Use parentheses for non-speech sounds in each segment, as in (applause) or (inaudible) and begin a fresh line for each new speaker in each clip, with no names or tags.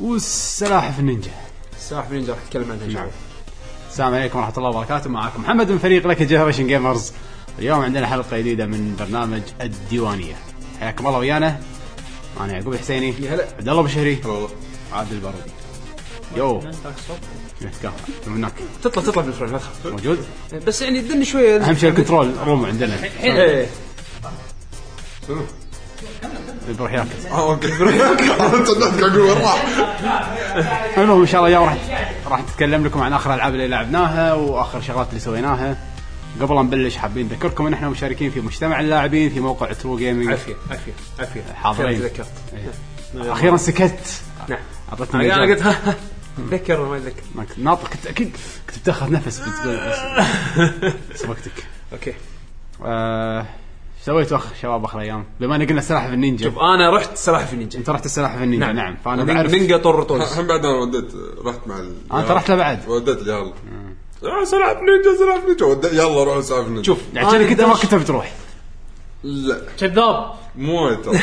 والسلاحف النينجا
سلاحف نينجا راح نتكلم عنها نعم
السلام عليكم ورحمه الله وبركاته معكم محمد من فريق لك جنريشن جيمرز اليوم عندنا حلقه جديده من برنامج الديوانيه حياكم الله ويانا انا يعقوب الحسيني
يا هلا
عبد الله بشهري
والله.
عادل البارودي يو نتكهرب من هناك
تطلع تطلع من الفرن لا تخاف
موجود
بس يعني دلني شويه
اهم شيء الكنترول روم
(laughs)
عندنا
الحين
بروح يركز
اه اوكي (laughs) تصدقت قاعد اقول وين راح؟
المهم ان شاء الله اليوم راح راح نتكلم لكم عن اخر الالعاب اللي لعبناها واخر شغلات اللي سويناها قبل لا نبلش حابين نذكركم ان احنا مشاركين في مجتمع اللاعبين في موقع ترو جيمنج
عافيه عافيه عافيه
حاضرين.
خير تذكرت
اخيرا سكت
نعم
اعطتني
انا إيه. أنا
الإجابة.
قلت (laughs) ها، اتذكر ما اتذكر
ما كنت ناطق كنت اكيد كنت بتاخذ نفس بتقول بس-
(laughs)
سبقتك
اوكي
آه، ايش سويتوا اخر شباب اخر ايام بما ان قلنا السلاحف النينجا
شوف انا رحت سلاحف النينجا
انت رحت السلاحف النينجا نعم, نعم. فانا بعرف
نينجا طور طولز
الحين بعد انا وديت رحت مع ال...
آه، انت رحت له بعد
وديت لي يلا آه، سلاحف نينجا سلاحف نينجا ودي- يلا روح سلاحف نينجا
شوف
يعني كأنك انت ما كنت بتروح
لا
كذاب
مو وايد (laughs) ترى.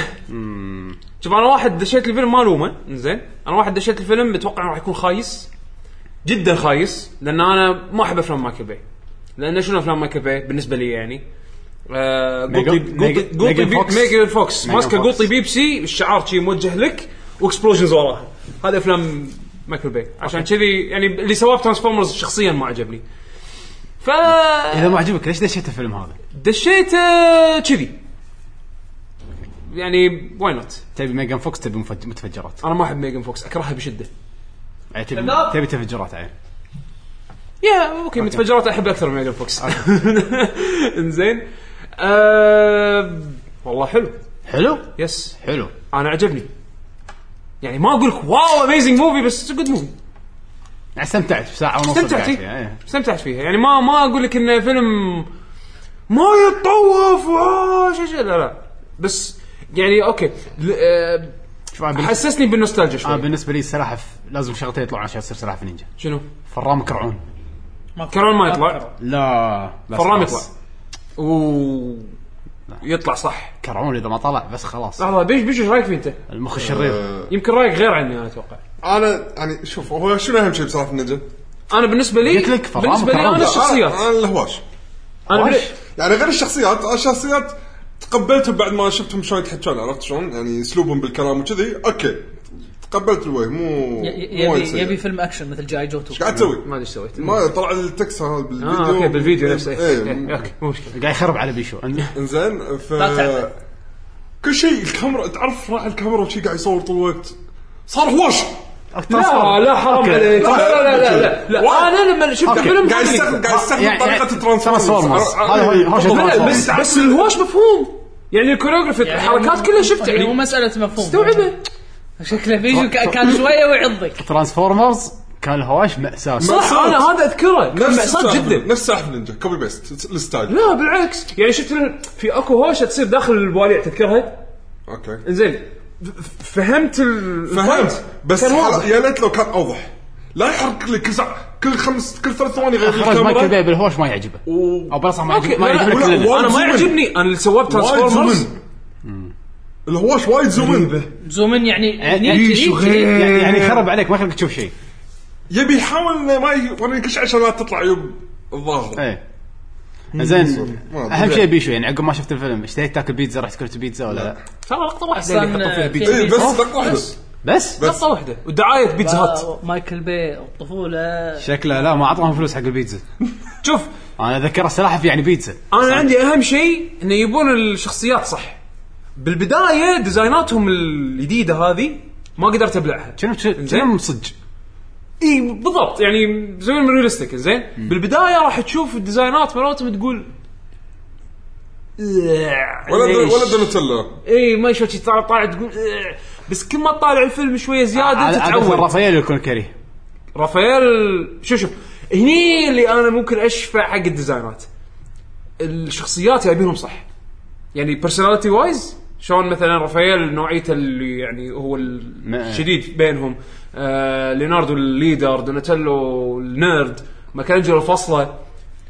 شوف انا واحد دشيت الفيلم ما الومه زين انا واحد دشيت الفيلم متوقع انه راح يكون خايس جدا خايس لان انا ما احب افلام مايكل باي لان شنو افلام مايكل باي بالنسبه لي يعني آه،
ميجا-
قوطي قوطي-
ميجا-
قوطي
ميجا
بي-
فوكس.
ميجا فوكس
ميجا
ماسكه
فوكس.
قوطي بيبسي الشعار شي موجه لك واكسبلوجنز وراها هذا افلام مايكل باي عشان كذي يعني اللي سواه ترانسفورمرز شخصيا ما عجبني ف
اذا ما عجبك ليش دشيت الفيلم هذا؟
دشيت آه، كذي يعني واي نوت
تبي ميجان فوكس تبي مفج- متفجرات
انا ما احب ميجن فوكس اكرهها بشده
يعني تبي
لا.
تبي تفجرات يعني. عين
يا اوكي متفجرات احب اكثر من ميجن فوكس (laughs) انزين آه والله حلو
حلو
يس
حلو
انا عجبني يعني ما اقول لك واو اميزنج موفي بس جود موفي
يعني استمتعت بساعة ونص
استمتعت
قاعد
فيه
فيها، إيه.
استمتعت فيها يعني ما ما اقول لك انه فيلم ما يتطوف آه، شي- شي- لا لا بس يعني اوكي ل- آه،
شوف أنا بالنسبة-
حسسني بالنوستالجيا
انا
شوي
بالنسبة لي السلاحف لازم شغلتين يطلعون عشان يصير سلاحف نينجا
شنو؟
فرام كرعون
كرون ما يطلع
لا آه، بس
فرام يطلع
خلاص.
و يطلع صح
كرعون اذا ما طلع بس خلاص
لحظه بيش بيش ايش رايك فيه انت؟
المخ الشرير
آه،
يمكن رايك غير عني انا اتوقع
انا يعني شوف هو شنو اهم شيء بسلاحف نينجا؟
انا بالنسبه لي
قلت لك فرامل
بالنسبه لي
فرامل.
انا
لا،
الشخصيات
انا أنا الهواش
انا بال-
وش؟
يعني غير الشخصيات الشخصيات تقبلتهم بعد ما شفتهم شلون يتحجون عرفت شلون؟ يعني اسلوبهم بالكلام وكذي اوكي تقبلت الوجه مو
ي-
مو
يبي
وايد سيء.
يبي فيلم اكشن مثل جاي جوتو
ايش قاعد تسوي؟
ما ادري ايش سويت
ما طلع التكس هذا بالفيديو
اه اوكي بالفيديو نفسه إيه، (laughs)
ايه
اوكي مو مشكله
قاعد يخرب على بيشو أنا-
انزين ف
لا تعبه.
كل شيء الكاميرا تعرف راح الكاميرا وشي قاعد يصور طول الوقت صار هوش
لا لا حرام
أوكي.
عليك لا لا لا لا, لا. انا لما شفت
أوكي.
الفيلم
قاعد
ما أدري.
يستخدم قاعد يستخدم
يعني-
طريقه
يعني
الترانسفورمرز
Transformers. هذا هو- هو شيء
آه، لا، لا،
Transformers.
بس بس الهواش مفهوم يعني الكوريوغرافي
يعني
الحركات كلها شفت
مو
يعني
مساله مفهوم
استوعبه
شكله بيجو كا- كان شويه ويعضك
ترانسفورمرز كان الهواش مأساة
صح انا هذا اذكره كان مأساة
سلاحف-
جدا
نفس سلاحف نينجا كوبي بيست الستايل
لا بالعكس يعني شفت ال- في اكو هوشه تصير داخل الوالع تذكرها
اوكي
زين ف- فهمت ال-
فهمت
الفايت.
بس
كان واضح.
حل- يا ليت لو كان اوضح لا يحرك لي كل ساعه كل خمس كل ثلاث ثواني غير
اخراج مايكل
الكاميرا
باي بالهوش ما يعجبه او بلا صح ما
اوكي
يعجبك ما
لا، لا،
يعجبك
لا،
كلنا.
انا ما
وايد
يعجبني انا اللي سواه
وايد
ترانسفورمرز
زومن الهواش وايد زومن
زومن يعني
يعني-
هني
يعني-
كذي-
يعني-
كذي.
يعني يخرب عليك ما يخليك تشوف شيء
يبي يحاول إنه ما يوريك كل شيء عشان لا تطلع عيوب الظاهر
ايه زين
ما-
اهم شيء بيشو يعني عقب ما شفت الفيلم اشتهيت تاكل بيتزا رحت كلت بيتزا ولا لا؟
ترى لقطه واحده
أحسن
اللي يحطوا فيها
في-
إيه،
بيتزا
اي إيه، بس دق واحده
بس؟
لقطه واحده ودعايه بيتزا هات
آه، مايكل باي الطفوله
شكله لا ما اعطاهم فلوس حق البيتزا
شوف
انا اذكر السلاحف يعني بيتزا
انا عندي اهم شيء انه يبون الشخصيات صح بالبدايه ديزايناتهم الجديده هذه ما قدرت ابلعها
شنو شنو صج
اي بالضبط يعني مسويين ريالستيك زين بالبدايه راح تشوف الديزاينات مالتهم تقول
ولا
ليش؟
دل- ولا دوناتيلا
اي ما شوي شي طالع طالع تقول "إيه". بس كل ما تطالع الفيلم شويه زياده
عادة
تتعود
رافائيل يكون كريه
رافائيل شوف شوف هني اللي انا ممكن اشفع حق الديزاينات الشخصيات جايبينهم صح يعني بيرسوناليتي وايز شلون مثلا رافائيل نوعيته اللي يعني هو الشديد بينهم آه ليناردو الليدر دوناتيلو النيرد ماكانجلو الفصله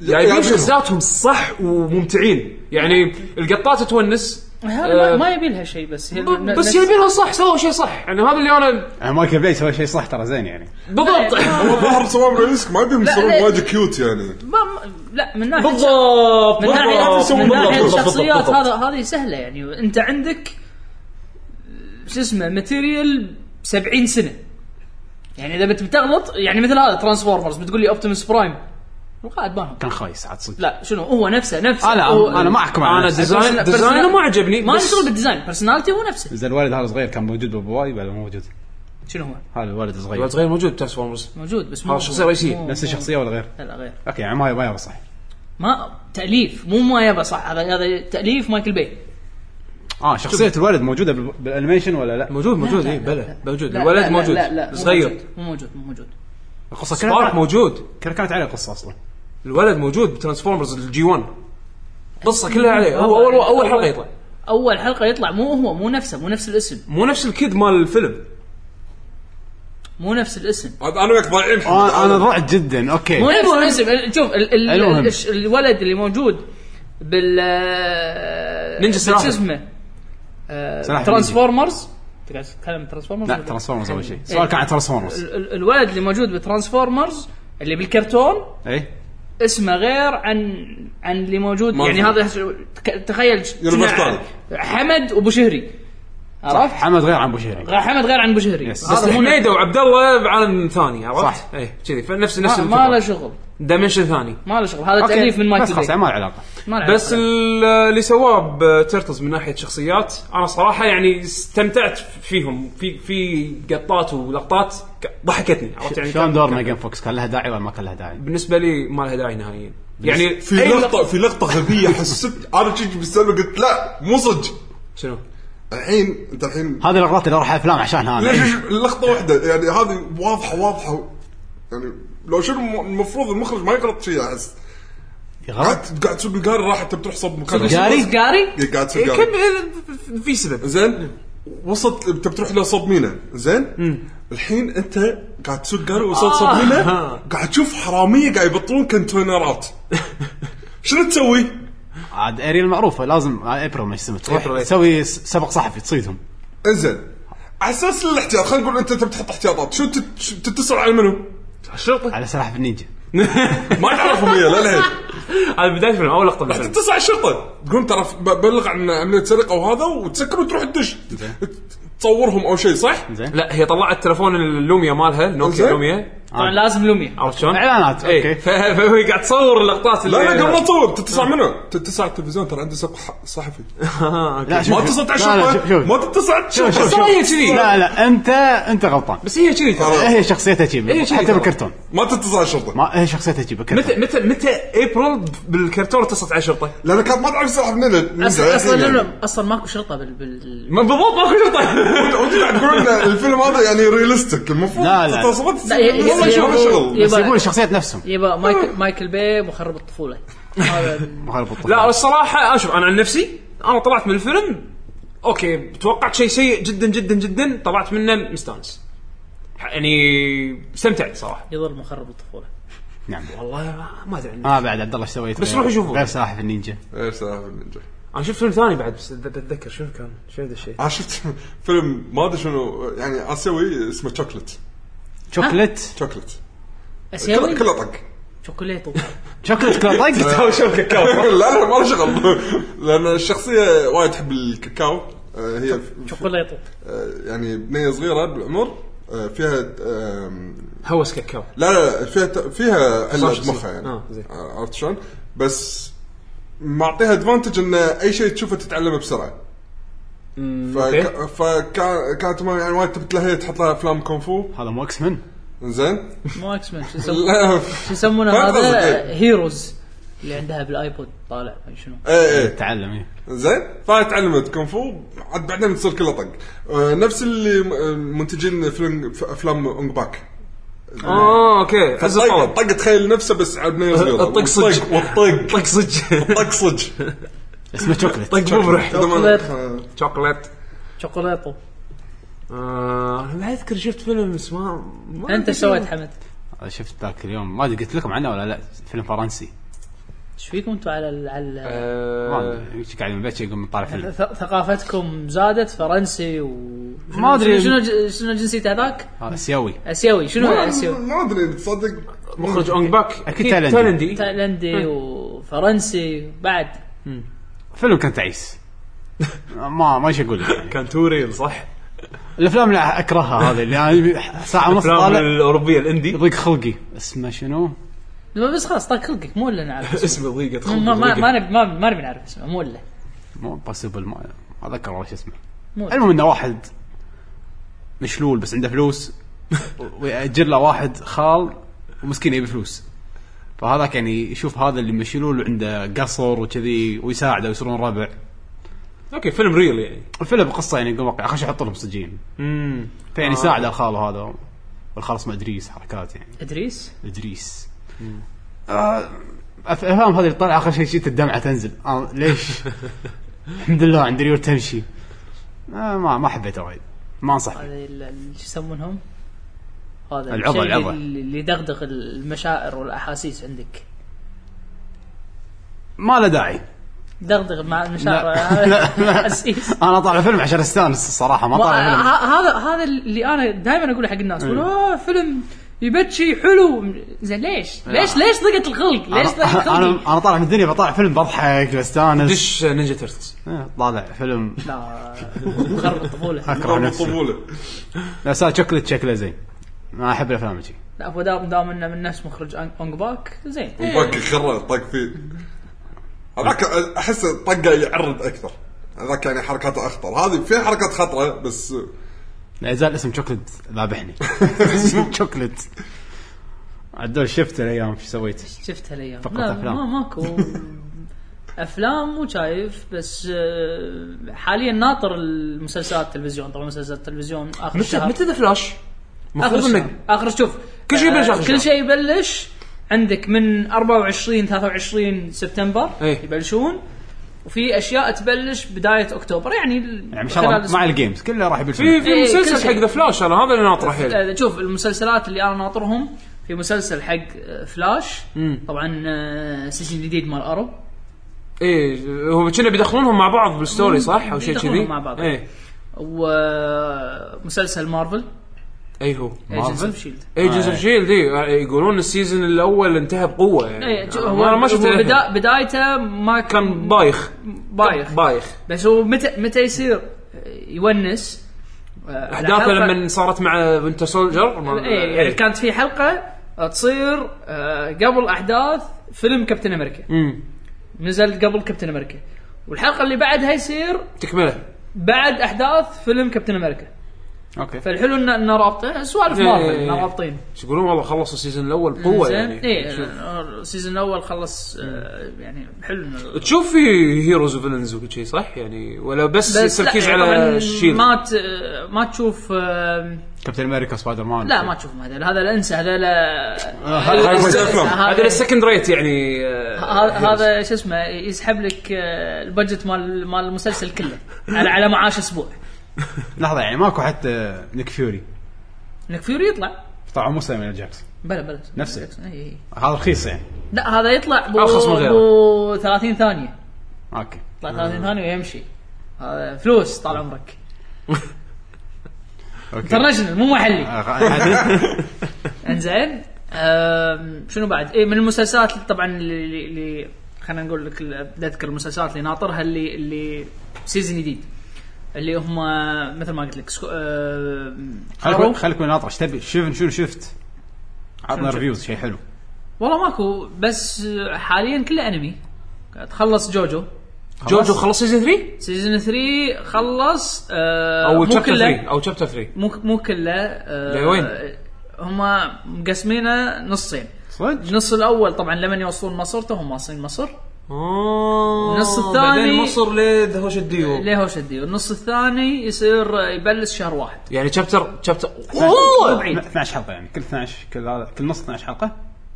جايبين
يعجبهم.
شخصياتهم صح وممتعين يعني القطات تونس
هذا ما- ما يبي لها شيء آه، بس يعني هي
ب- بس
نفس-
يبينها صح سووا شيء صح يعني هذا اللي انا
آه، مايكل باي سوى شيء صح ترى زين يعني
بالضبط
هو الظاهر سوام ريسك ما يبيهم
لا،
يصيرون
لا.
وايد كيوت يعني
ما ما- لا من ناحيه
بالضبط
من ناحيه من ناحيه الشخصيات
بالضبط.
هذا هذه سهله يعني انت عندك شو اسمه ماتيريال 70 سنه يعني اذا بت- بتغلط يعني مثل هذا ترانسفورمرز بتقول لي اوبتيموس برايم القائد مالهم
كان خايس عاد صدق
لا شنو هو نفسه نفسه
آه، لا،
هو-
أنا ما أحكم على
انا
نفسي.
ديزاين
Personal-
ديزاينه
personal-
ما عجبني
ما له
بس
شغل بالديزاين بيرسوناليتي هو نفسه
زين الوالد هذا صغير كان موجود بابواي بعد مو موجود
شنو هو
هذا الوالد
الولد
الصغير
صغير موجود ترانسفورمرز
موجود بس
هذا
مو
شخصية رئيسية.
مو-
نفس
مو-
الشخصيه ولا غير
لا لا غير
اوكي يعني ما ما يبا صح
ما تاليف مو ما يبى صح هذا هذا تاليف مايكل باي
اه شخصيه الوالد موجوده بال- بالانيميشن ولا لا
موجود موجود اي بلا موجود الولد موجود صغير
مو موجود مو موجود
القصه كلها
سبارك موجود
كلها كانت عليه قصه اصلا
الولد موجود بترانسفورمرز الجي 1 قصه كلها عليه هو اول اول حلقه يطلع
اول حلقه يطلع مو هو مو نفسه مو نفس الاسم
مو نفس الكيد مال الفيلم
مو نفس الاسم
عاد انا وياك ضايعين
آه انا ضعت جدا
مو
اوكي
نفس الاسم شوف ال ال
المهم.
الش- الولد اللي موجود بال
نينجا سلاحف.
شو اسمه آه،
سلاحف
ترانسفورمرز أنت قاعد تتكلم ترانسفورمرز
لا
ولا-
ترانسفورمرز اول شيء
إيه.
سؤال كان عن ترانسفورمرز
ال- ال- الولد اللي موجود بترانسفورمرز اللي بالكرتون
اي
اسمه غير عن عن اللي موجود
ما
يعني
أدري.
هذا تك- تخيل
يونيفرس
شنو-
ثاني.
حمد وابو شهري عرفت؟
حمد غير عن ابو شهري
غ- حمد غير عن ابو شهري
يس.
بس
هذا مو
حميده وعبد الله بعالم ثاني عرفت؟
صح.
اي كذي فنفس نفس
ما- ما له
الفكرة.
شغل
دايمنشن ثاني
ما له شغل هذا
أوكي.
تاليف من
بس
مايكل
خلاص
بي.
يعني ما له علاقه
ما له
بس
علاقة.
ال- اللي سواه بتيرتلز من ناحيه شخصيات انا صراحه يعني استمتعت فيهم في في قطات ولقطات ك- ضحكتني عرفت يعني
شلون
كان-
دورنا
كان-
جيم فوكس كان لها داعي ولا ما كان لها داعي؟
بالنسبه لي ما لها داعي نهائيا يعني
في
أي
لقطه في لقطه غبيه حسيت انا جيت بالسلبي قلت لا مو صدق
شنو؟
الحين انت الحين
هذه اللقطات اللي راح افلام عشانها (laughs)
ليش
انا
ليش اللقطه واحده يعني هذه واضحه واضحه يعني لو شنو الم- المفروض المخرج ما يغلط شيء احس
غلط
قاعد قاعد تسوق القاري راح انت بتروح صب مكان
قاري؟
قاري
قاعد تسوق
إيه،
القاري
كم في سبب
زين وصلت انت بتروح له صب مينا زين الحين انت قاعد تسوق قاري وصلت صب مينا قاعد تشوف حراميه قاعد يبطلون كونتينرات شنو تسوي؟
عاد اريل معروفه لازم ابريل ما اسمه تروح
إبريل.
تسوي س- سبق صحفي تصيدهم
انزين على اساس الاحتياط خلينا نقول انت تبي تحط احتياطات شو تت- شو تتصل على منو؟
الشرطه
على سلاحف النينجا
ما (laughs) تعرفهم هي لا لهي
على بدايه الفيلم اول لقطه بالفيلم
تتصل على الشرطه تقول ترى ف- ب- بلغ عن عمليه سرقه وهذا وتسكر وتروح تدش تصورهم او شيء صح؟
زين
لا هي طلعت تلفون اللوميا مالها نوكيا
زين.
لوميا
آه.
طبعا آه، لازم لوميا
عرفت شلون؟
إعلانات،
إيه،
أوكي.
(laughs) ف- فهي قاعد تصور اللقطات اللي
لا لا
(laughs)
قبل لا تصور تتصل منو؟ تتصل على التلفزيون ترى عنده سبق ح- صحفي
آه،
لا شوف
ما اتصلت على
لا، لا، شوف-
الشرطه
شوف.
ما تتصل على
شوف شوف
الشرطه
ترى هي
شوف
كذي.
لا لا انت انت غلطان
بس هي كذي ترى
طيب.
هي شخصيتها كذي
هي كذي
حتى
ترى.
بالكرتون
ما طيب. تتصل على الشرطه
ما هي شخصيتها كذي بالكرتون
متى متى متى ابريل بالكرتون اتصلت على الشرطه؟
لان كانت ما تعرف سلاح منين
اصلا اصلا
يعني
لا، لا، اصلا ماكو شرطه بال بال
ما بالضبط ماكو شرطه
وانت قاعد تقول ان الفيلم هذا يعني ريالستيك المفروض
لا، لا.
تتصلت
لا، هي- هي-
والله
هي-
شغل شغل
هي-
بس يقول شخصيات نفسهم
يبا
آه.
مايكل مايكل باي مخرب الطفوله هذا
مخالف الطفل.
(laughs) لا الصراحه اشوف انا عن نفسي انا طلعت من الفيلم اوكي توقعت شيء سيء جدا جدا جدا طلعت منه مستانس يعني استمتعت صراحه
يظل مخرب الطفوله
نعم
والله ما ادري عنه.
ما بعد عبد الله ايش سويت
بس
غير-
روحوا شوفوا.
غير سلاحف النينجا
ايه سلاح النينجا
انا شفت فيلم ثاني بعد بس أت- اتذكر شنو كان شنو هذا
(laughs)
الشيء
انا آه، شفت فيلم ما ادري شنو يعني اسيوي اسمه شوكلت
شوكلت
شوكلت كله
اسيوي
كله طق (laughs)
شوكوليتو
شوكلت كله
(laughs)
طق
شوف كاكاو
لا لا ما له شغل لان الشخصيه وايد تحب الكاكاو آه، هي
شوكوليتو
آه، يعني بنيه صغيره بالعمر آه، فيها آم،
هوس كاكاو
لا لا فيها فيها علة
صح،
مخها
صح.
يعني
آه، زين.
آه، عرفت شلون؟ بس معطيها ادفانتج ان اي شيء تشوفه تتعلمه بسرعه
أوكي.
فك... فكانت ما- يعني وايد تبت لها هي تحط لها افلام كونغ فو
هذا مو اكس من
زين
(laughs)
مو اكس مان شو يسمونه
لا
شو يسمونه
فاهم
هذا
قصدك.
هيروز اللي عندها بالايبود طالع ما أدري شنو
ايه ايه
تعلم إيه.
زين فهي تعلمت كونغ فو عاد بعدين تصير كله طق آه، نفس اللي م- آه، منتجين فيلم ف- افلام اونج باك
اه اوكي عز
طق
الطلب
طق تخيل نفسه بس على
(laughs)
بنيه صغيره
الطق
(laughs)
صج (laughs)
والطق
طق صج
(laughs) طق صج
اسمه شوكلت
طق مبرح
إذا ما-
شوكولات
شوكوليتو
آه، انا ما اذكر شفت فيلم اسمه ما
انت
أدري
سويت
شنو.
حمد
شفت ذاك اليوم ما ادري قلت لكم عنه ولا لا فيلم فرنسي
فيكم انتم على ال- على
ما
آه،
أدري، يجيك قاعد من بكي يقوم طالع فيلم
ث- ثقافتكم زادت فرنسي و
ما أدري.
شنو شنو- شنو جنسية هذاك؟
هذا اسيوي
اسيوي شنو هو اسيوي؟
ما ادري تصدق
مخرج اونج باك
تايلندي.
تايلندي
تايلندي وفرنسي بعد
فيلم كان تعيس ما ما ايش اقول لك يعني.
كان تو ريل صح؟
الافلام اللي اكرهها هذه اللي يعني ساعه ونص
الافلام
طالع
الاوروبيه الاندي
يضيق خلقي اسمه شنو؟
لما بس خلاص طاق خلقك مو الا نعرف اسمه.
اسمه ضيقة خلق
ما ما ما
ضيقة.
ما نبي- ما ما نبي نعرف اسمه مو الا
مو بوسيبل ما ما اذكر والله شو اسمه
مو
المهم انه واحد مشلول بس عنده فلوس ويأجر له واحد خال ومسكين يبي فلوس فهذاك يعني يشوف هذا اللي مشلول وعنده قصر وكذي ويساعده ويصيرون ربع
اوكي فيلم ريل يعني
الفيلم قصه يعني يقول واقع خش احط لهم سجين
امم
فيعني ساعده خاله هذا والخال اسمه ادريس حركات يعني
ادريس
ادريس آه، أف- افلام هذه اللي طلع اخر شيء شفت الدمعه تنزل آه
(laughs)
ليش؟ الحمد لله عند ريور تمشي آه ما ما حبيته وايد ما انصح فيه.
هذا ال- ال- شو يسمونهم؟ هذا
العضة،
الشيء اللي-
العضة.
اللي يدغدغ المشاعر والاحاسيس عندك
ما له داعي (laughs)
دغدغ مع المشاعر
لا. لا.
(laughs) الاحاسيس
انا طالع فيلم عشان استانس الصراحه ما
ما- آه،
طالع فيلم
ه- هذا هذا اللي انا دائما اقوله حق الناس يقول
إيه.
آه، فيلم يبكي حلو زين ليش؟ ليش ليش ضيقة الخلق؟ ليش ضيقة
انا
خلقي؟
انا طالع من الدنيا بطالع فيلم بضحك بستانس
دش نينجا تيرتلز
آه، طالع فيلم
لا خرب الطفولة
اكره نفسي
الطفوله
لا سال شوكليت شكله زين ما احب الافلام اللي شي.
لا هو دام دام انه من نفس مخرج أن- اونج باك زين
إيه.
وباك خرة طق فيه هذاك احس طقه يعرض اكثر هذاك يعني حركاته اخطر هذه في حركات خطره بس
لا يزال اسم شوكليت
(laughs)
ذابحني (laughs) شوكليت عدول شفت الايام شو سويت
شفتها الايام
فقط
لا
أفلام.
ما ماكو افلام مو شايف بس آه، حاليا ناطر المسلسلات التلفزيون طبعا مسلسلات التلفزيون
متى
اخر الشهر
متى ذا فلاش؟
اخر
المفروض
الشهر
انه
اخر شوف
كل شيء يبلش آخر
آه،
الشهر.
كل شيء يبلش عندك من 24 23 سبتمبر
إيه.
يبلشون وفي اشياء تبلش بدايه اكتوبر يعني
يعني ان شاء الله مع
خلال
الجيمز كله راح يبي
في
الفيلم.
في
إيه،
مسلسل
كل شيء.
حق ذا فلاش انا هذا اللي ناطره حيل
آه، شوف المسلسلات اللي انا ناطرهم في مسلسل حق آه، فلاش طبعا آه، سيزون جديد مال ارب
ايه هو كنا بيدخلونهم مع بعض بالستوري صح او شيء
بيدخلونهم
كذي
مع بعض.
ايه
ومسلسل مارفل
اي هو
ايجنتس اوف شيلد
ايجنز اوف شيلد E يقولون السيزون الاول انتهى بقوه يعني
إيه، هو
انا ما شفت
هو
الأثر.
بدا بدايته ما
كان بايخ
بايخ
بايخ
بس هو متى متى يصير آه، يونس آه،
احداثه
الحلقة-
لما إيه. صارت مع وينتر سولجر ما-
اي يعني كانت في حلقه تصير آه، قبل احداث فيلم كابتن امريكا
مم.
نزل قبل كابتن امريكا والحلقه اللي بعدها يصير
تكمله
بعد احداث فيلم كابتن امريكا
اوكي
فالحلو ان إن رابطين سوالف
إيه.
مارفل إن رابطين
ايش يقولون والله خلصوا السيزون الاول بقوه
زين؟
يعني
ايه
شوف.
السيزون الاول خلص آه، يعني حلو إنه-
تشوف في هيروز وفيلنز وكل شيء صح يعني ولا بس,
لا،
تركيز
يعني طبعاً
على الشيل
ما ت... ما تشوف آه،
كابتن امريكا سبايدر مان
لا ما تشوفهم هذول هذا لا انسى هذول
هذا
آه، هذا-
أفلام.
هذا السكند ريت يعني آه،
ه- هذا شو اسمه يسحب لك آه، البادجت مال مال المسلسل كله على على معاش اسبوع
لحظه يعني ماكو حتى نيك فيوري
انك فيوري يطلع
طبعا مو سامي جاكسون
بلا بلا
نفسه.
إي إي.
هذا رخيص يعني
لا هذا يطلع بو,
أرخص من غيره.
بو 30 ثانيه
اوكي
يطلع 30 ثانيه ويمشي هذا فلوس طال عمرك
اوكي
انترناشونال مو محلي
آه، عادل.
انزين أم، شنو بعد؟ اي من المسلسلات اللي طبعا اللي- اللي اللي خلينا نقول لك ال- بدي اذكر المسلسلات اللي ناطرها اللي اللي سيزون جديد اللي هم مثل ما قلت لك سكو... أم،
(laughs) خليك
أرو.
خليك من ناطر ايش تبي شوف شنو شفت عطنا
شفت؟
ريفيوز شيء حلو
والله ماكو بس حاليا كله انمي تخلص جوجو
جوجو خلص سيزون 3
سيزون 3 خلص أه،
او
مو
تشابتر
كله
3 او تشابتر 3
مو مو كله أه،
لوين؟
هم مقسمينه نصين
صدق
النص الاول طبعا لمن يوصلون مصر توهم واصلين مصر النص
بعدين
الثاني-
مصر لدهوش الديو
ليه هو شدي والنص الثاني يصير يبلش شهر واحد
يعني تشابتر تشابتر
والله
م-
بعيد
12 حلقه يعني كل 12 كل هذا كل نص 12 حلقه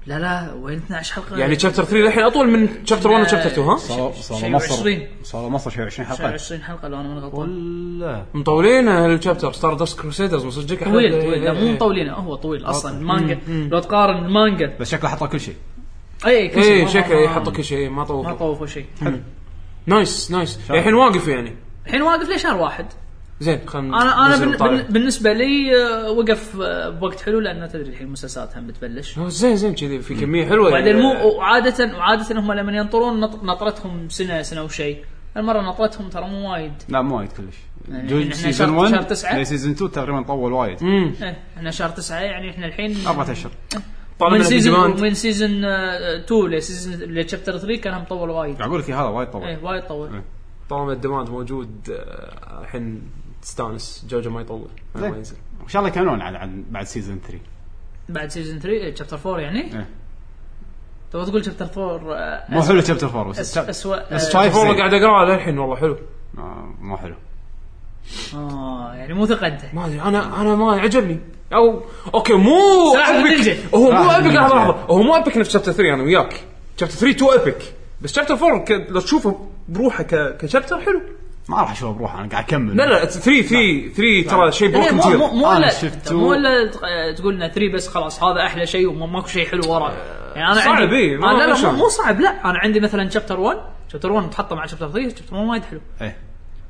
لا لا وين 12 حلقه
يعني تشابتر 3 للحين اطول من تشابتر 1 وتشابتر 2 ها؟
صاروا صاروا
شيء
مصر
وعشرين.
صاروا مصر شيء 20
شهر
حلقه
20 حلقه لو انا ماني غلطان
ولا
مطولين هالتشابتر ستار دست كروسيدرز مصدقك إيه.
طويل طويل لا مو مطولينه هو طويل اصلا المانجا لو تقارن المانجا
بس شكله حطوا كل شيء
اي كل شيء
اي
ما-
شكله
ما-
يحط كل إيه، شيء ما
ما
طوف
طوفوا شيء
نايس نايس الحين واقف يعني
الحين واقف لي شهر واحد
زين خلنا
انا انا
ننزل
بن...
نطالع.
بن... بالنسبه لي آه، وقف آه، بوقت حلو لانه تدري الحين المسلسلات هم بتبلش
هو زين زين كذي في كميه حلوه
وبعدين
يعني.
مو وعاده وعاده هم لما ينطرون نط... نطرتهم سنه سنه وشيء المره نطرتهم ترى مو وايد
لا مو وايد كلش
يعني
جو
إحنا
سيزون
شهر- شهر
1
تسعة.
سيزون 2 تقريبا طول وايد
امم
إيه، احنا شهر تسعة يعني احنا الحين
اربع اشهر
طالع
من
من
سيزون
الديماند
من آه، سيزون 2 لسيزون لشابتر 3 كان هم طول وايد
اقول لك إيه، هذا وايد إيه. طول
ايه وايد طول
طالما الديماند موجود آه، الحين تستانس جوجو ما يطول ما
زين.
ينزل
ان شاء الله يكملون على عن- بعد سيزون 3
بعد سيزون 3 شابتر 4 يعني
إيه.
تبغى تقول شابتر 4 آه،
مو حلو شابتر 4 بس
أسوأ- أسوأ
بس
آه،
شايف
والله
زين.
قاعد اقراه للحين والله حلو
آه، مو حلو
اه يعني مو ثقة انت
ما ادري انا انا ما عجبني او اوكي مو
صراحة
ايبك
بالنينجا.
هو مو
صراحة
ايبك لحظه
بالنينجا.
لحظه هو مو ايبك نفس شابتر 3 انا وياك شابتر 3 تو ايبك بس شابتر 4 ك- لو تشوفه بروحه ك- كشابتر حلو
ما راح اشوفه بروحه انا قاعد اكمل
لا لا 3 3 3 ترى شيء
يعني
بروكن
مو مو
تير
مو
أنا
لا
شفت
مو
و-
لا تق- آه، تقول لنا 3 بس خلاص هذا احلى شيء وماكو شيء حلو وراه يعني انا
صعب،
عندي
إيه، ما-
آه،
ما
لا لا
شلون.
مو- مو صعب لا انا عندي مثلا شابتر 1 شابتر 1 متحطه مع شابتر 3 شابتر 1 وايد حلو
ايه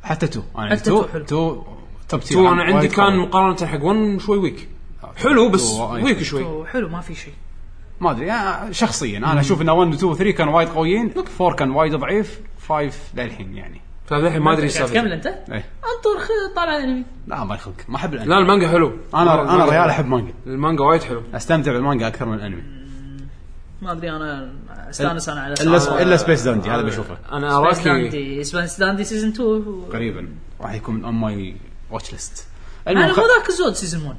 حتى يعني 2 انا
حتى 2
2
حلو.
2 توب تير
تو انا عندي كان مقارنه حق 1 شوي ويك حلو بس ويك شوي
حلو ما في شيء
ما ادري يعني شخصيا انا اشوف ان 1 و 2 و 3 كانوا وايد قويين 4 كان وايد ضعيف 5 للحين يعني
فالحين ما ادري
قاعد تكمل
السالفه
انت؟
ايه
انطر خ- طالع انمي
لا ما يخلق ما احب الانمي
لا المانجا حلو
انا انا
المانجا-
ريال احب مانجا
المانجا وايد حلو
استمتع بالمانجا اكثر من الانمي
ما ادري انا استانس انا على
آه.
الا
ساعة.
الا سبيس داندي هذا بشوفه
انا
سبيس
راكي
داندي سبيس داندي سيزون 2
قريبا راح يكون من اون ماي واتش ليست
انا
المهم
مو
خ-
ذاك الزود سيزون 1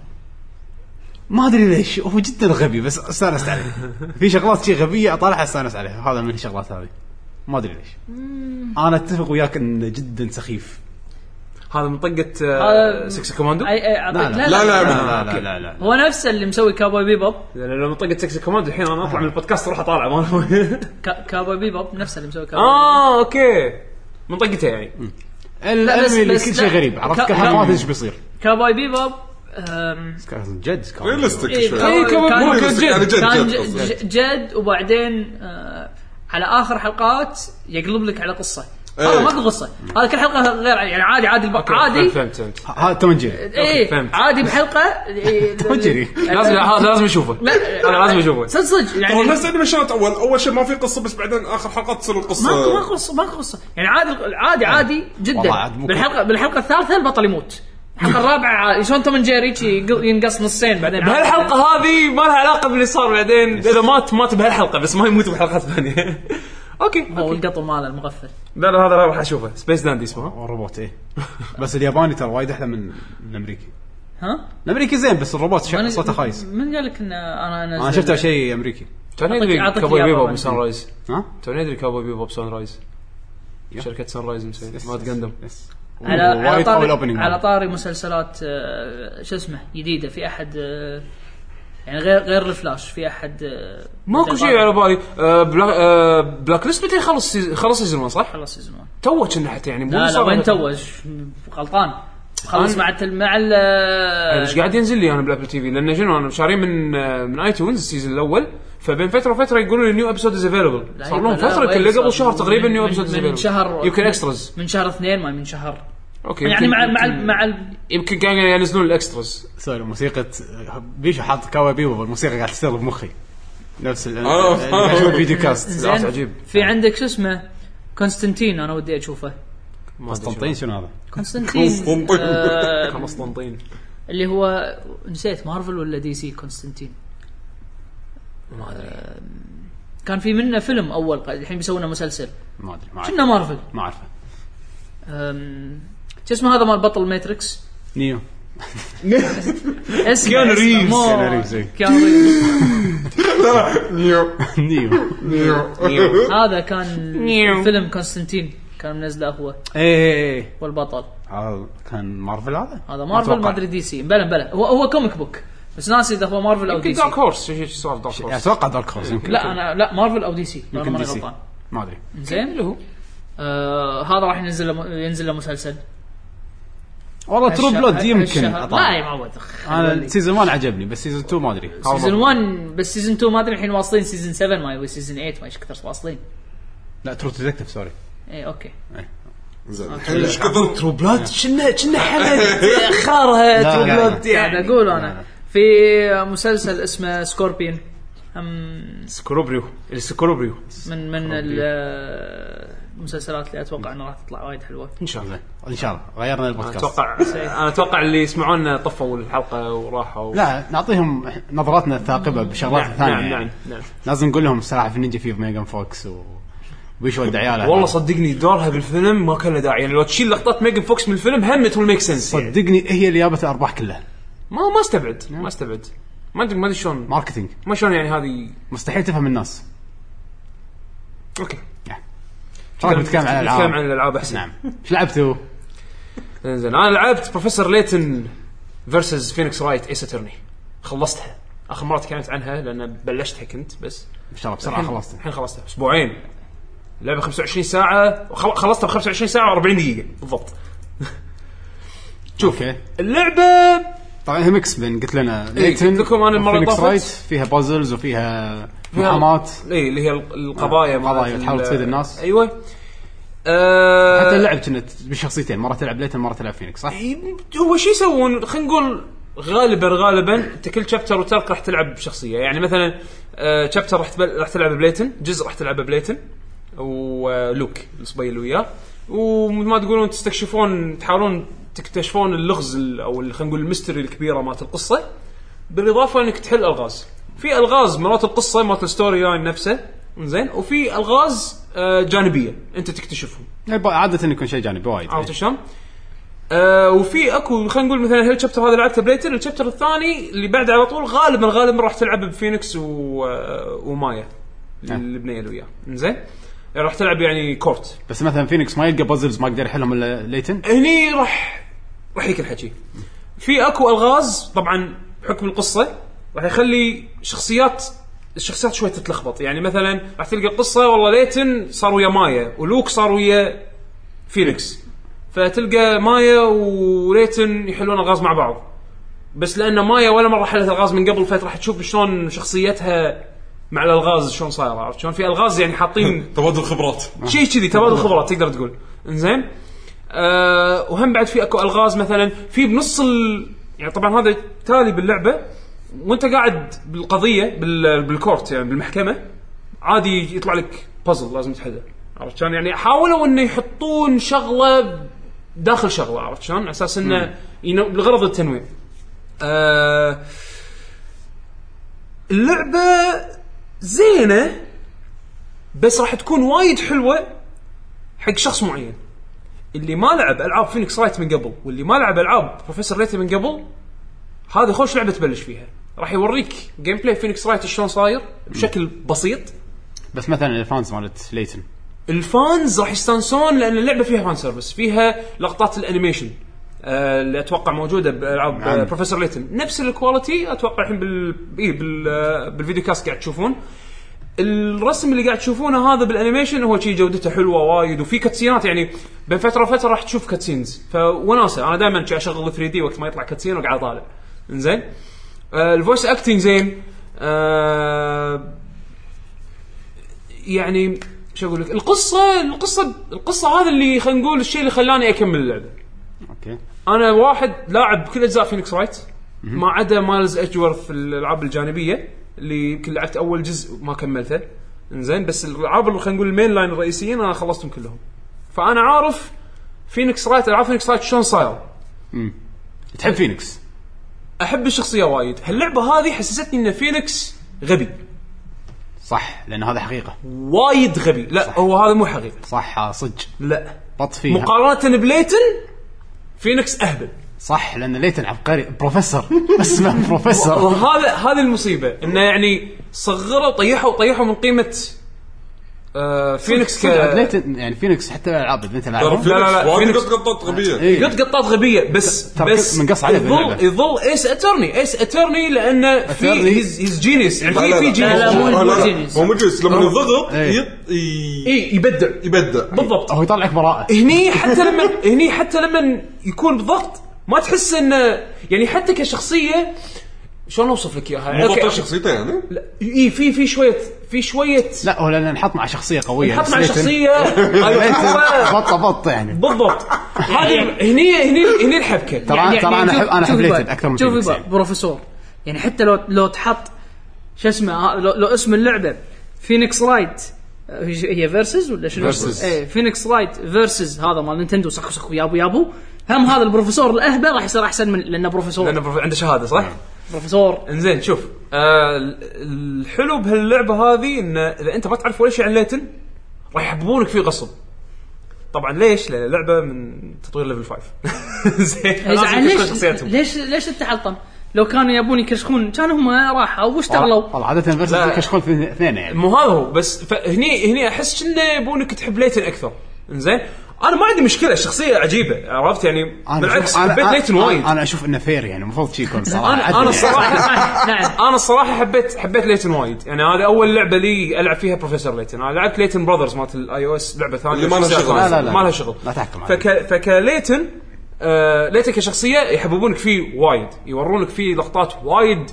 ما ادري ليش هو جدا غبي بس استانست عليه في شغلات شي غبيه اطالعها استانس عليها هذا من الشغلات هذه ما ادري ليش انا اتفق وياك انه جدا سخيف
هذا من آه، طقه
هذا-
سكس كوماندو
اي اي أعطيك-
لا، لا، لا.
لا, لا, لا, لا.
هو نفسه اللي مسوي كابوي بيبوب
لان لو منطقه سكس كوماند الحين انا اطلع من البودكاست اروح اطالع ما (laughs)
كا- كابوي بيبوب نفسه اللي مسوي كابوي
اه اوكي منطقته يعني
بس-
الانمي اللي
بس
كل
لا.
شيء غريب
كا-
عرفت كأنها ما ادري ايش بيصير
كابوي بيبوب أم،
كان جد كان
ريلستيك
إيه،
شوي
كان-
اي كمان
كان-
مو
كان-
كان جد
كان
جد،
ج-
قصدي.
ج- جد وبعدين آه، على اخر حلقات يقلب لك على قصه هذا
إيه.
ماكو قصه هذا كل حلقه غير يعني عادي عادي الب- عادي
فهمت فهمت
هذا تومنجيري
ايه
فهمت.
عادي بحلقه
(laughs)
تومنجيري
لازم هذا لازم اشوفه
لا
انا لازم اشوفه
صدق صدق
هو
يعني
نفس انيميشنات اول اول شيء ما في قصه بس بعدين اخر حلقه تصير القصه
ماكو ماكو قصه ماكو قصه يعني عادي عادي عادي
والله
جدا
عاد ممكن.
بالحلقه بالحلقه الثالثه البطل يموت الحلقه الرابعه عادي. شلون توم أند جيري شي يق- ينقص نصين بعدين
بهالحلقه هذه ما لها علاقه باللي صار بعدين اذا مات مات بهالحلقه بس ما يموت بحلقه ثانيه (laughs) اوكي
هو القطو ماله المغفل
لا لا هذا راح اشوفه سبيس داندي اسمه
أه.
والروبوت ايه بس الياباني ترى وايد احلى من من الامريكي
ها؟
الامريكي زين بس الروبوت
من-
شا- صوته خايس
من قال لك ان انا انا
انا شفته شيء امريكي
توني
أعطيك-
ادري
أعطيك
كابوي
إياه
بيبوب
طبعاً.
سان رايز
ها
توني ادري كابوي بيبوب سان رايز شركه سان رايز مسوي ما تقندم
يس.
على
وايد
على
قوي
طاري
الأوبننج
على
هذا.
طاري مسلسلات آه، شو اسمه جديده في احد آه، يعني غير غير الفلاش في احد آه،
ماكو شيء على بالي آه، بلا- آه، بلاك ليست متى خلص سيز- خلص سيزون 1 صح؟
خلص سيزون واحد.
تو كنا حتى يعني مو
لا لا
صار
وين
حتى.
توج غلطان خلص
أنا-
مع التل- مع ال
أنا ايش قاعد ينزل لي انا بالابل تي في لان شنو انا شاري من آه، من اي تونز السيزون الاول فبين فتره وفتره يقولوا لي نيو ابيسود از افيلبل صار لهم
لا،
فتره
وين
كل
صار؟
قبل شهر
من-
تقريبا نيو
من-
ابيسود
من
از افيلبل
شهر-
يمكن اكسترز
من شهر اثنين ما من شهر
اوكي
يعني
يمكن-
مع مع
يمكن-
مع ال-
يمكن كانوا ينزلون الاكسترز
سوري موسيقى بيشو حاط كاوابيبو الموسيقى قاعد تصير بمخي نفس ال-
آه.
اللي قاعد
(laughs)
أشوف فيديو كاست
زين.
زين؟
عجيب.
في عندك شو اسمه كونستانتين انا ودي اشوفه
ما أدري شو.
قسطنطين شنو هذا؟
كونستانتين
كونستانتين.
آه،
قسطنطين
اللي هو نسيت مارفل ولا دي سي كونستانتين
ما ادري
كان في منه فيلم اول قاعد- الحين بيسوونه مسلسل
ما ادري ما اعرفه
كنا مارفل
ما اعرفه
أم، شو اسمه هذا مال بطل ماتريكس
نيو
اسمه
كيانو
اسمه-
ريفز.
مو-
كيانو ريفز، إيه.
كيانو ريفز
نيو
(laughs) نيو
نيو
هذا كان
نيو.
فيلم كونستانتين كان منزله هو
ايه
والبطل
هذا كان مارفل هذا؟
هذا مارفل ما
أتوقع.
ادري دي سي بلا بلا هو هو كوميك بوك بس ناسي اذا هو مارفل او
يمكن
دي
دارك
سي
هورس شو شو سوالف دارك هورس
اتوقع دارك هورس يمكن
لا انا لا مارفل او دي سي لو أنا
يمكن
ماني
دي سي
غلطان
ما ادري
زين
اللي هو
آه هذا راح ينزل له- ينزل له مسلسل
والله ترو
هالشهر-
بلود يمكن
هالشهر- لا
أطالع.
يا معود أخ،
انا
خلوني.
سيزون 1 عجبني بس سيزون 2 ما ادري
سيزون 1 بس سيزون 2 ما ادري الحين واصلين سيزون 7 ما يبي سيزون 8 ما ايش كثر واصلين إيه،
لا ترو ديتكتيف سوري
اي اوكي
زين الحين ايش كثر
ترو بلاد كنا كنا حمد
خارها
لا،
ترو
لا،
بلود
لا.
يعني اقول انا في مسلسل اسمه سكوربين هم
سكروبريو السكروبريو
من من ال- المسلسلات اللي اتوقع انها راح تطلع وايد حلوه
ان شاء الله
زين ان شاء الله غيرنا البودكاست
اتوقع انا اتوقع اللي يسمعونا طفوا الحلقه وراحوا
لا نعطيهم نظراتنا الثاقبه بشغلات
نعم
ثانيه
نعم
يعني.
نعم, نعم.
لازم نقول لهم سلاحف النينجا في ميجان فوكس و وبيش ولد عياله
والله صدقني دورها بالفيلم ما كان له داعي يعني لو تشيل لقطات ميجن فوكس من الفيلم هم تقول ميك سنس يعني.
صدقني هي اللي جابت الارباح كلها
ما ما استبعد ما استبعد ما ادري ما ادري شلون
ماركتينج
ما شلون يعني هذه
مستحيل تفهم الناس
اوكي
تراك بتكلم عن
نتكلم عن
الالعاب
الالعاب احسن
نعم ايش لعبتوا؟
زين انا لعبت بروفيسور ليتن فيرسز فينيكس رايت ايس اترني خلصتها اخر مره تكلمت عنها لان بلشتها كنت بس
ان شاء الله بسرعه
الحين-
خلصت
الحين خلصتها اسبوعين لعبه 25 ساعه وخل- خلصتها ب 25 ساعه و40 دقيقه بالضبط
شوف اوكي
اللعبه
طبعا هي ميكس بين قلت لنا ليتن
تذكركم إيه، أنا المرة
وفينيكس
اللي
رايت
طافت؟
فيها بازلز وفيها
فيها- آه.
مهامات
اي إيه، اللي هي ال- القضايا
آه، قضايا
مالت
تحاول
ال-
تصيد الناس.
ايوه أه
حتى اللعب كنت بشخصيتين مره تلعب ليتن مره تلعب فينيكس صح؟
إيه، هو شو يسوون خلينا نقول غالبا غالبا انت كل شابتر وترك راح تلعب بشخصيه يعني مثلا شابتر راح تبل... راح تلعب بليتن جزء راح تلعبه بليتن ولوك الصبي اللي وياه ومثل ما تقولون تستكشفون تحاولون تكتشفون اللغز ال- او ال- خلينا نقول الميستري الكبيره مالت القصه بالاضافه انك تحل الغاز في الغاز مرات القصه مرات الستوري لاين نفسه زين وفي الغاز آه، جانبيه انت تكتشفهم
يعني عاده يكون شيء جانبي وايد
عرفت شلون؟ آه وفي اكو خلينا نقول مثلا هالشابتر هذا لعبته بليتن الشابتر الثاني اللي بعده على طول غالبا غالبا راح تلعب بفينيكس و... آه، ومايا
نعم.
البنيه اللي وياه زين راح تلعب يعني كورت
بس مثلا فينيكس ما يلقى بازلز ما يقدر يحلهم الا ليتن
هني راح راح يك الحكي في اكو الغاز طبعا بحكم القصه راح يخلي شخصيات الشخصيات شوي تتلخبط يعني مثلا راح تلقى القصه والله ليتن صار ويا مايا ولوك صار ويا فينيكس فتلقى مايا وليتن يحلون الغاز مع بعض بس لان مايا ولا مره حلت الغاز من قبل فراح تشوف شلون شخصيتها مع الالغاز شلون صايره عرفت شلون في الغاز يعني حاطين
تبادل خبرات
شيء كذي تبادل خبرات تقدر تقول انزين أه وهم بعد في اكو الغاز مثلا في بنص ال... يعني طبعا هذا تالي باللعبه وانت قاعد بالقضيه بال... بالكورت يعني بالمحكمه عادي يطلع لك بازل لازم تحله عرفت شلون يعني حاولوا انه يحطون شغله داخل شغله عرفت شلون على اساس انه ينو... لغرض التنويع أه اللعبه زينه بس راح تكون وايد حلوه حق شخص معين اللي ما لعب العاب فينيكس رايت من قبل واللي ما لعب العاب بروفيسور ريتي من قبل هذه خوش لعبه تبلش فيها راح يوريك جيم بلاي فينيكس رايت شلون صاير بشكل بسيط
بس مثلا الفانز مالت ليتن
الفانز راح يستانسون لان اللعبه فيها فان سيرفيس فيها لقطات الانيميشن آه، اللي اتوقع موجوده بالعاب آه،
نعم.
بروفيسور ليتن نفس الكواليتي اتوقع الحين بال... إيه بال... آه، بالفيديو كاست قاعد تشوفون الرسم اللي قاعد تشوفونه هذا بالانيميشن هو شيء جودته حلوه وايد وفي كاتسينات يعني بين فتره وفتره راح تشوف كاتسينز فوناسه انا دائما اشغل 3 دي وقت ما يطلع كاتسين واقعد اطالع انزين آه، الفويس اكتنج زين آه، يعني شو اقول لك القصه القصه القصه هذا اللي خلينا نقول الشيء اللي خلاني اكمل اللعبه
اوكي
انا واحد لاعب كل اجزاء فينيكس رايت ما عدا مايلز ادجورث الالعاب الجانبيه اللي يمكن لعبت اول جزء ما كملته انزين بس الالعاب اللي خلينا نقول المين لاين الرئيسيين انا خلصتهم كلهم فانا عارف فينيكس رايت العاب فينيكس رايت شلون صاير
تحب فينيكس
احب الشخصيه وايد هاللعبه هذه حسستني ان فينيكس غبي
صح لان هذا حقيقه
وايد غبي لا صح. هو هذا مو حقيقه
صح آه، صدق
لا
بط فيها
مقارنه بليتن فينيكس اهبل
صح لان ليتن عبقري بروفيسور (laughs) اسمه بروفيسور
وهذا هذه المصيبه انه يعني صغروا طيحوا طيحوا من قيمه آه فينيكس ك...
صدق، ليتن يعني فينيكس حتى الالعاب مثل
ترى
العاب
لا، لا،
فينيكس وايد
فينيكس-
قط قطات غبيه
إيه.
قط قطات غبيه بس
ترى
بس
منقص عليه باللعبة.
يظل يظل ايس اترني ايس اترني لانه في
أترني.
هيز هيز جينيس يعني
لا،
في
لا،
في
لا.
جينيس
لا، مو-
هو-
مو
لا، لا.
جينيس.
هو مو جينيس لما يضغط
إيه.
يط- ي-
اي يبدع
يبدع
بالضبط
هو يطلعك براءه (laughs)
هني حتى لما هني حتى لما يكون بضغط ما تحس انه يعني حتى كشخصيه شلون اوصف لك اياها؟
مو
أوكي،
بطل شخصيته يعني
لا، اي إيه، في في شويه في شويه
لا هو لان نحط مع شخصيه قويه
حط مع
سليتن.
شخصيه (laughs) أيوة.
بطه بطه يعني
بالضبط هذه هني هني هني الحبكه
ترى ترى انا
يعني شوف-
احب انا احب
شوف
ليتن
يبا-
اكثر من
شوف
فينيكس
يبا،
يعني.
بروفيسور يعني حتى لو لو تحط شو اسمه ها- لو, لو اسم اللعبه فينيكس رايت آه، هي فيرسز ولا شنو؟
Versus.
ايه فينيكس رايت فيرسز هذا مال نينتندو سخو سخو يابو يابو هم هذا البروفيسور الاهبل راح يصير احسن من لانه بروفيسور
لانه بروف- عنده شهاده صح؟
بروفيسور
انزين شوف آه ال- الحلو بهاللعبه هذه انه اذا انت ما تعرف ولا شيء عن ليتن راح يحببونك فيه غصب طبعا ليش؟ لان اللعبه من تطوير ليفل (laughs) 5 زين
زعل
لازم يكتشفون
ليش
شخصيتهم
ليش ليش انت حلطم؟ لو كانوا يبون يكشخون كان هم راحوا واشتغلوا
والله عاده
لا.
فيرسز كشخول في اثنين يعني
مو هذا هو بس فهني هني احس انه يبونك تحب ليتن اكثر انزين انا ما عندي مشكله الشخصيه عجيبه عرفت يعني
أنا
بالعكس
أشوف- أنا-
حبيت
أنا-
ليتن وايد
انا اشوف انه فير يعني المفروض شي يكون صراحه
أنا-
عدل
أنا
يعني.
الصراحة-
(laughs)
نعم، نعم
انا الصراحه حبيت حبيت ليتن وايد يعني هذا اول لعبه لي العب فيها بروفيسور ليتن انا لعبت ليتن براذرز مالت الاي او اس لعبه ثانيه
اللي ما لها
شخصية
شغل.
ثانية.
لا، لا، لا.
ما لها شغل
لا تحكم عليه.
فك فكليتن آه ليتن كشخصيه يحببونك فيه وايد يورونك فيه لقطات وايد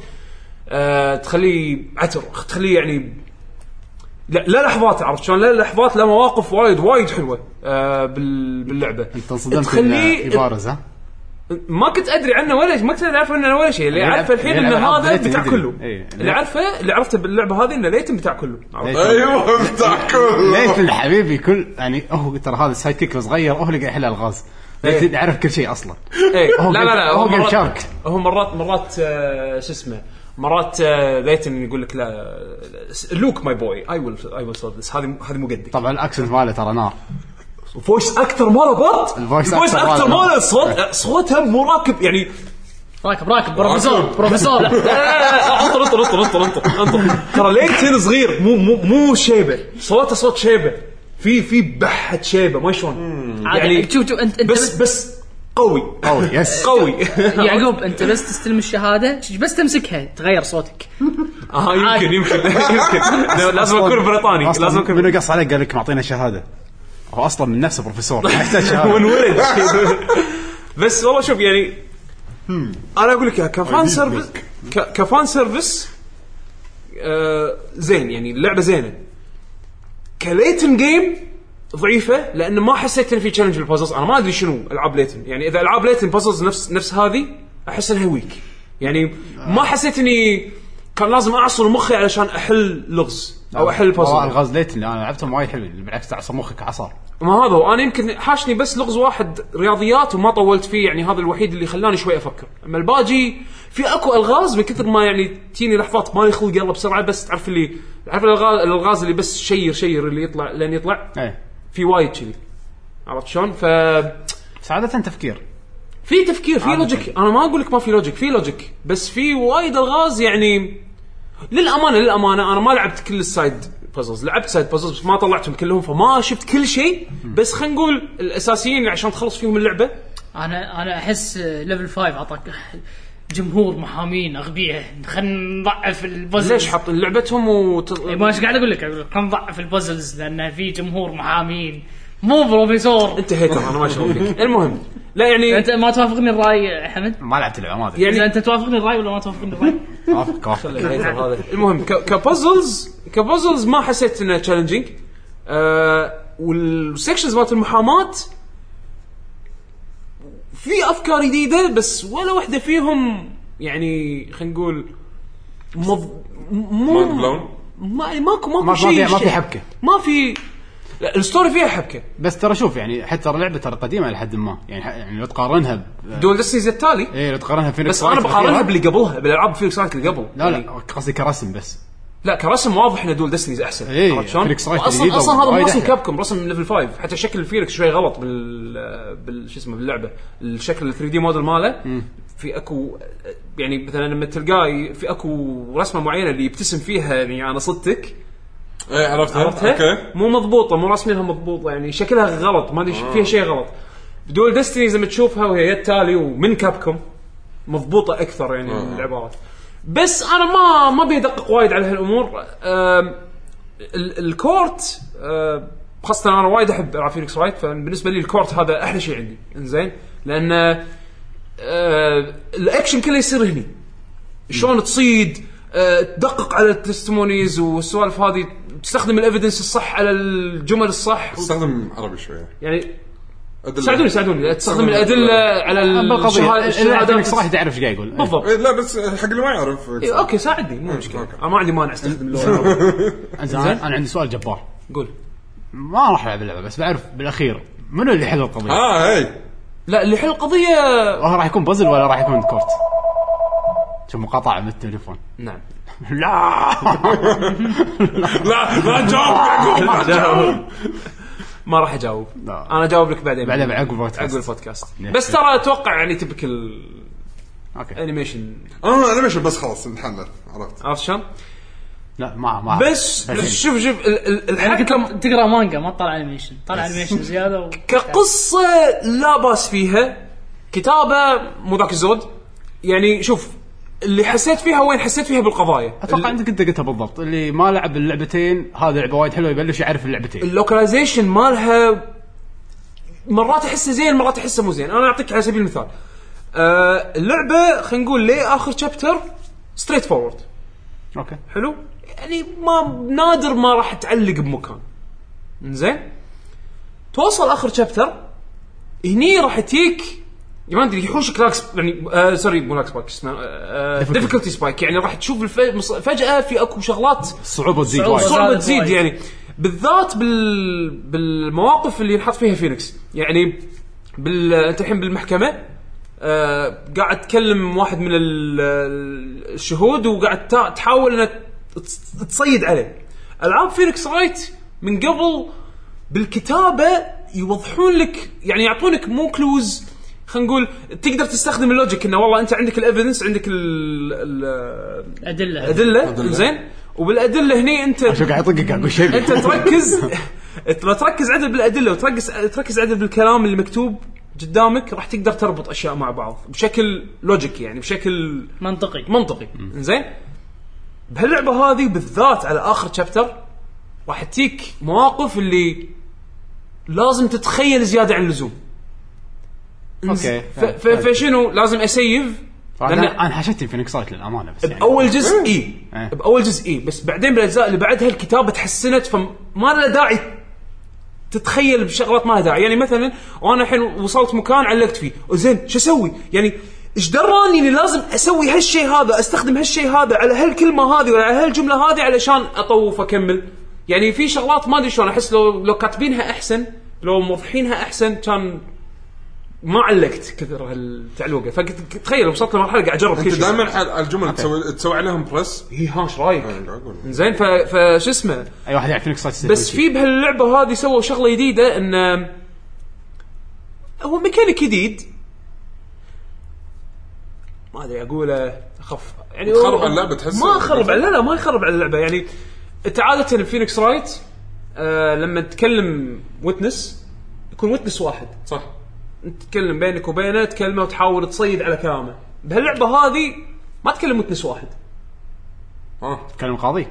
آه تخليه عتر تخليه يعني لا, لا لحظات عرفت شلون لا لحظات لا مواقف وايد وايد حلوه آه بال باللعبه
تنصدمت انه
تخليه
يبارز ها
ما كنت ادري عنه ولا شيء ما كنت اعرف عنه ولا شيء اللي
اللي
اعرفه الحين ان
يلعب- يلعب
هذا
ليتن
بتاع
يدري.
كله
إيه.
اللي اعرفه اللي عرفته باللعبه هذه انه ليتن بتاع كله عرفت؟
ليتن.
ايوه بتاع كله
ليتن حبيبي كل يعني هو ترى هذا السايد كيك الصغير هو اللي قاعد يحل الغاز ليتن يعرف كل شيء اصلا
إيه.
هو
لا لا لا
هو جيم
مرات-
شارك.
هو مرات مرات آه، شو اسمه مرات آه، ليتن يقول لك لا آه، لوك ماي بوي اي ويل اي ويل سولف ذس هذه هذه مو قدك
طبعا الاكسنت ماله ترى نار
فويس اكتر ماله بط
الفويس
الفويس
أكتر
اكتر
ماله.
ماله صوت صوتها مراكب يعني
راكب راكب بروفيسور بروفيسور
لا، لا، لا، انطر انطر انطر انطر انطر ترى ليتن صغير مو مو مو شيبه صوته صوت شيبه في في بحه شيبه ما شلون
يعني شوف شوف انت انت
بس بس قوي
قوي يس
قوي
(laughs) يعقوب انت بس تستلم الشهاده بس تمسكها تغير صوتك
اه يمكن يمكن يمكن لا، لازم اكون بريطاني
أصلاً
لازم اكون
منو قص عليك قال لك معطينا شهاده هو اصلا من نفسه
(laughs)
بروفيسور ما (laughs) يحتاج شهاده
ونولد (laughs) بس والله شوف يعني انا اقول لك إياها، كفان سيرفيس ك- كفان سيرفيس آه، زين يعني اللعبه زينه كليتن جيم ضعيفه لان ما حسيت ان في تشالنج بالبازلز انا ما ادري شنو العاب ليتن يعني اذا العاب ليتن بازلز نفس نفس هذه احس انها ويك يعني ما حسيت اني كان لازم اعصر مخي علشان احل لغز او احل
والله
بازل
آه. الغاز ليتن اللي انا لعبتهم وايد حلو بالعكس تعصب مخك عصار
ما هذا هو انا يمكن حاشني بس لغز واحد رياضيات وما طولت فيه يعني هذا الوحيد اللي خلاني شوي افكر اما الباجي في اكو الغاز من كثر ما يعني تجيني لحظات مالي خلق يلا بسرعه بس تعرف اللي تعرف الغاز, الغاز اللي بس شير شير اللي يطلع لين يطلع
ايه
في وايد كذي عرفت شلون ف
بس عاده تفكير
في تفكير في لوجيك انا ما اقول لك ما في لوجيك في لوجيك بس في وايد الغاز يعني للامانه للامانه انا ما لعبت كل السايد بازلز لعبت سايد بازلز بس ما طلعتهم كلهم فما شفت كل شيء بس خلينا نقول الاساسيين اللي عشان تخلص فيهم اللعبه
انا انا احس ليفل 5 اعطاك جمهور محامين اغبياء خلينا نضعف البازلز
ليش حاطين لعبتهم وت...
إيه، ما ايش قاعد اقول لك أقول لك خلينا نضعف البازلز لان في جمهور محامين مو بروفيسور
(laughs) انت هيتر انا ما شغل فيك المهم لا يعني
انت ما توافقني الراي يا حمد؟
ما لعبت اللعبه ما ادري
اذا
يعني
انت توافقني الراي ولا ما توافقني
(laughs)
الراي؟
وافقك وافقك
الهيتر هذا المهم ك... كبازلز كبازلز ما حسيت انه تشالنجينج آه والسكشنز مالت المحاماه في افكار جديده بس ولا واحده فيهم يعني خلينا نقول مض... مو
Mind blown.
ما يعني ماكو
ما- ما
ماكو
في-
شيء
ما في
شيء.
حبكة.
ما في لا، الستوري فيها حبكه
بس ترى شوف يعني حتى ترى اللعبه ترى قديمه لحد ما يعني ح- يعني لو تقارنها ب...
دول ديستنيز التالي
ايه لو تقارنها في
بس انا بقارنها باللي قبلها بالالعاب فينيكس رايت اللي قبل
لا لا قصدي كرسم بس
لا كرسم واضح ان دول ديستنيز احسن
إيه،
عرفت شلون؟
فينيكس رايت
اصلا
الجديدة
اصلا هذا مو
وايد
رسم
أحلى.
كابكم رسم ليفل 5 حتى شكل الفينيكس شوي غلط بال بال شو اسمه باللعبه الشكل ال 3 دي موديل ماله في اكو يعني مثلا لما تلقاه ي- في اكو رسمه معينه اللي يبتسم فيها يعني انا صدتك
ايه عرفتها
عرفتها؟
اوكي
مو مضبوطه مو رسمينها مضبوطه يعني شكلها غلط ما ادري ش- فيها شيء غلط دول ديستنيز لما تشوفها وهي يد تالي ومن كابكم مضبوطه اكثر يعني من العبارات بس انا ما ما ابي ادقق وايد على هالامور أم، ال- الكورت أم، خاصة انا وايد احب العب فينيكس رايت فبالنسبة لي الكورت هذا احلى شيء عندي انزين لان آه الاكشن كله يصير هني شلون تصيد آه تدقق على التستمونيز والسوالف هذه تستخدم الايفيدنس الصح على الجمل الصح
استخدم عربي شويه
يعني
أدلة.
ساعدوني ساعدوني تستخدم الادله على
بالقضيه
الشها-
الشهاده
الشهادات
صراحه تعرف ايش قاعد يقول
بالضبط
إيه، لا بس حق اللي ما يعرف
إيه، اوكي ساعدني مو مشكله
أوكي.
انا ما عندي مانع استخدم اللغه
إيه. زين انا أنا عندي سؤال جبار
قول
ما راح العب اللعبه بس بعرف بالاخير منو اللي حل القضيه؟
اه هي
لا اللي حل القضيه
هو راح يكون بازل ولا راح يكون كورت؟ شو مقاطعه من التليفون (laughs)
نعم
لا
لا لا جاوب يعقوب
(laughs)
لا جاوب
ما راح اجاوب
لا.
انا اجاوب لك بعدين
بعدين عقب وقت
عقب البودكاست
نعم.
بس ترى اتوقع يعني تبكل
اوكي
انيميشن
اه انيميشن بس خلاص انحلت عرفت
عرفت شلون؟
لا ما ما
بس
آه. الحين.
شوف شوف ال- ال-
يعني
الحبكه
كنت تقرا مانجا ما تطلع انيميشن طلع انيميشن زياده و...
كقصه لا باس فيها كتابه مو ذاك الزود يعني شوف اللي حسيت فيها وين حسيت فيها بالقضايا
اتوقع انت كنت قلتها بالضبط اللي ما لعب اللعبتين هذا لعبه وايد حلوه يبلش يعرف اللعبتين
اللوكلايزيشن مالها مرات احسه زين مرات احسه مو زين انا اعطيك على سبيل المثال آه اللعبه خلينا نقول ليه اخر شابتر ستريت فورورد
اوكي
حلو يعني ما نادر ما راح تعلق بمكان زين توصل اخر شابتر هني راح تجيك ما ادري يحوشك لاكس يعني آه سوري مو لاكس باك اسمه ديفيكولتي سبايك يعني راح تشوف الف... مص- فجاه في اكو شغلات
الصعوبه تزيد
صعوبة.
وايد
صعوبة.
الصعوبه
زادت
تزيد
وايد.
يعني بالذات بال بالمواقف اللي ينحط فيها فينيكس يعني بال انت الحين بالمحكمه آه قاعد تكلم واحد من ال- ال- الشهود وقاعد تا- تحاول انك تص- تصيد عليه العاب فينيكس رايت من قبل بالكتابه يوضحون لك يعني يعطونك مو كلوز خلينا نقول تقدر تستخدم اللوجيك انه والله انت عندك الايفيدنس عندك ال- ال-
ادله
الادله زين وبالادله هني انت
شو قاعد يطقك قاعد يقول (laughs)
انت
شيء
تركز لو تركز عدل بالادله وتركز تركز عدل بالكلام اللي مكتوب قدامك راح تقدر تربط اشياء مع بعض بشكل لوجيك يعني بشكل
منطقي
منطقي زين بهاللعبه هذه بالذات على اخر شابتر راح تجيك مواقف اللي لازم تتخيل زياده عن اللزوم
اوكي
ف- ف- فشنو لازم اسيف
فأنا-
لأن-
انا حشتني فينيكس رايت للامانه بس يعني
باول جزء اي
إيه.
باول جزء اي بس بعدين بالاجزاء اللي بعدها الكتابه تحسنت فما له داعي تتخيل بشغلات ما لها داعي يعني مثلا وانا الحين وصلت مكان علقت فيه زين شو اسوي يعني ايش دراني اني لازم اسوي هالشيء هذا استخدم هالشيء هذا على هالكلمه هذه ولا على هالجمله هذه علشان اطوف اكمل يعني في شغلات ما ادري شلون احس لو لو كاتبينها احسن لو موضحينها احسن كان ما علقت كثر هالتعلوقه فتخيل وصلت لمرحله قاعد اجرب كل
انت
شيء
دائما حال- الجمل تسوي تسوي عليهم بريس
هي إيه، ها ايش رايك؟
أنا قاعد أقول.
زين ف- فش اسمه
اي واحد يلعب فينيكس رايت
بس في بهاللعبه هذه سووا شغله جديده ان آم، هو ميكانيك جديد ما ادري اقوله اخف يعني هو-
تخرب على اللعبة تحس.
ما خرب على لا لا ما يخرب على اللعبه يعني انت عاده الفينكس رايت آه لما تكلم ويتنس يكون ويتنس واحد
صح
انت تتكلم بينك وبينه تكلمه وتحاول تصيد على كلامه بهاللعبه هذه ما تكلم ويتنس واحد
اه
كلام قاضي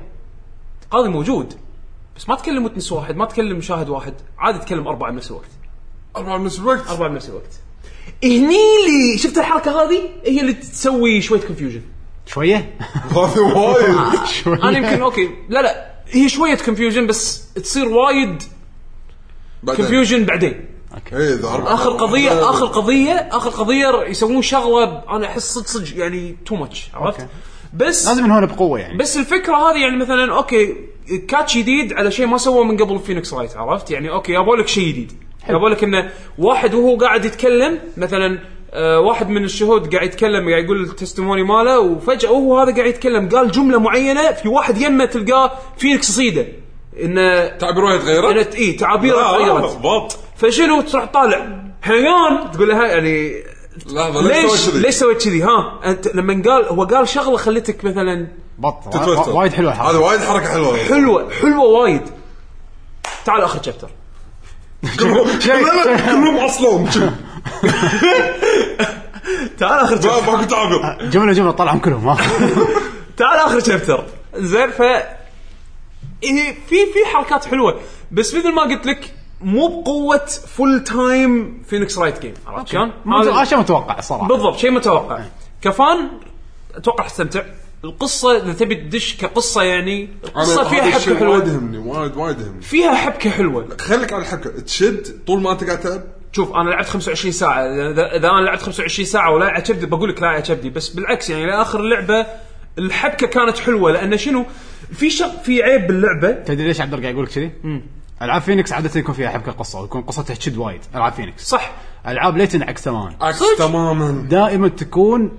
قاضي موجود بس ما تكلم متنس واحد ما تكلم مشاهد واحد عادي تكلم اربعه بنفس الوقت
اربعه بنفس (laughs) الوقت
اربعه بنفس الوقت هني اللي شفت الحركه هذه هي اللي تسوي شويه كونفيوجن
شويه
هذا
آه.
وايد
(laughs) شويه
انا يمكن اوكي لا لا هي شويه كونفيوجن بس تصير وايد
بعدين.
كونفيوجن بعدين
ايه اذا أربعة-
اخر قضيه
أربعة-
اخر قضيه اخر قضيه يسوون شغله ب- انا احس صدق صدق يعني تو ماتش عرفت
أوكي.
بس
لازم من هنا بقوه يعني
بس الفكره هذه يعني مثلا اوكي كاتش جديد على شيء ما سووه من قبل فينيكس رايت عرفت يعني اوكي يبوا لك شيء جديد يبوا لك انه واحد وهو قاعد يتكلم مثلا آه واحد من الشهود قاعد يتكلم قاعد يقول التستموني ماله وفجاه وهو هذا قاعد يتكلم قال جمله معينه في واحد يمه تلقاه فينيكس صيده انه
تعبير وايد آه، غيره
انه اي تعابيره إيه، تغيرت
بالضبط
فشنو تروح طالع حيوان تقول لها يعني
لحظه
ليش
ليش سويت
ليش
كذي؟
سويت كذي ها انت لما قال هو قال شغله خلتك مثلا
بط
تتوتر.
وا- وايد حلوه
هذا
الحركه
وايد حركه حلوه
حلوه حلوه وايد تعال اخر شابتر
كلهم- كلهم كلهم اصلهم
تعال اخر
ما
شابتر
ماكو تعبير
جمله جمله طلعهم كلهم ها
تعال اخر شابتر زين ف إيه، في في حركات حلوه بس مثل ما قلت لك مو بقوه فول تايم فينكس رايت جيم عرفت شلون؟
ما شيء متوقع صراحه
بالضبط شيء متوقع كفان اتوقع استمتع القصه اذا تبي تدش كقصه يعني القصه فيها حبكه
وايد
حلوه
يهمني وايد وايد يهمني
فيها حبكه حلوه
خليك على الحكه تشد طول ما انت قاعد تلعب
شوف انا لعبت 25 ساعه اذا إذا انا لعبت 25 ساعه ولا عجبني بقول لك لا عجبني بس بالعكس يعني لاخر اللعبه الحبكه كانت حلوه لان شنو في شق في عيب باللعبه
تدري ليش عبد قاعد يقول لك كذي؟ العاب فينيكس عاده يكون فيها حبكه قصه ويكون قصتها تشد وايد العاب فينيكس
صح
العاب ليت انعكس تماما
عكس
صدق؟
تماما
دائما تكون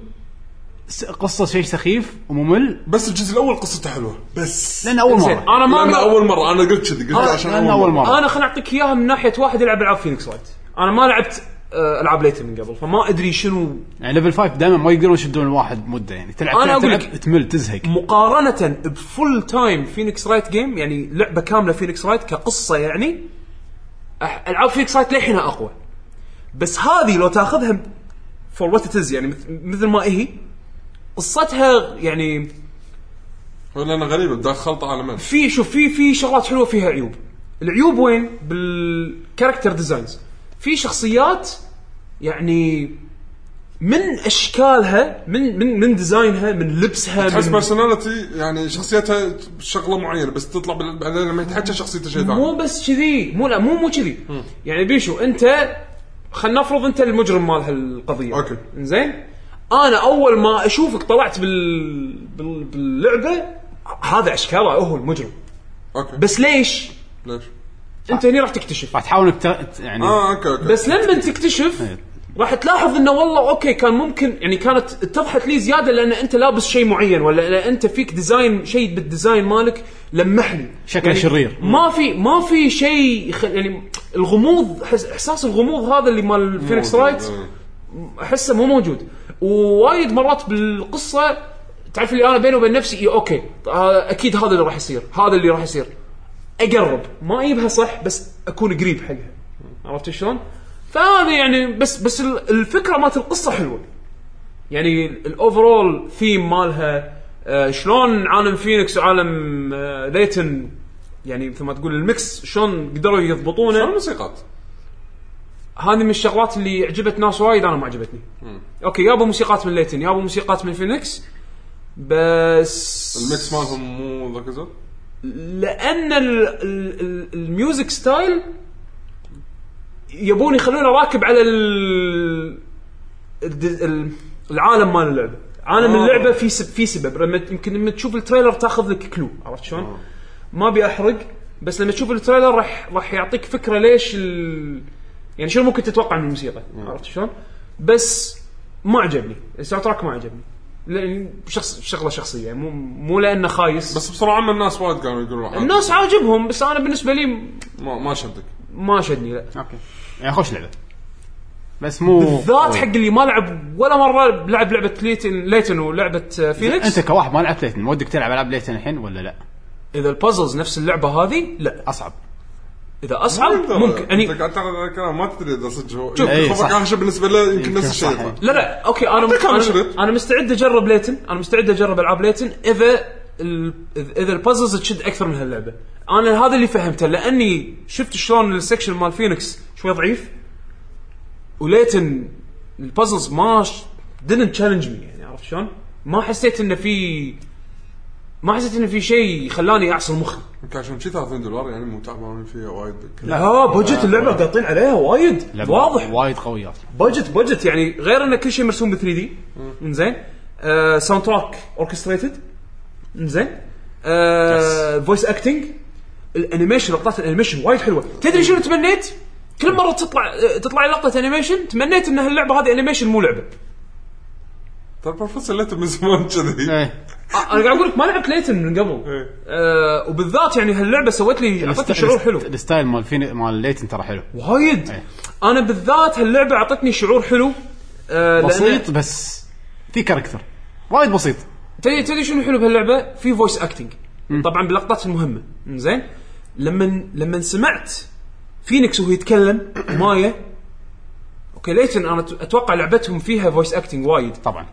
س- قصه شيء سخيف وممل
بس الجزء الاول قصته حلوه بس
لان اول
زين
مره
انا ما
لأن
أقدر-
اول مره انا قلت كذي قلت
آه،
عشان
لان اول مره
انا خليني اعطيك اياها من ناحيه واحد يلعب العاب فينيكس رايت انا ما لعبت آه، العاب ليتن من قبل فما ادري شنو
يعني ليفل 5 دائما ما يقدرون يشدون الواحد مده يعني تلعب
أنا
تلعب-
أقول لك-
تلعب تمل تزهق
مقارنه بفول تايم فينيكس رايت جيم يعني لعبه كامله فينيكس رايت كقصه يعني أح- العاب فينيكس رايت للحين اقوى بس هذه لو تاخذها فور وات از يعني مث- مثل ما هي قصتها يعني
ولا انا غريبه بداخل خلطه عالمين
في شوف في في شغلات حلوه فيها عيوب العيوب وين بالكاركتر ديزاينز في شخصيات يعني من اشكالها من من من ديزاينها من لبسها
تحس
من
بيرسوناليتي يعني شخصيتها شغله معينه بس تطلع بال- بعدين لما يتحكى شخصيته شيء ثاني
مو بس كذي مو لا مو مو كذي يعني بيشو انت خلينا نفرض انت المجرم مال هالقضيه
أوكي.
زين انا اول ما اشوفك طلعت بال... بال... باللعبه هذا اشكاله هو المجرم
اوكي
بس ليش؟
ليش؟
انت هني راح تكتشف
راح تحاول انك ت- يعني
آه.
اه اوكي اوكي
بس لما تكتشف
إيه.
راح تلاحظ انه والله اوكي كان ممكن يعني كانت اتضحت لي زياده لان انت لابس شيء معين ولا لأن انت فيك ديزاين شيء بالديزاين مالك لمحني يعني
شكله شرير.
ما في ما في شيء يخ- يعني الغموض حس- احساس الغموض هذا اللي مال فينيكس رايت
آه.
احسه مو موجود ووايد مرات بالقصه تعرف اللي انا بيني وبين نفسي إيه اوكي آه، اكيد هذا اللي راح يصير هذا اللي راح يصير اقرب ما اجيبها صح بس اكون قريب حقها عرفت شلون؟ فهذه يعني بس بس ال- الفكره مالت القصه حلوه يعني الاوفرول ثيم مالها آه، شلون عالم فينيكس وعالم آه، ليتن يعني مثل ما تقول المكس شلون قدروا يضبطونه
شنو الموسيقات؟
هذه من الشغلات اللي عجبت ناس وايد انا ما عجبتني. اوكي يابا موسيقات من ليتن يابا موسيقات من فينيكس بس
الميكس مالهم مو ذاك الزود؟
لان ال ال ال الميوزك ستايل يبون يخلونه راكب على ال الد- ال العالم مال اللعبه عالم
آه.
اللعبه في سب في سبب لما ت- يمكن لما تشوف التريلر تاخذ لك كلو عرفت
آه.
شلون؟ ما ابي احرق بس لما تشوف التريلر راح راح يعطيك فكره ليش ال... يعني شنو ممكن تتوقع من الموسيقى
آه.
عرفت شلون؟ بس ما عجبني الساوند تراك ما عجبني لان شخص شغله شخصيه مو مو لانه خايس
بس بصراحه ان الناس وايد كانوا يقولون عادي.
الناس عاجبهم بس انا بالنسبه لي
ما, ما شدك
ما شدني لا
اوكي يعني خوش لعبه بس مو
ذات حق اللي ما لعب ولا مره لعب لعبه ليتن ليتن ولعبه آه، فينيكس
انت كواحد ما لعبت ليتن ودك تلعب العاب ليتن الحين ولا لا؟
اذا البازلز نفس اللعبه هذه لا
اصعب
اذا اصعب ممكن
يعني انت
يعني
قاعد تاخذ هذا الكلام ما تدري اذا صدق هو
شوف،
إيه،
خبرك
صح.
اخشى بالنسبه له يمكن نفس
صح،
الشيء
إيه.
يطلع.
لا لا اوكي انا
كان
انا,
شريط.
أنا مستعد اجرب ليتن انا مستعد اجرب العاب ليتن اذا ال... إذ- اذا البازلز تشد اكثر من هاللعبه انا هذا اللي فهمته لاني شفت شلون السكشن مال فينيكس شوي ضعيف وليتن البازلز ما didn't تشالنج مي يعني عرفت شلون؟ ما حسيت انه في ما حسيت انه في شيء خلاني اعصر مخي
يمكن عشان شي 30 دولار يعني مو تعبانين فيها وايد
لا بجت اللعبه قاطين عليها وايد
لعبة
واضح
وايد قويه اصلا
بجت بجت يعني غير ان كل شيء مرسوم ب 3 دي انزين آه، ساوند تراك اوركستريتد انزين آه، فويس اكتنج الانيميشن لقطات الانيميشن وايد حلوه تدري شنو تمنيت؟ كل مره تطلع آه، تطلع لي لقطه انيميشن تمنيت ان هاللعبه هذه انيميشن مو لعبه
ترى بروفيسور ليتر من زمان كذي
ايه
آه، انا قاعد اقول لك ما لعبت ليتن من قبل
إيه.
آه، وبالذات يعني هاللعبه سوت لي اعطتني
الست-
شعور
الست-
حلو
الستايل مال فين مال ليتن ترى حلو
وايد
إيه.
انا بالذات هاللعبه اعطتني شعور حلو آه، لأن-
بسيط بس في كاركتر وايد بسيط
تدري تدري شنو حلو بهاللعبه؟ في فويس اكتنج طبعا باللقطات المهمه زين لما لما سمعت فينيكس وهو يتكلم مايا اوكي ليتن انا أت- اتوقع لعبتهم فيها فويس اكتنج وايد
طبعا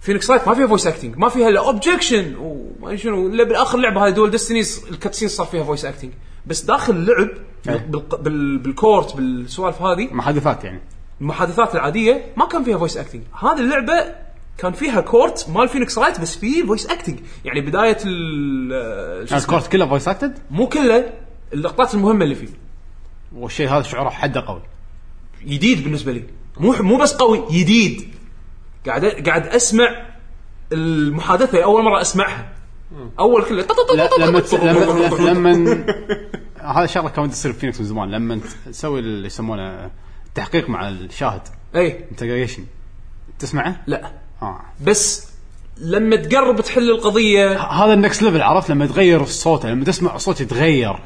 فينيكس رايت ما فيها فويس اكتنج ما فيها الا اوبجكشن وما أدري شنو الا باخر لعبه هذه دول ديستنيز الكاتسين صار فيها فويس اكتنج بس داخل اللعب
إيه.
بالق- بال- بالكورت بالسوالف هذه
محادثات يعني
المحادثات العاديه ما كان فيها فويس اكتنج هذه اللعبه كان فيها كورت مال فينيكس رايت بس فيه فويس اكتنج يعني بدايه ال آه، شو
كان
اسمه؟
سكورت كله فويس اكتد
مو كله اللقطات المهمه اللي فيه
والشيء هذا شعوره حده قوي
جديد بالنسبه لي مو مو بس قوي جديد قاعد قاعد اسمع المحادثه اول مره اسمعها اول كله طط طط
لا-
طط
لما
طط.
تس- لما لما هذا الشغله كانت تصير في فينيكس من زمان لما تسوي اللي يسمونه تحقيق مع الشاهد
اي
انتجريشن تسمعه؟
إيه، لا
اه
بس لما تقرب تحل القضيه
هذا النكست ليفل عرفت لما تغير الصوت لما تسمع صوت يتغير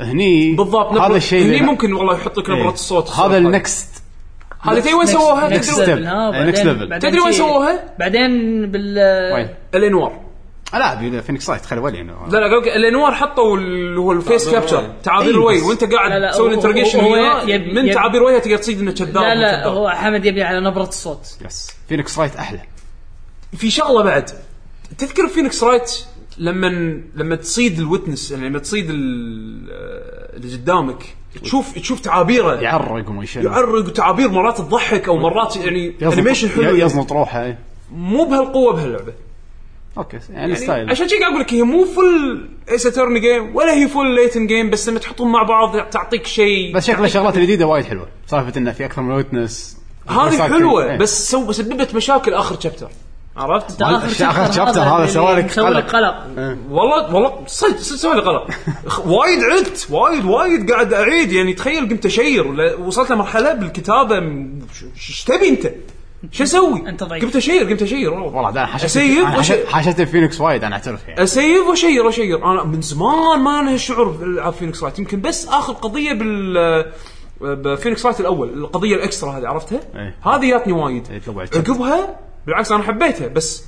هني
بالضبط
هذا
نبرة-
الشيء
هني
اللي-
ممكن والله يحط لك نبره
إيه.
الصوت
هذا النكست
هذه تدري وين سووها؟
Next
next
تدري-
step.
level، ها،
آه،
بعدين-
next level.
بعدين
تدري وين
شي-
سووها؟
بعدين بال
وين؟
الانوار
آه، لا بي- فينيكس رايت خلي ولي انه
لا لا قالك الانوار حطوا اللي هو الفيس
تعابير
كابتشر
الوجه.
تعابير
إيه،
الوجه
بس-
وانت
لا،
قاعد
لا،
تسوي
هو-
الانترجيشن
هو
وياه،
يبي-
من
يبي-
تعابير وجهه تقدر تصيد انه كذاب
لا
ولا
لا
كذاب.
هو حمد يبي على نبره الصوت
يس فينيكس رايت احلى
في شغله بعد تذكر فينيكس رايت لما لما تصيد الوتنس يعني لما تصيد ال- اللي قدامك تشوف تشوف تعابيره
يعرق وما يشل
يعرق تعابير مرات تضحك او مرات يعني
يزنط-
انيميشن حلو
يزنط روحه إيه.
مو بهالقوه بهاللعبه
اوكي يعني
يعني
ستايل
عشان كذا قاعد اقول لك هي مو فل ايس اتورني جيم ولا هي فل ليتن جيم بس لما تحطهم مع بعض تعطيك شيء
بس شكله الشغلات الجديده وايد حلوه سالفه انه في اكثر من ويتنس
هذه
إيه.
حلوه بس سو سببت مشاكل اخر شابتر عرفت؟
ده
آخر chapter هذا
اللي
سوى لك
مسوي لك
قلق.
قلق
والله والله صدق صدق سوالي
(laughs)
غلط خ- وايد عدت وايد وايد قاعد اعيد يعني تخيل قمت اشير ل- وصلت لمرحله بالكتابه م- ش- ش- ايش تبي انت؟ شو اسوي؟
أنت ضعيف.
قمت اشير قمت اشير والله
والله ده انا حششت
أسيب
أنا
وش-
حششت- حششت فينيكس وايد انا اعترف يعني
اسيف واشير اشير انا من زمان ما انا هالشعور بالالعاب فينيكس رايت يمكن بس اخر قضيه بال بفينيكس رايت الاول القضيه الاكسترا هذه عرفتها؟
إيه.
هذه جاتني وايد
إيه، تلوع الشبت.
عقبها بالعكس انا حبيتها بس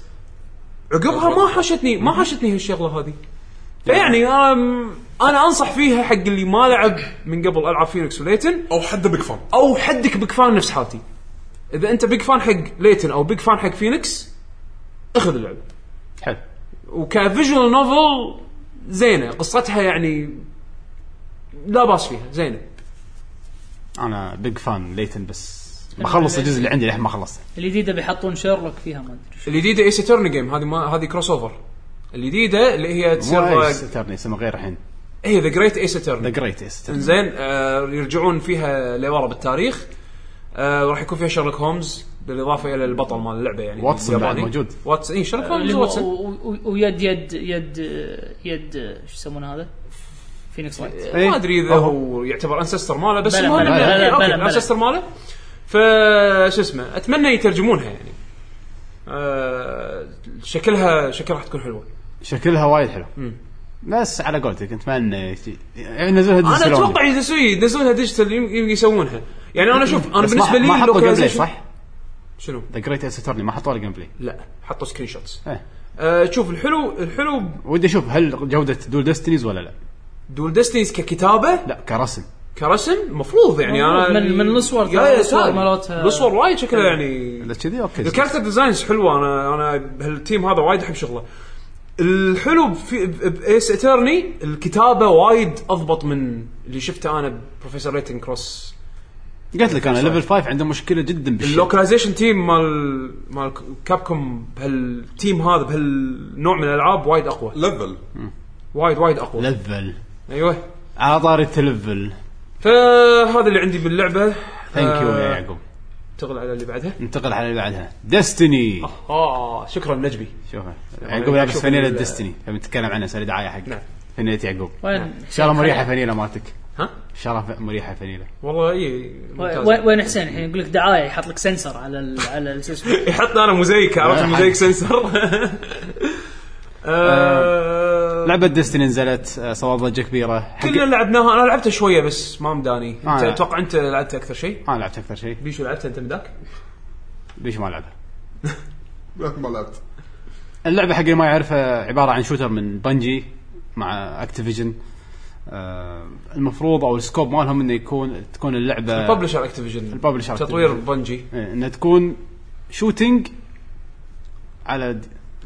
عقبها ما حشتني ما حشتني هالشغله
يعني؟
هذه فيعني انا انا انصح فيها حق اللي ما لعب من قبل العاب فينيكس وليتن
او حد بيك فان
او حدك بيج فان نفس حالتي اذا انت بيج فان حق ليتن او بيج فان حق فينيكس اخذ اللعبه
حلو
وكفيجوال نوفل زينه قصتها يعني لا باس فيها زينه
انا بيج فان ليتن بس بخلص الجزء اللي عندي للحين ما خلصته
الجديده بيحطون شيرلوك فيها ما ادري شو.
الجديده ايس اتورني جيم هذه ما هذه كروس اوفر الجديده اللي هي تصير
مو ايس ترني اسمه غير الحين
هي ذا جريت ايس
ذا
اتورني
جريت ايس
زين آه يرجعون فيها لورا بالتاريخ آه وراح يكون فيها شارلوك هومز بالاضافه الى البطل مال اللعبه يعني
واتسون بعد
الياباني. إيه،
موجود.
واتس اي شارلوك هومز
اللي هو-
واتسون
و- و- ويد يد يد يد شو يسمونه هذا؟ فينيكس رايت
إيه.
ما ادري اذا
أهو.
هو يعتبر انسستر ماله بس
بلى،
المهم
بلى،
إنه-
بلى،
اوكي
بلى، بلى.
انسستر ماله ف شو اسمه اتمنى يترجمونها يعني آه، شكلها شكلها راح تكون حلوه
شكلها وايد حلو بس على قولتك انت ما انه يجي- يعني نزلها
انا
ديجيتال
اتوقع
only.
يدزون يدزونها ديجيتال يم- يم- يسوونها يعني انا شوف انا
بس ما-
بالنسبه لي
ما حطوا جيم بلاي
اللوكاليزيشن-
صح؟
شنو؟
ذا جريت ايس اتورني ما حطوا له جيم بلاي
لا حطوا سكرين شوتس
إيه.
أه شوف الحلو الحلو
ودي اشوف هل جوده دول ديستنيز ولا لا؟
دول ديستنيز ككتابه
لا كرسم
كرسم مفروض يعني انا
من- من الصور
يا يا
الصور
ساتر.
مالتها-
الصور وايد شكلها يعني
اذا كذي اوكي
الكاركتر ديزاينز حلوه انا انا هالتيم هذا وايد احب شغله الحلو في بايس اترني الكتابه وايد اضبط من اللي شفته انا بروفيسور ريتن كروس
قلت لك انا ليفل 5 عنده مشكله جدا بالشيء
اللوكلايزيشن تيم مال مال كابكم بهالتيم هذا بهالنوع من الالعاب وايد اقوى
ليفل
وايد وايد اقوى
ليفل
ايوه
على طاري تلفل
فهذا اللي عندي باللعبه
ثانك يو
آه،
يا يعقوب
انتقل على اللي بعدها
ننتقل على اللي بعدها ديستني
اه شكرا نجبي
شوف يعقوب لابس
شوف
فانيلا
ال-
ديستني نتكلم عنها سوي دعايه
نعم.
حق فانيلة يعقوب
وين
ان شاء الله مريحه فانيلا مالتك
ها
ان شاء الله ف- مريحه فانيلا
والله اي
وين-
ممتاز.
وين وين حسين الحين يقول لك دعايه يحط لك سنسر على ال على السيستم
يحط انا موزيك عرفت
لا،
موزيك
حد.
سنسر
آه،
آه،
لعبه ديستني نزلت آه، صار ضجه كبيره حق
كلنا لعبناها انا لعبتها شويه بس ما مداني
آه.
انت اتوقع انت لعبتها اكثر شيء
ما لعبت اكثر شيء
بيشو لعبتها انت مداك
ليش ما لعبها
ما لعبت
اللعبه حق اللي ما يعرفها عباره عن شوتر من بنجي مع اكتيفيجن آه المفروض او السكوب مالهم انه يكون تكون اللعبه
ببلشر اكتيفيجن
publisher
تطوير
آه. Activision.
بنجي
إيه، انها تكون شوتينج على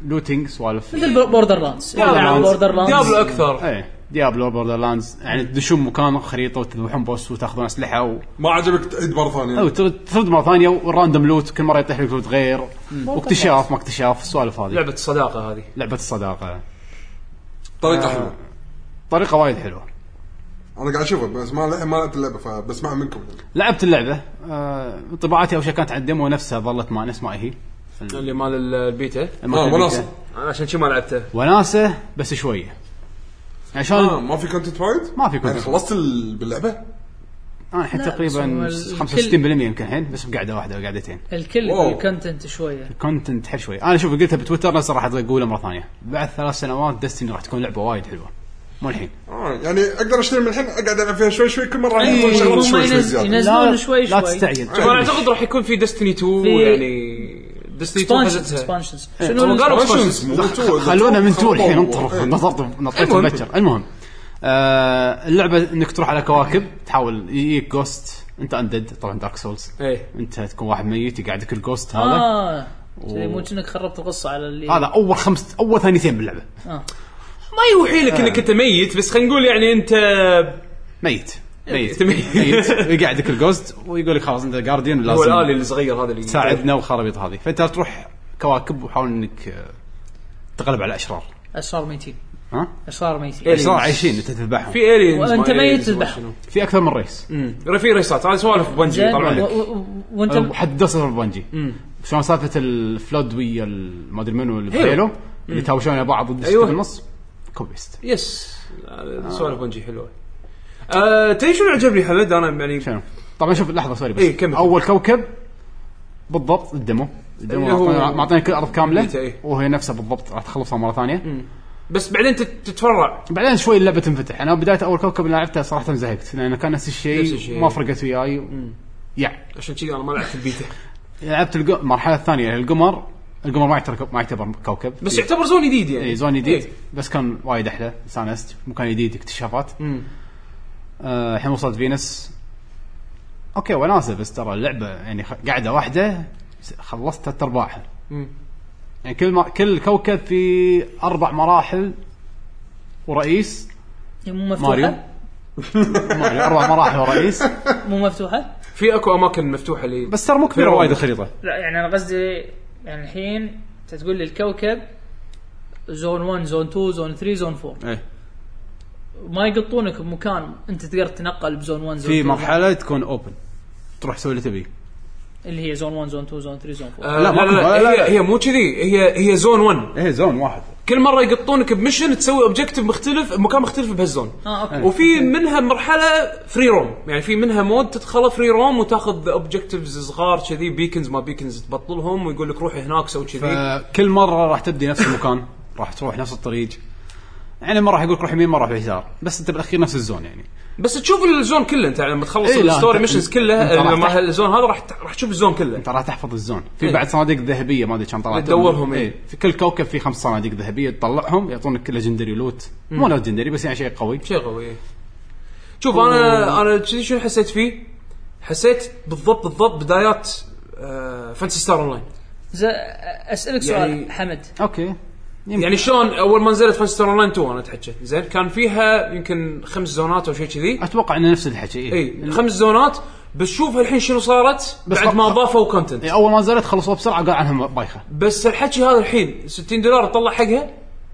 لوتينج سوالف
مثل بوردر لاندز
Borderlands.
بوردر لاندز
ديابلو اكثر
ايه ديابلو بوردر لاندز يعني تدشون مكان خريطه وتذبحون بوس وتاخذون اسلحه و...
ما عجبك تعيد مره
او
ثانيه
ترد ترد مره ثانيه والراندوم لوت كل مره يطيح لك لوت غير واكتشاف ما اكتشاف السوالف هذه
لعبه الصداقه هذه آه،
لعبه الصداقه
طريقه حلوه
طريقه وايد حلوه
انا قاعد اشوفها بس ما لعب- ما لعبت اللعبه فبسمعها منكم
لعبت اللعبه آه، انطباعاتي اول شيء كانت على الديمو نفسها ظلت ما نفس ما هي في ال-
اللي مال ال- البيتا
المكان اللي
آه، وناسة.
فيها.
انا عشان شي ما لعبته
آه، وناسه بس شويه يعني شلون
آه ما في كونتنت وايد؟
ما في content.
يعني خلصت ال- باللعبه؟
انا الحين
لا،
تقريبا
بس هو
65% يمكن الحين بس بقعده واحده أو قعدتين
الكل
واو.
بالكونتنت شويه
كونتنت حلو شوي انا شوف قلتها بتويتر ناس راح اقولها مره ثانيه بعد ثلاث سنوات دستني راح تكون لعبه وايد حلوه مو الحين
آه يعني اقدر اشتري من الحين اقعد العب فيها شوي شوي كل مره
إيه،
يحطون شغلات
هم
شوي شوي
ينز-
زياده
ينز- ينزلون
لا-
شوي
لا
شوي.
تستعجل
شوف انا اعتقد راح يكون في ديستني 2
في-
يعني ديستني 2 فزتها
اكسبانشنز
هم
شنو
قالوا
Expansions، مو تو-
خلونا من تو الحين
إيه.
انطر نطرت نطيت
المهم.
المتجر المهم آه اللعبه انك تروح على كواكب تحاول يجيك جوست انت اندد طبعا دارك سولز
ايه
انت تكون واحد ميت يقعدك الجوست هذا
اه كذي مو كأنك خربت القصه على اللي
هذا اول خمس اول ثانيتين باللعبه
آه.
ما يوحي لك انك انت ميت بس خلينا نقول يعني انت
ميت ميت
أنت ميت.
ميت يقعدك الجوست ويقول لك خلاص انت جارديان
هو الالي
لازم
الصغير هذا اللي
تساعدنا والخرابيط هذه فانت تروح كواكب وحاول انك آه، تغلب على الاشرار
اشرار ميتين
ها
اشرار ميتين
إيه.
الاشرار عايشين انت تذبحهم
في الينز
وأنت ميت تذبح.
في اكثر من ريس
إيه، في ريسات هذه سوالف بنجي
زين
طبعا
و-
لك
و- و- وانت
أو أه، حد صفر بانجي شلون سالفه الفلود ويا ال- ما ادري منو اللي
أيوه.
بهيلو اللي تهاوشون على بعض ضد
أيوة.
أيوة. النص كوبيست
يس سوالف بنجي حلوه آه، تدري شنو عجبني حمد انا يعني
شنو طبعا شوف لحظه سوري بس
إيه، كمل.
اول كوكب بالضبط الدمو الدمو
اللي هو-
معطينا- معطينا كل ارض كامله
بيتا، إيه.
وهي نفسها بالضبط راح تخلصها مره ثانيه
بس بعدين تت- تتفرع
بعدين شوي اللعبه تنفتح انا بدايه اول كوكب اللي لعبته صراحه زهقت لانه كان نفس
نفس
الشيء
الشيء.
ما فرقت وياي يعني
عشان كذي انا ما لعبت البيتا
لعبت الق- المرحله الثانيه القمر القمر ما يعتبر ما يعتبر كوكب
بس يعتبر زون جديد يعني
اي زون جديد
إيه.
بس كان وايد احلى استانست مكان جديد اكتشافات
مم.
آه، الحين وصلت فينس اوكي وناسه بس ترى اللعبه يعني خ- قاعده واحده س- خلصت ثلاث ارباعها
مم.
يعني كل ما كل كوكب في اربع مراحل ورئيس
يعني مو
ماريو
مفتوحه
ماريو اربع مراحل ورئيس
مو مفتوحه
في اكو اماكن مفتوحه اللي
بس ترى مو كبيره
في
وايد
وايد.
الخريطه
لا يعني انا قصدي يعني الحين انت تقول لي الكوكب زون 1 زون 2 زون 3 زون 4
ايه
ما يقطونك بمكان انت تقدر تتنقل بزون 1 زون
في
2
مرحله تكون اوبن تروح تسوي اللي تبيه
اللي هي زون 1 زون 2 زون 3 زون 4
آه،
لا،
لا
ما
لا, لا,
لا، لا.
هي, هي مو كذي هي هي زون 1
ايه زون واحد
كل مره يقطونك بمشن تسوي اوبجيكتيف مختلف بمكان مختلف بهالزون
اه
إيه.
اوكي
وفي منها مرحله فري روم يعني في منها مود تدخله فري روم وتاخذ اوبجيكتيفز صغار كذي بيكنز ما بيكنز تبطلهم ويقول لك روح هناك سوي كذي
فكل مره راح تبدي نفس المكان (coughs) راح تروح نفس الطريق يعني ما راح يقول روح يمين ما راح يسار بس انت بالاخير نفس الزون يعني
بس تشوف الزون كله انت لما تخلص
إيه، لا،
الستوري
أنت-
ميشنز
أنت راح
كلها
تحت.
مع الزون هذا راح ت- راح تشوف الزون كله
انت راح تحفظ الزون في
إيه.
بعد صناديق ذهبيه ما ادري كم طلعت
تدورهم، إيه.
في كل كوكب في خمس صناديق ذهبيه تطلعهم يعطونك ليجندري لوت مو ليجندري بس يعني شيء قوي
شيء قوي شوف انا انا كذي شنو حسيت فيه؟ حسيت بالضبط بالضبط بدايات آه فانتسي ستار اونلاين
زين اسالك سؤال
يعني-
حمد
اوكي يمكن
يعني شلون اول ما نزلت فانتسي ستار اونلاين 2 انا اتحكى زين كان فيها يمكن خمس زونات او شيء كذي
اتوقع انه نفس الحكي إيه.
اي خمس زونات بس شوف الحين شنو صارت
بس
بعد ما
ما-
ضافوا كونتنت
إيه، اول ما نزلت خلصوها بسرعه قال عنها بايخه
بس الحكي هذا الحين 60 دولار تطلع
يعني
حقها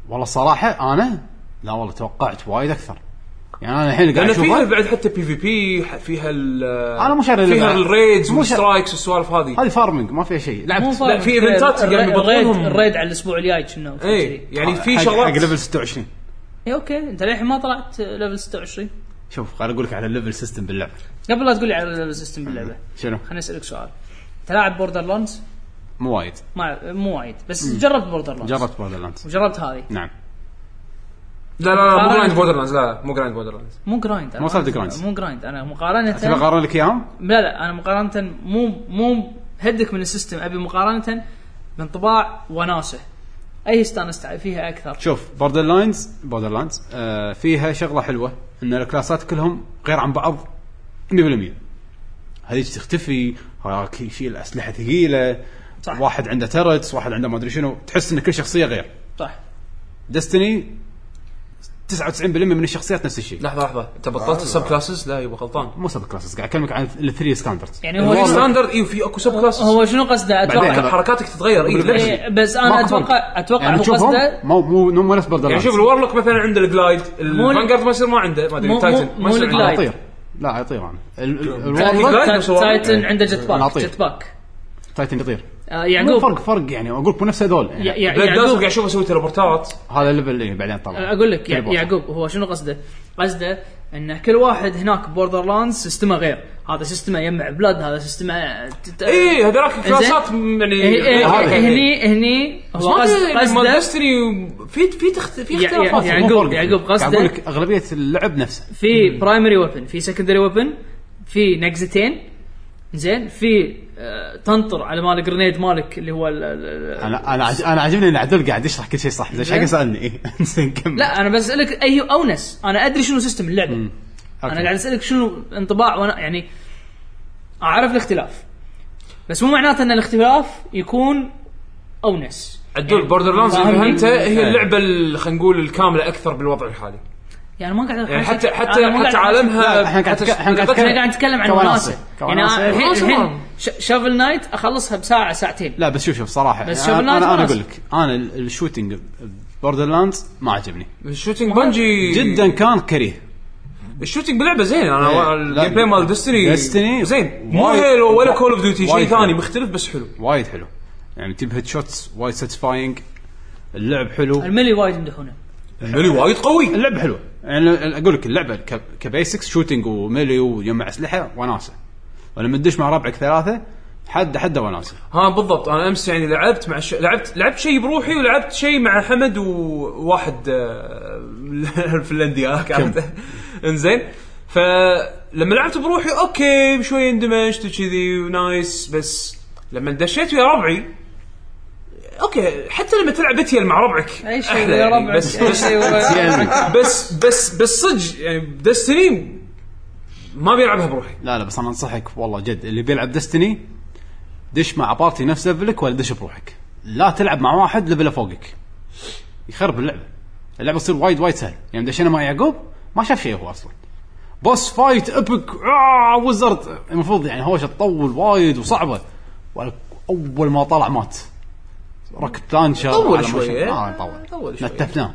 والله الصراحه انا لا والله توقعت وايد اكثر يعني انا الحين قاعد
لان فيها
اشوفها
بعد حتى بي في بي فيها ال
أنا مو شاري
فيها
لها.
الريدز
مو شاري.
والسترايكس والسوالف هذه
هذه فارمنج ما فيها شيء لعبت
مو فاهم.
في إيفنتات
الري-
قاعد يبطلونهم.
الريد الريد على الاسبوع الجاي كنا
اي يعني في
حق- حق
شغلات
ليفل 26
اي اوكي انت للحين ما طلعت ليفل 26
شوف خل اقول لك على الليفل سيستم باللعبه
قبل لا تقول لي على الليفل سيستم باللعبه
شنو؟
خليني اسالك سؤال تلاعب بوردر لاندز
مو وايد
ما مو وايد بس جربت بوردر لاندز
جربت بوردر لاندز
وجربت هذه
نعم
لا لا لا مو
فعلاً.
جرايند بوردرلاندز لا لا مو جرايند بوردرلاندز
مو جرايند أنا
ما صارت
أعرف-
grind.
مو جرايند انا مقارنه
تبي اقارن لك اياهم؟
لا لا انا مقارنه مو مو هدك من السيستم ابي مقارنه من طباع وناسه اي استانست فيها اكثر
شوف بوردر لاينز بوردر لاينز آه فيها شغله حلوه ان الكلاسات كلهم غير عن بعض 100% هذيك تختفي هذاك يشيل اسلحه ثقيله
صح.
واحد عنده
طيب.
ترتس واحد عنده ما ادري شنو تحس ان كل شخصيه غير
صح
ديستني 99% من الشخصيات نفس الشيء
لحظه لحظه انت بطلت السب كلاسز لا يبا غلطان
مو سب كلاسز قاعد اكلمك عن الثري ستاندردز
يعني هو شنو-
ستاندرد اي في اكو سب كلاسز
هو شنو قصده
بعدين.
اتوقع
حركاتك تتغير اي ليش؟
إيه، بس
ماكو
انا اتوقع اتوقع
يعني
هو
تشوفهم
قصده
مو مو مو نفس بردر
يعني شوف الورلوك مثلا عنده الجلايد
مو-
الفانجارد ما يصير ما عنده ما ادري
مو- مو-
التايتن ما
مو
يصير
الجلايد.
عنده
اطير لا اطير انا ال-
طيب.
ال-
يعني
في
الورلوك
جلايد نفس الوضع.
تايتن عنده جت
أنا
باك
أطير.
جت باك
تايتن يطير
آه،
إيه. مو
يعقوب
فرق فرق يعني اقول لك مو نفس هذول
يع-
يعني
يع-
بلاد داز
يعقوب
قاعد اشوف اسوي تلبورتات
هذا الليفل اللي بعدين طلع طيب،
اقول لك يع-
تليبورت.
يعقوب هو شنو قصده؟ قصده ان كل واحد هناك بوردر لاند سيستمه غير، هذا سيستمه يجمع بلاد، هذا سيستمه تت-
اي هذراك
إنزين.
إيه، كلاسات م-
إيه،
هني
يعني
هذا.
هني هني هو قصد- قصده
ديستني في في تخت
يعني
في
يع-
اختلافات
يع-
مو
يعقوب-
فرق.
يعقوب
قاعد اقول
قصده-
لك اغلبيه اللعب نفسه
في برايمري ويبن في سكندري ويبن في نقزتين زين في آه، تنطر على مال جرينيد مالك اللي هو ال- ال- ال-
انا انا عج- انا عاجبني ان عدول قاعد يشرح كل شيء صح زين ايش حق (laughs) يسالني زين كمل
إيه. لا انا بسالك اي اونس انا ادري شنو سيستم اللعبه
أوكي.
انا قاعد اسالك شنو انطباع وانا يعني اعرف الاختلاف بس مو معناته ان الاختلاف يكون اونس
عدول بوردر لاندز اللي
فاهمني؟
فهمته
إيه.
هي اللعبه ال- خلينا نقول الكامله اكثر بالوضع الحالي
يعني ما قاعد
يعني حتى حتى
أنا ما قاعد-
حتى
لا،
عالمها
احنا قاعد-
حتى-
احنا قاعد-
احنا قاعد نتكلم عن
كوناسة.
وناسه يعني
كوناسة.
أنا الحين
وناسة
الحين
ما-
ش- شافل نايت اخلصها بساعه ساعتين
لا بس شوف شوف صراحه
بس
بس
شوف
انا
الناس
انا, أنا
ناس.
اقول لك انا ال- الشوتنج بوردر لاندز ما عجبني
الشوتنج بنجي
جدا كان كريه
الشوتنج بلعبه زين انا
إيه.
الجيم
لا،
بلاي مال ديستني
Destiny
زين مو
وايد-
هيلو ولا كول اوف ديوتي شيء
وايد
ثاني
حلو.
مختلف بس حلو
وايد حلو يعني تجيب هيد شوتس وايد ساتيسفاينج اللعب حلو
الملي وايد يمدحونه
يعني
ملي وايد قوي
اللعب حلو يعني ال- اقول لك اللعبه ك- كبيسكس شوتنج وميلي ويجمع اسلحه وناسه ولما تدش مع ربعك ثلاثه حد حد وناسه
ها بالضبط انا امس يعني لعبت مع ش... لعبت لعبت شيء بروحي ولعبت شيء مع حمد وواحد آه، (laughs) الفنلندي هذاك (laughs) عرفته انزين فلما لعبت بروحي اوكي شوي اندمجت وكذي ونايس بس لما دشيت ويا ربعي اوكي حتى لما تلعب اتيل مع ربعك
اي شيء
أحلى
يا
يعني،
ربع
بس
أي
بس
شيء ويا-
بس بس بس صدق يعني دستني ما بيلعبها بروحي
لا لا بس انا انصحك والله جد اللي بيلعب دستني دش مع بارتي نفس ليفلك ولا دش بروحك لا تلعب مع واحد ليفله فوقك يخرب اللعبه اللعبه تصير وايد وايد سهل يعني دشينا مع يعقوب ما شاف شيء هو اصلا بوس فايت ابك آه وزرد المفروض يعني هوشه تطول وايد وصعبه ولا- اول ما طلع مات ركبت لانشر
طول
على ما
شوي،
شاف-
إيه؟
آه، طول
طول طيب، شوي.
نتفناه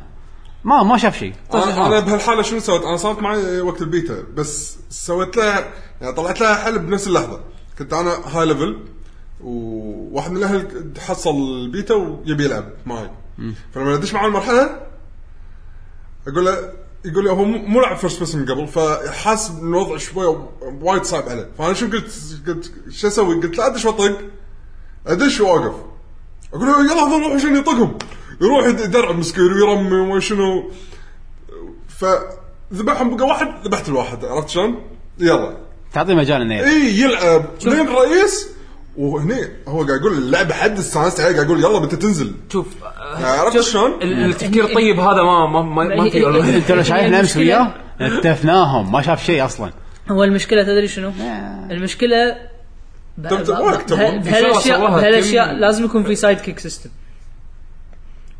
ما ما شاف شيء آه،
انا أنا بهالحاله شنو سويت؟ انا صارت معي وقت البيتا بس سويت لها يعني طلعت لها حل بنفس اللحظه كنت انا هاي ليفل وواحد من الاهل حصل البيتا ويبي يلعب معي فلما ادش معاه المرحله اقول له يقول لي هو مو مو لاعب فيرست بيرسون من قبل فحاس ان الوضع شوي وايد صعب عليه فانا شو قلت قلت شو اسوي؟ قلت لا ادش واطق ادش واوقف اقول له يلا هذول روحوا عشان يطقهم يروح يدرع مسكين ويرمي وما شنو فذبحهم بقى واحد ذبحت الواحد عرفت شلون؟ يلا
تعطي مجال انه يلعب.
اي يلعب لين الرئيس وهني هو قاعد يقول اللعبه حد استانست عليه قاعد يقول يلا بنت تنزل
شوف
عرفت
شوف،
شلون؟
ال- التفكير الطيب هذا ما ما ما, ما في والله.
انت لو شايفنا امس
المشكلة-
وياه نتفناهم ما شاف شيء اصلا
هو المشكله تدري شنو؟ المشكله ب-
طب-
ب-
طب وقت،
ب-
طب
إن شاء الله
بهالاشياء
سواها
بهالاشياء
كم-
لازم يكون في سايد كيك سيستم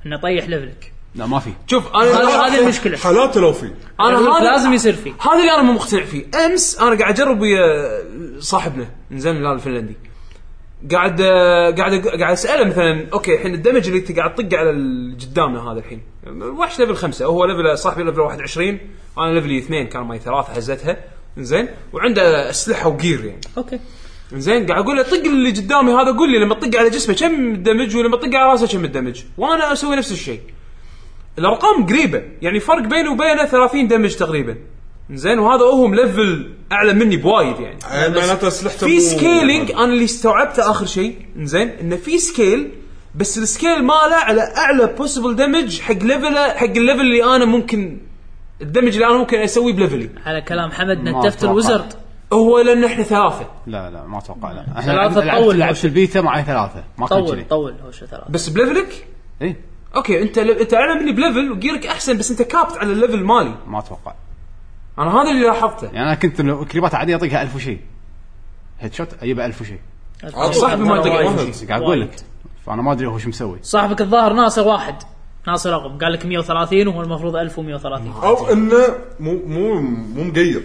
انه طيح ليفلك
لا ما في
شوف انا
هذا- هذه المشكلة.
حالاته لو في
انا
لازم-
هذا
لازم يصير فيه.
هذا اللي انا مو مقتنع فيه امس انا قاعد اجرب ويا صاحبنا زين لا الفنلندي قاعد قاعد قاعد اساله مثلا اوكي الحين الدمج اللي انت قاعد تطق على ال- قدامنا هذا الحين وحش ليفل خمسه هو ليفل صاحبي ليفل 21 انا ليفلي اثنين كان ماي ثلاثه هزتها زين وعنده اسلحه وجير يعني
اوكي
زين قاعد اقول له طق اللي قدامي هذا قول لي لما تطق على جسمه كم الدمج ولما تطق على راسه كم الدمج وانا اسوي نفس الشيء الارقام قريبه يعني فرق بيني وبينه 30 دمج تقريبا زين وهذا هو ملفل اعلى مني بوايد يعني
يعني معناته اسلحته
في
مو-
سكيلينج انا اللي استوعبته اخر شيء زين انه في سكيل بس السكيل ماله على اعلى بوسيبل دمج حق ليفله حق الليفل اللي انا ممكن الدمج اللي انا ممكن اسويه بليفلي
على كلام حمد
ما
نتفت
أتوقع.
الوزرد
هو لان احنا ثلاثه
لا لا ما اتوقع لا احنا
ثلاثة
لعبت- لعبت
طول.
لعبت البيتا معي ثلاثه ما كان
طول
كذي إيه؟
طول هوشه ثلاثة
بس بليفلك
اي
اوكي انت انت اعلى مني بليفل وجيرك احسن بس انت كابت على الليفل مالي
ما اتوقع
انا هذا اللي لاحظته
يعني انا كنت لو كليبات عاديه اطقها 1000 وشي هيد شوت اجيبها 1000 وشي
صاحبي
ما يطق
وايد.
أي شيء.
بس قاعد اقول لك فانا ما ادري هو شو مسوي
صاحبك الظاهر ناقصه واحد ناصر رقم قال لك 130 وهو المفروض 1130
او انه مو مو مو مقير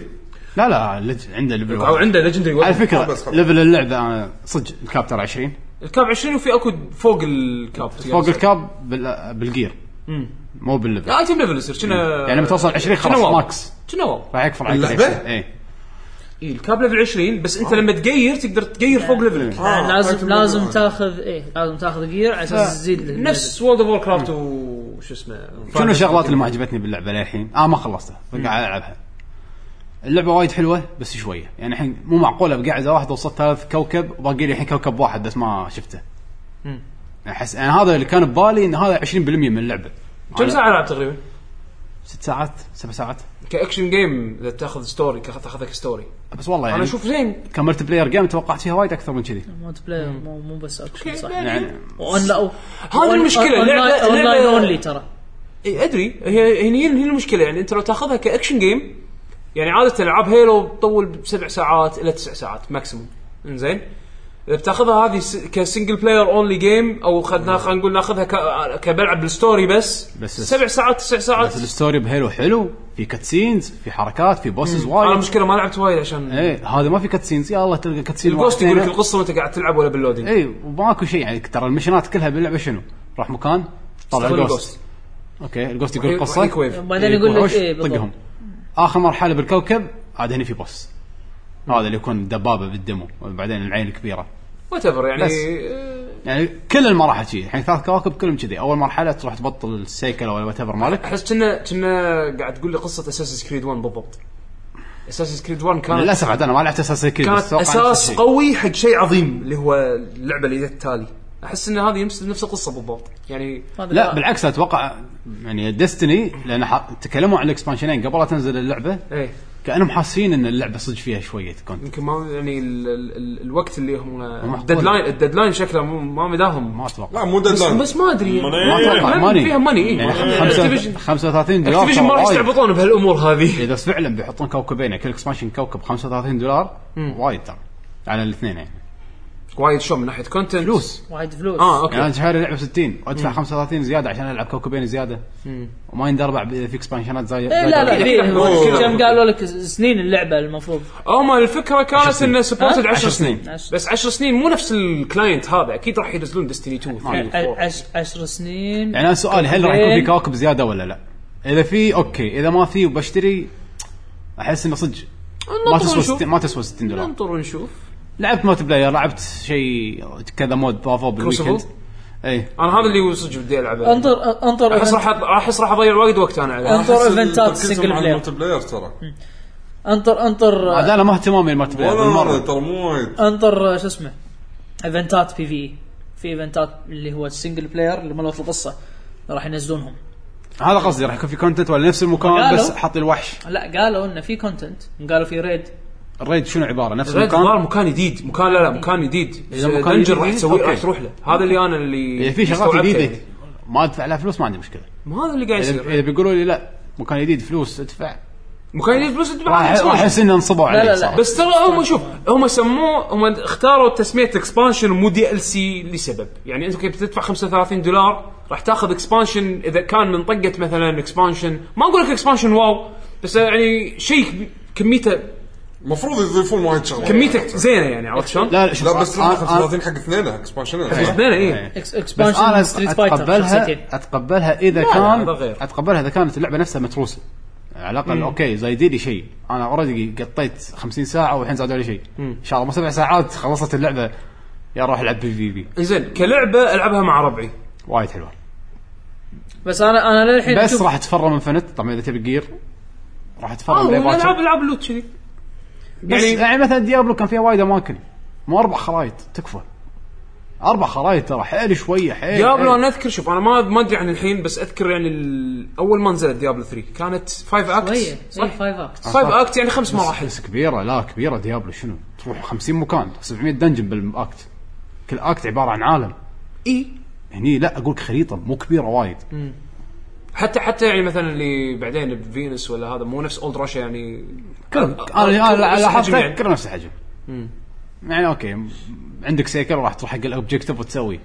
لا لا لج- عنده ليفل
او
واحد.
عنده ليجندري
على
ويبن
فكره
بس خلاص.
ليفل اللعبه انا صدق الكاب ترى 20
الكاب 20 وفي اكو فوق الكاب
فوق الكاب بال- بالجير مو بالليفل
لا ايتم ليفل يصير كنا
يعني لما توصل 20 خلاص
شنو واو؟
ماكس
كنا واو
راح يكفر عليك إيه.
اللعبة؟
اي
اي إيه، الكاب ليفل 20 بس انت لما تغير تقدر تغير فوق ليفلك
آه،
لازم
أكتب
لازم
بالواحد.
تاخذ ايه لازم تاخذ جير على اساس تزيد ال-
نفس وولد اوف وور كرافت وش اسمه
شنو الشغلات اللي ما عجبتني باللعبه للحين؟ اه ما خلصتها قاعد العبها. اللعبه وايد حلوه بس شويه، يعني الحين مو معقوله بقعده واحده وصلت ثلاث كوكب وباقي لي الحين كوكب واحد بس ما شفته. احس انا هذا اللي كان ببالي ان هذا 20% من اللعبه.
كم ساعه لعب تقريبا؟
ست ساعات سبع ساعات
كاكشن جيم اذا تاخذ ستوري كأخ- تاخذك ستوري
بس والله يعني
انا اشوف زين
كملتي بلاير جيم توقعت فيها وايد اكثر من كذي.
مولتي بلاير مو مو بس اكشن صح
يعني
وان لا أو-
هذه المشكلة، لعبة-
اون لاين
لعبة-
اونلي ترى
اي ادري إيه، هي هني هي المشكله يعني انت لو تاخذها كاكشن جيم يعني عاده العاب هيلو تطول سبع ساعات الى تسع ساعات ماكسيموم انزين اذا بتاخذها هذه س- كسنجل بلاير اونلي جيم او خذنا خلينا نقول ناخذها ك- كبلعب بالستوري بس,
بس-
سبع ساعات تسع ساعات
بس الستوري بهيلو حلو في كاتسينز في حركات في بوسز
انا
وايد
مشكله ما لعبت وايد عشان
ايه هذا ما في كاتسينز يا الله تلقى كاتسين
الجوست
واحد
يقول لك
ثاني.
القصه وانت قاعد تلعب ولا باللودينج
اي وماكو شيء يعني ترى المشنات كلها باللعبه شنو؟ راح مكان طلع
استخدم
الجوست اوكي الجوست يقول
وحي-
القصه
وحيك ويف.
بعدين يقول لك
وحوش،
ايه بالضبط
طقهم اخر مرحله بالكوكب عاد هني في بوس هذا اللي يكون دبابه بالدمو وبعدين العين الكبيره
وات ايفر يعني
بس.
آه،
يعني كل المراحل شي الحين ثلاث كواكب كلهم كذي اول مرحله تروح تبطل السيكل او وات ايفر مالك
احس كنا كنا قاعد تقول لي قصه اساس كريد 1 بالضبط اساس كريد 1 كانت
للاسف عاد انا ما لعبت اساس كذي
كانت اساس قوي حق شيء عظيم اللي هو اللعبه اللي التالي احس ان هذه نفس نفس القصه بالضبط يعني
هذا
لا بالعكس اتوقع يعني ديستني لان ح- تكلموا عن الاكسبانشنين قبل لا تنزل اللعبه
ايه
كانهم حاسين ان اللعبه صدق فيها شويه كونت
يمكن ما يعني ال ال ال الوقت اللي هم
محطوط.
الديدلاين الديدلاين شكله مو- ما مداهم
ما اتوقع
لا مو
بس,
ديدلاين
بس ما ادري
ما
يعني.
ما اتوقع
لأن
ماني
فيها ماني إيه.
يعني
ماني.
خمسة-
Activision-
35 دولار
اكتيفيشن
ترى
ما راح
وايد.
يستعبطون بهالامور هذه
اذا فعلا بيحطون كوكبين كل اكسبانشن كوكب 35 دولار وايد ترى على الاثنين يعني
وايد شو من ناحيه كونتنت
فلوس
وايد فلوس
اه
يعني
اوكي
انا شهري لعبه 60 وادفع 35 زياده عشان العب كوكبين زياده وما يندربع ب- في يعني اكسبانشنات زي
إيه لا لا
إيه،
إيه،
أوه.
كم قالوا لك سنين اللعبه المفروض
هم الفكره كانت
سنين.
انه سبورتد 10
ها؟
10
سنين
سنين.
عشر-
بس 10 سنين مو نفس الكلاينت هذا اكيد راح ينزلون ديستني 2 3 4
عش- عشر سنين
يعني انا سؤالي هل راح يكون في
كوكبين.
كواكب زياده ولا لا؟ اذا في اوكي اذا ما في وبشتري احس انه صدق ما
ننطر
تسوى
ونشوف.
60 ما تسوى 60 دولار
ننطر ونشوف
لعبت مالتي بلاير لعبت شيء كذا مود ضافوه بالويكند إيه.
Crucible؟
اي
انا هذا اللي صدق بدي العبه
انطر انطر
احس راح
إيفنت-
أط- احس راح اضيع وايد وقت انا عليه
انطر ايفنتات سنجل بلاير
الملتي بلاير ترى
انطر انطر
هذا انا ما اهتمامي المالتي بلاير
ولا مره
بالمره
ترى مو وايد
انطر شو اسمه ايفنتات بي في اي E. في ايفنتات اللي هو السنجل بلاير اللي مالت القصه راح ينزلونهم
هذا قصدي راح يكون في كونتنت ولا نفس المكان
قالوا.
بس حط الوحش
لا قالوا انه في كونتنت قالوا في ريد
الريد شنو عباره نفس
ريد
المكان
ظهر مكان جديد مكان لا لا مكان جديد
إذا مكان
دنجن راح
جديد،
تسوي
أوكي.
راح تروح له هذا اللي انا اللي
اذا إيه، في شغلات
استوعبته
جديده
يعني.
ما ادفع لها فلوس ما عندي مشكله
ما هذا اللي قاعد
اذا
يصير
إذا بيقولوا لي لا مكان جديد فلوس ادفع
مكان جديد فلوس
راح راح احس انه انصبوا علي
لا، لا.
صراحة.
بس ترى هم شوف هم سموه هم اختاروا تسميه اكسبانشن مو دي ال سي لسبب يعني انت كيف بتدفع 35 دولار راح تاخذ اكسبانشن اذا كان من طقه مثلا اكسبانشن ما اقول لك اكسبانشن واو بس يعني شيء كميته
المفروض يضيفون وايد شغلات
كميته زينه يعني عرفت شلون؟
لا لا شوف
لا بس
أنا-
لا،
أنا-
35 حق اثنين اكسبانشن
اثنين ايه
إيه.
إكس-
بس
اكسبانشن
انا
ستريت فايتر
اتقبلها
65.
اتقبلها اذا
لا،
كان
هذا غير.
اتقبلها اذا كانت اللعبه نفسها متروسه على الاقل اوكي زايدين لي شيء انا اوريدي قطيت 50 ساعه والحين زادوا لي شيء ان شاء الله مو سبع ساعات خلصت اللعبه يا روح العب بي في بي
انزين كلعبه العبها مع ربعي
وايد حلوه
بس انا انا للحين
بس
أشوف-
راح تفرم انفنت طبعا اذا تبي جير راح
اه
تفرم بلاي
والله
باتشر.
العاب العاب لوت كذي
بس
يعني-
يعني, يعني مثلا ديابلو كان فيها وايد اماكن مو اربع خرايط تكفى اربع خرايط ترى حيل شويه حيل
ديابلو
حيل.
انا اذكر شوف انا ما ما ادري عن الحين بس اذكر يعني ال- اول ما نزلت ديابلو 3 كانت 5
شويه
اكت صح؟
5 اكت
5 اكت يعني خمس مراحل
إيه. آه، بس كبيره لا كبيره ديابلو شنو تروح 50 مكان 700 دنجن بالاكت كل اكت عباره عن عالم
اي
هني لا اقول لك خريطه مو كبيره وايد
حتى حتى يعني مثلا اللي بعدين بفينوس ولا هذا مو نفس اولد راشا يعني
كلهم انا انا لاحظت كلهم نفس الحجم يعني اوكي عندك سيكل راح تروح حق الاوبجيكتيف وتسوي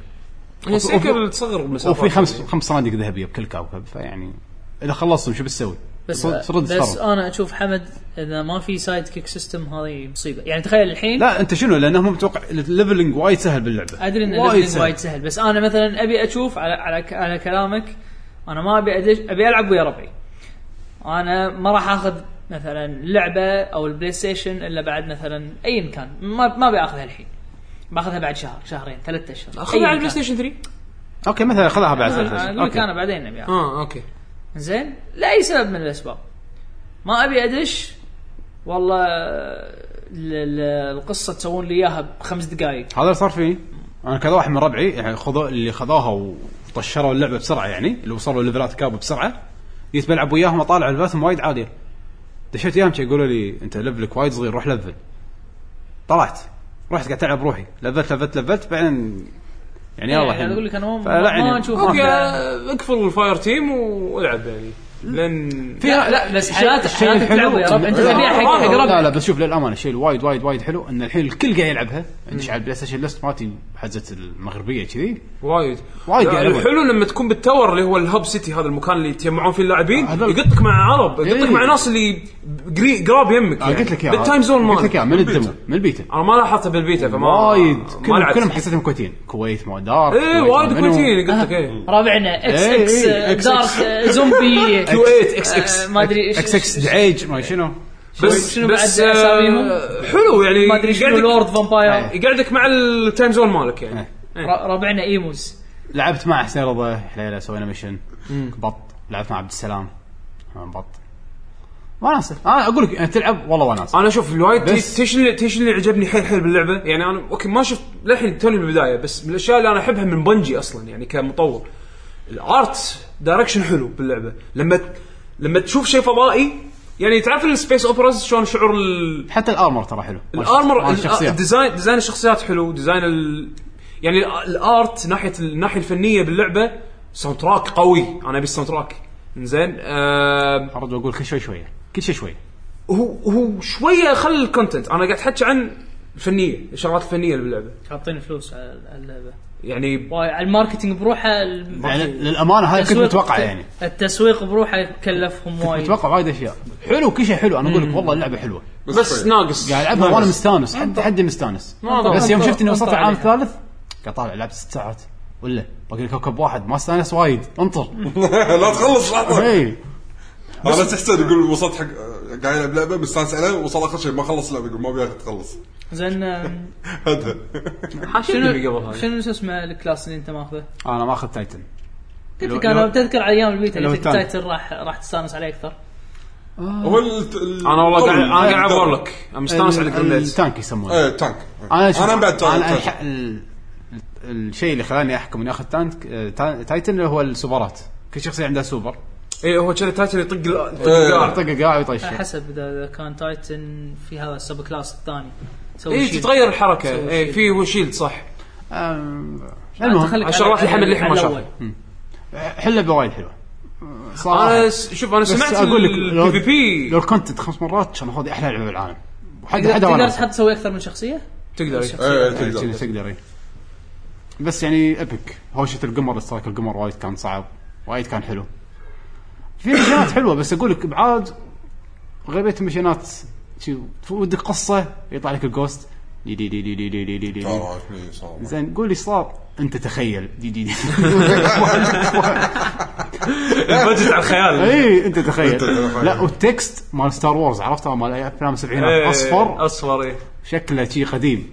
هي سيكل تصغر مسافات
وفي خمس خمس صناديق ذهبيه بكل كوكب فيعني اذا خلصتهم شو بتسوي؟
بس
صد- صد-
بس
صد.
انا اشوف حمد اذا ما في سايد كيك سيستم هذه مصيبه يعني تخيل الحين
لا انت شنو لانهم متوقع الليفلنج وايد سهل باللعبه
ادري ان الليفلنج وايد سهل بس انا مثلا ابي اشوف على على ك- على كلامك انا ما ابي أدش ابي العب ويا ربعي انا ما راح اخذ مثلا لعبه او البلاي ستيشن الا بعد مثلا ايا كان ما ما ابي اخذها الحين باخذها بعد شهر شهرين ثلاثة اشهر
اخذها على البلاي ستيشن 3
اوكي مثلا خذها بعد سالفة.
اقول لك
أوكي.
انا بعدين ابي أخذها.
اه اوكي
زين لاي سبب من الاسباب ما ابي ادش والله ال- ال- القصه تسوون لي اياها بخمس دقائق
هذا اللي صار فيه انا كذا واحد من ربعي يعني خذوا اللي خذوها وطشروا اللعبه بسرعه يعني اللي وصلوا ليفلات كاب بسرعه جيت بلعب وياهم اطالع ليفلاتهم وايد عاليه دشيت وياهم شي يقولوا لي انت ليفلك وايد صغير روح ليفل طلعت رحت قاعد العب روحي لفلت لفلت لفلت بعدين يعني يلا
يعني
الحين
اقول لك انا ما-
فلا
ما, ما
يعني-
نشوف
اوكي
ما-
اقفل الفاير تيم والعب يعني لان
لا لا بس
شيء-
حياتك
شيء
حياتك
حلو.
تلعب يا رب انت
لا،
تبيها حق حق
لا، لا
ربك
لا بس شوف للامانه الشيء الوايد وايد وايد حلو ان الحين الكل قاعد يلعبها يعني ادش على البلاي ستيشن ليست مالتي حزه المغربيه كذي
وايد
وايد
لا،
يلعبون.
الحلو لما تكون بالتاور اللي هو الهب سيتي هذا المكان اللي يتجمعون فيه اللاعبين
هذول-
يقطك مع عرب يقطك
إيه.
مع ناس اللي قري- قراب يمك
انا قلت لك اياها
بالتايم زون مالك
قلت لك اياها من الدمو من البيتا
انا ما لاحظتها بالبيتا فما
وايد
ما
كلهم
لعبت
كلهم حسيتهم كويتيين كويت ما دار
ايه
كويت
وايد
ما منو. آه.
كويتيين قلت لك
(laughs)
ايه
ربعنا اكس
إيه،
اكس
إيه، إكس،
دارك آه، زومبي
كيو 8 اكس
آه،
اكس
ما ادري ايش
اكس اكس دعيج ما شنو
بس
شنو
بس
بعد أساميهم؟
آه، حلو يعني
ما ادري شنو
يقعدك-
لورد فامباير
يقعدك مع التايم زون مالك
إيه.
يعني
ر- ربعنا ايموز
لعبت مع حسين رضا حليله سوينا ميشن بط لعبت مع عبد السلام هم بط وناسه انا اقول لك أنا تلعب والله وناسه
انا اشوف الوايد
بس-
تيش اللي تيش اللي عجبني حيل حيل باللعبه يعني انا اوكي ما شفت للحين توني بالبدايه بس من الاشياء اللي انا احبها من بنجي اصلا يعني كمطور الارت دايركشن حلو باللعبه لما ت- لما تشوف شيء فضائي يعني تعرف السبيس اوبرز شلون شعور ال-
حتى الارمر ترى حلو مال-
الارمر
مال
ال- آه،
الشخصيات
ديزاين ديزاين الشخصيات حلو ديزاين ال... يعني ال- الارت ناحيه الناحيه الفنيه باللعبه ساوند تراك قوي انا ابي الساوند تراك زين آه...
ارد واقول كل شوي شويه كل شيء شوي
هو هو شويه خل الكونتنت انا قاعد احكي عن الفنيه الشغلات الفنيه اللي باللعبه
حاطين فلوس على على اللعبه
يعني
واي- على الماركتينج بروحه الم-
يعني للامانه هاي كنت
التسويق-
متوقع يعني
التسويق بروحه كلفهم وايد
متوقع وايد اشياء حلو كل شيء حلو انا اقول لك والله اللعبه حلوه
بس, يعني بس ناقص
قاعد العبها وانا مستانس حد حد مستانس
ضبط.
بس يوم
انطر-
شفت اني وصلت
انطر
العام
عليها.
الثالث قاعد طالع لعبت ست ساعات ولا باقي لي كوكب واحد ما استانس وايد انطر
(laughs)
إيه.
لا تخلص لحظه
اي
انا تحسن يقول وصلت حق قاعد يلعب لعبه مستانس عليها وصل اخر شيء ما خلص لعبه يقول ما ابي تخلص
زين آم،
هذا
شنو
شنو شنو شو اسمه الكلاس اللي انت ماخذه؟
انا ماخذ تايتن
قلت
لو-
لك انا
لو-
بتذكر على ايام البيتا
لو
اللي
الثاني.
تايتل راح راح تستانس عليه اكثر
آه.
هو ال- ال-
انا والله قاعد
القرن.
انا قاعد اعور لك انا مستانس على
ال-
الجرنيدز
التانك يسمونه
ايه تانك
انا شوف-
انا بعد
انا
تانك
الح- ال- الشيء اللي خلاني احكم اني اخذ تانك آه، تا- تايتن هو السوبرات كل شخصيه عندها سوبر
اي إيه، هو كذا تايتل يطق ال- يطق
إيه.
الجار.
يطق قاع ويطيش
حسب اذا إذا كان تايتن في هذا السب كلاس الثاني تسوي
إيه،
اي
شيلد.
إيه، تتغير الحركه
سوي
اي
شيلد.
في هو شيلد صح
آم،
أنت
إيه، المهم
خليك
عشان
على-
راح لحم
على-
اللحم
على
ما شاف.
الأول.
حله بوايد حلوه آه،
انا
صراحه
س- شوف انا
بس
سمعت
اقول لك لو-
البي في
لو
بي
كنت خمس مرات كان هذه احلى لعبه بالعالم وحد
تقدر-
حد
تقدر
وناسة.
تحط تسوي اكثر من شخصيه؟
تقدر إيه.
ايه
إيه، كذي
تقدر
تقدر إيه. بس يعني ابك هوشه القمر سترايك القمر وايد كان صعب وايد كان حلو في مشينات حلوه بس اقول لك ابعاد غيبت مشينات شي ودك قصه يطلع لك الجوست دي دي دي دي دي دي دي دي دي.
آه، شنو صار؟
زين قول لي إيش صار انت تخيل دي دي دي
البادجت على الخيال
اي انت
أنت تخيل.
تخيل لا والتكست مال ستار وورز عرفتها مال أي افلام السبعينات
إيه،
اصفر
اصفر اي
شكله شي قديم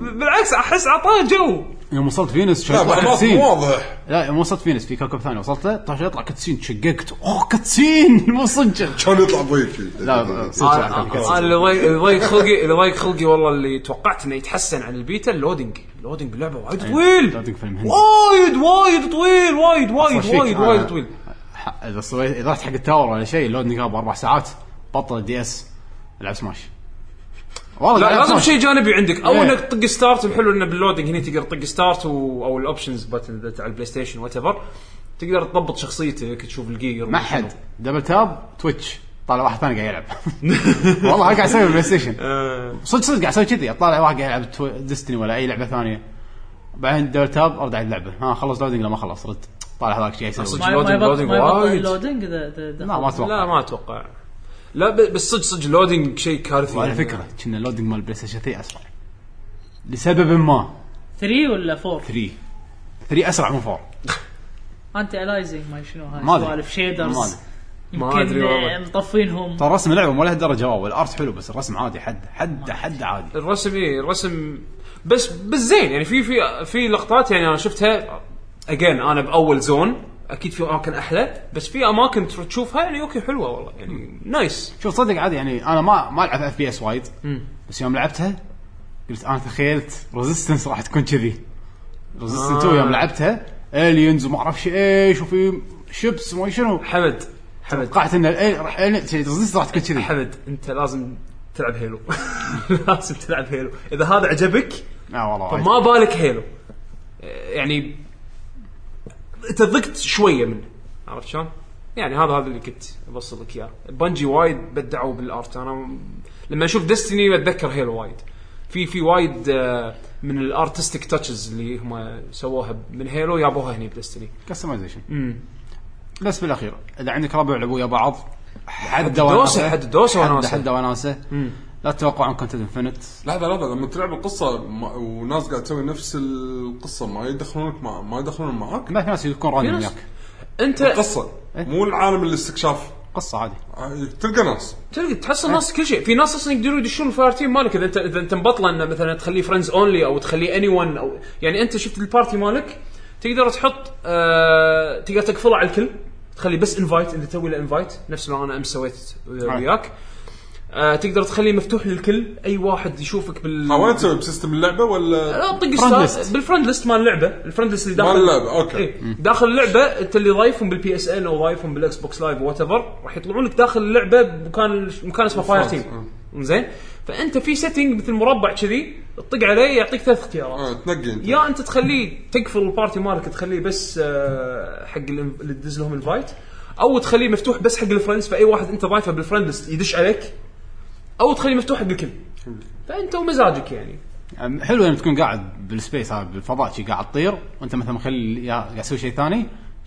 بالعكس احس اعطاه جو
يوم وصلت فينس شو
لا
يطلع
بعض
كاتسين.
مو واضح
لا يوم وصلت فينس في كوكب ثاني وصلت له طاش يطلع كاتسين تشققت اوه كاتسين (laughs) مو صدق
كان يطلع ضيف آه،
لا
أنا-
صدق طلع
انا
كاتسين.
اللي ضايق- اللي ضايق خلقي اللي ضايق خلقي والله اللي توقعت انه يتحسن عن البيتا اللودينج اللودينج باللعبه وايد طويل
إيه، اللودينج في المهندس.
وايد وايد طويل وايد وايد
أصلاً شيك.
وايد
أنا-
وايد طويل
ح- اذا سويت اذا رحت حق التاور ولا شيء لود نقاب اربع ساعات بطل الدي اس العب سماش والله
لا
ألعب
لازم
سماش.
شيء جانبي عندك او
إيه.
انك تطق ستارت الحلو انه باللودينج هنا تقدر تطق ستارت و... او الاوبشنز بتن على البلاي ستيشن وات ايفر تقدر تضبط شخصيتك تشوف الجير
ما حد دبل تاب تويتش طالع واحد ثاني قاعد يلعب
(laughs)
والله أنا قاعد اسوي بلاي ستيشن صدق صدق قاعد اسوي كذي اطالع واحد قاعد يلعب ديستني ولا اي لعبه ثانيه بعدين دول تاب ارد على اللعبه ها خلص لودنج لا ما خلص رد طالع هذاك شيء يسوي
أصلاً.
ما
لودينج-
ما يبطل
لودينج
ما يبطل
وايد.
اللودينج اذا إذا دخل.
لا ما
لا
اتوقع
ما اتوقع لا ب- بس صدق صدق لودينج شيء كارثي
وعلى فكره كنا اللودنج مال بلاي ستيشن 3 اسرع لسبب ما
3 ولا 4
3 3 اسرع من 4
انتي الايزنج ما شنو
ما
هاي
أدري.
سوالف
ما
شيدرز
أدري.
ما أدري
يمكن
والله.
آه، مطفينهم
ترى رسم لعبه مو له درجه واو الارت حلو بس الرسم عادي حد حد حد عادي
الرسم ايه الرسم بس بس زين يعني في في في لقطات يعني انا شفتها اجين انا باول زون اكيد في اماكن احلى بس في اماكن تر- تشوفها يعني اوكي حلوه والله يعني نايس
شوف صدق عادي يعني انا ما ما العب اف بي اس وايد بس يوم لعبتها قلت انا تخيلت ريزيستنس راح تكون كذي ريزيستنس
آه.
2 يوم لعبتها الينز وما اعرف شي ايش وفي شيبس وما شنو
حمد حمد
توقعت ان الأي- راح ريزيستنس راح تكون كذي
حمد انت لازم تلعب هيلو (laughs) لازم تلعب هيلو اذا هذا عجبك
لا آه، والله وايد.
ما بالك هيلو آه، يعني انت ضقت شويه منه عرفت شلون؟ يعني هذا هذا اللي كنت اوصل لك اياه بنجي وايد بدعوا بالارت انا م- لما اشوف ديستني بتذكر هيلو وايد في في وايد آه، من الارتستيك تاتشز اللي هم سووها من هيلو يابوها هني بديستني
كستمايزيشن بس بالاخير اذا عندك ربع لعبوا يا بعض حد
دوسة، حد دوسة وناسة.
حد وناسه لا تتوقعون كونتنت انفنت
لحظه لحظه لما تلعب القصه ما- وناس قاعد تسوي نفس القصه ما يدخلونك مع ما يدخلون معاك
ما في ناس يكون راندوم
ناس-
وياك
انت
قصه
إيه.
مو العالم الاستكشاف
قصه عادي
آه، تلقى ناس
تلقى تحصل ناس كل شيء في ناس اصلا يقدرون يدشون الفاير تيم مالك اذا انت اذا انت مبطله انه مثلا تخليه فريندز اونلي او تخليه اني ون او يعني انت شفت البارتي مالك تقدر تحط آه تقدر تقفله على الكل تخلي بس انفايت اذا تسوي له انفايت نفس ما انا امس سويت وياك آه تقدر تخليه مفتوح للكل اي واحد يشوفك بال
ها وين تسوي بسيستم اللعبه
آه.
ولا
لا تطق
Friend
ستار
list.
بالفرند ليست مال اللعبه الفرند ليست اللي
مال
داخل
اللعبة، أوكي.
إيه. داخل اللعبه انت اللي ضايفهم بالبي اس ان او ضايفهم بالاكس بوكس لايف وات ايفر راح يطلعون لك داخل اللعبه بمكان مكان اسمه فاير
بالفرد،
تيم زين فانت في سيتنج مثل مربع كذي تطق عليه يعطيك ثلاث اختيارات
آه، تنقي (laughs) انت
يا انت تخليه تقفل البارتي مالك تخليه بس آه، حق ال- اللي تدز لهم انفايت او تخليه مفتوح بس حق الفرندز فاي واحد انت ضايفه بالفرند ليست يدش عليك او تخليه مفتوح حق الكل فانت ومزاجك يعني
أم- حلو لما تكون قاعد بالسبيس هذا بالفضاء شي قاعد تطير وانت مثلا مخلي يا قاعد تسوي شيء ثاني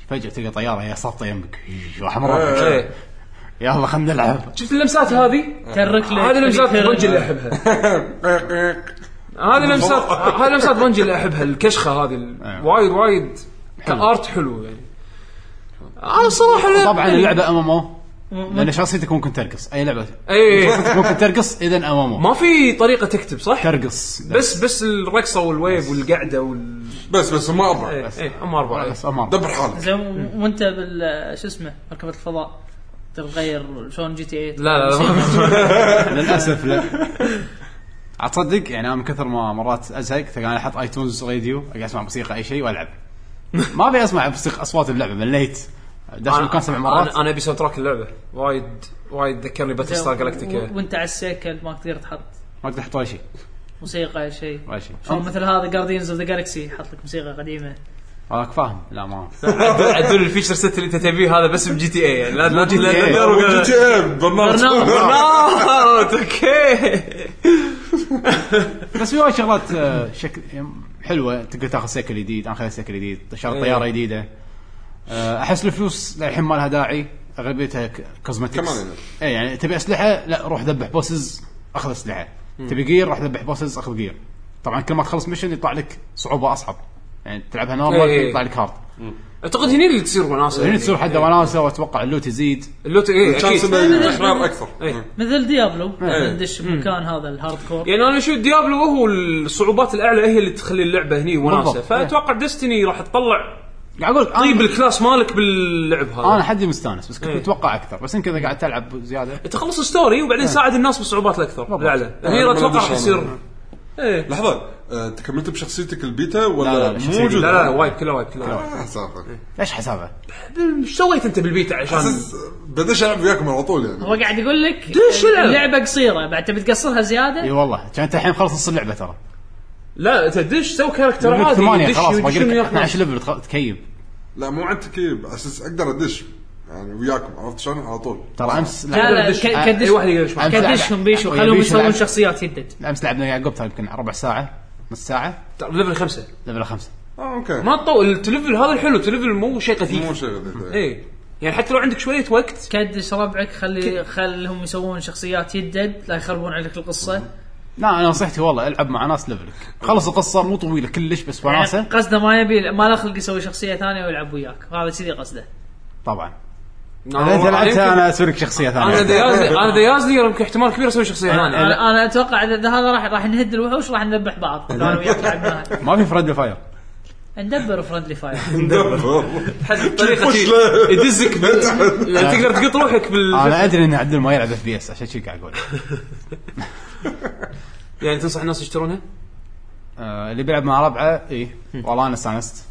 فجاه تلقى طياره يا ساطه يمك حمراء
إيه.
يلا خلينا نلعب
شفت اللمسات هذه؟
ترك لك
هذه لمسات
ترك-
بنجي اللي احبها هذه لمسات هذه لمسات بنجي اللي احبها الكشخه هذه ال-
أيوة.
وايد وايد كارت حلو يعني انا صراحه
طبعا اللعبه ام ام او
م-
لان شخصيتك ممكن ترقص اي لعبه
اي
ممكن ترقص اذا ام ام او
ما في طريقه تكتب صح؟
ترقص
بس بس الرقصه والويف والقعده وال
بس بس ما ابغى
اي هم اربعه إيه.
بس امام
دبر حالك
زين و- وانت بال شو اسمه مركبه الفضاء تغير شلون جي تي إيه؟ 8
لا لا لا
للاسف لا اتصدق يعني انا من كثر ما مرات ازهق فقاعد احط ايتونز راديو اقعد اسمع موسيقى اي شيء والعب ما ابي اسمع موسيقى اصوات اللعبه مليت داش
أنا-
المكان سبع مرات
أنا- انا ابي ساوند تراك اللعبه وايد وايد ذكرني باتل
(laughs)
ستار جالكتيكا
و- وانت على السيكل ما تقدر تحط
ما اقدر احط ولا شيء
موسيقى أي شيء
ولا شيء
شلون مثل هذا جاردينز اوف ذا جالكسي حط لك موسيقى قديمه
وراك فاهم لا ما
عدل الفيشر ست اللي انت تبيه هذا بس بجي تي اي يعني لا لا
جي تي إيه.
لا-
جي تي إيه، برنامج (laughs)
برنامج.
برنامج اوكي
بس في وايد شغلات آه، شكل حلوه تقدر تاخذ سيكل جديد انا خذيت سيكل جديد
إيه.
شغلت طياره جديده آه، احس الفلوس للحين ما لها داعي اغلبيتها ك- كوزمتكس
كمان يعني.
اي يعني تبي اسلحه لا روح ذبح بوسز اخذ اسلحه تبي جير روح ذبح بوسز اخذ جير طبعا كل ما تخلص ميشن يطلع لك صعوبه اصعب يعني تلعبها نورمال
إيه.
يطلع لك هارد
اعتقد هني اللي تصير وناسه
يعني تصير حد وناسه واتوقع اللوت يزيد
اللوت اي
شانس
اكيد
انه يخرب اكثر
إيه.
مثل ديابلو ندش بمكان هذا الهارد
إيه.
كور
يعني انا شو ديابلو هو الصعوبات الاعلى هي اللي تخلي اللعبه هني وناسه
بالضبط.
فاتوقع ديستني راح تطلع
قاعد اقول لك
طيب
انا
الكلاس مالك باللعب هذا
انا حدي مستانس بس كنت
إيه.
متوقع اكثر بس يمكن اذا قاعد تلعب زياده
تخلص ستوري وبعدين ساعد الناس بالصعوبات الاكثر الاعلى هني راح اتوقع راح يصير ايه
لحظه آه، انت كملت بشخصيتك البيتا
لا، لا،
ولا
بشخصيتي.
موجود
لا لا لا وايب كله وايب كله
آه، سافر
ايش حسابه؟
ايش سويت انت بالبيتا عشان
أساس بدش العب وياكم على طول
هو
يعني
قاعد يقول لك
ليش يلعب؟
اللعبه قصيره بعد تبي تقصرها زياده
اي والله كان انت الحين خلص نص اللعبه ترى
لا انت دش سوي كاركتر
ليفل
عادي
ثمانية
دش
خلاص
يدشون
باقي لك
وياك ناس.
12 ليفل تخ- تكيب
لا مو عن تكييف اساس اقدر ادش يعني وياكم عرفت شلون على طول
ترى امس
لا لا
دش.
ك-
أي
كدش
واحد يقدر يشوف.
كدشهم بيشو خلوهم يسوون شخصيات يدد
امس لعبنا يعقوب ترى يمكن ربع ساعه نص ساعه
ليفل خمسه
ليفل خمسه
اه اوكي
طيب، ما تطول التلفل هذا الحلو التلفل مو شيء
مو
غثيث
شيء غثيث إيه.
اي يعني حتى لو عندك شويه وقت
كدش ربعك خلي خلهم يسوون شخصيات يدد لا يخربون عليك القصه
لا انا نصيحتي والله العب مع ناس ليفلك خلص القصه مو طويله كلش بس
يعني
وناسه
قصده ما يبي ما له خلق يسوي شخصيه ثانيه ويلعب وياك هذا كذي قصده
طبعا اذا انت لعبتها انا اسوي لك شخصيه
انا اذا
ثانيه
يازلي انا اذا يازلي يمكن احتمال كبير اسوي شخصيه ثانيه
انا أنا اتوقع اذا هذا راح راح نهد الوحوش راح نذبح بعض لو انا وياك لعبناها
ما في فرد فاير
ندبر فرندلي فاير
(laughs)
طريقه
وش لا؟
(laughs) يدزك بال- يعني تقدر تقط روحك بال
انا ادري ان عدل ما يلعب اف بي اس عشان شي قاعد اقول
يعني تنصح الناس يشترونها؟
آه، اللي بيلعب مع ربعه اي والله انا استانست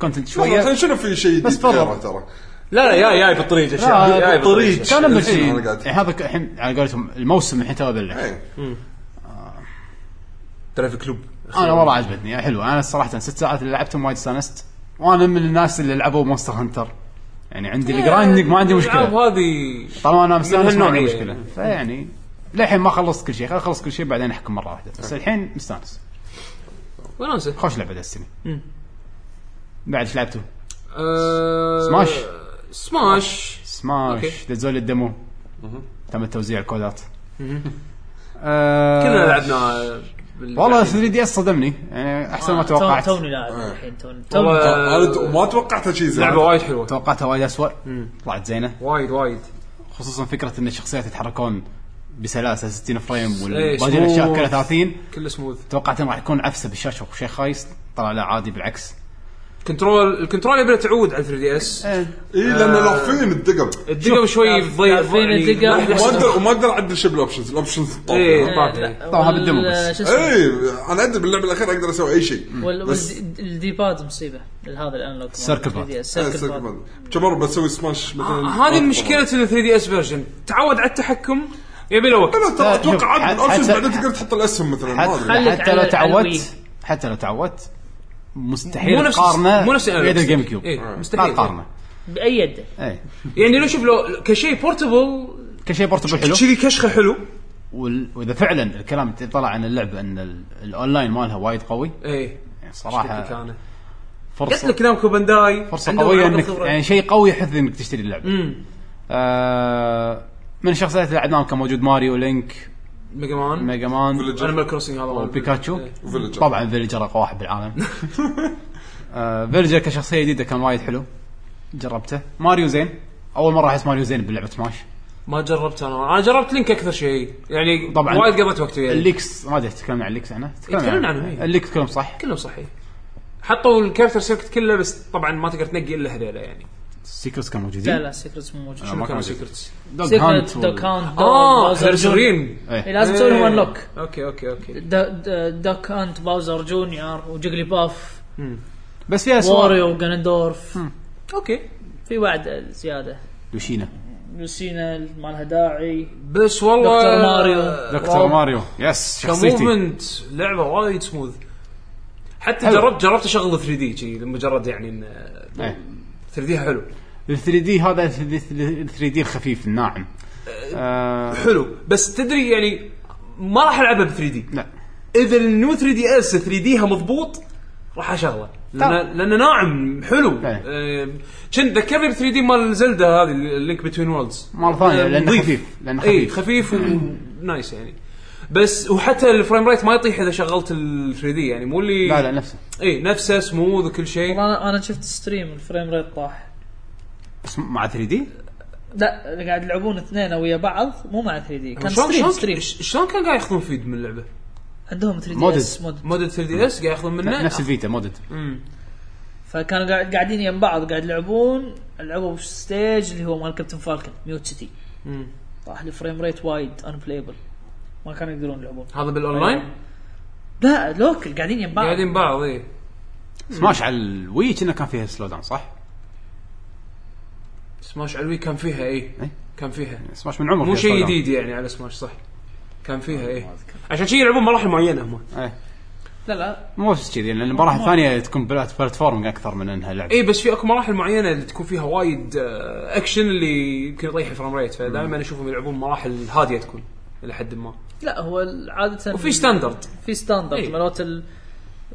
كنت
والله
شويه
شنو في شيء جديد
بس
ترى
تفضل.
ترى
لا لا جاي جاي بالطريق
لا،
اشياء جاي
بالطريق.
بالطريق.
كان نفس الشيء.
أنا قاعد-
يعني هذا الحين على قولتهم الموسم الحين تو بلع
إيه. آه.
ترى في كلوب
انا والله عجبتني يعني حلوه انا صراحه ست ساعات اللي لعبتهم وايد استانست وانا من الناس اللي لعبوا مونستر هانتر يعني عندي الجرايندنج ما عندي
الالعاب
مشكله
هذه
طالما انا مستانس ما عندي
هالنوعية
مشكله
يعني.
فيعني للحين ما خلصت كل شيء خلص اخلص كل شيء بعدين احكم مره واحده بس الحين مستانس
وناسه
خوش لعبه دستني بعد ايش لعبتوا؟
آه،
سماش.
سماش
سماش
أوكي.
دزوا لي الديمو تم توزيع الكودات آه،
كلنا لعبنا بال-
والله 3 دي اس صدمني يعني احسن ما
آه، تو-
توقعت
توني لاعب الحين توني
والله
توني
انا د- آه، ما توقعت شيء زين
لعبه وايد حلوه
توقعتها وايد اسوء طلعت زينه
وايد وايد
خصوصا فكره ان الشخصيات يتحركون بسلاسه 60 فريم
إيه،
والباقي الاشياء
smooth.
كلها 30
كله سموث
توقعت انه راح يكون عفسه بالشاشه وشيء خايس طلع لا عادي بالعكس
كنترول الكنترول يبي له تعود على 3 دي اس
أه،
اي لان لافين الدقب
الدقم شوي
شوف،
ضيق
لافين الدقم.
وما اقدر وما اقدر اعدل شيء بالاوبشنز الاوبشنز
ايه
طافية.
طافية.
طبعاً بالدمو بس.
شو اسمه
اي انا ادري باللعب الاخير اقدر اسوي اي شيء
وال-
إيه. بس-
والد- الديباد مصيبه هذا الانلوج
سيركل باد.
سيركل باد
كبر بسوي سماش مثلا
آه، هذه مشكله ال 3 دي اس فيرجن تعود على التحكم يبي له وقت
لا ترى
شوف،
اتوقع عاد
حد-
الاوبشنز
حتى-
بعدين تقدر تحط الاسهم مثلا ما
حتى,
أدري.
خليك
حتى
على-
لو
على الوي.
تعودت حتى لو تعودت مستحيل
مو نفس
تقارنه
مو نفس
بيد
الأنالوج.
الجيم كيوب
إيه،
ما
مستحيل.
تقارنه
باي يده
اي
يعني لو شوف لو كشيء بورتبل
كل شيء بورتبل حلو
كذي كشخه حلو
وال- واذا فعلا الكلام اللي طلع عن اللعبه ان ال- الاونلاين مالها وايد قوي
ايه
يعني صراحه
صراحه قلت لك
فرصه
نامكو بانداي
فرصه
عندهم
قويه
عرض
انك
خبرة.
يعني شيء قوي يحث انك تشتري اللعبه
امم
آه، من الشخصيات اللي لعبناهم كان موجود ماريو لينك
ميجا مان
ميجا مان
فيلج.
انيمال كروسنج هذا مال-
وبيكاتشو
إيه.
فيلجر.
طبعا فيلجر اقوى واحد بالعالم آه، فيلجر كشخصيه جديده كان وايد حلو جربته ماريو زين اول مره احس ماريو زين بلعبه سماش
ما جربت انا انا جربت لينك اكثر شيء يعني
طبعاً.
طبعا وايد قضيت وقت وياه
الليكس ما ادري تكلمنا عن الليكس احنا
تكلمنا عنه، إيه.
الليكس كلهم صح
كلهم صحيح حطوا الكاركتر سيركت كله بس طبعا ما تقدر تنقي الا هذيلا يعني
السيكرتس كانوا
لا
موجودين
لا سيكرتس مو موجود
آه، ما كان
كانوا
موجود.
سيكرتس
دوغ
سيكرت
هانت
دوك
وال-
هاوند
اه
باوزر جونيور.
هيرسرين
إيه.
إيه، لازم تسوي لهم انلوك
اوكي اوكي اوكي
دوك هانت باوزر جونيور وجيجلي باف
بس فيها سوالف
واريو
Hmm.
وجانندورف
اوكي
في بعد زياده
لوشينا
لوسينا ما لها داعي
بس والله آه،
دكتور ماريو.
دكتور ماريو يس شخصيتي
كموفمنت لعبه وايد سموث حتى
حلو.
جربت جربت اشغل 3 دي شي مجرد يعني ان
إيه.
3 دي حلو
ال 3 دي هذا ال 3 دي الخفيف الناعم آه،
حلو بس تدري يعني ما راح العبها ب 3 دي
لا
اذا النيو 3 دي اس 3 دي ها مضبوط راح اشغله
طبعا.
لان لانه ناعم حلو
إيه.
آه، كنت ذكرني ب 3 دي مال زلدا هذه اللينك بتوين وورلدز
مرة ثانية، لأنه خفيف، لأنه
اي
آه، إيه، خفيف.
إيه، خفيف ونايس يعني بس وحتى الفريم ريت ما يطيح اذا شغلت ال 3 دي يعني مو اللي
لا لا نفسه
اي نفسه سموذ وكل شيء
انا انا شفت ستريم الفريم ريت طاح
بس مع 3 دي
لا قاعد يلعبون اثنين ويا بعض مو مع 3 دي كان
شلون
ستريم
شلون
ستريم
ش- شلون كان قاعد ياخذون فيد من اللعبه؟
عندهم 3 دي اس
Modded.
مود
مود 3 دي اس قاعد ياخذون منه
نفس الفيتا مودد
فكانوا قاعد- قاعدين يم بعض قاعد يلعبون لعبوا بستيج اللي هو مال كابتن فالكن ميوت سيتي
مم.
طاح لي فريم ريت وايد ان بلايبل ما كانوا يقدرون يلعبون
هذا بالاونلاين
لا لوكل قاعدين يم بعض
قاعدين بعض إيه. اي
سماش على الوي كنا كان فيها سلو داون صح؟
سماش على الوي كان فيها اي
إيه.
كان فيها
سماش من عمر
مو
فيها آه، slow down.
شيء جديد يعني على سماش صح كان فيها اي عشان شي يلعبون مراحل معينه هم
إيه.
لا لا
مو إيه، بس كذي لان المراحل الثانيه تكون بلات بلاتفورم اكثر من انها لعبه
اي إيه، بس في اكو مراحل معينه اللي تكون فيها وايد آه، اكشن اللي يمكن يطيح الفريم ريت فدائما اشوفهم يلعبون مراحل هاديه تكون الى حد ما
لا هو ال- عاده
وفي ستاندرد
في ستاندرد
إيه.
مالت ال-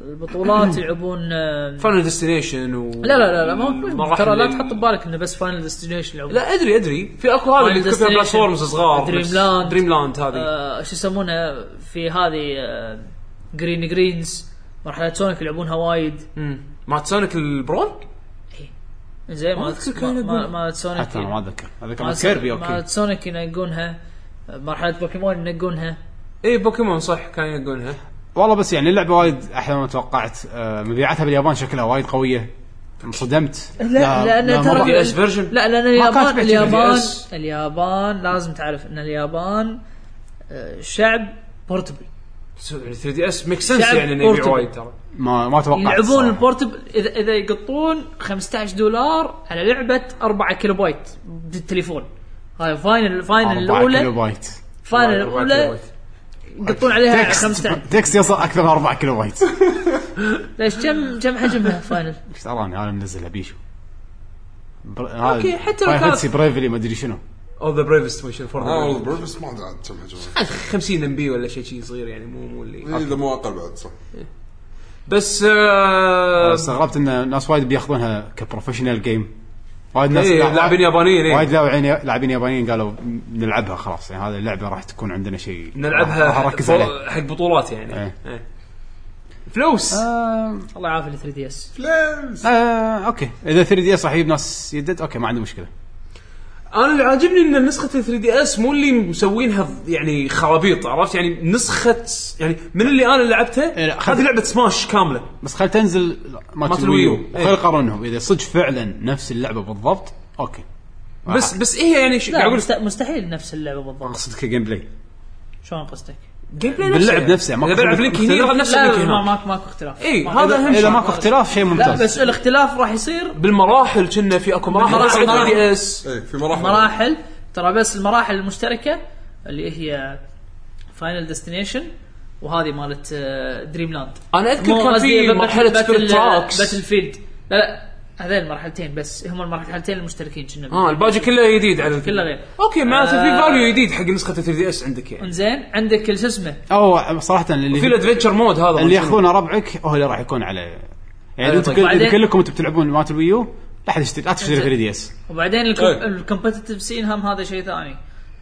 (coughs)
البطولات يلعبون آه،
فاينل ديستنيشن و
لا لا لا لا ما هو
مراحل
ترى لا
ال-
تحط ببالك انه بس فاينل ديستنيشن يلعبون
لا ادري ادري في اكو هذا اللي
Final
تكون
Destination.
بلاتفورمز صغار
Dream Land.
دريم لاند هذه
آه، شو يسمونه في هذه آه، جرين جرينز مرحله سونيك يلعبونها وايد
مم. مالت سونيك البرون
إيه. زين
ما
ما
أذكر
ما-
كانوا
ما-
يقولون.
مالت سونيك
حتى انا ما اتذكر اتذكر مال
مالت-
كيربي اوكي
مالت سونيك ينقونها آه، مرحله بوكيمون ينقونها
اي بوكيمون إيه، صح كانوا يقولونها
والله بس يعني اللعبه وايد احلى ما توقعت آه، مبيعاتها باليابان شكلها وايد قويه انصدمت
لا لان
مرة-
ترى
دي اس version.
لا لان
كانت بيعتمد
اليابان اليابان
دي اس.
اليابان لازم تعرف ان اليابان آه، شعب بورتبل
س- يعني 3 دي اس ميك سنس
شعب
يعني انه يبيع
portable.
وايد ترى
ما ما توقعت
يلعبون
الصراحة.
البورتبل اذا اذا يقطون 15 دولار على لعبه 4 كيلو بايت بالتليفون هاي فاينل فاينل
أربعة كيلو
الاولى
بايت
فاينل
أربعة
الاولى
كيلوات.
يقطون
إيه،
عليها
تكست
15
تكست يصل اكثر من 4 كيلو بايت
ليش كم كم حجمها فاينل؟
ايش تراني انا منزلها بيشو بر... هذا
أوكي، حتى لو
Final
كانت-
Fantasy بريفلي ما ادري شنو
او ذا بريفست مش الفور
انا والله بريفس ما ادري عاد كم حجمها
50 ام بي ولا شيء شيء صغير يعني مو مو اللي
اذا مو اقل بعد صح
بس آه
استغربت ان ناس وايد بياخذونها كبروفيشنال جيم وايد ناس
إيه، لاعبين يابانيين إيه.
وايد لاعبين- لاعبين يابانيين قالوا نلعبها خلاص يعني هذه اللعبه راح تكون عندنا شيء راح
نلعبها
اركز
فوق-
عليه
حق بطولات يعني
إيه. آه.
إيه. فلوس
آم،
الله يعافي ال 3 دي اس
فلوس
آه، اوكي اذا 3 دي اس راح يجيب ناس يدد اوكي ما عندي مشكله
انا اللي عاجبني ان نسخه 3 دي اس مو اللي مسوينها ض- يعني خرابيط عرفت يعني نسخه يعني من اللي انا
إيه، لا،
لعبتها
خذ-
هذه لعبه سماش كامله
بس خل تنزل مالت
مالت
الويو
الويو.
خل يقارنهم اذا صدق فعلا نفس اللعبه بالضبط اوكي
بس بس هي يعني ش-
لا
قاعد اقول
مست- مستحيل نفس اللعبه بالضبط
اقصد كجيم بلاي
شلون قصدك؟
جيم بلاي
باللعب
يعني.
نفسه، ما
اذا
قصدي
بلعب لينك هني
مختلف.
غير نفس
لا
اللينك
لا ما-
هناك
ماك- ماكو اختلاف
اي
ماكو
هذا اهم
اذا
شيء
ماكو اختلاف شيء
لا
ممتاز
بس الاختلاف راح يصير
بالمراحل كنا في اكو مراحل
بالمراحل.
3 دي اس
اي في مراحل
مراحل ترى بس المراحل المشتركه اللي هي فاينل ديستنيشن وهذه مالت آه، دريم لاند
انا اذكر كان في مرحله سبيرت
باتل
تراكس
فيلد لا لا هذين المرحلتين بس هم المرحلتين المشتركين كنا بيهم.
اه الباقي كله جديد على
كله غير.
اوكي معناته في
آه.
فاليو جديد حق نسخه 3 دي اس عندك يعني
انزين عندك شو اسمه
او صراحه
في
اللي
الادفنتشر مود هذا
اللي ياخذونه ربعك هو اللي راح يكون على يعني
أيوة،
انتم
طيب.
كل-
بعدين-
إذا كلكم انتم بتلعبون مالت الويو لا حد يشتري لا تشتري 3 دي اس
وبعدين
إيه.
الكومبتتف سين هم هذا شيء ثاني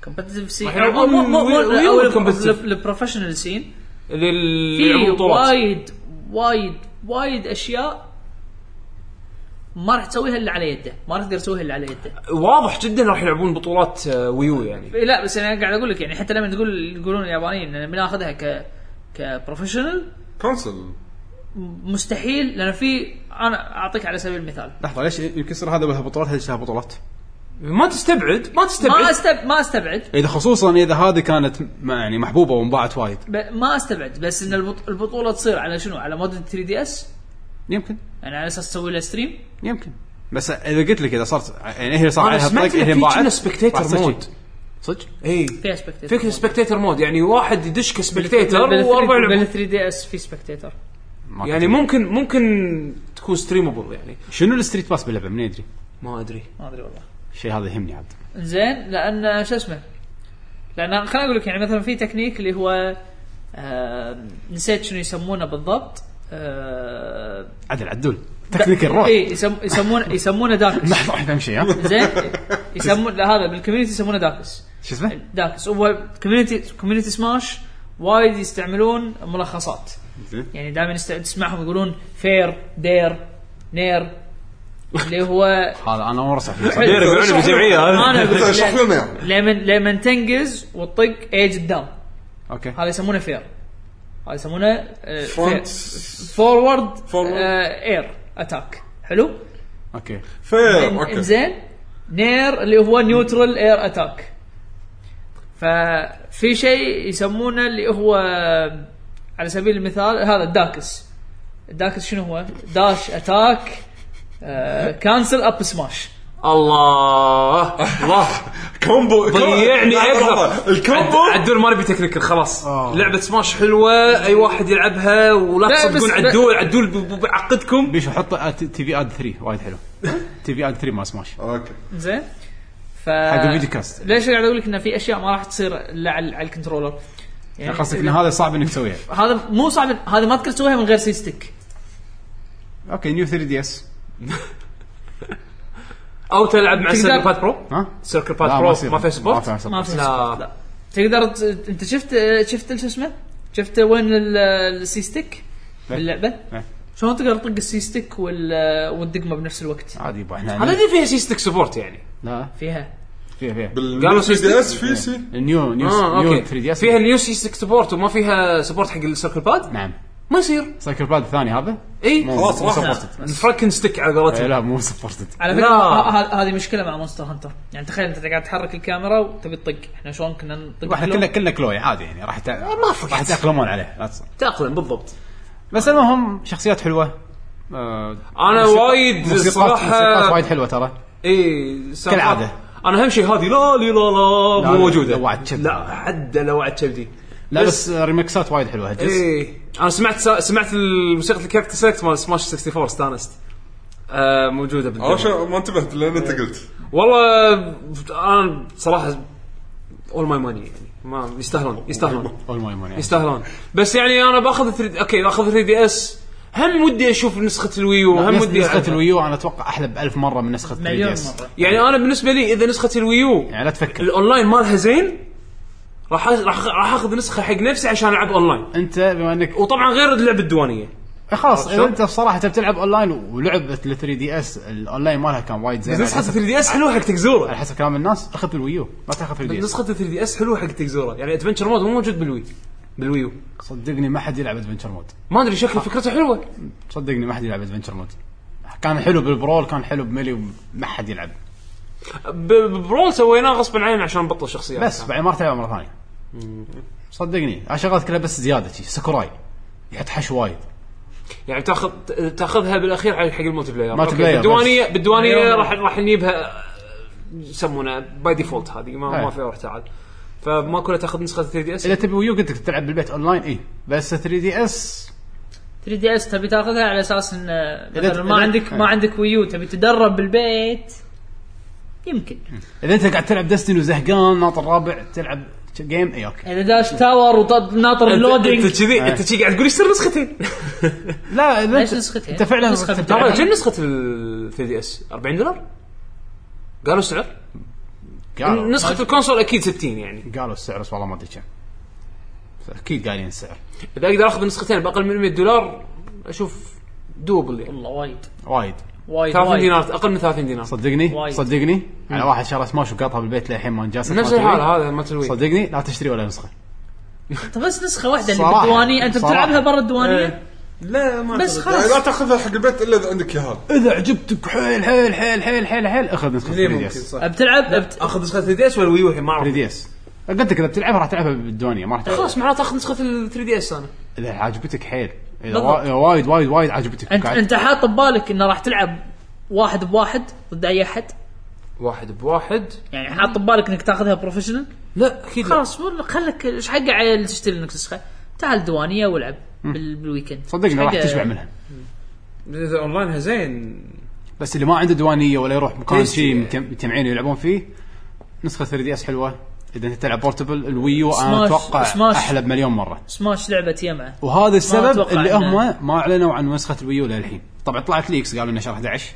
كومبتتف سين
راح يلعبون
او مو- مو- مو-
ويو- ويو
أو ال-
competitive.
ال- البروفيشنال سين
اللي اللي
في
يلعبون بطولات
وايد وايد وايد اشياء ما راح تسويها الا على يده ما راح تقدر تسويها الا على يده
واضح جدا راح يلعبون بطولات آه، ويو يعني
لا بس انا قاعد اقول لك يعني حتى لما تقول يقولون اليابانيين ان بناخذها ك كبروفيشنال
كونسل
مستحيل لان في انا اعطيك على سبيل المثال
لحظه ليش يكسر هذا لها بطولات هذه لها بطولات؟
ما تستبعد ما
ما
تستبعد
استبعد ما استبعد
اذا خصوصا اذا هذه كانت م- يعني محبوبه وانباعت وايد
ب- ما استبعد بس ان البط- البطوله تصير على شنو على مود 3 دي اس
يمكن
يعني على اساس تسوي له ستريم
يمكن بس اذا قلت لك اذا صارت يعني هي صار
أنا
عليها
سمعت
طق
إن
هي
في كنا
انباعت
spectator
راح تصير
mode. إيه.
شي. صدق؟
اي
فيها سبكتيتر
فيك سبكتيتر مود يعني واحد يدش كسبكتيتر واربع
بال
يلعبون
3 دي اس في سبكتيتر
ما
يعني
كنت-
ممكن ممكن تكون ستريمبل يعني
شنو الستريت باس باللعبه من ادري؟
ما ادري
ما ادري والله
الشيء هذا يهمني عاد
زين لان شو اسمه لان خليني اقول لك يعني مثلا في تكنيك اللي هو آه نسيت شنو يسمونه بالضبط آه
عدل عدول تكنيك الروح (laughs)
اي إيه، يسم يسمونه يسمونه داكس
لحظه واحده امشي ها
زين يسمون لا، هذا بالكوميونتي يسمونه داكس
شو اسمه؟
(laughs)
داكس هو كوميونتي كوميونتي سماش وايد يستعملون ملخصات
زين.
يعني دائما تسمعهم يقولون فير دير نير اللي
(laughs)
هو
هذا انا ما
(laughs)
رسع فيه صح؟
حلو.
يقولون بجمعيه
أنا أقول لك.
اشرح لنا يعني
لمن لمن تنقز وتطق ايج قدام
اوكي
هذا يسمونه فير هذا يسمونه آه،
فرونت
فورورد
Forward.
اير اتاك آه، حلو
اوكي
فير
إن-
اوكي
انزين نير اللي هو نيوترال اير اتاك ففي شيء يسمونه اللي هو على سبيل المثال هذا الداكس الداكس شنو هو؟ آه، داش اتاك كانسل اب سماش
الله الله
كومبو
ضيعني
لا،
اكثر
لحظة. الكومبو
عد- عدول ما نبي تكنيكال خلاص
آه.
لعبه سماش حلوه اي واحد يلعبها ولا
لا،
تصدقون
بس-
عدول عدول ب- ب- بعقدكم
بيشو حط تي في اد 3 وايد حلو تي في اد 3 ما سماش
اوكي
زين ف
حق الفيديو كاست.
ليش قاعد اقول لك ان في اشياء ما راح تصير الا على على الكنترولر
يعني قصدك ان هذا صعب انك تسويها
هذا مو صعب هذا ما تقدر تسويها من غير سي ستيك
اوكي نيو 3 دي اس
او تلعب مع
تقدر-
السيركل باد برو
ها
سيركل
لا،
باد برو
يصير. ما
ما فيها
فيها
سبورت
سبورت.
ما في
لا.
لا تقدر ت... انت شفت شفت شو اسمه؟ شفت وين ال- السي ستيك باللعبه؟
لا.
شلون تقدر تطق السي ستيك وال... والدقمه بنفس الوقت؟
عادي يبا احنا
هذا اللي فيها سي ستيك سبورت يعني
لا
فيها
فيها فيها
بالنيو
قالوا
3
سيستم.
دي اس في سي
النيو نيو
اه
نيو
اوكي
3 دي اس
فيها نيو سي ستيك سبورت وما فيها سبورت حق السيركل باد
نعم
ما يصير
سايكل باد الثاني هذا
اي
خلاص راح
فركن ستيك على
إيه،
قولتهم
لا مو سبورتد
على
لا.
فكره ه- ه- هذه مشكله مع مونستر هانتر يعني تخيل انت قاعد تحرك الكاميرا وتبي تطق احنا شلون كنا نطق
واحنا
باللون؟
كنا كنا كلوي عادي يعني راح تع...
آه، ما فرقت.
راح تاقلمون عليه لا تصير
تاقلم بالضبط
بس المهم شخصيات حلوه آه،
انا
موسيقى-
وايد
موسيقات-
صراحة- إيه،
موسيقات وايد حلوه ترى
اي سالفات.
كالعادة.
انا اهم شيء هذه لا لي لا لا
لا،
مو موجوده
لوعت كبدي.
لا حد لوعت كبدي
لا بس ريمكسات وايد حلوه هالجزء
ايه انا سمعت سمعت الموسيقى الكاركتر سيلكت مال سماش 64 استانست آه موجوده بالدمج.
عاشا ما انتبهت لان انت قلت
والله انا صراحه اول ماي ماني يعني ما يستاهلون يستاهلون
اول ماي موني
يستاهلون بس يعني انا باخذ 3 اوكي باخذ 3 دي اس هم ودي اشوف نسخه الويو هم ودي
نسخه
ألعبها.
الويو انا اتوقع احلى بألف مره من نسخه 3
مليون
دي اس
مره
يعني انا بالنسبه لي اذا نسخه الويو
يعني لا تفكر
الاونلاين مالها زين راح أ- راح راح اخذ نسخه حق نفسي عشان العب اونلاين
انت بما انك
وطبعا غير اللعبه الديوانيه
خلاص اذا
شلون؟
انت بصراحه تبي تلعب اونلاين ولعبه ال 3 دي اس الاونلاين مالها كان وايد زين
بس
على
نسخه
يعني حسب-
3 دي اس حلوه حق تكزوره
على حسب كلام الناس اخذ الويو ما تاخذ 3 دي اس
نسخه 3 دي اس حلوه حق تكزوره يعني ادفنشر مود مو موجود بالوي بالويو
صدقني ما حد يلعب ادفنشر مود
ما ادري
آه.
شكل فكرته حلوه
صدقني ما حد يلعب ادفنشر مود كان حلو بالبرول كان حلو بميلي ما حد يلعب
ب- برول سويناه غصبا عننا عشان نبطل شخصيات
بس بعدين ما راح تلعب مره ثانيه صدقني هاي شغلات كلها بس زياده شي ساكوراي يحط حش وايد
يعني تاخذ تاخذها بالاخير على حق الملتي بلاير
مالتي
أوكي،
بلاير بس.
بالديوانيه بالديوانيه
اليوم-
راح راح نجيبها يسمونها باي ديفولت هذه ما, ما
أي.
فيها روح تعال فما كلها تاخذ نسخه 3 دي اس
اذا تبي ويو قلت لك تلعب بالبيت اونلاين اي بس 3 دي اس
3 دي اس تبي تاخذها على اساس ان مثلا ما
إذا- إيه.
عندك ما عندك ويو تبي تدرب بالبيت يمكن
اذا انت قاعد تلعب دستن وزهقان ناطر رابع تلعب إيه، جيم اي اوكي
اذا داش يعني تاور وناطر اللودينج
انت
إيه.
كذي انت كذي قاعد تقول يصير نسختين
(laughs) لا اذا
ليش
أنت-
نسختين؟
انت فعلا
نسخة
أنت
بالدولار.
ترى
بتلعب-
كم نسخه ال 3 دي اس 40 دولار قالوا السعر
قالوا
نسخه الكونسول اكيد 60 يعني
قالوا السعر بس والله ما ادري كم اكيد قايلين السعر
اذا اقدر اخذ نسختين باقل من 100 دولار اشوف دوبل يعني
والله وايد
وايد
وايد
30
وايد
دينار اقل من 30 دينار
صدقني
وايد.
صدقني على واحد شرى سماش وقاطها بالبيت للحين ما انجاز
نفس الحاله هذا مالت الوي
صدقني لا تشتري ولا نسخه
انت بس نسخه واحده اللي
صراحة.
بالديوانيه انت
صراحة. إيه.
بتلعبها برا الديوانيه
لا ما
بس
يعني لا
خلاص
تاخذها حق البيت الا اذا عندك اياها
اذا عجبتك حيل حيل حيل حيل حيل حيل اخذ نسخه 3 دي اس
صح
بتلعب
إيه.
بت...
اخذ نسخه 3 دي اس ولا ويو الحين ما
3
اعرف
دي اس قلت لك اذا بتلعبها راح تلعبها بالدنيا ما راح تلعبها
خلاص معناته اخذ نسخه ال 3 دي اس انا
اذا عجبتك حيل اذا
بالضبط.
وا- إذا وايد وايد وايد عجبتك
انت
قاعد-
انت حاط ببالك انه راح تلعب واحد بواحد ضد اي احد
واحد بواحد
يعني حاط ببالك انك تاخذها بروفيشنال
لا اكيد لا.
خلاص ولا خلك ايش حق عيل تشتري لك نسخه تعال الديوانيه والعب بال- بالويكند
صدقني راح
حق-
تشبع منها
اذا اونلاينها زين
بس اللي ما عنده دوانيه ولا يروح مكان
تيستي.
شيء متم- متجمعين يلعبون فيه نسخه 3 دي اس حلوه اذا انت تلعب بورتبل الويو انا
سماش-
اتوقع
سماش.
احلى بمليون مره
سماش لعبه يمعه
وهذا السبب
أتوقع
اللي
إنه-
هم ما اعلنوا عن نسخه الويو للحين طبعا طلعت ليكس قالوا انه شهر 11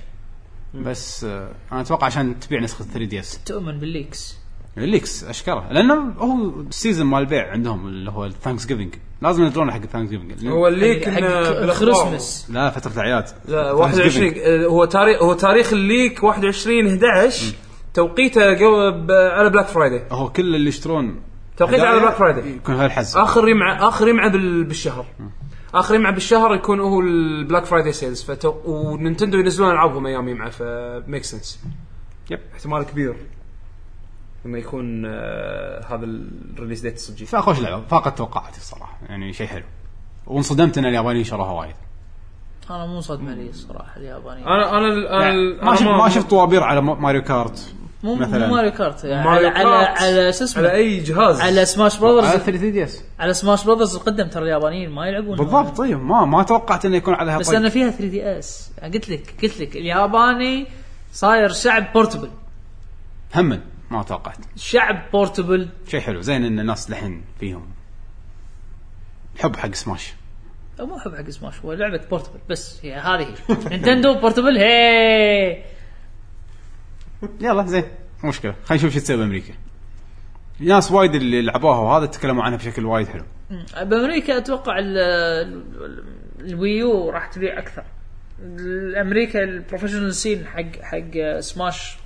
بس آه، انا اتوقع عشان تبيع نسخه 3 دي اس
تؤمن بالليكس
الليكس اشكره لانه هو السيزون مال البيع عندهم اللي هو الثانكس جيفنج لازم يدرون حق الثانكس جيفنج
هو الليك
حق
انه بالأخبار.
الكريسماس
لا فتره العياد
لا
Thanksgiving.
21 آه، هو تاريخ هو تاريخ الليك 21 11 توقيته جو- ب- على بلاك فرايداي
هو كل اللي يشترون
توقيت على
هدايا إيه.
Black Friday.
يكون هالحز
اخر يمعه اخر يمعه بال- بالشهر اخر يمعه بالشهر يكون هو البلاك فرايداي سيلز فتو... وننتندو ينزلون العابهم ايام يمعه فميك سنس
يب.
احتمال كبير لما يكون آه هذا الريليز ديت صجي
فخوش لعبه فاقت توقعاتي الصراحه يعني شيء حلو وانصدمت ان اليابانيين شروها وايد
انا مو صدمه لي الصراحه اليابانيه
انا انا ال- انا
يعني
ال-
ما
أنا
شفت ما شفت طوابير على ما- ماريو كارت
مو
مثلاً.
مو ماريو كارت يعني
ماريو
على على
كارت.
على شو اسمه
على اي جهاز
على سماش
على
براذرز
3 دي اس
على سماش براذرز القدم ترى اليابانيين ما يلعبون
بالضبط طيب ما ما توقعت انه يكون عليها
بس
طيب.
انا فيها 3 دي اس قلت لك قلت لك الياباني صاير شعب بورتبل
هما ما توقعت
شعب بورتبل
شيء حلو زين ان الناس لحن فيهم حب حق سماش
أو مو حب حق سماش هو لعبه بورتبل بس هي هذه هي. نينتندو بورتبل هي
يلا زين مو مشكله خلينا نشوف شو تصير بامريكا ناس وايد اللي لعبوها وهذا تكلموا عنها بشكل وايد حلو
أمم، بامريكا اتوقع ال- ال- ال- الويو راح تبيع اكثر امريكا البروفيشنال سين حق حق سماش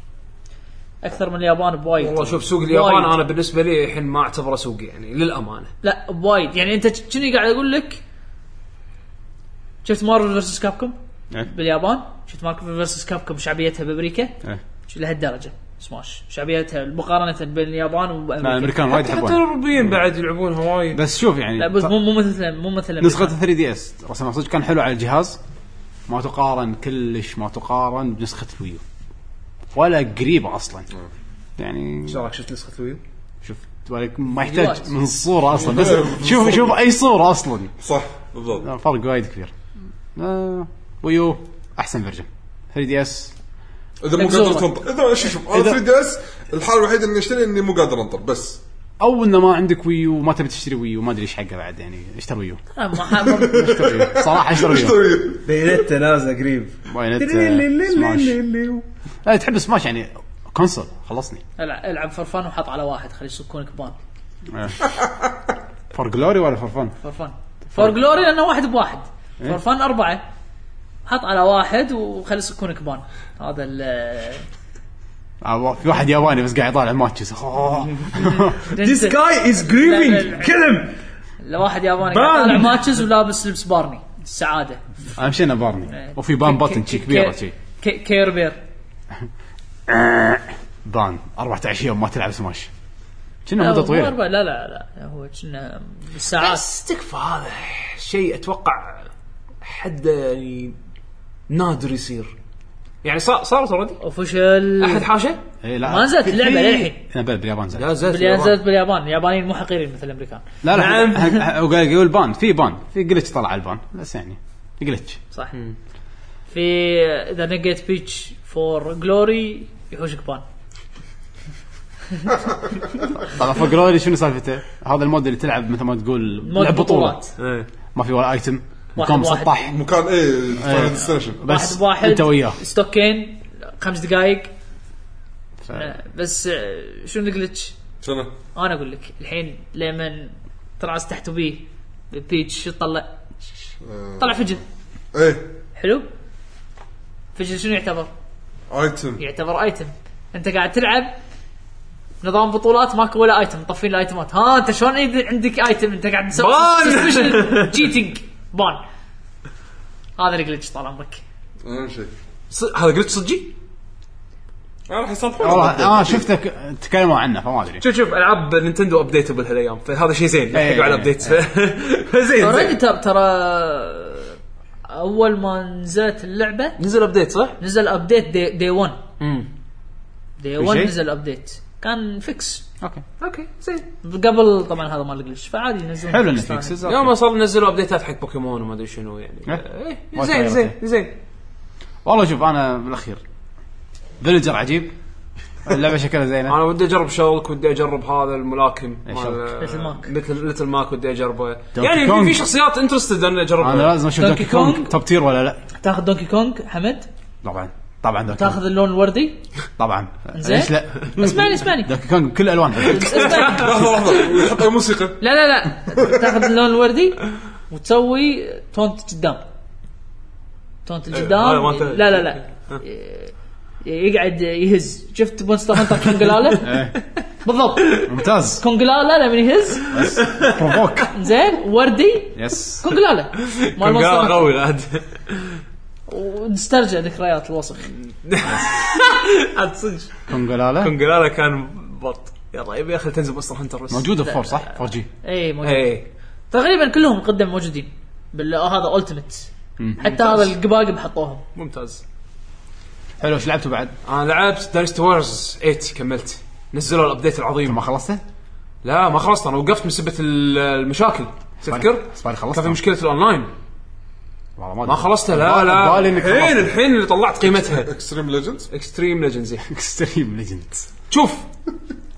اكثر من اليابان بوايد
والله شوف سوق اليابان
وايد.
انا بالنسبه لي الحين ما اعتبره سوق يعني للامانه
لا بوايد يعني انت شنو قاعد اقول لك شفت مارفل فيرسس كابكوم
إيه.
باليابان شفت مارفل فيرسس كابكوم شعبيتها بامريكا
إيه.
شو لهالدرجه سماش شعبيتها مقارنه بين اليابان
لا
وامريكا
الامريكان وايد
حتى
يحبونها
الاوروبيين بعد يلعبونها وايد
بس شوف يعني
لا بس
ط-
مو مو مثل مو مثل
نسخة
الأمريكان.
3 دي اس رسمها صدق كان حلو على الجهاز ما تقارن كلش ما تقارن بنسخة الويو ولا قريبة اصلا يعني
ايش رايك شفت نسخه الويو؟
شوف تبارك ما
فيديوهات.
يحتاج من الصورة اصلا بس شوف شوف اي صورة اصلا
صح بالضبط
لا، فرق وايد كبير آه، ويو احسن فيرجن 3 دي اس
اذا مو
مكسورة.
قادر تنطر اذا شوف شوف انا
نعم. إذا-
3 دي اس الحاله الوحيده اني اشتري اني مو قادر انطر بس
او انه ما عندك ويو ما تبي تشتري ويو ما ادري ايش حقه بعد يعني اشتر ويو
آه، ما حاب-
اشتر ويو صراحه اشتر ويو
بينتا نازله قريب
بايونيتا، سماش لا تحب سماش يعني كونسول خلصني
العب العب فرفان وحط على واحد خلي يسكونك بان
فور جلوري ولا فور فن؟
فرفان فور جلوري لانه واحد بواحد
إيه؟
فرفان اربعه حط على واحد وخلي يسكونك بان هذا ال-
في واحد ياباني بس قاعد يطالع ماتشز أوه.
This guy is grieving kill him
لواحد ياباني قاعد
بان.
طالع ماتشز ولابس لبس بارني السعاده
اهم شيء انه
(laughs)
بارني وفي بان بطن شي كبيره شي
كي- كيربير
بان 14 يوم ما تلعب سماش كنا
لا
مده
هو مو
طويله
أربعة، لا لا لا هو كنا الساعات
بس تكفى هذا شيء اتوقع حد يعني نادر يصير يعني صار صارت اوريدي
اوفشل
احد حاشه؟
إيه، لا
ما نزلت
في-
اللعبة
في-
للحين.
لا، بل- باليابان نزلت
زالت
اللي نزلت باليابان اليابانيين مو حقيرين مثل الامريكان
لا لا
نعم.
هق- (laughs) هق- هو قاعد يقول بان في بان في جلتش طلع على البان بس يعني جلتش
صح في اذا نقيت بيتش فور جلوري يحوشك بان
طبعا فوق رولي شنو سالفته؟ هذا المود اللي تلعب مثل ما تقول
مود
لعب بطوله
بطولات.
إيه.
ما في ولا ايتم
واحد
مكان
واحد.
مسطح
مكان ايه
أيوه.
فاينل ديستنيشن
بس
واحد واحد
انت وياه
ستوكين خمس دقائق
ف-
آه، بس آه، شنو الجلتش؟
شنو؟
انا اقول لك الحين لما تراس تحت بيه بيتش شو طلع؟ طلع فجل
ايه
حلو؟ فجل شنو يعتبر؟
ايتم
يعتبر ايتم انت قاعد تلعب نظام بطولات ماكو ولا ايتم مطفين الايتمات ها انت شلون إذا عندك ايتم انت قاعد تسوي
بان!
سسبشن تشيتنج بان هذا الجلتش طال عمرك
اهم شيء
ص- هذا قلت صجي؟
انا راح يصلحون
والله اه شفتك تكلموا عنه فما ادري
شوف شوف العاب نينتندو ابديتبل هالايام فهذا شيء زين
إيه.
يلحقوا على ابديت فزين
اوريدي
(laughs) زين.
ترى ترى اول ما نزلت اللعبه
نزل ابديت صح؟
نزل ابديت دي, دي 1 دي 1
شيء؟
نزل ابديت كان فيكس
اوكي
اوكي زين
قبل طبعا هذا مال الجلتش فعادي ينزلون
حلو انه
fix ثاني.
فيكسز
يوم ما صار نزلوا ابديتات حق بوكيمون وما ادري شنو يعني
إيه.
إيه،
ما
زين
تغيرت
زين
إيه.
زين
والله شوف انا بالاخير فيلجر عجيب اللعبه شكلها زينه
انا ودي اجرب شولك ودي اجرب هذا الملاكم
إيه،
مال-
شولك.
Little Mac.
مثل ليتل ماك ودي اجربه
Donkey
يعني في-
Kong.
في شخصيات انترستد اني اجربها
انا لازم اشوف
دونكي
دونكي كونج
كونج.
توب تير ولا لا
تاخذ دونكي كونج حمد
طبعا طبعا دونكي
تاخذ
كونج.
اللون الوردي
طبعا
زين.
ليش لا
اسمعني اسمعني
دونكي كونج بكل
(laughs)
الوانها
اسمعني
لحظه لحظه ويحط أي موسيقى
لا لا لا تاخذ اللون الوردي وتسوي تونت قدام تونت
هذا
القدام
مالته.
لا لا لا يقعد يهز شفت مونستر
(laughs)
هانتر
إيه.
كونجلاله بالضبط
ممتاز
كونجلاله لما يهز
بروفوك
زين وردي
يس
كونجلاله مال
كونغ
مونستر هانتر.
قوي العاد
ونسترجع ذكريات الوسخ
(laughs) عاد صدق
كونغولالا
كونغلالا كان بط يلا يبي اخي تنزل مونستر هانتر بس إيه.
موجوده فور صح 4 جي
اي إيه، موجود
اي
تقريبا كلهم قدم موجودين بال هذا التيمت حتى هذا القباقب حطوهم
ممتاز
حلو ايش لعبته بعد؟
انا لعبت داينستي وورز 8 كملت نزلوا الابديت العظيم
ما خلصته؟
لا ما خلصت انا وقفت من سبه ال- المشاكل تذكر؟
بس بعد
كان في
خلصته
مشكله الاونلاين
والله
ما خلصتها لا لا
بالي انك
الحين
خلصت
الحين اللي طلعت قيمتها
اكستريم ليجندز
اكستريم ليجندز
اكستريم ليجند
شوف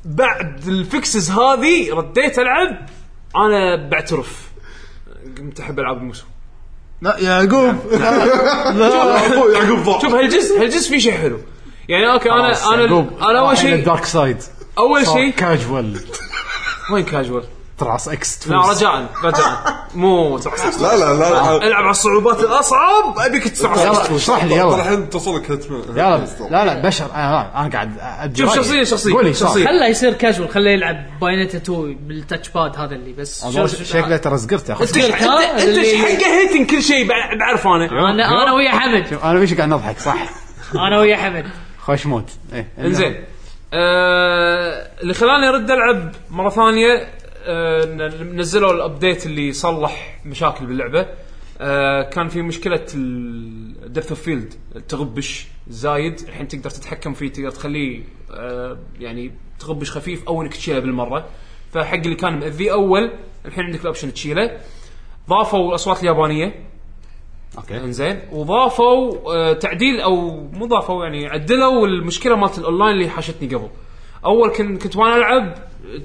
بعد الفكسز هذه رديت العب انا بعترف قمت احب العاب الموسم
لا
(laughs)
(laughs) يعقوب
أبو يعقوب ضاع
شوف هالجزء هالجزء في شيء حلو يعني اوكي انا انا انا اول شيء
دارك سايد
اول شيء
كاجوال
وين كاجوال
تراس اكس
لا رجاء رجاء مو صعب.
لا لا لا
العب على الصعوبات الاصعب ابيك تصعب
آه. يلا اشرح لي
ترى
يلا
الحين توصلك هتمان (laughs)
يلا لا لا بشر انا لا انا قاعد أدي
شوف
رأيي.
شخصية- شخصية-
قول لي صح.
شخصية.
خله يصير كاجوال خله يلعب باينتا 2 بالتاتش باد هذا اللي بس
والله
شو-
شكله ترى زقرت يا اخي
قلت ها،
انت انت
اللي-
إيش حقه هيتن كل شيء بع- بعرف انا
انا انا ويا حمد
انا وش قاعد نضحك صح
انا ويا حمد
خوش مود ايه
انزين آه، اللي خلاني ارد العب مره ثانيه آه، ن- نزلوا الابديت اللي صلح مشاكل باللعبه آه، كان في مشكله الدبث اوف فيلد التغبش الزايد الحين تقدر تتحكم فيه تقدر تخليه آه، يعني تغبش خفيف او انك تشيله بالمره فحق اللي كان مأذيه اول الحين عندك الاوبشن تشيله ضافوا الاصوات اليابانيه
اوكي
انزين وضافوا آه، تعديل او مو ضافوا يعني عدلوا المشكله مالت الاونلاين اللي حاشتني قبل اول كنت كنت وانا العب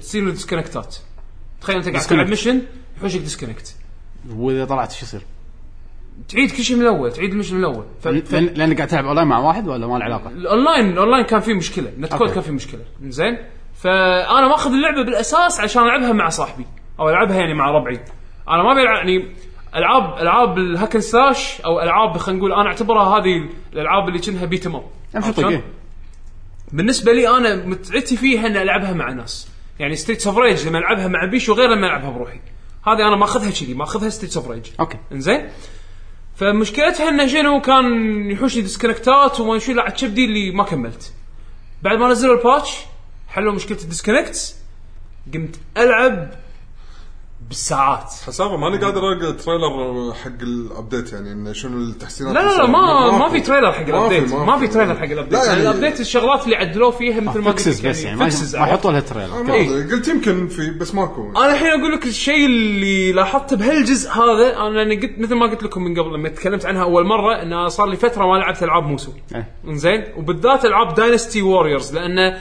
تصير ديسكونكتات تخيل انت قاعد تلعب ميشن يحوشك ديسكونكت
واذا طلعت شو يصير؟
تعيد كل شيء من الاول تعيد المشن من الاول ف... أه، ف...
لان لأنك قاعد تلعب اونلاين مع واحد ولا ما له علاقه؟
الاونلاين الاونلاين كان فيه مشكله نت كود
أوكي.
كان فيه مشكله زين فانا ماخذ اللعبه بالاساس عشان العبها مع صاحبي او العبها يعني مع ربعي انا ما بلعب يعني العاب العاب الهاكن سلاش او العاب خلينا نقول انا اعتبرها هذه الالعاب اللي كأنها بيت اب
امشي طق إيه.
بالنسبه لي انا متعتي فيها ان العبها مع ناس يعني ستريت اوف ريج لما العبها مع بيشو غير لما العبها بروحي هذه انا ماخذها كذي ماخذها ستريت اوف ريج
اوكي
انزين فمشكلتها انه شنو كان يحوشني ديسكونكتات وما شو على كبدي اللي ما كملت بعد ما نزلوا الباتش حلوا مشكله الديسكونكت قمت العب بالساعات
حسابه ماني قادر القى تريلر حق الابديت يعني انه شنو التحسينات
لا لا لا
اللي
ما
صارت.
ما في تريلر حق الابديت ما في تريلر حق
لا
الابديت يعني
يعني
الابديت الشغلات اللي عدلوه فيها مثل ما قلت
فكسز
لك
بس يعني ما
fixes
ما حطوا لها تريلر
ما
إيه.
أدري، قلت يمكن في بس ماكو
انا الحين اقول لك الشيء اللي لاحظته بهالجزء هذا انا لاني قلت مثل ما قلت لكم من قبل لما تكلمت عنها اول مره انه صار لي فتره ما لعبت العاب موسو
إيه.
انزين وبالذات العاب داينستي ووريرز لان ال-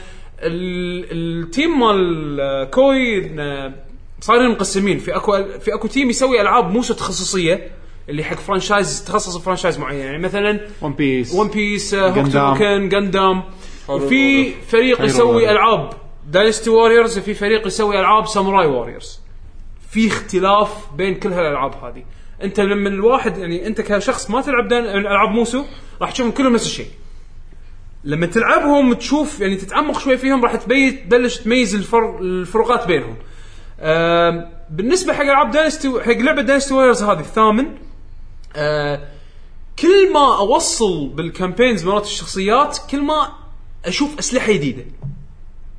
التيم مال كوي إنه صارين مقسمين في اكو في اكو تيم يسوي العاب موسو تخصصيه اللي حق فرانشايز تخصص فرانشايز معين يعني مثلا
ون بيس
ون بيس هوكتو
Gundam.
كان جندام وفي فريق يسوي
Warrior.
العاب داينستي ووريرز وفي فريق يسوي العاب ساموراي ووريرز في اختلاف بين كل هالالعاب هذه انت لما الواحد يعني انت كشخص ما تلعب داين- العاب موسو راح تشوفهم كلهم نفس الشيء لما تلعبهم تشوف يعني تتعمق شوي فيهم راح تبين تبلش تميز الفر... الفروقات بينهم آم، بالنسبه حق العاب داينستي حق لعبه داينستي ووريرز هذه الثامن آه، كل ما اوصل بالكامبينز مرات الشخصيات كل ما اشوف اسلحه جديده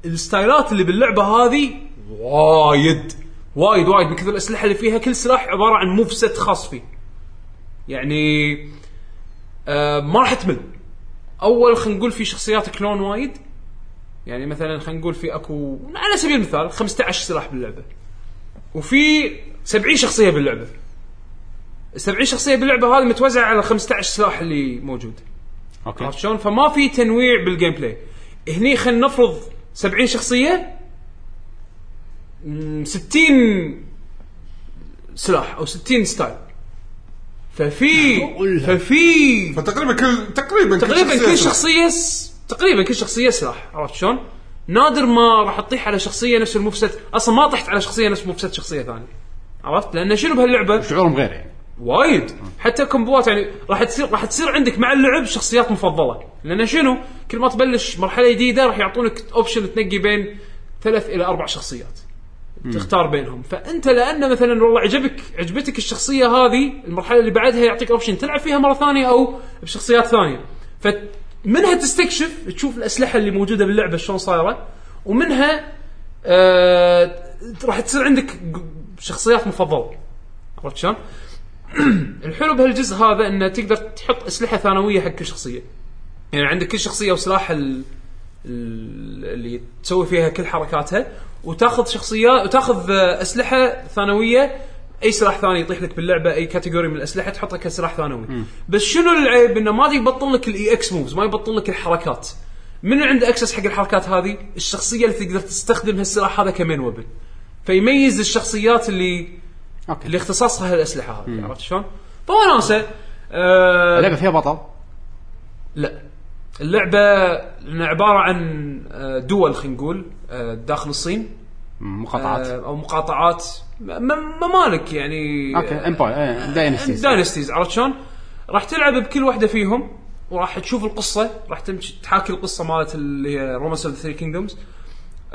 الستايلات اللي باللعبه هذه وايد وايد وايد من كثر الاسلحه اللي فيها كل سلاح عباره عن موف سيت خاص فيه يعني آه ما راح تمل اول خلينا نقول في شخصيات كلون وايد يعني مثلا خلينا نقول في اكو على سبيل المثال 15 سلاح باللعبه وفي 70 شخصيه باللعبه 70 شخصيه باللعبه هذه متوزعه على 15 سلاح اللي موجود
اوكي
عرفت شلون؟ فما في تنويع بالجيم بلاي. هني خلينا نفرض 70 شخصيه مم، 60 سلاح او 60 ستايل. ففي ففي
فتقريبا كل تقريبا
تقريبا
شخصية
كل شخصيه س... تقريبا كل شخصيه سلاح عرفت شلون؟ نادر ما راح تطيح على شخصيه نفس المفسد، اصلا ما طحت على شخصيه نفس مفسد شخصيه ثانيه. عرفت؟ لان شنو بهاللعبه؟
شعورهم غير يعني
وايد حتى كومبوات يعني راح تصير راح تصير عندك مع اللعب شخصيات مفضله لان شنو كل ما تبلش مرحله جديده راح يعطونك اوبشن تنقي بين ثلاث الى اربع شخصيات تختار بينهم فانت لان مثلا والله عجبك عجبتك الشخصيه هذه المرحله اللي بعدها يعطيك اوبشن تلعب فيها مره ثانيه او بشخصيات ثانيه فمنها تستكشف تشوف الاسلحه اللي موجوده باللعبه شلون صايره ومنها آه راح تصير عندك شخصيات مفضله عرفت شلون؟ الحلو بهالجزء هذا انه تقدر تحط اسلحه ثانويه حق كل شخصيه. يعني عندك كل شخصيه وسلاح ال... ال- اللي تسوي فيها كل حركاتها وتاخذ شخصيات وتاخذ آه، اسلحه ثانويه اي سلاح ثاني يطيح لك باللعبه اي كاتيجوري من الاسلحه تحطها كسلاح ثانوي. بس شنو العيب انه ما يبطل لك الاي اكس موفز، ما يبطل لك الحركات. من عنده اكسس حق الحركات هذه؟ الشخصيه اللي تقدر تستخدم هالسلاح هذا كمين وبن. فيميز الشخصيات اللي
اوكي
اللي اختصاصها الاسلحه هذه عرفت شلون؟ فوناسه آه
اللعبه فيها بطل
لا اللعبه إنها عباره عن آه، دول خلينا نقول آه، داخل الصين
مم،
آه،
مقاطعات
او مقاطعات م- م- ممالك يعني
اوكي امباير داينستيز
داينستيز عرفت شلون؟ راح تلعب بكل واحده فيهم وراح تشوف القصه راح تمشي تحاكي القصه مالت اللي هي رومانس اوف ثري كينجدومز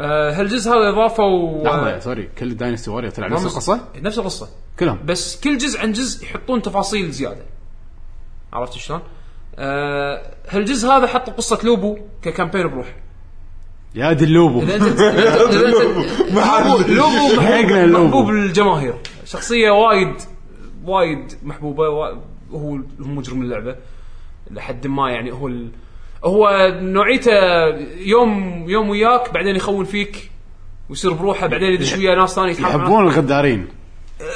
آه، هالجزء هذا اضافوا
لحظه سوري كل داينستي واريور تلعب نفس
Romance-
القصه
نفس القصه
كلهم
بس كل جزء عن جزء يحطون تفاصيل زياده عرفت شلون؟ آه هالجزء هذا حط قصه لوبو ككامبين بروح
يا دلوبو
اذا انت إذا أنت- لوبو- لوبو
حقنا
محبوب-
لوبو.
محبوب الجماهير شخصيه وايد وايد محبوبه وا- هو هو مجرم اللعبه لحد ما يعني هو ال... هو نوعيته يوم يوم وياك بعدين يخون فيك ويصير بروحه بعدين يدش ويا ناس ثانيه يتحاربون
يحبون الغدارين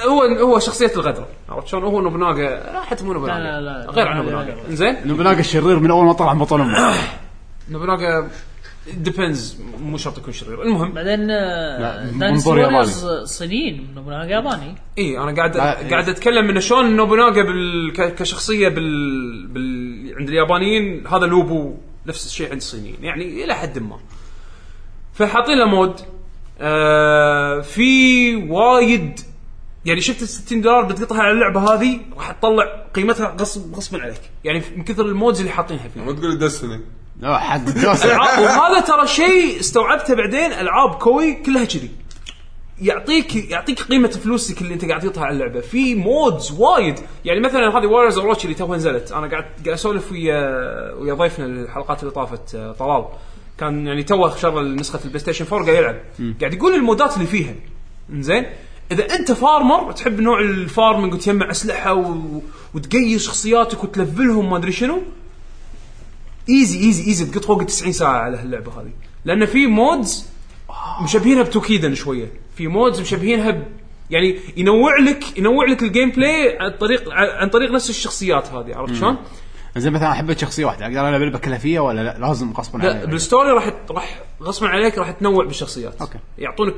هو هو شخصيه الغدر عرفت شلون هو نوبناغا لا حتى مو نوبناغا
لا، لا، لا.
غير عن
لا، لا،
نوبناغا
لا.
زين
نوبناغا الشرير من اول ما طلع بطل امه
نوبناغا ديبندز مو شرط يكون شرير المهم
بعدين
لا،
داينستي
منظور ياباني.
صينيين نوبوناغا ياباني
اي انا قاعد
لا،
قاعد اتكلم انه شلون نوبناغا بال... ك- كشخصيه بال... بال عند اليابانيين هذا لوبو نفس الشيء عند الصينيين يعني الى حد ما فحاطين له مود آه في وايد يعني شفت ال 60 دولار بتقطعها على اللعبه هذه راح تطلع قيمتها غصب غصبا عليك يعني من كثر المودز اللي حاطينها فيها
ما تقول دستني
لا (laughs) حد دوسه
العاب وهذا ترى شيء استوعبته بعدين العاب كوي كلها كذي يعطيك يعطيك قيمه فلوسك اللي انت قاعد تحطها على اللعبه في مودز وايد يعني مثلا هذه وارز اوف اللي توها نزلت انا قاعد قاعد اسولف ويا ويا ضيفنا الحلقات اللي طافت آه، طلال كان يعني توه شغل نسخه البلاي ستيشن 4 قاعد يلعب قاعد يقول المودات اللي فيها زين اذا انت فارمر تحب نوع الفارمنج وتجمع اسلحه و... وتقيس شخصياتك وتلفلهم ما ادري شنو ايزي ايزي ايزي تقط فوق 90 ساعه على هاللعبه هذه لان في مودز مشبهينها بتوكيدن شويه في مودز مشبهينها ب... يعني ينوع لك ينوع لك الجيم بلاي عن طريق عن طريق نفس الشخصيات هذه عرفت شلون؟
زين مثلا احب شخصيه واحده اقدر العب لعبه كلفيه ولا لا لازم غصبا
لا
علي
بالستوري راح راح غصبا عليك راح تنوع بالشخصيات
أوكي.
يعطونك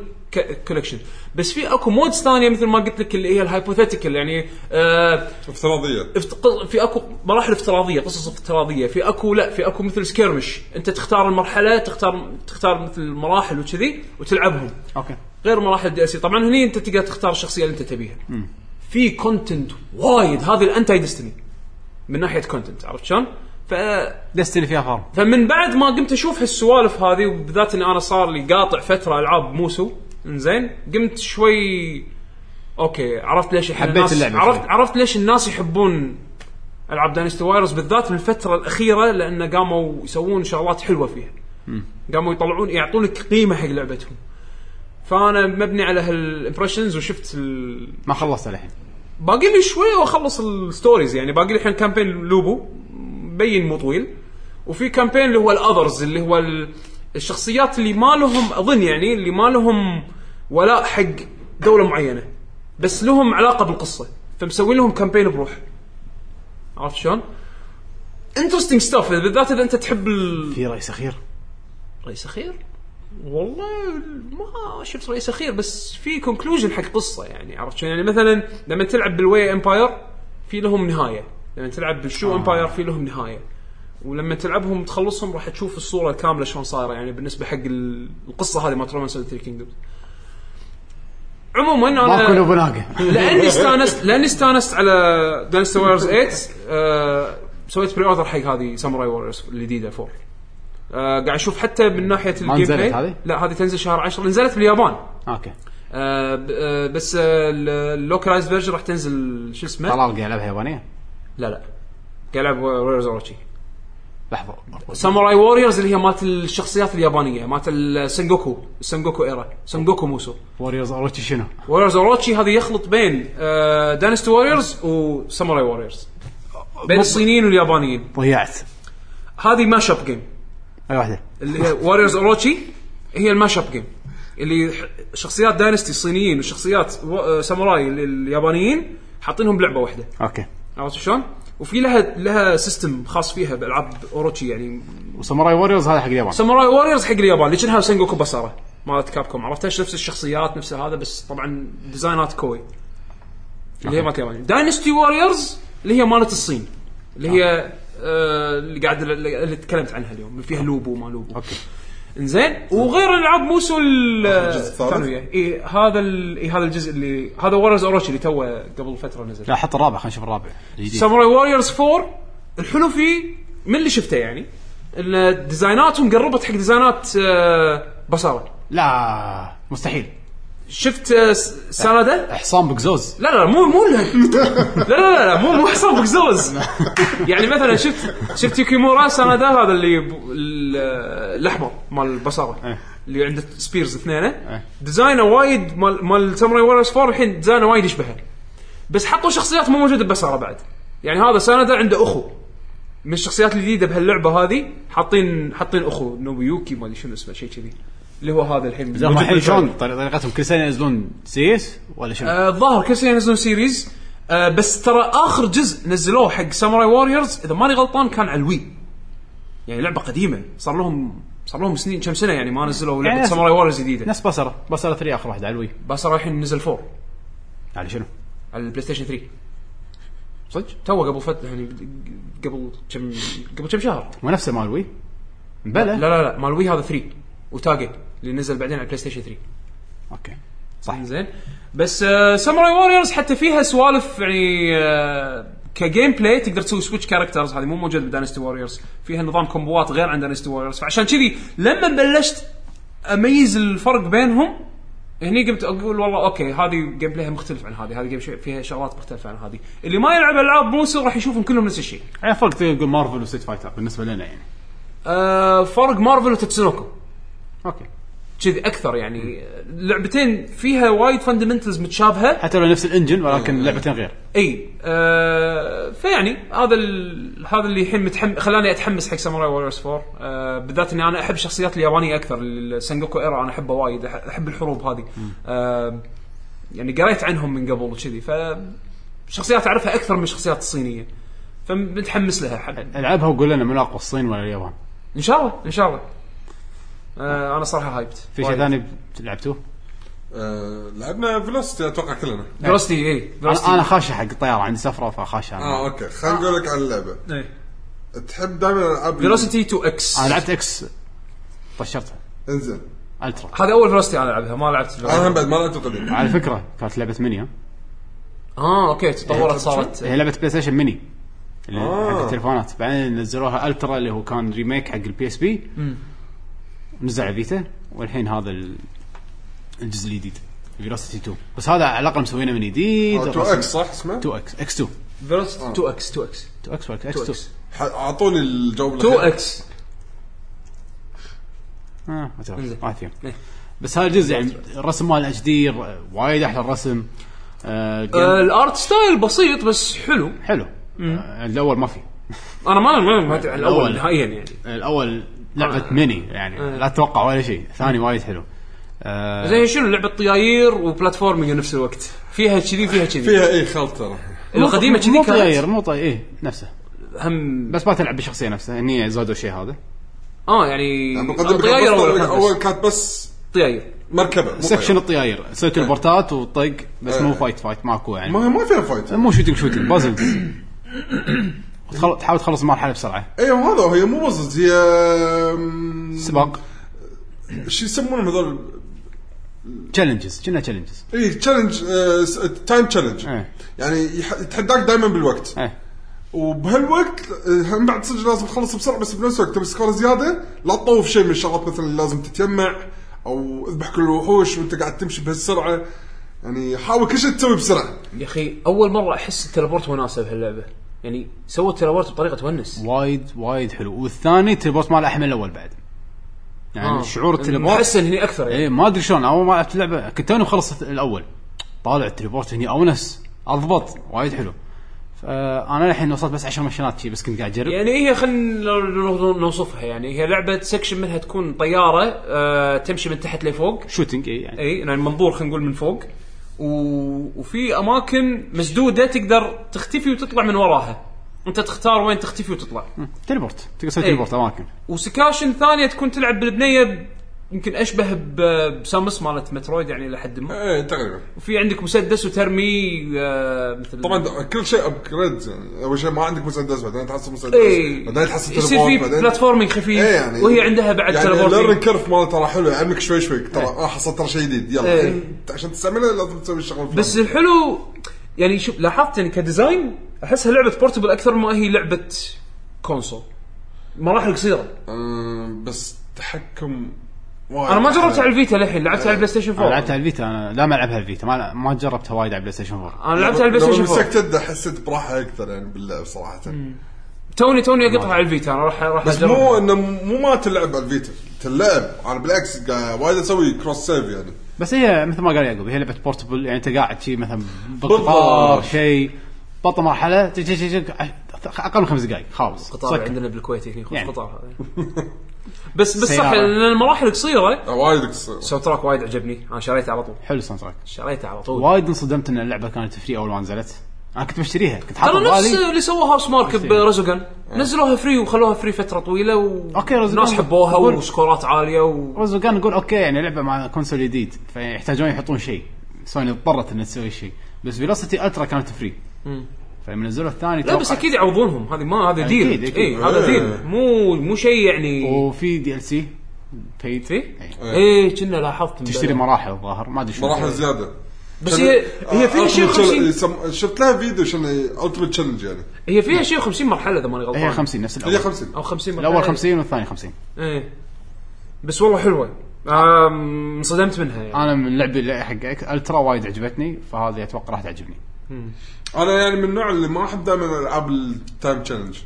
كولكشن بس في اكو مودز ثانيه مثل ما قلت لك اللي هي الهايبوثيتيكال يعني آه
افتراضيه
افت- قص- في اكو مراحل افتراضيه قصص افتراضيه في اكو لا في اكو مثل سكيرمش انت تختار المرحله تختار تختار مثل مراحل وكذي وتلعبهم
اوكي
غير مراحل الدي اس طبعا هني انت تقدر تختار الشخصيه اللي انت تبيها في كونتنت وايد هذه الانتي ديستني من ناحيه كونتنت عرفت شلون؟ ف
دستني فيها فارم
فمن بعد ما قمت اشوف هالسوالف هذه وبالذات اني انا صار لي قاطع فتره العاب موسو انزين قمت شوي اوكي عرفت ليش الحين
حبيت
الناس-
اللعبة
عرفت
شوي.
عرفت ليش الناس يحبون العاب داينستي وايرز بالذات بالفتره الاخيره لان قاموا يسوون شغلات حلوه فيها قاموا يطلعون يعطونك قيمه حق لعبتهم فانا مبني على هالامبريشنز وشفت ال...
ما خلصت الحين
باقي لي شوي واخلص الستوريز يعني باقي لي الحين كامبين لوبو مبين مو طويل وفي كامبين اللي هو الاذرز اللي هو ال- الشخصيات اللي ما لهم اظن يعني اللي ما لهم ولاء حق دوله معينه بس لهم علاقه بالقصه فمسوي لهم كامبين بروح عرفت شلون؟ انترستنج ستاف بالذات اذا انت تحب ال...
في رئيس اخير
رئيس اخير؟ والله ما شفت رئيس اخير بس في كونكلوجن حق قصه يعني عرفت شلون؟ يعني مثلا لما تلعب بالواي امباير في لهم نهايه، لما تلعب بالشو آه. امباير في لهم نهايه. ولما تلعبهم تخلصهم راح تشوف الصوره الكامله شلون صايره يعني بالنسبه حق ال- القصه هذه مالت رومانس اوف كينجدوم. عموما انا
ماكو نوبناغا
لاني استانست لاني استانست على دانستر ويرز 8 آه سويت بري اوردر حق هذه ساموراي ووريرز الجديده 4 آه قاعد اشوف حتى من ناحيه الجيم
نزلت
بلاي.
هذه؟
لا هذه تنزل شهر 10 نزلت باليابان
اوكي
آه ب- آه بس آه اللوكلايز فيرجن راح تنزل شو اسمه
طلال قاعد يلعبها يابانيه
لا لا قاعد العب ووريرز اوروتشي
لحظه
ساموراي ووريرز اللي هي مالت الشخصيات اليابانيه مالت السنجوكو السنجوكو ايرا سنجوكو موسو
ووريرز اوروتشي شنو؟
ووريرز اوروتشي هذا يخلط بين آه دانستي ووريرز وساموراي ووريرز بين الصينيين واليابانيين
ضيعت
هذه ماش اب جيم
اي واحده
اللي هي واريورز اوروتشي هي الماش اب جيم اللي ح- شخصيات داينستي الصينيين وشخصيات و- آه، ساموراي ال- اليابانيين حاطينهم بلعبه واحده
اوكي
عرفت شلون؟ وفي لها لها سيستم خاص فيها بالعاب اوروتشي يعني
وساموراي ووريرز هذا حق اليابان
ساموراي واريورز حق اليابان اللي كانها سنجوكو بساره مالت كابكوم عرفت إيش؟ نفس الشخصيات نفس هذا بس طبعا ديزاينات كوي اللي هي مالت اليابان داينستي ووريرز اللي هي مالت الصين اللي هي آه، اللي قاعد اللي اللي تكلمت عنها اليوم اللي فيها لوبو وما لوبو اوكي انزين وغير العاب موسو ال-
الجزء الثالث؟
كانوا وياه. اي هذا ال- إي هذا الجزء اللي هذا ووريرز اوروتشي اللي توه قبل فتره نزل
لا حط الرابع خلينا نشوف الرابع الجديد
ساموراي ووريرز 4 الحلو فيه من اللي شفته يعني ان ديزايناتهم قربت حق ديزاينات آه، بصره
لا مستحيل
شفت آه، س- سنده
حصان بقزوز
لا لا مو مو لا لا لا, لا مو مو حصان بقزوز يعني مثلا شفت شفت يوكيمورا سانادا هذا اللي ب- ال- الاحمر مال البصره
إيه.
اللي عنده سبيرز اثنينه ديزاينه وايد مال مال ساموراي ووريرز 4 الحين ديزاينه وايد يشبهه بس حطوا شخصيات مو موجوده ببصره بعد يعني هذا سانادا عنده اخو من الشخصيات الجديده بهاللعبه هذه حاطين حاطين اخو نوبيوكي ما ادري شنو اسمه شيء كذي اللي هو هذا
زين
الحين موجود
هم الحين
بالفيلم.
شلون طري- طريقتهم كل سنه ينزلون سيس ولا شنو؟
آه، الظاهر كل سنه ينزلون سيريز آه، بس ترى اخر جزء نزلوه حق ساموراي ووريرز اذا ماني غلطان كان على الوي يعني لعبه قديمه صار لهم صار لهم سنين كم سنه يعني ما نزلوا لعبه
يعني نفس-
ساموراي ووريرز جديده
نفس بصره بصره 3 اخر واحده على الوي
بس رايحين نزل فور
على يعني شنو؟
على البلاي ستيشن 3
صدق؟
تو قبل فتره يعني قبل كم قبل كم شهر
مو نفسه مال الوي؟ بلى
لا لا لا مال وي هذا 3 وتاجي اللي نزل بعدين على البلاي ستيشن 3
اوكي صح
زين بس آه ساموراي ووريرز حتى فيها سوالف يعني آه كجيم بلاي تقدر تسوي سويتش كاركترز هذه مو موجوده بدانستي ووريرز فيها نظام كومبوات غير عن دانستي ووريرز فعشان كذي لما بلشت اميز الفرق بينهم هني قمت اقول والله اوكي هذه جيم بلايها مختلف عن هذه هذه جيم شوي- فيها شغلات مختلفه عن هذه اللي ما يلعب العاب موسو راح يشوفهم كلهم نفس الشيء
يعني فرق تقدر تقول مارفل وستيت فايتر بالنسبه لنا يعني
آه فرق مارفل وتتسونوكو
اوكي
كذي اكثر يعني آه، لعبتين فيها وايد فاندمنتلز متشابهه
حتى لو نفس الانجن ولكن لعبتين غير
اي آه فيعني هذا ال- هذا اللي الحين متحم... خلاني اتحمس حق ساموراي ووريرز 4 آه بالذات اني انا احب الشخصيات اليابانيه اكثر السنجوكو ايرا انا احبه وايد أح- احب الحروب هذه آه يعني قريت عنهم من قبل وكذي ف شخصيات اعرفها اكثر من الشخصيات الصينيه فمتحمس لها حق
العبها وقول لنا من اقوى الصين ولا اليابان
ان شاء الله ان شاء الله آه انا صراحه هايبت
في شيء ثاني لعبتوه؟
آه، لعبنا فيلوسيتي اتوقع كلنا
دراستي اي دراستي
انا أنا خاشه حق الطياره عندي سفره فخاشه انا
اه اوكي خلينا نقول لك على اللعبه
إيه.
تحب دائما العاب
فيلوسيتي 2 اكس
انا لعبت اكس طشرتها
انزين
الترا
هذا اول فيلوسيتي انا العبها ما لعبت
انا هم
Velocity.
بعد ما لعبت القديم
على فكره كانت لعبه مني ها
اه اوكي تطورت صارت
هي لعبه بلاي ستيشن ميني اللي
آه.
حق التليفونات بعدين نزلوها الترا اللي هو كان ريميك حق البي اس بي نزل على فيتا والحين هذا ال- الجزء الجديد فيلوسيتي 2 بس هذا على الاقل مسوينه من جديد
2 اكس آه، صح اسمه؟
2 اكس اكس 2 آه.
فيلوسيتي 2 اكس 2 اكس
2 اكس 2
2X.
اكس
ح- اعطوني الجواب
2 اكس
2 اه ما تعرف
انزين.
ما فيهم
إيه.
بس هذا الجزء يعني الرسم مال اتش دي وايد احلى الرسم آه، الجيم-
الارت ستايل بسيط بس حلو
حلو آه، الاول ما في
انا ما ما- ما الاول
الأول.
نهائيا يعني
الاول لعبه ميني يعني لا تتوقع ولا شيء ثاني وايد حلو آه،
زين شنو لعبه طياير وبلاتفورمينج نفس الوقت فيها كذي فيها كذي
فيها اي خلط ترى
القديمه
مو
كذي
طير
كانت
مو طير ايه نفسه
هم
بس ما تلعب بالشخصيه نفسها هني زادوا شيء هذا
اه يعني
يعني بالقديم
طياير
كانت
اول
بس-
كانت
اول
بس.
كانت بس
طياير
مركبه مو
سكشن
طيارة.
الطياير سوي تلبورتات وطق بس مو
إيه.
فايت فايت ماكو يعني
ما ما فيها فايت
مو شوتنج شوتنج (coughs) بازلز وتخل- تحاول تخلص المرحله بسرعه
ايوه هذا هي مو بزز هي أم،
سباق
شو يسمونهم هذول إيه،
تشالنجز كنا تشالنجز
اي تشالنج تايم تشالنج
إيه.
يعني يح- يتحداك دائما بالوقت
ايه
وبهالوقت آه، هم بعد صدق لازم تخلص بسرعه بس بنفس الوقت تبي سكور زياده لا تطوف شيء من الشغلات مثلا اللي لازم تتجمع او اذبح كل الوحوش وانت قاعد تمشي بهالسرعه يعني حاول كل شيء تسوي بسرعه
يا اخي اول مره احس التليبورت وناسه بهاللعبه يعني سووا التليبورت بطريقه تونس
وايد وايد حلو والثاني التليبورت ماله احمل الاول بعد
آه.
يعني شعور التليبورت
محسن هني اكثر يعني
ايه ما ادري شلون اول ما لعبت اللعبه كنت توني مخلص الاول طالع التليبورت هني اونس اضبط وايد حلو فانا الحين وصلت بس 10 مشينات شي بس كنت قاعد اجرب
يعني هي خلينا نوصفها يعني هي لعبه سكشن منها تكون طياره آه تمشي من تحت لفوق
شوتنج اي يعني
اي يعني منظور خلينا نقول من فوق و... وفي اماكن مسدوده تقدر تختفي وتطلع من وراها انت تختار وين تختفي وتطلع
تليبورت تقدر تسوي
إيه.
تليبورت اماكن
وسكاشن ثانيه تكون تلعب بالبنيه يمكن اشبه ب- بسامس مالت مترويد يعني لحد ما
ايه تقريبا
وفي عندك مسدس وترمي آه، مثل
طبعا كل شيء ابجريد يعني اول شيء ما عندك مسدس بعدين تحصل مسدس
اي
بعدين تحصل
إيه، يصير في بلاتفورمينج خفيف
إيه يعني
وهي عندها بعد
يعني الليرنينج
تلبورتينج
كيرف ماله ترى حلو يعلمك شوي شوي ترى اه حصلت ترى شيء جديد يلا
إيه.
انت عشان تستعمله لازم تسوي الشغل
بس الحلو يعني شوف لاحظت يعني كديزاين احسها لعبه بورتبل اكثر ما هي لعبه كونسول مراحل قصيره
آه، بس تحكم وايد يعني
انا ما جربت على الفيتا للحين لعبت على البلاي ستيشن 4
انا لعبت على الفيتا انا لا ما العبها الفيتا ما ما جربتها وايد على بلاي ستيشن 4
انا لعبت على البلاي ستيشن 4
مسكت حسيت براحه اكثر يعني باللعب صراحه
توني توني اقطع على الفيتا انا راح راح
بس
أجربها.
مو انه مو ما تلعب على الفيتا تلعب انا بالعكس قاعد وايد اسوي كروس سيف يعني
بس هي مثل ما قال يعقوب هي لعبه بورتبل يعني انت قاعد شي مثلا بالقطار شيء بطل مرحله تك- تك- تك- تك- اقل من خمس دقائق خالص
قطار
سكر.
عندنا بالكويت هنا خذ
يعني.
قطار هذا. (laughs) بس بس صح
سيارة.
لان المراحل قصيره
آه، وايد قصير
الساوند تراك وايد عجبني انا شريته على طول
حلو الساوند تراك
شريته على طول
وايد انصدمت ان اللعبه كانت فري اول ما نزلت انا كنت مشتريها كنت حاطط
ترى نفس
بالي
اللي سووه هاوس مارك
نفسي.
برزوجان نزلوها فري وخلوها فري فتره طويله و
إيه. أوكي، Resogun.
الناس حبوها
أقول-
وسكورات عاليه و...
رز وكان نقول اوكي يعني لعبه مع كونسول جديد فيحتاجون يحطون شيء سوني اضطرت انها تسوي شيء بس فيلوسيتي الترا كانت فري فلما نزلوا الثاني
لا بس
توقع-
اكيد يعوضونهم هذه ما هذا ديل
أكيد، أكيد.
اي هذا
إيه.
ديل مو مو شيء يعني
وفي دي ال سي بيد
في؟
إيه.
اي كنا لاحظت من
تشتري
بلا.
مراحل الظاهر ما ادري شو
مراحل زياده
بس هي هي فيها شيء 50
شفت لها فيديو شنو التمت تشالنج يعني
هي فيها شيء 50 مرحله اذا ماني غلطان
هي 50 نفس
هي
الاول
50
او 50 مرحله
الاول 50 والثاني 50
ايه إيه. بس والله حلوه آم، انصدمت منها يعني
انا من لعبي حق الترا وايد عجبتني فهذه اتوقع راح تعجبني
انا يعني من النوع اللي ما احب دائما العاب التايم تشالنج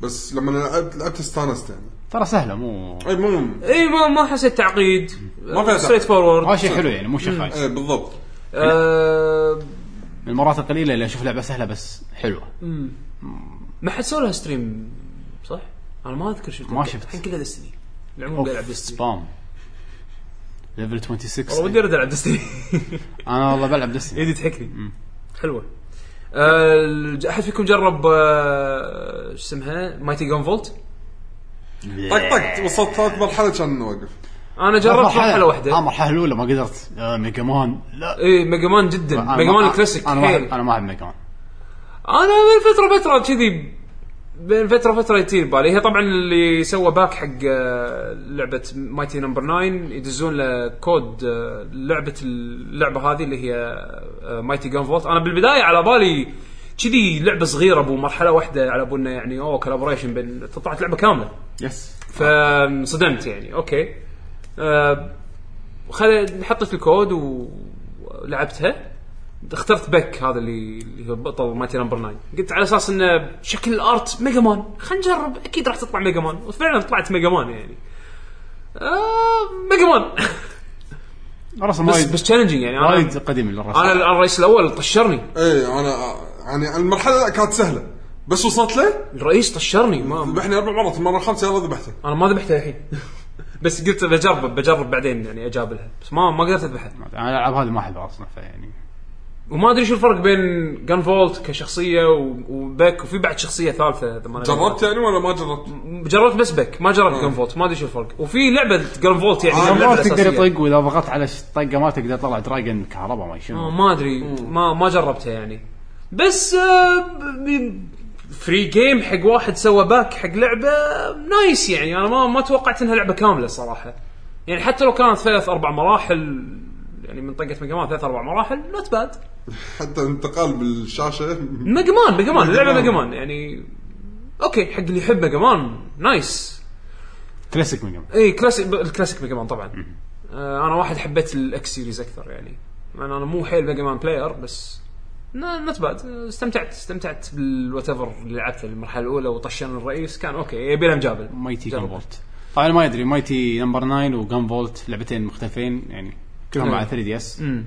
بس لما لعبت لعبت استانست يعني
ترى سهله مو
اي مو مهم.
اي إيه، ما ما حسيت تعقيد
ما فيها
ستريت
تعقيد.
هذا
فورورد
شيء حلو يعني مو شيء خايس
اي إيه، بالضبط
آه،
من المرات القليله اللي اشوف لعبه سهله بس حلوه
ما حد سوى لها ستريم صح؟ انا ما اذكر شفت
ما شفت.
الحين كلها دستني العموم
أوف،
بيلعب دستني
سبام ليفل 26
والله ودي ارد العب
(laughs)
دستني
انا والله بلعب دستني
ايدي تحكني حلوه آه، الج- احد فيكم جرب آه، شو اسمها مايتي جون فولت؟
طق طق وصلت ثلاث مرحله كان واقف
انا طيب، جربت مرحله واحده
اه مرحله الاولى ما قدرت آه، ميجا مان لا
اي ميجا مان جدا
أنا
إيه. ميجا
ما-
مان كلاسيك
انا ما
حيل.
احب انا ما احب ميجا مان
انا من فتره فتره كذي بين فتره فتره يتير بالي هي طبعا اللي سوى باك حق آه، لعبه مايتي نمبر 9 يدزون له كود آه، لعبه اللعبه هذه اللي هي آه، مايتي جان فولت انا بالبدايه على بالي كذي لعبه صغيره ابو مرحله واحده على بالنا يعني اوه كولابوريشن بين طلعت لعبه كامله
يس
فانصدمت يعني اوكي أه خل حطيت الكود و- ولعبتها اخترت بك هذا اللي اللي هو بطل مايتي نمبر 9 قلت على اساس انه شكل الارت ميجا مان خلينا نجرب اكيد راح تطلع ميجا مان وفعلا طلعت ميجا مان يعني آه ميجا مان
الرسم
بس
وايد
بس تشالنجينج يعني
وايد
انا
قديم الرسم
انا الرئيس الاول طشرني
اي انا إيه، يعني المرحله كانت سهله بس وصلت له
الرئيس طشرني ما
ذبحني اربع مرات المره الخامسه يلا ذبحته
انا ما ذبحته الحين (laughs) بس قلت بجرب بجرب بعدين يعني اجابلها بس ما ما قدرت اذبحها
انا الالعاب هذه ما احبها اصلا فيعني
وما ادري شو الفرق بين جان فولت كشخصيه و- وبك وفي بعد شخصيه ثالثه اذا ما أنا
جربت يعني ولا ما جربت؟
غلطان. جربت بس بك ما جربت جان فولت ما ادري شو الفرق وفي لعبه جان فولت يعني
آه،
اللعبة
ما تقدر
الأساسية.
يطق واذا ضغطت على ش- طقه ما تقدر تطلع دراجن كهرباء ما
آه،
شنو
ما ادري ما ما جربتها يعني بس آه، ب- ب- فري جيم حق واحد سوى باك حق لعبه نايس يعني انا ما ما توقعت انها لعبه كامله صراحه يعني حتى لو كانت ثلاث اربع مراحل يعني من طقه ميجا مان ثلاث اربع مراحل نوت باد
حتى انتقال بالشاشه
ميجا مان ميجا مان
ميجا
اللعبه
مان.
ميجا مان يعني اوكي حق اللي يحب ميجا مان نايس
كلاسيك ميجا مان.
اي كلاسيك ب- الكلاسيك ميجا مان طبعا آه انا واحد حبيت الاكس سيريز اكثر يعني مع إن انا مو حيل ميجا مان بلاير بس نوت باد استمتعت استمتعت بالوات ايفر اللي لعبته المرحله الاولى وطشن الرئيس كان اوكي يبي له مجابل
مايتي
جرب.
جان فولت طبعا ما ادري مايتي نمبر 9 وجان فولت لعبتين مختلفين يعني كلهم
نعم.
على 3 دي اس
أمم.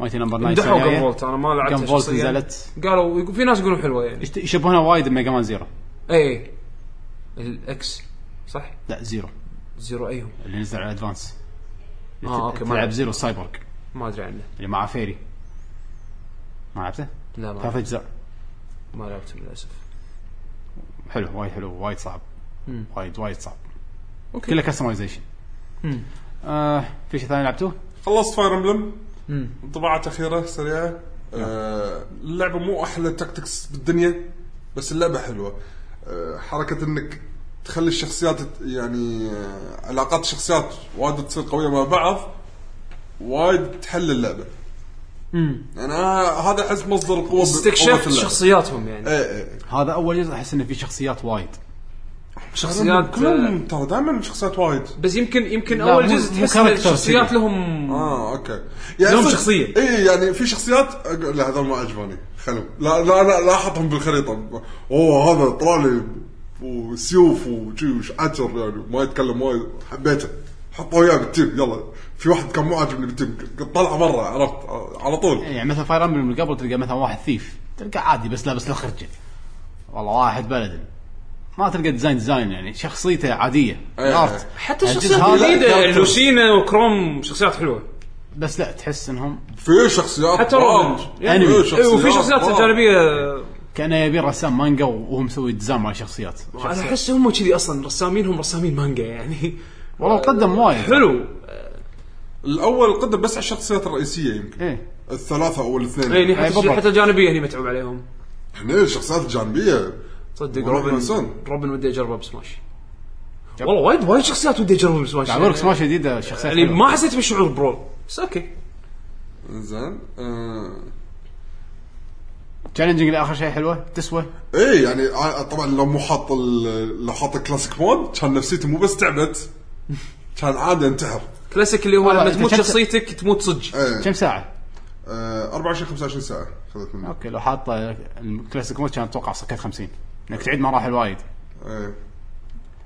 مايتي نمبر 9
مدحوا
سريعة.
جان فولت انا ما لعبتها
جان فولت
شخصياً.
نزلت
قالوا يقو- في ناس يقولون حلوه يعني
يشت- يشبهونها وايد بميجا مان زيرو
اي الاكس صح
لا زيرو
زيرو ايهم
اللي نزل على ادفانس
آه، أوكي، ما
تلعب
لعبت.
زيرو سايبورغ
ما ادري عنه
اللي مع فيري ما لعبته؟
لا ما
ثلاث اجزاء
ما لعبته للاسف
حلو وايد حلو وايد صعب
مم.
وايد وايد صعب كله كستمايزيشن آه في شيء ثاني لعبتوه؟
خلصت فاير امبلم انطباعات اخيره سريعه آه اللعبه مو احلى تكتكس بالدنيا بس اللعبه حلوه آه حركه انك تخلي الشخصيات ت- يعني آه علاقات الشخصيات وايد تصير قويه مع بعض وايد تحل اللعبه يعني أنا هذا احس مصدر القوه
استكشفت شخصياتهم يعني
اي اي
هذا اول جزء احس انه في شخصيات وايد
شخصيات آه.
كلهم ترى دائما شخصيات وايد
بس يمكن يمكن
لا،
اول
مو-
جزء
مو آه.
تحس
character
إن الشخصيات لهم
اه اوكي يعني
لهم
صدق-
شخصية.
اي يعني في شخصيات أق- لا هذول ما عجباني خلهم لا لا لا لاحظهم بالخريطه اوه هذا طلع لي وسيوف وشي وش عجر يعني ما يتكلم وايد حبيته حطه وياه بالتيم يلا في واحد كان مو عاجبني بالتيم طلع مره عرفت على
إيه.
طول
يعني مثلا فاير امبلم من قبل تلقى مثلا واحد ثيف تلقى عادي بس لابس له خرجه والله واحد بلد ما تلقى ديزاين ديزاين يعني شخصيته عاديه
إيه.
ارت
حتى
الجزء
الشخصيات
يعني هذا-
الجديده
characters.
لوسينا وكروم شخصيات حلوه
بس لا تحس انهم
في شخصيات
حتى
وايد.
روبن
Anyway.
في
إيه، وفي شخصيات
وايد.
جانبيه
كانه يبي رسام مانجا وهو مسوي ديزاين مع شخصيات
انا احس هم كذي اصلا رسامينهم رسامين مانجا يعني
والله قدم وايد
حلو إيه،
الاول قدم بس على الشخصيات الرئيسيه يمكن
ايه
الثلاثه او الاثنين
إيه، يعني
أي
حتى
بالضبط.
حتى الجانبيه هني متعوب عليهم
هني يعني إيه الشخصيات الجانبيه
صدق
والله
روبن
إنسان.
روبن ودي اجربه بسماش
يب.
والله وايد وايد شخصيات ودي اجربها بسماش
اقول لك سماش جديده شخصيات
يعني
حلوة.
ما حسيت بالشعور برو بس اوكي
زين آه.
تشالنجينج لاخر شيء حلوه تسوى
ايه يعني ع- طبعا لو مو حاط ال- لو حاط الكلاسيك مود كان نفسيتي مو بس تعبت كان عادي انتحر
كلاسيك اللي هو
والله
لما
أنت
تموت
شفت-
شخصيتك تموت صدق
ايه
كم ساعه؟
آه، 24 25 ساعه خذت مني
اوكي لو حاطه الكلاسيك مود كان اتوقع سكت 50 انك تعيد مراحل وايد
ايه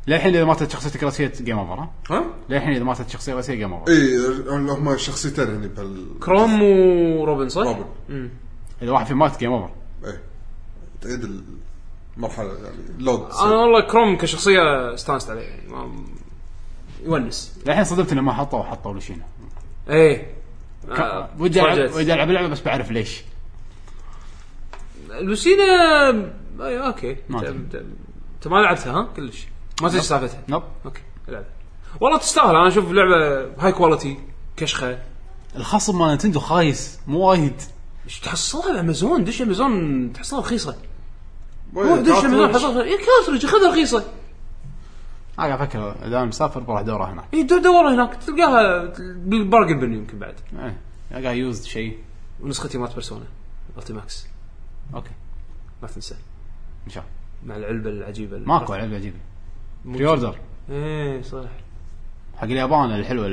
للحين اذا ماتت شخصيتك الرئيسيه جيم اوفر ها؟
ها؟
للحين اذا ماتت شخصيه رئيسيه جيم اوفر
ايه اللي هم شخصيتين هني بهال
كروم وروبن صح؟
روبن
اذا واحد فيهم مات جيم اوفر
ايه تعيد المرحله يعني لود
انا والله كروم كشخصيه استانست عليه يعني ما- يونس
للحين صدمت انه ما حطوه حطوا لوشينا
ايه آه،
ودي العب
تفاجأت.
ودي العب اللعبه بس بعرف ليش
لوسينا أي، اوكي
ما
أنت-
أدري.
انت أنت ما لعبتها ها كلش ما تدري سالفتها
نوب
اوكي العبها والله تستاهل انا اشوف لعبه هاي كواليتي كشخه
الخصم مال نتندو خايس مو وايد
ايش تحصلها بامازون دش امازون تحصلها رخيصه روح
وين؟
دش امازون
كارتريج.
حصلها إيه، كارترج خذها رخيصه
ما قاعد افكر اذا انا مسافر بروح دوره هناك
اي إيه، دو- دورها هناك تلقاها بالبارجن بن يمكن بعد
ايه قاعد يوز شيء
ونسختي مالت بيرسونا التيماكس
اوكي
ما تنسى
ان شاء الله
مع العلبه العجيبه
ماكو لعبه عجيبه بري اوردر
ايه صح
حق اليابان الحلوه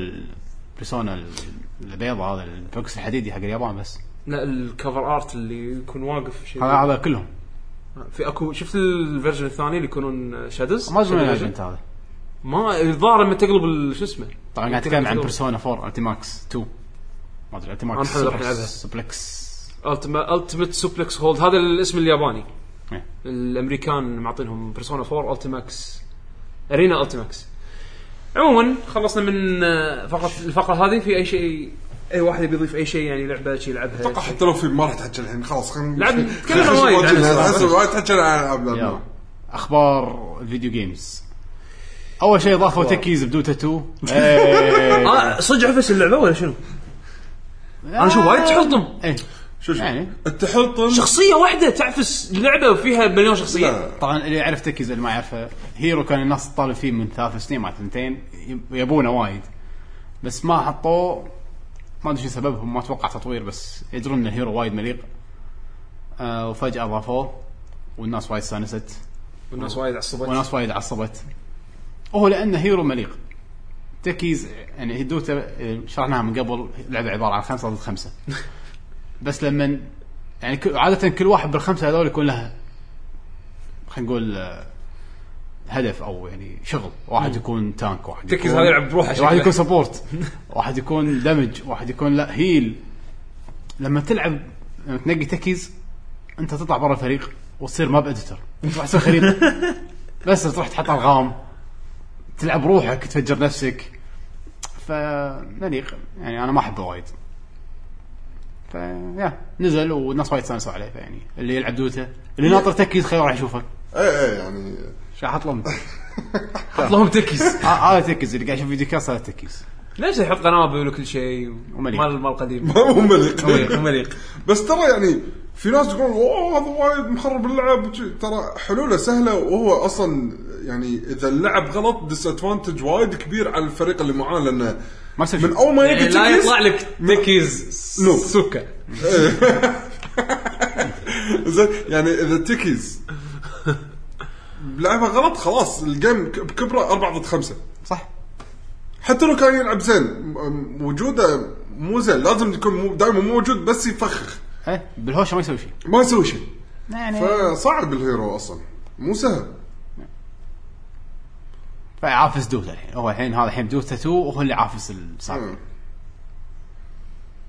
البرسونا ال- البيضة هذا البوكس الحديدي حق اليابان بس
لا الكفر ارت اللي يكون واقف شيء
هذا هذا كلهم
في اكو شفت الفيرجن الثاني اللي يكونون شادوز
ما ادري وين الايفنت هذا
ما الظاهر لما تقلب ال- شو اسمه
طبعا قاعد اتكلم يعني عن بيرسونا 4 التيماكس 2 ما ادري التيماكس
أنا حلو راح ألعبها.
سبلكس
التيمت سوبلكس هولد هذا الاسم الياباني
إيه.
الامريكان معطينهم بيرسونا 4 التيماكس ارينا التيماكس عموما خلصنا من آه، فقره الفقره هذه في اي شيء اي واحد يبي يضيف اي شيء يعني لعبه شي يلعبها
اتوقع
شي.
حتى لو في ما راح تحكي الحين خلاص خلينا
لعب-
(laughs)
تكلمنا
خلينا
وايد عن
نوجه لها.
الألعاب.
أحس وايد تحكي عن العاب
يلا
لعبنا.
اخبار الفيديو جيمز اول شيء ضافوا تكيز بدوتا
(laughs)
2 إيه.
آه صدق عفس اللعبه ولا شنو؟
آه.
انا شوف وايد تحطم
إيه.
شو شو
يعني.
التحلطم
شخصيه واحده تعفس لعبه وفيها مليون شخصيه
لا.
طبعا اللي يعرف تكيز اللي ما يعرفه هيرو كان الناس تطالب فيه من ثلاث سنين مع ثنتين يب- يبونه وايد بس ما حطوه ما ادري شو سببهم ما اتوقع تطوير بس يدرون ان الهيرو وايد مليق آه وفجاه ضافوه والناس وايد استانست
والناس وايد عصبت
وناس وايد عصبت وهو لانه هيرو مليق تكيز يعني هدوته شرحناها من قبل لعبه عباره عن خمسه ضد خمسه بس لما يعني كل- عاده كل واحد بالخمسه هذول يكون له خلينا نقول آه، هدف او يعني شغل واحد يكون تانك واحد
تكيز
يكون-
هذا يلعب بروحه
واحد
شكله.
يكون سبورت (laughs) واحد يكون دمج واحد يكون لا هيل لما تلعب لما تنقي تكيز انت تطلع برا الفريق وتصير ماب اديتر تروح تصير خريطه بس تروح تحط ارقام تلعب روحك تفجر نفسك فمليق يعني انا ما احبه وايد فيا نزل والناس وايد استانسوا عليه فيعني اللي يلعب دوته اللي ناطر تكيز خير راح يشوفه
ايه ايه إيه، يعني
شو احط له
حط لهم تكيس
آه، هذا تكز اللي قاعد يشوف فيديو كاست هذا تكز
ليش يحط قنابل وكل شيء
ومليق.
مال مال قديم
(laughs)
مو
مليق
مليق
مليق
بس ترى يعني في ناس تقول اوه هذا وايد مخرب اللعب وشي. ترى حلوله سهله وهو اصلا يعني اذا اللعب غلط ديس ادفانتج وايد كبير على الفريق اللي معاه لانه
ما يصير
من
شيء.
اول ما يجي
(laughs) يعني لا
تكيس-
يطلع لك تكيز
نو.
سوكا
(laughs) زين يعني اذا تكيز لعبها غلط خلاص الجيم ك- بكبره 4 ضد 5
صح
حتى لو كان يلعب زين م- م- وجوده مو زين لازم يكون مو دائما مو موجود بس يفخخ
إيه، بالهوشه ما يسوي شيء
ما يسوي شيء
يعني
فصعب الهيرو اصلا مو سهل
فعافس دوتا الحين هو الحين هذا الحين دوتا 2 وهو اللي عافس السابق
مم.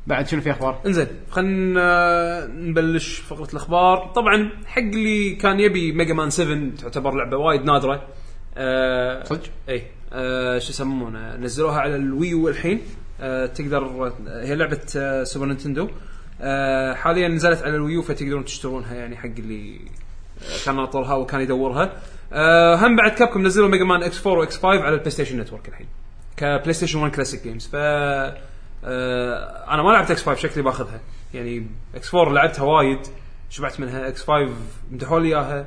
بعد شنو في اخبار؟
انزين خلينا نبلش فقره الاخبار طبعا حق اللي كان يبي ميجا مان 7 تعتبر لعبه وايد نادره آه
صدق؟
اي آه شو يسمونه نزلوها على الويو الحين آه تقدر هي لعبه آه سوبر نينتندو آه حاليا نزلت على الويو فتقدرون تشترونها يعني حق اللي آه، كان ناطرها وكان يدورها آه هم بعد كابكم نزلوا ميجا مان اكس 4 واكس 5 على البلاي ستيشن نتورك الحين كبلاي ستيشن 1 كلاسيك جيمز ف آه، انا ما لعبت اكس 5 شكلي باخذها يعني اكس 4 لعبتها وايد شبعت منها اكس 5 مدحوا لي اياها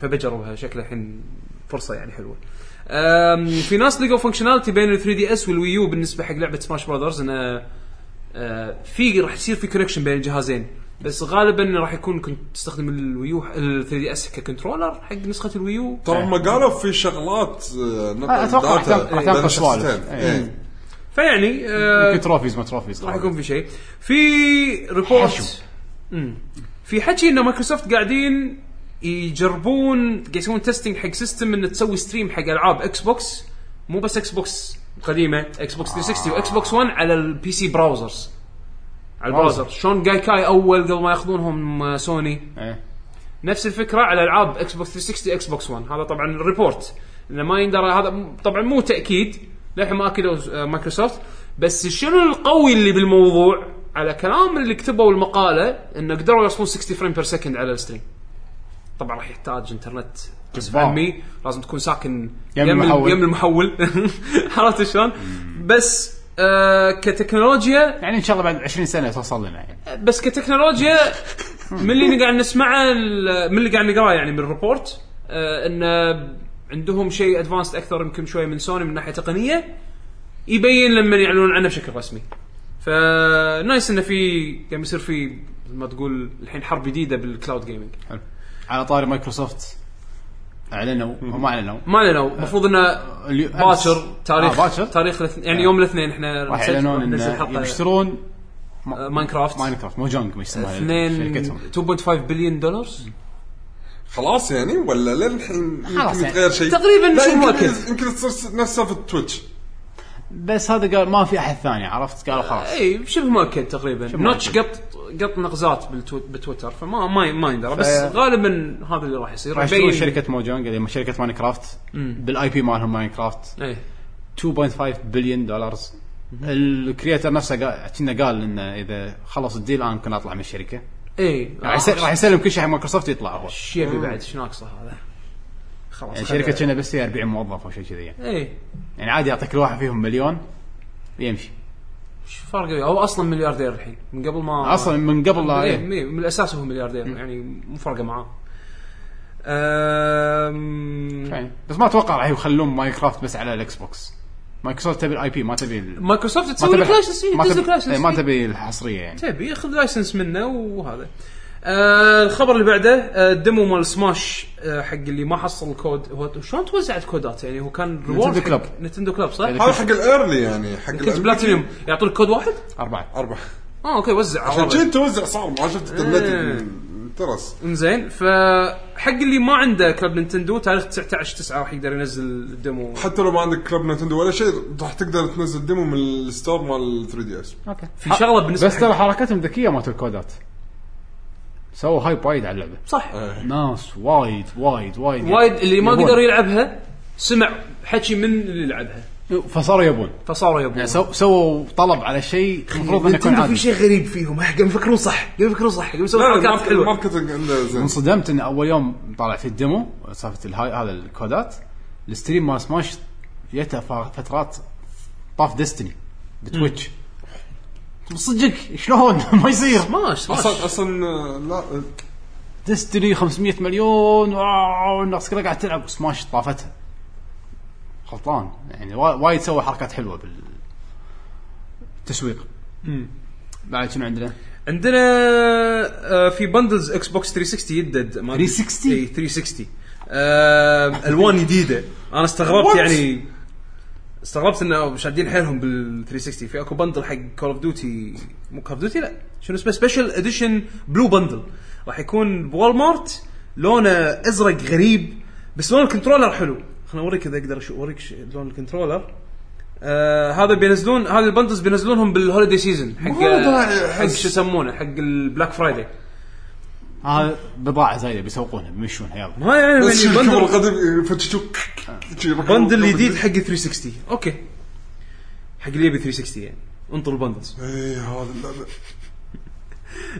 فبجربها شكلها الحين فرصه يعني حلوه أم، في ناس لقوا فانكشناليتي بين ال 3 دي اس والوي يو بالنسبه حق لعبه سماش براذرز انه أه، في راح يصير في كونكشن بين الجهازين بس غالبا راح يكون كنت تستخدم الويو ال 3 دي اس ككنترولر حق نسخه الويو
ترى هم قالوا في شغلات آه، نقل
أتوقع
داتا
راح تنقل- راح
بين
تنقل
شخصين.
سوالف.
إيه.
إيه.
فيعني أه،
في تروفيز ما تروفيز
راح يكون في شيء في ريبورت مم. في حكي انه مايكروسوفت قاعدين يجربون قاعد يسوون تيستنج حق سيستم انه تسوي ستريم حق العاب اكس بوكس مو بس اكس بوكس قديمه اكس بوكس 360 واكس بوكس 1 على البي سي براوزرز على البراوزر شلون جايكاي اول قبل ما ياخذونهم آه، سوني
إيه.
نفس الفكره على العاب اكس بوكس 360 اكس بوكس 1 هذا طبعا ريبورت انه ما يندرى هذا م- طبعا مو تاكيد للحين ما اكدوا آه، مايكروسوفت بس شنو القوي اللي بالموضوع على كلام اللي كتبوا المقاله انه قدروا يوصلون 60 فريم بير سكند على الستريم طبعا راح يحتاج انترنت غصب
جبار.
عني لازم تكون ساكن
يم
يم
المحول.
المحول يم المحول (laughs) عرفت شلون؟ بس آه كتكنولوجيا
يعني ان شاء الله بعد 20 سنه توصل لنا يعني
بس كتكنولوجيا من اللي قاعد نسمعه ال- من اللي قاعد نقراه يعني من الريبورت آه ان عندهم شيء ادفانسد اكثر يمكن شوي من سوني من ناحيه تقنيه يبين لما يعلنون عنه بشكل رسمي. فنايس انه في قام يصير في مثل ما تقول الحين حرب جديده بالكلاود جيمنج.
حلو. على طاري مايكروسوفت اعلنوا هم اعلنوا
ما لنا المفروض انه
اليو-
باكر
أمس.
تاريخ
آه، باكر.
تاريخ الاثنين يعني
آه.
يوم الاثنين احنا
راح
نسجل-
يعلنون
ننزل
ان
حلقه
يشترون
آه، ماينكرافت
ماينكرافت موجونج ما يسمونها شركتهم
2 2.5 بليون دولار
خلاص يعني ولا للحين
خلاص
يمكن
يعني.
يتغير شيء
تقريباً
لا،
شو
يمكن-
مؤكد.
يمكن تصير نفس سالفه تويتش
بس هذا قال ما في احد ثاني عرفت قالوا خلاص
اي شبه مؤكد تقريبا
مؤكد.
نوتش قط قط نقزات بالتو- بتويتر فما ما ما يندرى بس
ف-
غالبا هذا اللي راح يصير
راح
يبين-
يشترون شركه موجونج اللي هم شركه ماينكرافت بالاي بي مالهم ماينكرافت
اي
2.5 بليون دولار الكريتر نفسه قال كنا قال انه اذا خلص الديل انا ممكن اطلع من الشركه
اي
راح يس- راح يسلم كل شيء حق مايكروسوفت يطلع هو
ايش يبي بعد ايش ناقصه هذا خلاص
يعني شركه كنا بس فيها 40 موظف او شيء كذي يعني.
اي
يعني عادي يعطي كل واحد فيهم مليون ويمشي
شو فرق هو اصلا ملياردير الحين من قبل ما
اصلا من قبل لا
إيه،
إيه.
إيه، من الاساس هو ملياردير يعني مو فارقه معاه أم...
يعني. بس ما اتوقع راح يخلون ماينكرافت بس على الاكس بوكس مايكروسوفت تبي الاي بي ما تبي ال- ما
مايكروسوفت تسوي لك لايسنس
ما
تنزل
تبي
لايسنس
إيه، ما تبي الحصريه يعني
تبي خذ لايسنس منه وهذا آه الخبر اللي بعده آه الديمو مال سماش آه حق اللي ما حصل الكود هو شلون توزعت كودات يعني هو كان
نتندو كلب.
نتندو كلاب صح؟
يعني
هذا حق الايرلي يعني حق
كنت
الأمريكي.
بلاتينيوم يعطونك كود واحد؟
اربعه
اربعه
اه اوكي وزع
عشان
عرضه.
كذي توزع صار ما شفت الترنت
إيه.
الترس
انزين فحق اللي ما عنده كلاب نينتندو تاريخ 19 9 راح يقدر ينزل الديمو
حتى لو ما عندك كلب نتندو ولا شيء راح تقدر تنزل ديمو من الستور مال 3 دي اس
في شغله بالنسبه
بس
حق
ترى حركتهم ذكيه مالت الكودات سووا هايب وايد على اللعبه
صح
ناس وايد وايد وايد
وايد اللي ما
آه، يعني يبون.
قدر يلعبها سمع حكي من اللي يلعبها
فصاروا يبون
فصاروا يبون
يعني سو- سووا طلب على شيء المفروض انه يكون
نتندو في
عادي
شيء غريب فيهم قام يفكرون صح قام يفكرون صح قام يسوون حركات حلوه
الماركتنج عنده زين
انصدمت ان اول يوم طالع في الديمو سالفه الهاي هذا الكودات الستريم مال سماش جتها ف- فترات طاف ديستني بتويتش صدقك شلون (laughs) ما يصير
ماش
اصلا اصلا آه، لا آه،
ديستني 500 مليون واو الناس كلها قاعد تلعب سماش طافتها غلطان يعني وا- وايد سوى حركات حلوه بالتسويق بعد شنو عندنا؟
عندنا آه، في بندلز اكس بوكس 360 يدد ما أدري.
360
اي 360 آه، الوان جديده انا استغربت
What؟
يعني استغربت انه شادين حيلهم بال 360 في اكو بندل حق كول اوف ديوتي مو كول اوف ديوتي لا شنو اسمه سبيشل اديشن بلو بندل راح يكون بول مارت لونه ازرق غريب بس لون الكنترولر حلو خليني اوريك اذا اقدر أشو- اوريك ش- لون الكنترولر آه هذا بينزلون هذا البندلز بينزلونهم بالهوليدي سيزون حق
له داعي،
حق
أحس.
شو يسمونه حق البلاك فرايداي
هذا بضاعه زايده بيسوقونها بيمشونها يلا
ما يعني
بس
يعني
الكبر
بندل
القديم يفتشوك شي ركبوا-
بندل جديد حق 360 اوكي حق اللي يبي 360 يعني انطر البندلز
اي إيه، هذا اللعبه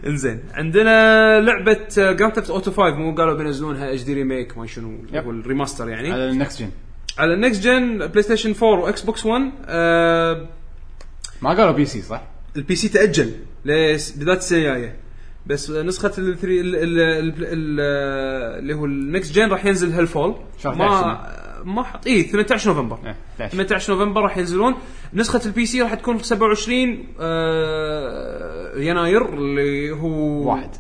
انزين عندنا آه، لعبه جراند ثيفت اوتو 5 مو قالوا بينزلونها اتش دي ريميك ما شنو اللي هو الريماستر يعني
على النكست جن
على النكست جن بلاي ستيشن 4 واكس بوكس 1 آه
ما قالوا بي سي صح؟
البي سي تاجل لبدايه السنه الجايه بس نسخه ال 3 ال- ال- ال- ال- اللي هو النكست جن راح ينزل هالفول
شهر
ما ما حط اي 18 نوفمبر
إيه، 11.
18 نوفمبر راح ينزلون نسخه البي سي راح تكون في 27 آه، يناير اللي هو
واحد.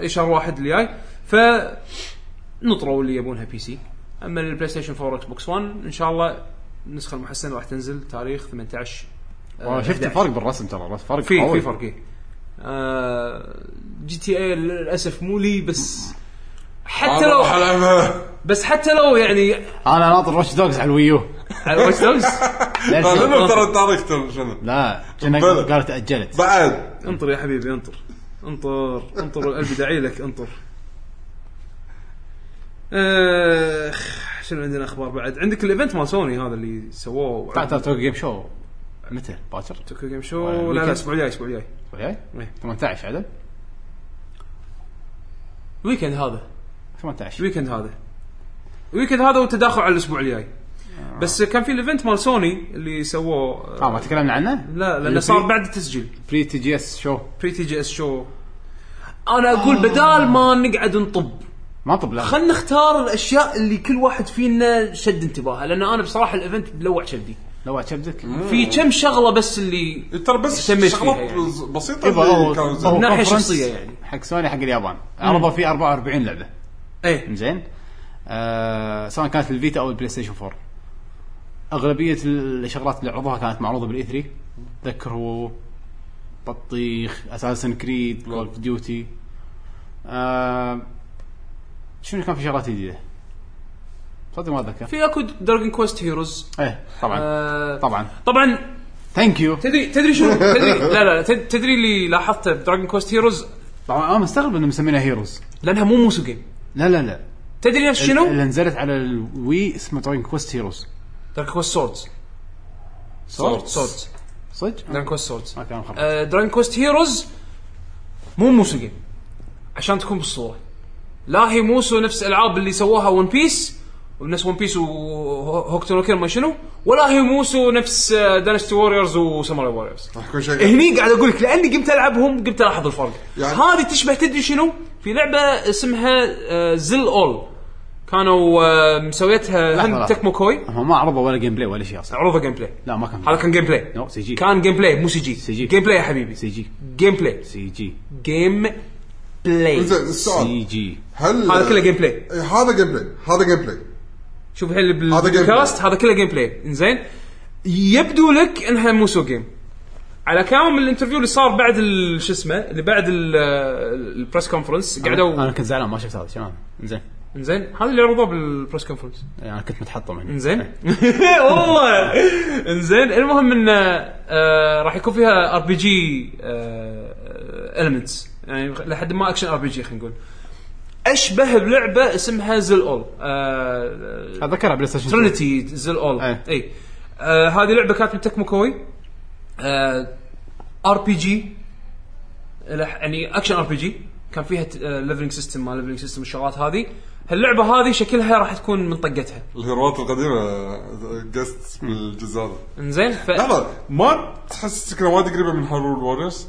إي، شهر واحد اللي جاي ف نطروا اللي يبونها بي سي اما البلاي ستيشن 4 اكس بوكس 1 ان شاء الله النسخه المحسنه راح تنزل تاريخ 18 آه،
والله شفت
11.
الفرق بالرسم ترى بس فرق
في
قوي.
في فرق إيه. آه جي تي اي للاسف مو لي بس حتى
أنا
لو
راح العبها
بس حتى لو يعني
انا ناطر روش دوجز على
(laughs)
الويو
آه، واتش دوجز
لا
لا،
شيء.
لانه ترى التاريخ ترى شنو
لا كنا
بلى.
قالوا تاجلت
بعد
انطر يا حبيبي انطر انطر انطر القلب داعي لك انطر اخ آه، شنو عندنا اخبار بعد عندك الايفنت مال سوني هذا اللي سووه
تعال تعال توقع جيم شو متى باكر؟
توكيو جيم شو لا لا الاسبوع الجاي الاسبوع الجاي
وياي؟
إيه.
18 عدل؟
الويكند هذا
18
الويكند هذا الويكند هذا والتداخل على الاسبوع الجاي بس كان في الايفنت مال سوني اللي سووه آه،
اه ما تكلمنا عنه؟
لا لانه
اللي
صار
بري-
بعد التسجيل
بري تي جي اس شو
بري تي جي اس شو انا اقول بدال ما نقعد نطب
ما طب لا
خلنا نختار الاشياء اللي كل واحد فينا شد انتباهه لان انا بصراحه الايفنت بلوع شبدي
لو كبدك
في كم شغله بس اللي
ترى بس
اهتميت فيها
شغلات
يعني.
بس- بسيطه
يبا إيه، هو-
اللي كانوا
هو
زين.
ناحية
conference
شخصية يعني.
حق سوني حق اليابان عرضوا فيه 44 لعبه
ايه
زين آه سواء كانت الفيتا او البلاي ستيشن 4 اغلبيه الشغلات اللي عرضوها كانت معروضه بالاي 3 تذكر هو بطيخ اساسن كريد كول اوف ديوتي آه، شنو كان في شغلات جديده؟ صدق ما اتذكر
في اكو دراجون كويست هيروز
ايه طبعا
آه،
طبعا
طبعا
ثانك يو
تدري تدري شو تدري (laughs) لا لا تد- تدري اللي لاحظته بدراجون كويست هيروز
طبعا انا مستغرب انه مسمينها هيروز
لانها مو موسو جيم
لا لا لا
تدري نفس شنو؟
اللي نزلت على الوي اسمه دراجون كويست هيروز
دراجون كويست سوردز
صوت
سوردز
صدق؟
دراجون كويست سوردز
ما كان مخرب
دراجون كويست هيروز مو موسو جيم عشان تكون بالصوره لا هي موسو نفس الالعاب اللي سووها ون بيس ونفس ون بيس وهوكتو نو كير ما شنو ولا هي موسو نفس آه، دانستي ووريرز وساموراي ووريرز
(laughs)
راح يكون شيء
هني قاعد اقول لك لاني قمت العبهم قمت الاحظ الفرق يعني
يعني-
هذه تشبه تدري شنو في لعبه اسمها آه، زل اول كانوا آه، مسويتها
لحظة،
هند
لحظة.
تكمو كوي
هم ما عرضوا ولا جيم بلاي ولا شيء اصلا
عروضه جيم بلاي
لا ما كان
هذا كان جيم بلاي
نو، سي جي.
كان جيم بلاي مو سي جي
سي جي.
جيم بلاي يا حبيبي
سي جي
جيم بلاي
سي جي
جيم بلاي
زين
سي
السؤال
جي
هل
هذا كله جيم بلاي
إيه، هذا جيم بلاي هذا جيم بلاي
شوف الحين اللي
هذا جيم
بالكاست هذا كله جيم بلاي انزين يبدو لك انها مو سو جيم على كلامهم الانترفيو اللي صار بعد ال- شو اسمه اللي بعد ال- البريس كونفرنس
انا
قعدوا
كنت زعلان ما شفت هذا شلون زين
انزين هذا اللي عرضوه بالبريس كونفرنس
انا كنت متحطم هنا إيه.
انزين (laughs) والله انزين المهم انه آه، راح يكون فيها ار بي جي المنتس آه، يعني لحد ما اكشن ار بي جي خلينا نقول اشبه بلعبه اسمها آه، زل اول
اتذكرها بلاي ستيشن
ترينيتي زل اول
أي.
اي آه، هذه لعبه كانت من تكمو كوي آه، ار بي جي آه، يعني اكشن ار بي جي كان فيها ليفلنج سيستم ما ليفلنج سيستم الشغلات هذه هاللعبه هذه شكلها راح تكون من طقتها
الهيروات القديمه جست من الجزء هذا
انزين ف
لحظه ما تحس سكنه وايد قريبه من هارول ووريرز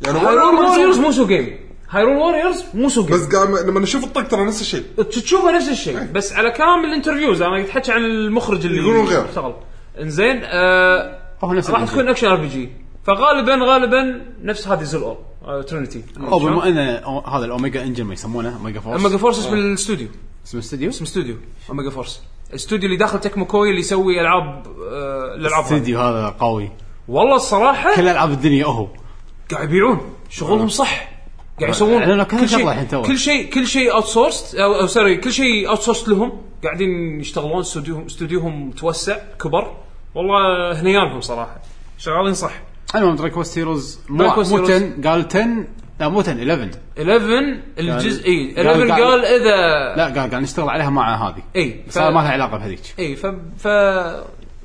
يعني
هايرول
Warriors-
ووريرز مو سو جيم هايرول ووريرز مو سو جيم
بس قام لما نشوف الطق ترى نفس الشيء
تشوفه نفس الشيء بس على كلام الانترفيوز انا قاعد احكي عن المخرج اللي
يقولون غير.
اشتغل انزين آه
هو نفس
راح
الجزء.
تكون اكشن ار بي جي فغالبا غالبا نفس هذه زل اول آه، ترينيتي
او بما ان أو- هذا الاوميجا انجن ما يسمونه اوميجا فورس
اوميجا فورس اسم الاستوديو
اسم الاستديو
اسم استوديو اوميجا فورس الاستوديو اللي داخل تكمو كوي اللي يسوي العاب آه، الالعاب هذه.
الاستديو هذا قوي
والله الصراحه
كل العاب الدنيا اهو
قاعد يبيعون شغلهم صح قاعد يسوون
لأنه كذا
كل
شغلة الحين
شيء
تو.
كل شيء كل شيء اوت سورس او أو سوري كل شيء اوت سورس لهم قاعدين يشتغلون استوديوهم استوديوهم متوسع كبر والله هنيانهم صراحه شغالين صح
المهم دراك كوست هيروز مو
Dragon Quest
مو
Heroes.
10 قال 10 لا مو 10 11
11 الجزء اي
قال-
11
قال-
قال اذا
لا قال قاعد نشتغل عليها مع هذه
اي
بس هذا ما لها علاقه بهذيك
اي ف ف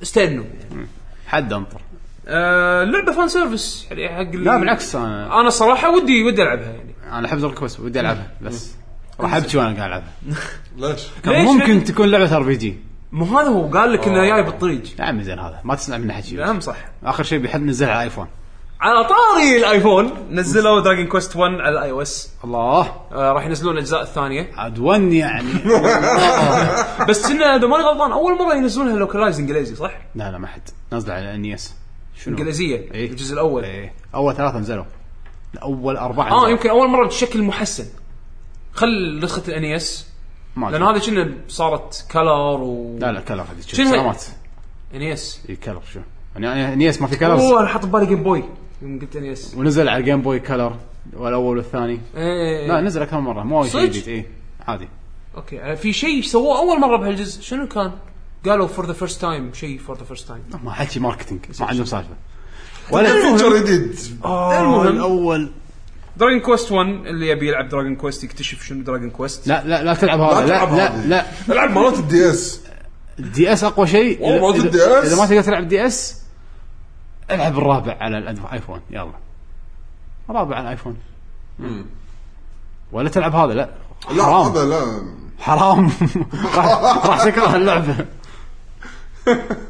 استنوا يعني.
حد انطر
آه لعبه فان سيرفيس يعني حق ال-
لا بالعكس انا
انا صراحه ودي ودي العبها يعني
انا احب دراك كوست ودي العبها بس راح ابكي وانا قاعد العبها
ليش؟
كان
ليش؟
ممكن تكون لعبه ار بي جي
مو هذا هو قال لك
آه.
انه جاي بالطريق
يا عمي زين هذا ما تسمع منه حكي
نعم صح
اخر شيء بيحب نزلها على ايفون
على طاري الايفون نزلوا دراجون كويست 1 على الاي او اس
الله
آه راح ينزلون الاجزاء الثانيه
عاد ون يعني (laughs)
بس انه اذا ماني غلطان اول مره ينزلونها لوكلايز انجليزي صح؟
لا لا ما حد نازله على انيس شنو
انجليزيه
إيه.
الجزء الاول
ايه اول ثلاثه نزلوا اول اربعه
اه
نزلوا.
يمكن اول مره بشكل محسن خل نسخه الانيس
ما
لان
أدري.
E هذه كنا صارت كلر و E
لا لا كلر هذه شو
شنو هي؟
سلامات
انيس
اي كلر شو يعني انيس ما في كلر
اوه انا حاط ببالي جيم بوي يوم قلت E انيس
ونزل على الجيم بوي كلر والاول والثاني لا
ايه
نزل كم مره مو شيء
صدق؟
جديد اي عادي
اوكي آه، في شيء سووه اول مره بهالجزء شنو كان؟ قالوا فور ذا فيرست تايم شيء فور ذا فيرست تايم
ما حكي ماركتينج ما عندهم سالفه
فيتشر جديد
المهم اول
دراجون كويست 1 اللي يبي يلعب دراجون كويست يكتشف شنو دراجون كويست
لا لا آه، لا تلعب هذا
تلعب
لا لا
هذه.
لا
العب مرات الدي اس
الدي اس اقوى شيء
والله
إذا-
ما
إذا-
تقدر DS.
اذا ما تقدر تلعب دي اس العب الرابع على الايفون يلا الرابع على الايفون ولا تلعب هذا لا
لا
حرام.
هذا لا
حرام
(laughs)
راح راح تكره اللعبه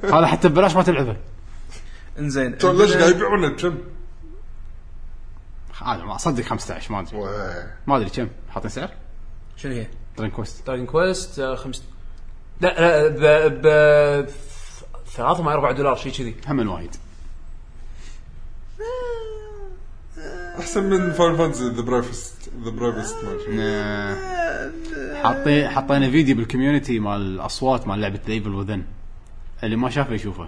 هذا حتى ببلاش ما تلعبه
انزين
شلون طيب، ليش قاعد يبيعونه بكم؟
هذا ما اصدق 15 ما ادري
واه.
ما ادري كم حاطين سعر
شنو هي؟
درين كويست
دراجون كويست آه، خمس لا لا ب ب ثلاثة مع 4 دولار شيء كذي
هم وايد
احسن من فاين فانتسي ذا بريفست ذا بريفست ما أدري.
حاطين حطينا فيديو بالكوميونتي مال الاصوات مال لعبه ذا ايفل وذن اللي ما شافه يشوفه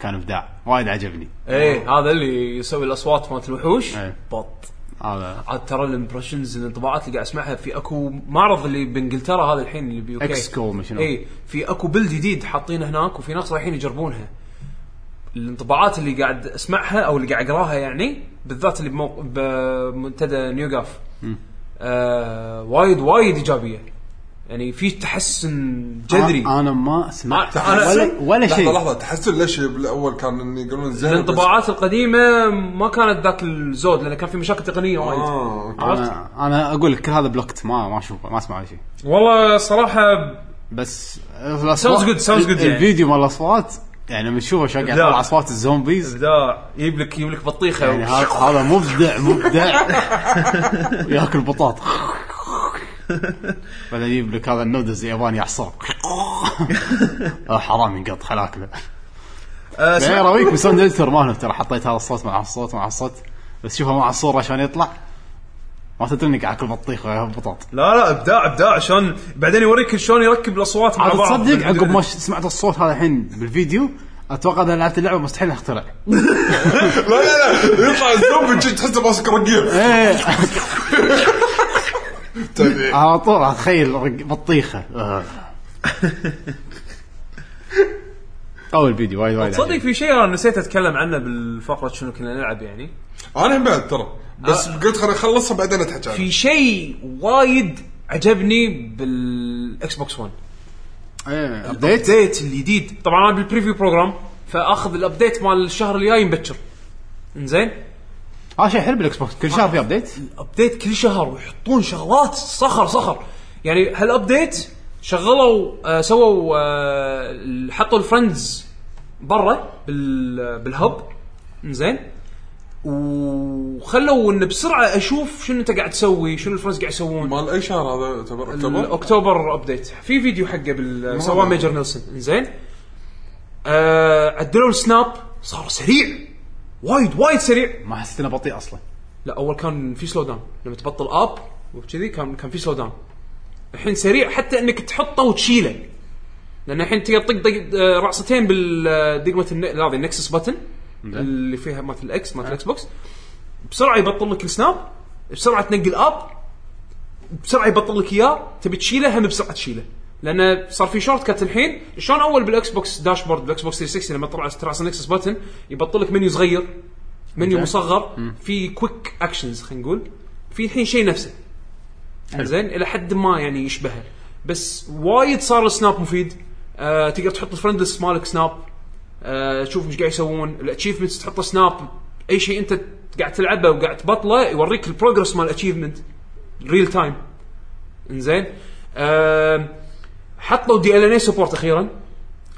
كان ابداع وايد عجبني
ايه هذا اللي يسوي الاصوات مالت الوحوش
إيه.
بط
هذا
عاد ترى الامبرشنز الانطباعات اللي قاعد اسمعها في اكو معرض اللي بانجلترا هذا الحين اللي بيوكي
Exco ما شنو.
اي في اكو بلد جديد حاطينه هناك وفي ناس رايحين يجربونها الانطباعات اللي قاعد اسمعها او اللي قاعد اقراها يعني بالذات اللي بموق... بمنتدى نيوغاف آه وايد وايد ايجابيه يعني في تحسن جذري
انا ما سمعت
أنا-
ولا ولا
لحظه
شيء
لحظه تحسن ليش بالاول كان إن يقولون زين بس-
الانطباعات القديمه ما كانت ذاك الزود لان كان في مشاكل تقنيه وايد
آه، أوكي.
عرفت؟
انا انا اقول لك كل هذا بلوكت ما ما اشوفه ما اسمع ولا شيء
والله صراحه
بس
Sounds good, sounds good يعني.
الفيديو مال الاصوات يعني لما تشوفه شو قاعد
إبداع.
يطلع اصوات الزومبيز
ابداع يجيب لك يجيب لك بطيخه
يعني هذا هذا مبدع مبدع ياكل بطاط بعدين يجيب لك هذا النودز الياباني يعصرك آه، حرام ينقط خل اكله
آه،
بعدين راويك بساوند اديتر مالهم ترى حطيت هذا الصوت مع الصوت مع الصوت بس شوفها مع الصوره عشان يطلع ما تدري انك اكل بطيخ وياكل بطاط
لا لا ابداع ابداع شلون بعدين يوريك شلون يركب الاصوات مع
عاد
بعض
تصدق عقب ما ش- سمعت الصوت هذا الحين بالفيديو اتوقع اذا لعبت اللعبه مستحيل اخترع
لا لا لا يطلع الزومبي جد تحسه ماسك
(laughs)
رقيق
ايه
طيب.
على طول اتخيل رق- (laughs) بطيخه آه. اول فيديو وايد وايد
صدق
عجيب.
في شيء انا نسيت اتكلم عنه بالفقره شنو كنا نلعب يعني
انا هم بعد ترى بس
آه.
قلت خليني اخلصها بعدين اتحكى عنها.
في شيء وايد عجبني بالاكس بوكس 1
ايه ابديت
الابديت الجديد طبعا انا بالبريفيو بروجرام فاخذ الابديت مال الشهر الجاي مبكر انزين
اه شيء حلو بالاكس بوكس كل شهر في ابديت
الابديت كل شهر ويحطون شغلات صخر صخر يعني هالابديت شغلوا آه سووا آه حطوا الفرندز برا بال بالهب زين وخلوا ان بسرعه اشوف شنو انت قاعد تسوي شنو الفرندز قاعد يسوون
مال اي شهر هذا يعتبر اكتوبر؟
اكتوبر ابديت في فيديو حقه بال آه، سواه ميجر نيلسون زين آه عدلوا السناب صار سريع وايد وايد سريع
ما حسيت انه بطيء اصلا
لا اول كان في سلو داون لما تبطل اب وكذي كان كان في سلو داون الحين سريع حتى انك تحطه وتشيله لان الحين تقدر تطق دق- آه، رعصتين بالدقمه هذه النكسس بتن اللي فيها مالت الاكس مالت الاكس بوكس بسرعه يبطل لك السناب بسرعه تنقل اب بسرعه يبطل لك اياه تبي تشيله هم بسرعه تشيله لانه صار في شورت كات الحين شلون اول بالاكس بوكس داشبورد بالاكس بوكس 360 لما طلع ترعس النكسس بتن يبطل لك منيو صغير منيو مصغر في كويك اكشنز خلينا نقول في الحين شيء نفسه زين الى حد ما يعني يشبهه بس وايد صار السناب مفيد آه تقدر تحط الفرندلس مالك سناب آه تشوف ايش قاعد يسوون الاتشيفمنتس تحطه سناب اي شيء انت قاعد تلعبه وقاعد تبطله يوريك البروجرس مال الاتشيفمنت ريل تايم انزين آم، حطوا دي ال ان اي سبورت اخيرا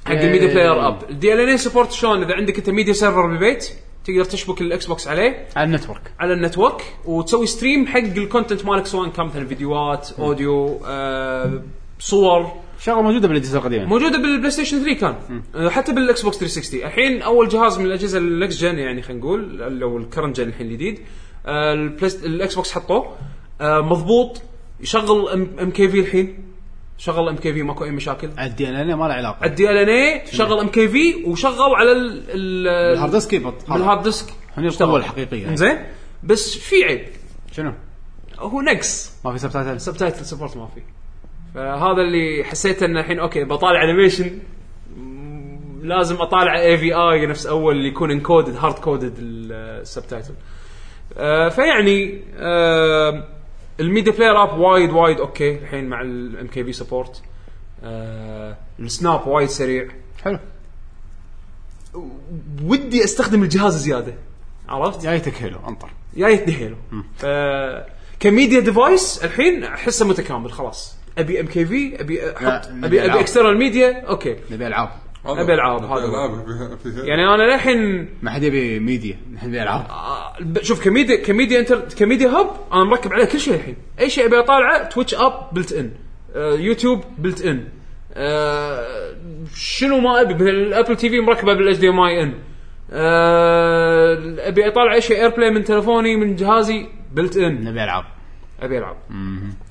حق الميديا بلاير اب الدي ال ان اي سبورت شلون اذا عندك انت ميديا سيرفر بالبيت تقدر تشبك الاكس بوكس عليه
على النتورك
على النتورك وتسوي ستريم حق الكونتنت مالك سواء كان مثلا فيديوهات اوديو آه، صور
شغله موجوده بالاجهزه القديمه
موجوده بالبلاي ستيشن 3 كان آه، حتى بالاكس بوكس 360 الحين اول جهاز من الاجهزه النكست جن يعني خلينا نقول لو الكرنت جن الحين الجديد آه، البلاي ست- الاكس بوكس حطوه آه، مضبوط يشغل ام كي في الحين شغل ام كي في ماكو اي مشاكل
الدي ان ما له علاقه
الدي ال ان اي شغل ام كي في وشغل على ال- ال-
الهارد ديسك يبط
بالهارد ديسك
هني القوه الحقيقيه
زين بس في عيب
يعني. شنو؟
هو نقص
ما في سبتايتلز
سبتايتل سبورت ما في فهذا اللي حسيت انه الحين اوكي بطالع انيميشن مم، لازم اطالع اي في اي نفس اول اللي يكون انكودد هارد كودد السبتايتل آه، فيعني آه، الميديا بلاير اب وايد وايد اوكي الحين مع الام كي بي سبورت آه، السناب وايد سريع
حلو
ودي استخدم الجهاز زياده عرفت؟
جايتك حلو انطر
جايتني حيلو ف آه، كميديا ديفايس الحين احسه متكامل خلاص ابي ام كي في ابي احط
نبي
ابي ابي
ألعاب.
اكسترنال ميديا اوكي
نبي العاب
هذا-
أبي ألعاب،
أبي
هذا.
ألعاب، فيها- فيها-
يعني انا للحين
ما حد يبي ميديا نحن نبي العاب
آه، ب- شوف كميديا كميديا انتر كميديا هب انا مركب عليه كل شيء الحين اي شيء ابي اطالعه تويتش اب بلت ان آه، يوتيوب بلت ان آه، شنو ما ابي مثلا الابل تي في مركبه بالاتش دي ام اي ان ابي اطالع اي شيء اير بلاي من تلفوني من جهازي بلت ان
نبي العاب
ابي العب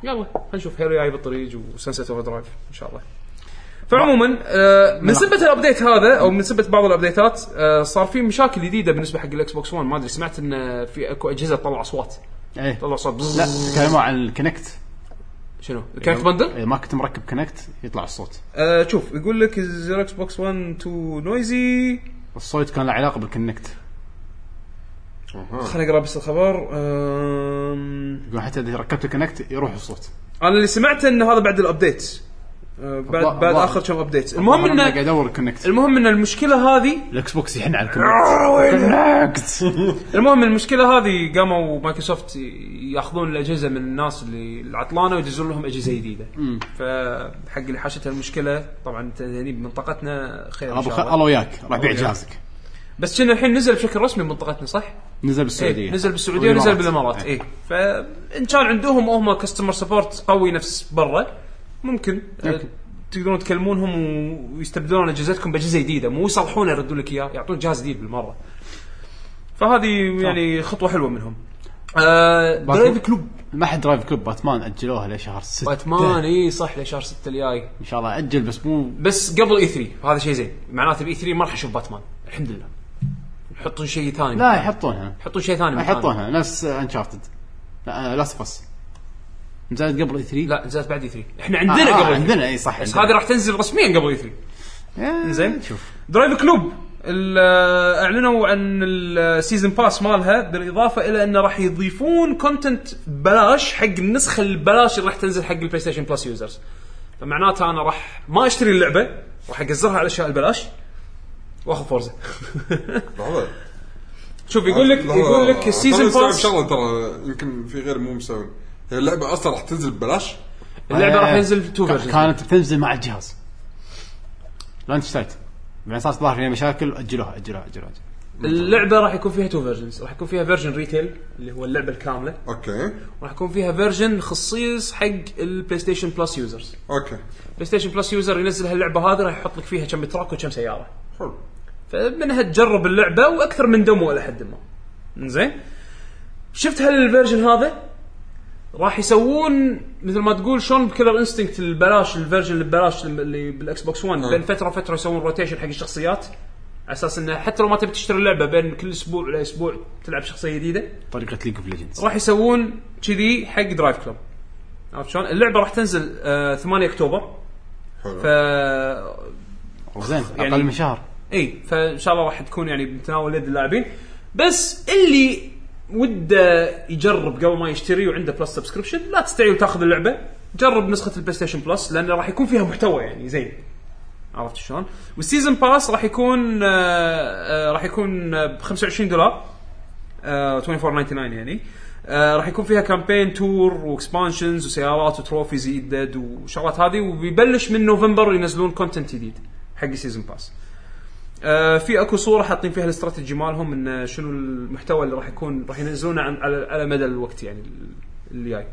يلا خلينا نشوف هيرو جاي بالطريق وسنسيت اوفر درايف ان شاء الله فعموما آه من سبه الابديت هذا او من سبه بعض الابديتات آه صار في مشاكل جديده بالنسبه حق الاكس بوكس 1 ما ادري سمعت ان في اكو اجهزه تطلع اصوات
ايه
تطلع صوت بزز.
لا تكلموا عن الكونكت
شنو كانت بندل
إيه، ما كنت مركب كونكت يطلع الصوت
آه شوف يقول لك الاكس بوكس 1 تو نويزي
الصوت كان له علاقه بالكونكت
أها.
خليني اقرا بس الخبر آم،
يقول حتى اذا ركبت الكونكت يروح الصوت
انا اللي سمعته ان هذا بعد الابديت آه، بعد
الله-
بعد
الله.
اخر كم ابديت المهم
أنا قاعد
ان
ادور الكونكت
المهم ان المشكله هذه
الاكس بوكس يحن على
(laughs)
الكونكت كونكت
المهم المشكله هذه قاموا مايكروسوفت ياخذون الاجهزه من الناس اللي العطلانه ويدزون لهم اجهزه جديده فحق اللي حاشتها المشكله طبعا أنت هني بمنطقتنا خير ان
ابو
شاء
خ-
الله
الله وياك راح بيع جهازك
بس كنا الحين نزل بشكل رسمي بمنطقتنا صح؟
نزل إيه. بالسعوديه
إيه نزل بالسعوديه ونزل إيه. بالامارات اي فان كان عندهم هم كاستمر سبورت قوي نفس برا ممكن آه،
يمكن.
تقدرون تكلمونهم و- ويستبدلون اجهزتكم باجهزه جديده مو يصلحونه يردون لك اياه يعطون جهاز جديد بالمره فهذه يعني خطوه حلوه منهم آه درايف كلوب
ما حد درايف كلوب باتمان اجلوها لشهر 6
باتمان اي صح لشهر 6 الجاي
ان شاء الله اجل بس مو
بس قبل اي 3 هذا شيء زين معناته باي 3 ما راح اشوف باتمان الحمد لله يحطون شيء ثاني
لا يحطونها
يحطون شيء ثاني مكانه.
يحطونها نفس انشارتد لا سفس نزلت قبل اي 3
لا نزلت بعد اي 3 احنا عندنا قبل E E3.
عندنا اي صح
بس
عندنا.
هذه راح تنزل رسميا قبل E اي 3
إيه،
زين.
شوف
درايف كلوب ال- آه، اعلنوا عن السيزون باس مالها بالاضافه الى انه راح يضيفون كونتنت ببلاش حق النسخه البلاش اللي راح تنزل حق البلاي ستيشن بلس يوزرز فمعناته انا راح ما اشتري اللعبه راح اقزرها على اشياء البلاش واخذ فورزه
لحظة.
شوف يقول لك
لحظة.
يقول لك
ترى
السيزون
مستوعب
باس
شغله ترى يمكن في غير مو مسوي هي اللعبه اصلا راح تنزل ببلاش
اللعبه
آه،
راح ينزل تو
كا-
فيرجنز
كانت بتنزل مع الجهاز لانش سايت بعدين صارت ظاهر فيها مشاكل اجلوها اجلوها اجلوها أجلوها.
اللعبه راح يكون فيها تو فيرجنز راح يكون فيها فيرجن ريتيل اللي هو اللعبه الكامله
اوكي
وراح يكون فيها فيرجن خصيص حق البلاي ستيشن بلس يوزرز
اوكي
بلاي ستيشن بلس يوزر ينزل هاللعبه هذه راح يحط لك فيها كم تراك وكم سياره
حلو
فمنها تجرب اللعبه واكثر من دمو الى حد ما زين شفت هالفيرجن هذا راح يسوون مثل ما تقول شلون بكلر انستنكت البلاش الفيرجن اللي ببلاش اللي بالاكس بوكس 1 بين فتره وفتره يسوون روتيشن حق الشخصيات على اساس انه حتى لو ما تبي تشتري اللعبه بين كل اسبوع لاسبوع تلعب شخصيه جديده
طريقه ليج اوف ليجندز
راح يسوون كذي حق درايف كلوب عرفت شلون؟ اللعبه راح تنزل آه 8 اكتوبر
حلو
ف
زين
يعني-
اقل من شهر
اي فان شاء الله راح تكون يعني بمتناول يد اللاعبين بس اللي وده يجرب قبل ما يشتري وعنده بلس سبسكريبشن لا تستعجل تاخذ اللعبه جرب نسخه البلاي ستيشن بلس لان راح يكون فيها محتوى يعني زين عرفت شلون؟ والسيزون باس راح يكون آه، آه، راح يكون آه، ب 25 دولار آه، 24.99 يعني آه، راح يكون فيها كامبين تور واكسبانشنز وسيارات وتروفيز يدد وشغلات هذه وبيبلش من نوفمبر ينزلون كونتنت جديد حق السيزون باس. آه، في اكو صوره حاطين فيها الاستراتيجي مالهم ان شنو المحتوى اللي راح يكون راح ينزلونه عن على, على مدى الوقت يعني اللي جاي.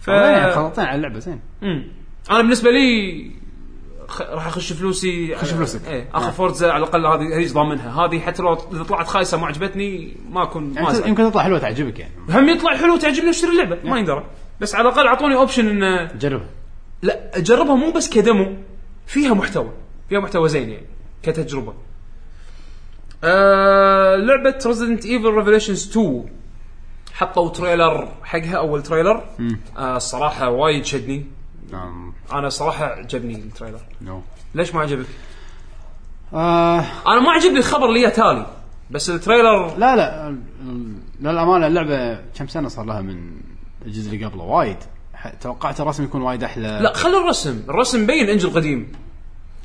ف...
يعني خلطين على اللعبه زين
مم. انا بالنسبه لي خ... راح اخش فلوسي خش
فلوسك.
ايه اخذ فورزا على الاقل هذه هذيك ضامنها هذه حتى لو اذا طلعت خايسه ما عجبتني ما اكون ما
يعني
أزعل.
يمكن تطلع حلوه تعجبك يعني
هم يطلع حلو تعجبني اشتري اللعبه ما يندرى بس على الاقل اعطوني اوبشن ان
جربها
لا اجربها مو بس كدمو فيها محتوى فيها محتوى زين يعني كتجربه آه لعبه ريزدنت ايفل ريفليشنز 2 حطوا تريلر حقها اول تريلر آه الصراحه وايد شدني
نعم
انا صراحه عجبني التريلر
نو
ليش ما عجبك؟
آه
انا ما عجبني الخبر اللي جاء تالي بس التريلر
لا لا ال- ال- للامانه اللعبه كم سنه صار لها من الجزء اللي قبله وايد ح- توقعت الرسم يكون وايد احلى
لا خلي الرسم الرسم مبين انجل قديم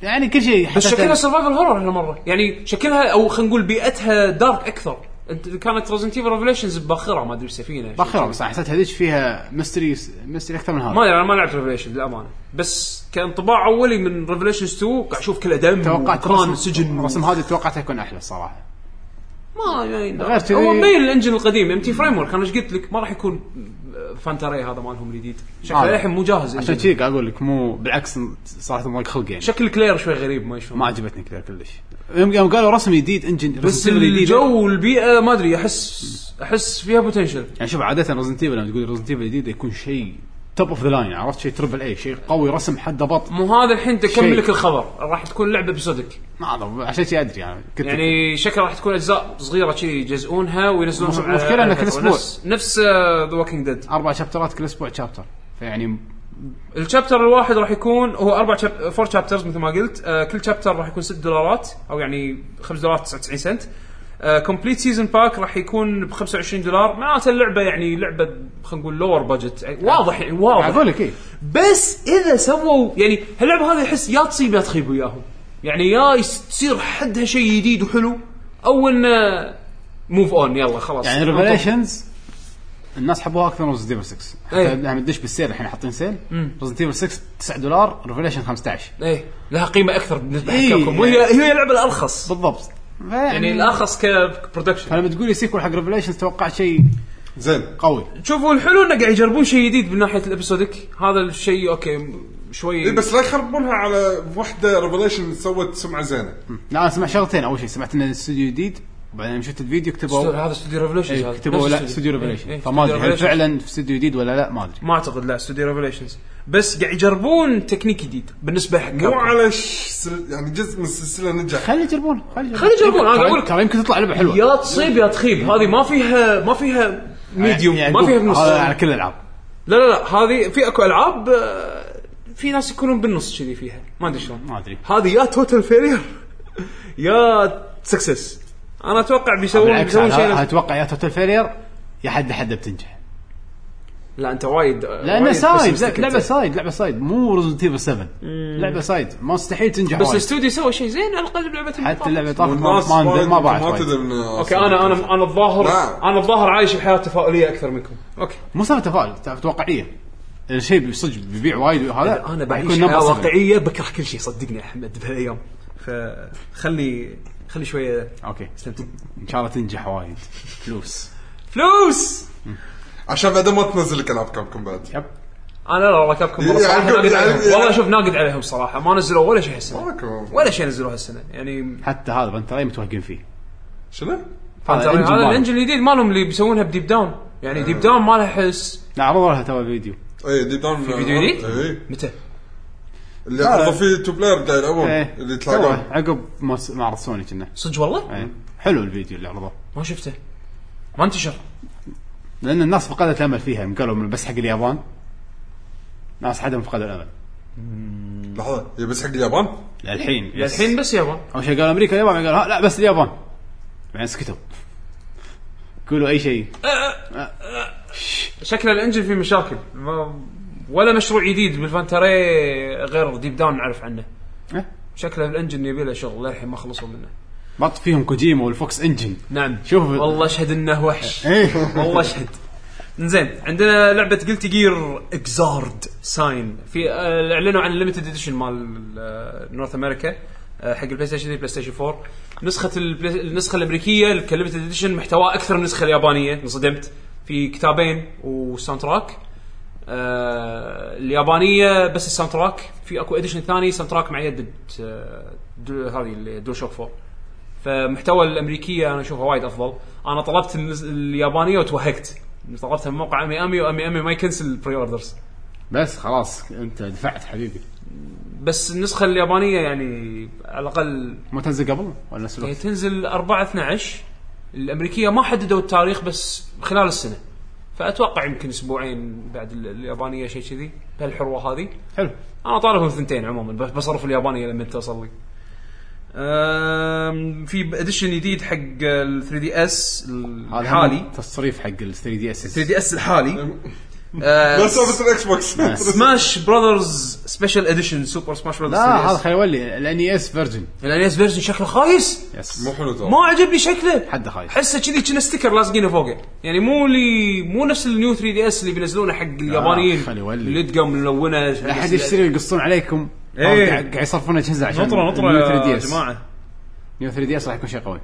يعني كل شيء
بس
حسيت-
شكلها سرفايفل هورر هالمره يعني شكلها او خلينا نقول بيئتها دارك اكثر انت كانت ريزنت ايفل ريفليشنز باخره ما ادري سفينه
باخره بس أنا حسيت هذيك فيها ميستري ميستري اكثر من
ما
هذا
ادري انا ما لعبت ريفليشن للامانه بس كانطباع اولي من ريفليشنز 2 قاعد اشوف كله دم
توقعت
كان
الرسم-
سجن
الرسم هذا توقعته يكون احلى الصراحه
ما يعني
غير كذي-
هو مبين الانجن القديم ام تي فريم ورك انا ايش قلت لك ما راح يكون فانتاري هذا مالهم الجديد شكله
آه.
للحين مو جاهز
عشان
engine.
كذي قاعد اقول لك مو بالعكس صراحه مو خلق يعني
شكل كلير شوي غريب ما يشوف
ما عجبتني كذا كلش يوم يوم قالوا رسم جديد انجن
بس الجو والبيئه ما ادري احس احس فيها بوتنشل
يعني شوف عاده ريزنت ايفل لما تقول ريزنت ايفل الجديد يكون شيء توب اوف ذا لاين عرفت شيء تربل اي شيء قوي رسم حد بط
مو هذا الحين تكمل
شيء.
لك الخبر راح تكون لعبه بسودك
ما اعرف عشان كذي ادري يعني كنت
يعني شكل راح تكون اجزاء صغيره كذي يجزئونها وينزلونها على-
المشكلة
على
إنه كل
فترة.
أسبوع.
نفس- نفس آه، ذا ووكينج ديد
اربع شابترات كل اسبوع شابتر فيعني
الشابتر الواحد راح يكون هو اربع شاب... فور شابترز مثل ما قلت آه كل شابتر راح يكون 6 دولارات او يعني 5 دولارات 99 سنت آه، كومبليت سيزون باك راح يكون ب 25 دولار معناته اللعبه يعني لعبه خلينا نقول لور بادجت واضح يعني واضح
اقول لك إيه. اي
بس اذا سووا يعني هاللعبه هذه احس يا تصيب يا تخيب وياهم يعني يا يس- تصير حدها شيء جديد وحلو او انه موف اون يلا خلاص
يعني ريفليشنز الناس حبوها اكثر من ريزنت ايفل 6
إيه.
حتى لما تدش بالسيل الحين حاطين سيل ريزنت ايفل 6 9 دولار ريفليشن 15
ايه لها قيمه اكثر بالنسبه
إيه.
حقكم وهي هي اللعبه الارخص
بالضبط
يعني الارخص كبرودكشن
فلما تقول لي سيكول حق ريفليشنز توقع شيء
زين
قوي
شوفوا الحلو انه قاعد يجربون شيء جديد من ناحيه الابسودك هذا الشيء اوكي م- شوي
إيه بس لا يخربونها على وحده ريفليشن سوت سمعه زينه
لا انا سمعت شغلتين اول شيء سمعت ان الاستوديو جديد وبعدين لما شفت الفيديو
استوديو-
كتبوا
هذا استوديو ريفولوشنز
إيه،
هذا
كتبوا
نفس
لا استوديو ريفليشن
إيه، إيه،
فما ادري
استوديو
هل
Revelation.
فعلا في استوديو جديد ولا لا ما ادري
ما اعتقد لا استوديو ريفولوشنز بس قاعد يجربون تكنيك جديد بالنسبه حق
مو
كابكوم.
على ش- سل... يعني جزء من السلسله نجح
خلي يجربون خلي
خلي يجربون، أنا أقول لك.
ترى يمكن تطلع لعبه حلوه
يا تصيب يا تخيب هذه ما فيها ما فيها ميديوم
يعني
ما فيها
دوب.
بنص
هذا على
لا
كل الالعاب
لا لا هذه في اكو العاب آه، في ناس يكونون بالنص كذي فيها ما ادري شلون
ما ادري
هذه يا توتال فيلير يا سكسس انا اتوقع بيسوون
بالعكس
بيسوون شيء
أنا
نفس-
اتوقع يا توتال فيلير يا حد حد بتنجح
لا انت وايد
لانه
وايد
سايد
pessimistic
زك- لعبه
أنت.
سايد لعبه سايد مو ريزنت ايفل 7 لعبه سايد ما مستحيل تنجح
بس
وايد.
الاستوديو سوى شيء زين على الاقل لعبته
حتى اللعبه طافت (laughs) ما
والناس
ما-
وايد
ما باعت
ما
وايد.
تدري من
اوكي انا انا انا الظاهر
لا.
انا الظاهر عايش بحياه تفاؤليه اكثر منكم اوكي
مو سالفه تفاعل تفاعل- توقعيه الشيء صدق بيبيع وايد هذا
انا
بيكون
بعيش
number
حياه
seven.
واقعيه بكره كل شيء صدقني احمد بهالايام فخلي خلي شويه
اوكي
استمتع
ان شاء الله تنجح وايد فلوس
فلوس
عشان بعدين ما تنزل لك العاب كابكم بعد
يب
انا لا والله كابكم والله صراحه
يعقوب-
ناقد عليهم
يعقوب-
والله شوف ناقد عليهم صراحه ما نزلوا ولا شيء هالسنه
ماكو.
ولا شيء نزلوه هالسنه يعني
حتى هذا بنتراي متوهقين فيه
شنو؟
هذا الإنجن
هذا
مالهم.
الانجل الجديد مالهم اللي بيسوونها بديب داون يعني ديب داون ما له حس
لا عرضوا لها تو الفيديو
اي ديب داون في
فيديو جديد؟
اي
متى؟
إيه. اللي عرضوا فيه تو بلاير قاعد يلعبون
ايه
اللي
توه،
يتلاقون
عقب ما س- معرض سوني كنا
صدق والله؟
إيه. حلو الفيديو اللي عرضوه
ما شفته ما انتشر
لان الناس فقدت الامل فيها يوم قالوا من بس حق اليابان ناس حدهم فقدوا الامل
لحظه هي بس حق اليابان؟
الحين
الحين بس يابان
اول شيء قالوا امريكا اليابان قالوا ها لا بس اليابان بعدين سكتوا قولوا اي شيء
شكل الانجل فيه مشاكل ما ولا مشروع جديد بالفانتاري غير ديب داون نعرف عنه
إيه.
شكله الانجن يبي له شغل للحين ما خلصوا منه
بط فيهم كوجيما والفوكس انجن
نعم
شوف
والله اشهد انه وحش
ايه
(laughs) والله اشهد زين عندنا لعبه قلت جير اكزارد ساين في آه، اعلنوا عن الليمتد اديشن مال آه، نورث امريكا آه، حق البلاي ستيشن 3 بلاي ستيشن 4 نسخه البلاي النسخه الامريكيه كليمتد اديشن محتواه اكثر من النسخه اليابانيه انصدمت في كتابين وساوند تراك آه، اليابانيه بس الساوند تراك في اكو اديشن ثاني ساوند تراك مع يد آه، دو- هذه اللي دول شوك 4 فمحتوى الامريكيه انا اشوفها وايد افضل انا طلبت النز- اليابانيه وتوهقت طلبتها من موقع امي امي وامي امي ما يكنسل بري اوردرز
بس خلاص انت دفعت حبيبي
بس النسخه اليابانيه يعني على الاقل
ما تنزل قبل ولا نفس
هي
الوقت؟
تنزل 4 12 الامريكيه ما حددوا التاريخ بس خلال السنه فاتوقع يمكن اسبوعين بعد ال- اليابانيه شيء كذي بهالحروه هذه
حلو
انا طالبهم ثنتين عموما بس بصرف اليابانيه لما توصل لي أم، في اديشن جديد حق ال 3 دي اس
هذا
الحالي
هم تصريف حق ال 3 دي اس
3 دي اس الحالي آه،
بس سالفه الاكس بوكس
سماش براذرز سبيشل اديشن سوبر سماش براذرز
لا هذا خليه يولي الاني اس فيرجن
الانيس فيرجن شكله خايس
يس
(laughs) مو حلو ترى
ما عجبني شكله
حد خايف
حسه كذي كنا ستيكر لازقينه فوقه يعني مو لي مو نفس النيو 3 دي اس اللي بينزلونه حق اليابانيين
آه، خلي يولي.
اللي تقام ملونه
لا حد يشتري ويقصون عليكم
إيه.
هذا قاعد قاعد يصرفون اجهزه عشان
نطره نطره
النيو 3 دي
يا
اس.
جماعه
نيو 3 دي اس راح يكون شيء قوي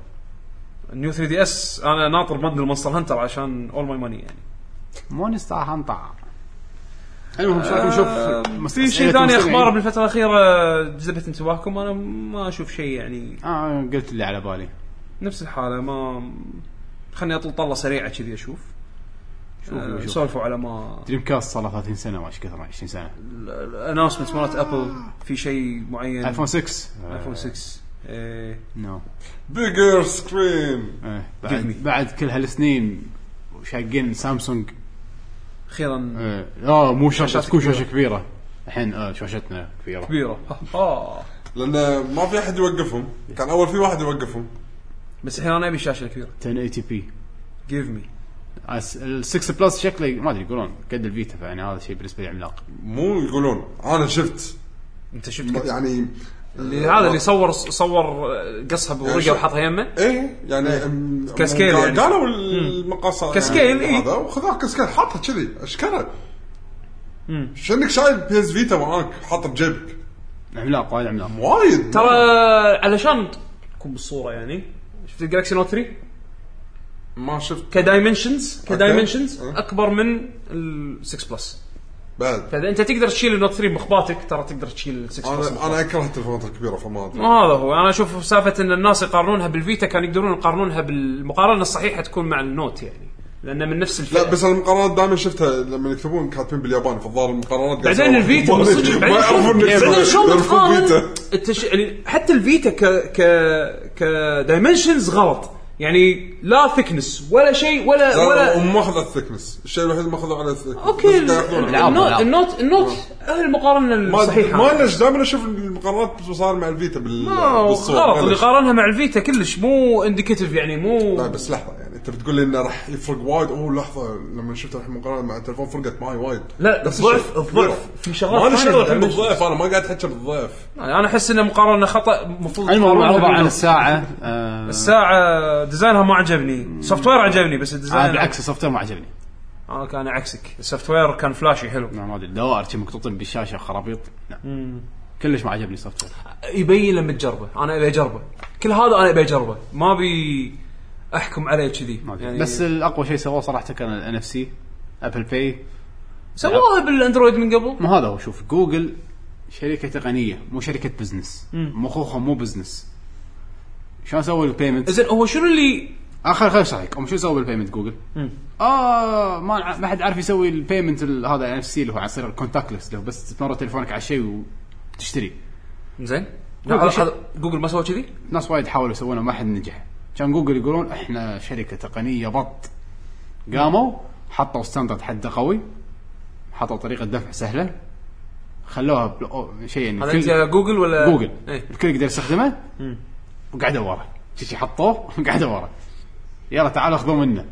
النيو 3 دي اس انا ناطر بندل مونستر هانتر عشان اول ماي ماني يعني
مونستر هانطع المهم شو رايكم نشوف مس-
آه، في شيء
أسئلة
ثاني
المستمعين؟
اخبار بالفتره الاخيره جذبت انتباهكم انا ما اشوف شيء يعني
اه قلت اللي على بالي
نفس الحاله ما خلني اطل طله سريعه كذي اشوف
شوف
آه،
شوف
سولفوا على ما
دريم كاست صار له 30 سنه ما ايش كثر 20 سنه
الانونسمنت مالت ابل في شيء معين
ايفون 6
ايفون 6 إيه.
نو
بيجر سكرين
إيه.
Give
بعد
me.
بعد كل هالسنين شاقين سامسونج
اخيرا
إيه. اه مو شاشه
شاشات
تكون
كبيرة.
شاشه كبيره الحين آه شاشتنا كبيره
كبيره (laughs) ها- ها.
لان ما في احد يوقفهم كان اول في واحد يوقفهم
بس الحين انا ابي الشاشه الكبيره
1080 بي
جيف مي
آه، ال 6 بلس شكله ما ادري يقولون قد الفيتا فيعني هذا شيء بالنسبه لي عملاق
مو يقولون انا شفت
انت شفت كت-
يعني آه،
اللي هذا اللي صور صور قصها بورقه وحطها يمه
ايه يعني أم-
كسكيل
قا-
يعني.
قالوا المقاس يعني
كسكيل، إيه.
هذا وخذوه كسكيل حاطه كذي اشكره شنك شايل بي اس فيتا معاك حاطه بجيبك
عملاق وايد عملاق
وايد
ترى علشان تكون بالصوره يعني شفت الجالكسي نوت 3
ما شفت
كدايمنشنز
أوكي.
كدايمنشنز
أه.
اكبر من ال 6 بلس
بعد
فاذا انت تقدر تشيل النوت 3 مخباتك ترى تقدر تشيل ال 6 بلس
انا انا اكره التليفونات الكبيره فما ادري
ما هذا هو انا اشوف سالفه ان الناس يقارنونها بالفيتا كانوا يقدرون يقارنونها بالمقارنه الصحيحه تكون مع النوت يعني لانه من نفس الفئه
لا بس المقارنات دائما شفتها لما يكتبون كاتبين بالياباني فالظاهر المقارنات قاعد
بعدين
يسوون-
الفيتا
ما-
بالصدق
ما يعرفون
بعدين شلون-
يرفعون-
بعدين شلون
يرفعون
بتقارن
فيتا.
التش... يعني حتى الفيتا ك ك كدايمنشنز غلط يعني لا ثكنس ولا شيء ولا
لا،
ولا
لا، هم ماخذ الثكنس الشيء الوحيد ما اخذوا على الثكنس
اوكي
بس قاعد ياخذونه.
العاب.
النوت النوت النوت هي المقارنه الصحيحه
ما ما ليش دائما اشوف المقارنات صار مع الفيتا بال
آه،
بالصور
غلط
ما
اللي
ليش.
قارنها مع الفيتا كلش مو انديكيتيف يعني مو
لا بس لحظه يعني انت بتقول لي انه راح يفرق وايد اوه لحظه لما شفت الحين مقارنه مع التليفون فرقت معي وايد
لا
نفس
الضعف
الشيء. أيوه.
الضعف في شغلات
ما لي
ثانية يعني
شغله الحين
بالدايمنشنز.
بالضعف انا ما قاعد احكي بالضعف
انا احس انه مقارنه خطا المفروض
المهم
تقارنها
عرضوا عن
بالنوت.
الساعه آه
الساعه ديزاينها ما عجبني سوفت وير عجبني بس الديزاين
آه بالعكس السوفت وير ما عجبني
انا كان عكسك السوفت وير كان فلاشي حلو
ما ما ادري دوائر شي مقطوطين بالشاشه خرابيط نعم. كلش ما عجبني سوفت وير
يبين لما تجربه انا ابي اجربه كل هذا انا ابي اجربه ما ابي احكم عليه كذي يعني
ما أدري. بس الاقوى شيء سووه صراحه كان الان اف سي ابل باي
سووها بالاندرويد من قبل
مو هذا هو شوف جوجل شركه تقنيه مو شركه بزنس مخوخهم مو بزنس شلون سووا البيمنت
زين هو شنو اللي
اخر خليني اشرحك هم شو سووا بالبيمنت جوجل؟ اه ما نع- ما حد عارف يسوي البيمنت ال- هذا ان اف سي اللي هو على يصير كونتاكتلس اللي هو بس تمر تليفونك على شيء وتشتري
زين
لا،
هذا-
شيء.
هذا- جوجل ما سوى كذي
ناس وايد حاولوا يسوونه ما حد نجح كان جوجل يقولون احنا شركه تقنيه بط قاموا حطوا ستاندرد حده قوي حطوا طريقه دفع سهله خلوها بل- شيء يعني
هذا
كل-
انت على جوجل ولا
جوجل
ايه
الكل يقدر يستخدمه وقعدوا ورا شي- شي حطوه وقعدوا ورا يلا تعالوا خذوا منه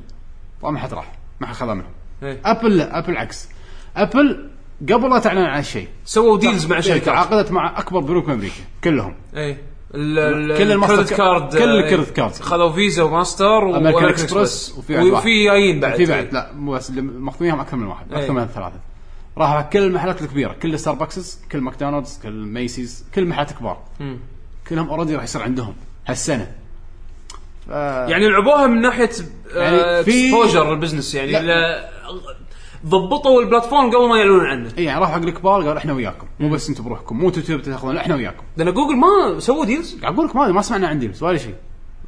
طبعا ما حد راح ما حد خذا منه
إيه.
ابل لا ابل عكس ابل قبل لا تعلن عن الشيء
سووا ديلز
إيه.
مع شركات
تعاقدت مع اكبر بنوك امريكا كلهم
ايه
كل الماستر
الكريدت كارد
كل
آه،
الكريدت كارد.
خذوا فيزا وماستر
امريكان
وامريكان
اكسبرس
اكسبرس
وفي واحد يعني
وفي جايين بعد
في بعد
إيه.
لا مو بس اللي مخدومينهم اكثر من واحد
إيه.
اكثر من ثلاثه راحوا على كل المحلات الكبيره كل ستاربكسز كل ماكدونالدز كل ميسيز كل المحلات الكبار
مم.
كلهم اوريدي راح يصير عندهم هالسنه ف-
يعني لعبوها من ناحيه
يعني في-
اكسبوجر البزنس يعني
لا.
لا- ضبطوا البلاتفورم قبل ما يعلنون عنه
اي يعني راحوا حق الكبار قالوا احنا وياكم مو بس انتم بروحكم مو انتم تبون تاخذون لا، احنا وياكم
لان جوجل ما سووا ديلز
قاعد اقول لك ما ما سمعنا عن ديلز ولا شيء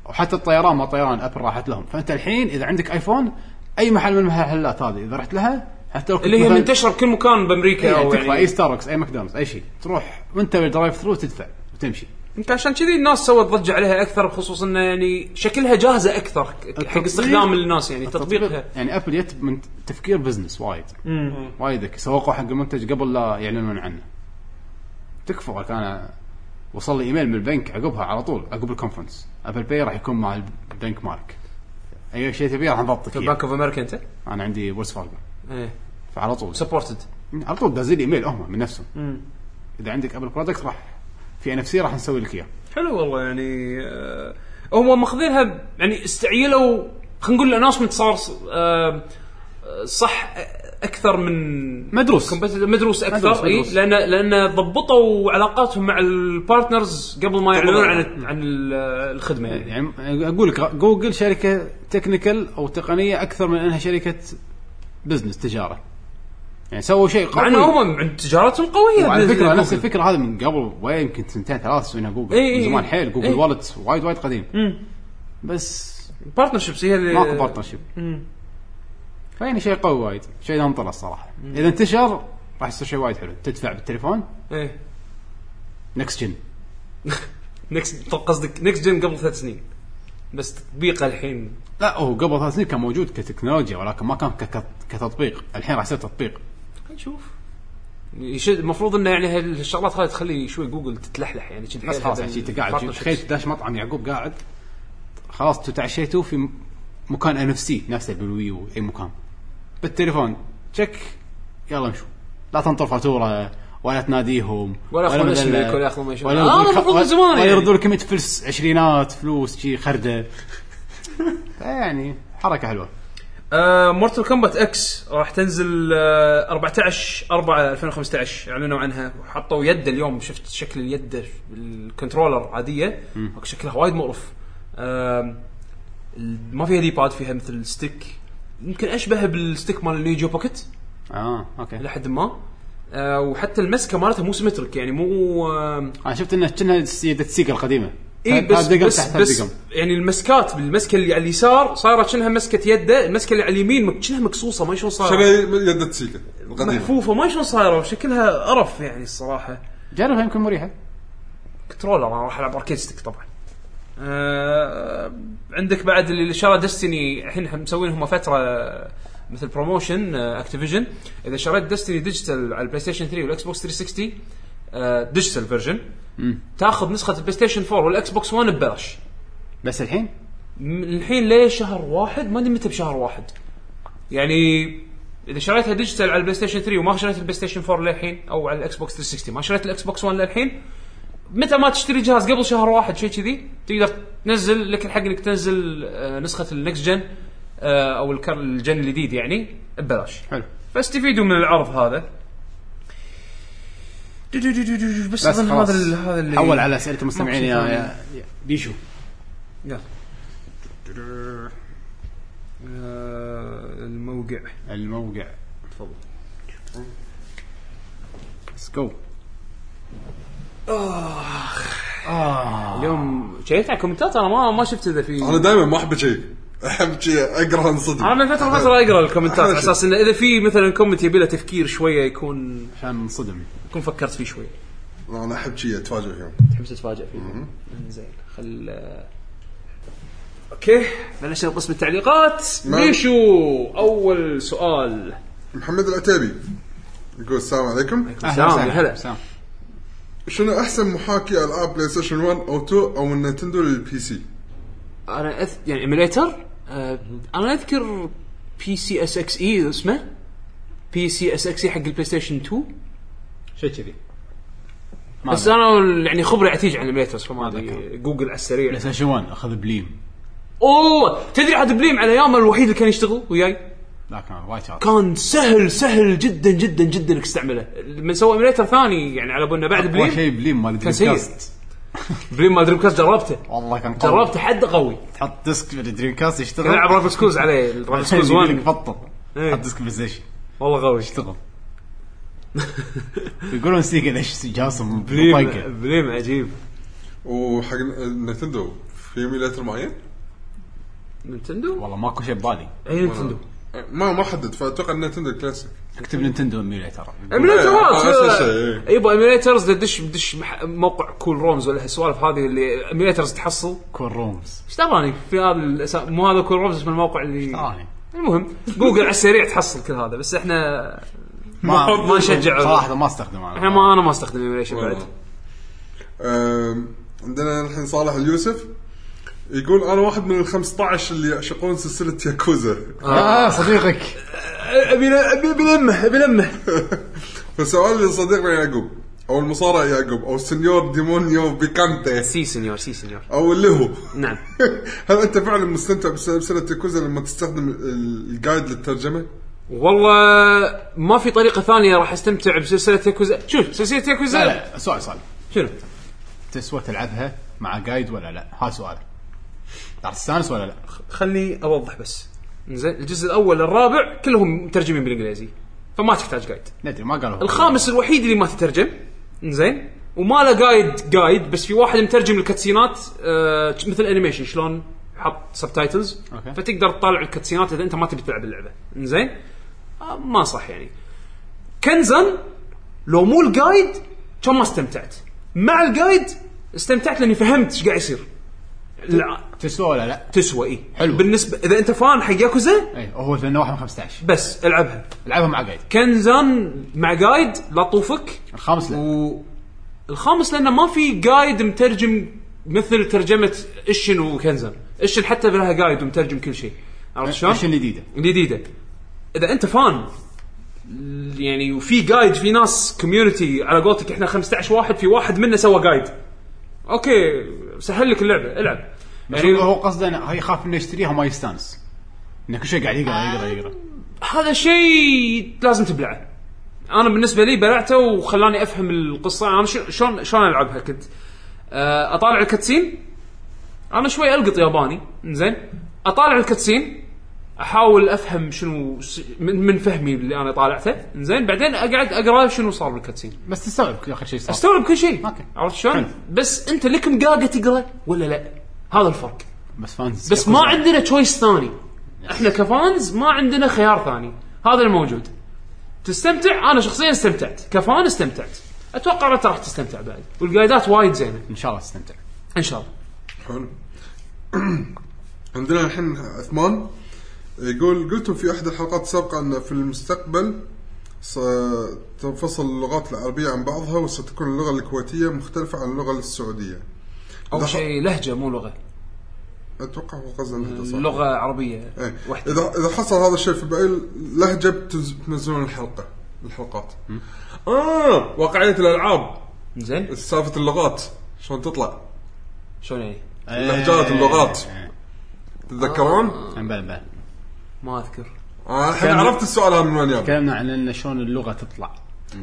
وحتى الطيران ما طيران ابل راحت لهم فانت الحين اذا عندك ايفون اي محل من المحلات هذه اذا رحت لها حتى لو كنت
اللي هي
مثلاً-
منتشره بكل مكان بامريكا
يعني
او
تكفى
يعني
اي ستاربكس اي ماكدونالدز اي شيء تروح وانت بالدرايف ثرو تدفع وتمشي
يمكن عشان كذي الناس سوت ضجه عليها اكثر بخصوص انه يعني شكلها جاهزه اكثر ك- حق
التطبيق-
استخدام الناس يعني
التطبيق-
تطبيقها
يعني ابل جت من تفكير بزنس وايد وايد ذكي سوقوا حق المنتج قبل لا يعلنون عنه تكفى لك انا وصل لي ايميل من البنك عقبها على طول عقب الكونفرنس ابل باي راح يكون مع البنك مالك اي شيء تبيه راح نضبطك إياه.
بانك اوف امريكا انت
انا عندي ويلز فارجو
ايه
فعلى طول
سبورتد
على طول دازين لي ايميل هم من نفسهم اذا عندك ابل برودكت راح في ان اف سي راح نسوي لك اياه
حلو والله يعني آه هم ماخذينها ب- يعني استعيلوا خلينا نقول الاناونسمنت صار ص- آه آه، صح أ- اكثر من
مدروس.
competitive- مدروس اكثر
مدروس، مدروس.
مدروس مدروس. لان لان ضبطوا علاقاتهم مع البارتنرز قبل ما يعلنون عن عن ال- الخدمه يعني
يعني اقول لك جوجل شركه تكنيكال او تقنيه اكثر من انها شركه بزنس تجاره يعني سووا شيء قوي
مع انه هم عند تجارتهم قويه
وعلى
بال-
فكره نفس
Google.
الفكره هذا من قبل وين يمكن سنتين ثلاث سوينا جوجل
إي إي
من زمان
إي.
حيل جوجل
إي.
والت وايد وايد قديم
إيه، مم.
بس
بارتنرشيبس هي اللي
ماكو بارتنرشيب
مم.
فيعني شيء قوي وايد شيء ننطره الصراحه اذا انتشر راح يصير شيء وايد حلو تدفع بالتليفون
ايه
نكست جن
نكست قصدك نكست جن قبل ثلاث سنين بس تطبيقه الحين
لا هو قبل ثلاث سنين كان موجود كتكنولوجيا ولكن ما كان ك- ك- كتطبيق الحين راح يصير تطبيق
نشوف يشد المفروض انه يعني هالشغلات هذه تخلي شوي جوجل تتلحلح يعني كذي
بس خلاص يعني انت قاعد تخيل داش مطعم يعقوب قاعد خلاص انتوا تعشيتوا في م- مكان ان اف سي نفسه بالويو اي مكان بالتليفون تشك يلا مشوا لا تنطر فاتوره ولا تناديهم
ولا ياخذون
مثلا-
اسمك ولا ياخذون ما يشوفون.
ولا
آه،
يردون لك-
المفروض من زمان
ولا
يعني.
يردوا لك 100 فلس عشرينات فلوس شي خرده يعني فيعني حركه حلوه
مورتل كومبات اكس راح تنزل آه 14 4 2015 اعلنوا عنها وحطوا يده اليوم شفت شكل اليد الكنترولر عاديه شكلها وايد مقرف آم، ال- ما فيها دي باد فيها مثل ستيك يمكن اشبه بالستيك مال النيجو بوكيت
اه اوكي
الى حد ما آه وحتى المسكه مالتها مو سيمترك يعني مو آم،
انا شفت انه كنا يد السيجا القديمه
اي
تحت
إيه، بس
دقم
بس,
تحت
بس
دقم.
يعني المسكات بالمسكه اللي على اليسار صارت شنها مسكه يده المسكه اللي على اليمين مك- شنها مكسوسه ما شلون صايره
شنو يد تسيكا القديمه
محفوفه ما شلون صايره وشكلها قرف يعني الصراحه
جربها يمكن مريحه
كنترولر انا راح العب اركيد ستيك طبعا آه عندك بعد اللي شرى ديستني الحين هم- مسوين هم فتره آه، مثل بروموشن اكتيفيجن اذا شريت ديستني ديجيتال على البلاي ستيشن 3 والاكس بوكس 360 آه ديجيتال فيرجن تاخذ نسخه البلاي ستيشن 4 والاكس بوكس 1 ببلاش
بس الحين
من الحين ليه شهر واحد ما ادري متى بشهر واحد يعني اذا شريتها ديجيتال على البلاي ستيشن 3 وما شريت البلاي ستيشن 4 للحين او على الاكس بوكس 360 ما شريت الاكس بوكس 1 للحين متى ما تشتري جهاز قبل شهر واحد شيء كذي تقدر تنزل لك الحق انك تنزل آه، نسخه النكست جن آه، او الكر الجن الجديد يعني ببلاش
حلو
فاستفيدوا من العرض هذا دو دو دو دو دو، بس
بس
اظن
خلاص.
هذا ال- هذا اللي
حول على اسئله المستمعين يا
ما في شيء
يا- يا بيشو
يلا آه، الموقع
الموقع تفضل ليتس جو
اليوم شيكت على الكومنتات انا ما ما شفت اذا في
انا دائما ما احب شيء احب شيء اقرا عن صدق
انا من فتره لفتره اقرا الكومنتات على
أحلى شيء.
اساس انه اذا في مثلا كومنت يبي له تفكير شويه يكون
عشان نصدم
يكون فكرت فيه شويه
انا احب شيء اتفاجئ فيهم
تحب تتفاجئ فيه زين خل اوكي بلشنا بقسم التعليقات
نعم.
ليشو اول سؤال
محمد العتيبي يقول السلام عليكم
سلام يا هلا
سلام
شنو احسن محاكي العاب بلاي ستيشن 1 او 2 او النتندو للبي سي؟
انا أث... يعني ايميليتر آه انا اذكر بي سي اس اكس اي E اسمه بي سي اس اكس اي E حق البلاي ستيشن 2
شيء كذي
بس انا ال- يعني خبري عتيج عن ايميليترز فما ادري
أتذكر.
جوجل على السريع
بلاي ستيشن 1 اخذ بليم
اوه تدري عاد بليم على ايام الوحيد اللي كان يشتغل وياي
لا كان وايد شاطر
كان سهل سهل جدا جدا جدا انك تستعمله من سوى ايميليتر ثاني يعني على بالنا بعد
اول
بليم
شيء بليم مال
كان سيء.
دريم كاست
بليم ما دريم كاست جربته
والله كان قوي
جربته حد قوي
تحط ديسك في الدريم كاست يشتغل
كان العب
(laughs)
رافس كوز عليه رافس كوز
يجي لك
1
بطل
إيه.
حط ديسك بلاي ستيشن
والله قوي (laughs)
يشتغل يقولون سيجا ليش جاسم
بليم
مطيقة.
بليم عجيب
وحق النتندو آه، في ايميليتر معين؟
نينتندو
والله ماكو شيء ببالي
اي نينتندو
ما ما حدد فاتوقع النتندو كلاسيك
اكتب نينتندو ايميوليتر
ايميليترات
آه، نفس الشيء، إيه.
يبا ايميليترز تدش بدش مح- موقع كول رومز ولا هالسوالف هذه اللي ايميليترز تحصل
كور رومز
ايش دراني في هذا الأسا- مو هذا كول رومز اسم الموقع اللي
ثاني
المهم جوجل على السريع تحصل كل هذا بس احنا
ما
ما نشجع
صراحه ما استخدم انا
احنا ما انا ما استخدم ايميليشن بعد
أم، عندنا الحين صالح اليوسف يقول انا واحد من ال 15 اللي يعشقون سلسله ياكوزا (laughs)
اه صديقك
ابي ابي بلمه ابي لمه
فسؤال لصديقنا يعقوب او المصارع يعقوب او السنيور ديمونيو بيكانتي
سي سنيور سي سنيور
او اللي هو (laughs)
نعم
هل انت فعلا مستمتع بسلسله ياكوزا لما تستخدم ال- الجايد للترجمه؟
والله ما في طريقه ثانيه راح استمتع بسلسله ياكوزا شوف سلسله
لا،
ياكوزا
لا، سؤال سؤال
شنو
تسوى تلعبها مع جايد ولا لا؟ هذا سؤالك راح تستانس ولا لا؟
خلني اوضح بس زين الجزء الاول الرابع كلهم مترجمين بالانجليزي فما تحتاج جايد
ندري ما قالوا
الخامس الوحيد اللي ما تترجم زين وما له جايد جايد بس في واحد مترجم الكاتسينات آه مثل انيميشن شلون حط سبتايتلز
أوكي.
فتقدر تطالع الكاتسينات اذا انت ما تبي تلعب اللعبه زين آه ما صح يعني كنزا لو مو الجايد كان ما استمتعت مع الجايد استمتعت لاني فهمت ايش قاعد يصير الع-
تسوى ولا لا؟
تسوى إيه. اي
حلو.
بالنسبه اذا انت فان حق ياكوزا
اي هو لانه واحد من 15
بس العبها
العبها مع جايد
كنزان مع جايد لا طوفك
الخامس لا
الخامس لانه ما في جايد مترجم مثل ترجمه اشن وكنزن اشن حتى لها جايد ومترجم كل شيء عرفت شلون؟
ايش الجديده؟
الجديده اذا انت فان يعني وفي جايد في ناس كوميونتي على قولتك احنا 15 واحد في واحد منا سوى جايد اوكي سهل لك اللعبه العب
يعني هو قصده انه هي يخاف انه يشتريها وما يستانس انه كل شيء قاعد يقرا يقرا يقرا
هذا شيء لازم تبلعه انا بالنسبه لي بلعته وخلاني افهم القصه انا شو- شلون شلون العبها كنت آه، اطالع الكاتسين انا شوي القط ياباني زين اطالع الكاتسين احاول افهم شنو س- من, من فهمي اللي انا طالعته زين بعدين اقعد اقرا شنو صار بالكاتسين
بس تستوعب كل اخر شيء صار
استوعب كل شيء
أوكي.
عرفت شلون
حلو.
بس انت لك مقاقه تقرا ولا لا هذا الفرق
بس فانز
بس ما عندنا تشويس ثاني احنا كفانز ما عندنا خيار ثاني هذا الموجود تستمتع انا شخصيا استمتعت كفان استمتعت اتوقع انت راح تستمتع بعد والقايدات وايد زينه
ان شاء الله تستمتع
ان شاء الله
حلو عندنا الحين عثمان يقول قلتم في احدى الحلقات السابقه ان في المستقبل ستنفصل اللغات العربيه عن بعضها وستكون اللغه الكويتيه مختلفه عن اللغه السعوديه.
اول
إذا-
شيء لهجه مو لغه
اتوقع هو قصده إنها تصح.
لغه عربيه
إيه.
وحده
اذا اذا حصل هذا الشيء في باي لهجه بتنز- بتنزلون الحلقه الحلقات. اه واقعيه الالعاب
زين
سالفه اللغات شلون تطلع؟
شلون يعني
إيه، آه.
اللهجات اللغات تتذكرون؟
بلى بلى
ما اذكر
انا الحين عرفت السؤال هذا من وين جاب
تكلمنا عن ان شلون اللغه تطلع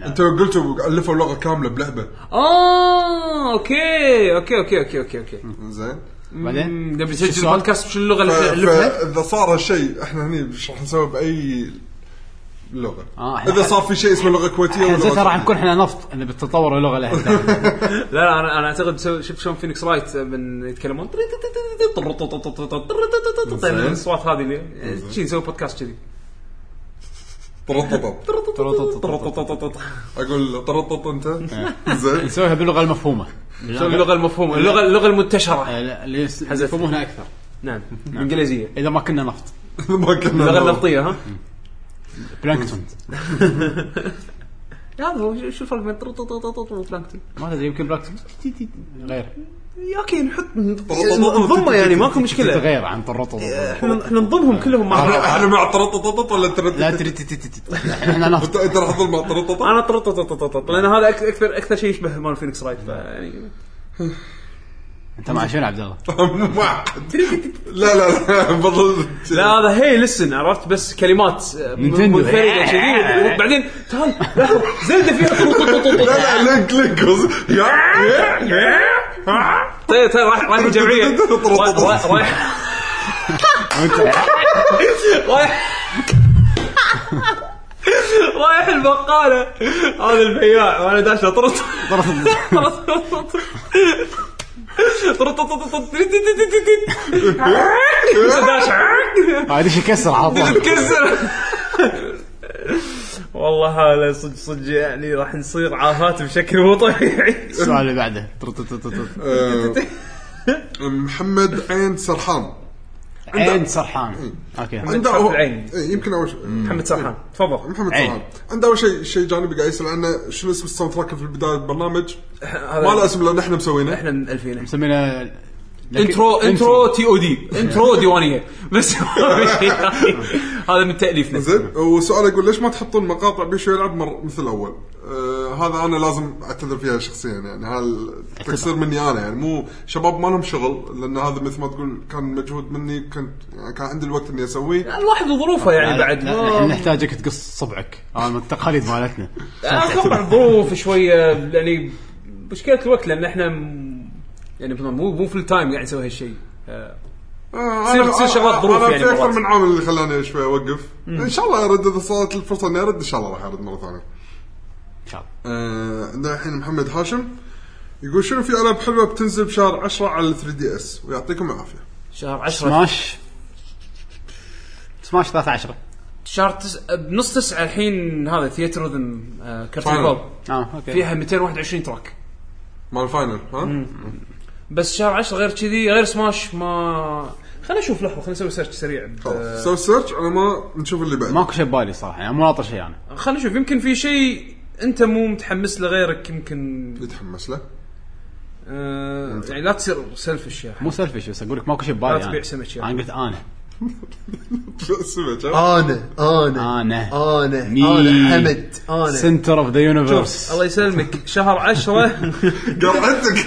انت قلتوا الفوا لغه كامله بلعبه
اه اوكي اوكي اوكي اوكي اوكي اوكي
زين
بعدين
نبي
شو
نسجل
السؤال؟
بودكاست شو اللغه اللي
ف-
اللي
فاذا صار هالشيء احنا هني ايش راح نسوي باي لغه
آه، إحنا-
اذا صار في شيء اسمه لغه كويتيه ولا
حسيتها راح
لغة-
نكون احنا نفط ان بالتطور اللغه
(laughs)
لها
لا لا انا انا اعتقد سو- شفت شلون فينيكس رايت من يتكلمون طيب، الصوت هذه اللي شي نسوي بودكاست كذي
طرططط اقول
(laughs)
طرطط انت
إيه.
زين
نسويها باللغه المفهومه
شو
يعني-
اللغه المفهومه اللغه اللغه المنتشره
آه، اللي يس- اللي يفهمونها اكثر
نعم الانجليزيه
اذا ما كنا نفط
ما كنا
اللغه
نعرف.
النفطيه ها
بلانكتون
هذا هو شو- شو الفرق بين طرططططط وبلانكتون
ما ادري يمكن بلانكتون تي- تي- تي- غير
يا اوكي نحط نضمه يعني ماكو مشكله
غير عن طرطو
احنا احنا نضمهم كلهم مع
(laughs) احنا احنا مع طرططط ولا
لا
انت
تري- تي- تي- تي- تي. احنا نفط
انت انت راح تظل (laughs) مع طرططط
انا طرططططط لان هذا أك- اكثر اكثر شيء يشبه مال فينيكس رايت فيعني
انت مع شنو عبد الله؟
معقد لا لا لا بظل
لا هذا هي لسن عرفت بس كلمات آه،
نينتندو.
منفرده (laughs) كذي وبعدين تعال لحظه زلده فيها (laughs)
لا لا لينك لينك يا يا- يا
طيب (laughs) طيب رايح رايح الجمعيه
(laughs)
رايح رايح- رايح (laughs) رايح البقاله هذا البياع وانا داش (laughs) اطرط
(laughs)
(laughs) داش
هذا شيء كسر على طول
تكسر والله هذا صدق صدق يعني راح نصير عافات بشكل مو طبيعي
السؤال اللي بعده طر- طر- طر- طر- طر. (laughs)
آه، محمد عين سرحان
عين سرحان اوكي
عنده
حرف
هو-
العين.
إيه، يمكن اول شيء
محمد سرحان تفضل
محمد
عين.
سرحان عنده اول شيء شيء جانبي قاعد يسال عنه شنو اسم الساوند تراك في بدايه البرنامج ما له اسم لان احنا مسوينه
احنا مألفينه
مسمينا
انترو انترو تي او دي انترو ديوانيه بس (laughs) ما في شيء ثاني. هذا من تاليفنا
زين وسؤال يقول ليش ما تحطون مقاطع بيشو يلعب مر مثل الاول؟ آه هذا انا لازم اعتذر فيها شخصيا يعني هالتقصير مني انا يعني مو شباب ما لهم شغل لان هذا مثل ما تقول كان مجهود مني كنت يعني كان عندي الوقت اني اسويه
الواحد وظروفه يعني بعد
بعد
ما-
نحتاجك تقص صبعك هذا من التقاليد مالتنا
اتوقع آه، الظروف شويه يعني مشكله الوقت لان احنا م- يعني مو مو فل تايم قاعد نسوي هالشيء آه،
آه،
تصير-
أنا-
تصير شغلات
أنا-
ظروف
أنا
يعني
في اكثر
مرات.
من عامل اللي خلاني شوي اوقف ان شاء الله ارد اذا صارت الفرصه اني ارد ان شاء الله راح ارد مره ثانيه
ان شاء الله
آه، عندنا الحين محمد هاشم يقول شنو في العاب حلوه بتنزل بشهر 10 على ال 3 دي اس ويعطيكم العافيه
شهر 10
سماش سماش 13
شهر تس... بنص تسعة الحين هذا ثياتر رذم آه، كارتون
Final.
كول
اه اوكي
فيها 221 تراك
مال فاينل ها؟
بس شهر 10 غير كذي غير سماش ما خلينا نشوف لحظه خلينا نسوي سيرش سريع آه،
خلاص آه. سوي سيرش على ما نشوف اللي بعد
ماكو شيء ببالي صراحه يعني مو ناطر شيء انا
خلينا نشوف يمكن في شيء انت مو متحمس لغيرك يمكن
يتحمس له (laughs)
آه يعني لا تصير سيلفش يا حبيبي.
مو سيلفش بس اقول لك ماكو شيء
لا
ببالي
تبيع
انا
سمك يا
انا قلت انا
سمع شاف؟
انا انا
انا
انا
مي.
انا حمد انا
سنتر اوف ذا يونيفرس
الله يسلمك شهر 10
قرعتك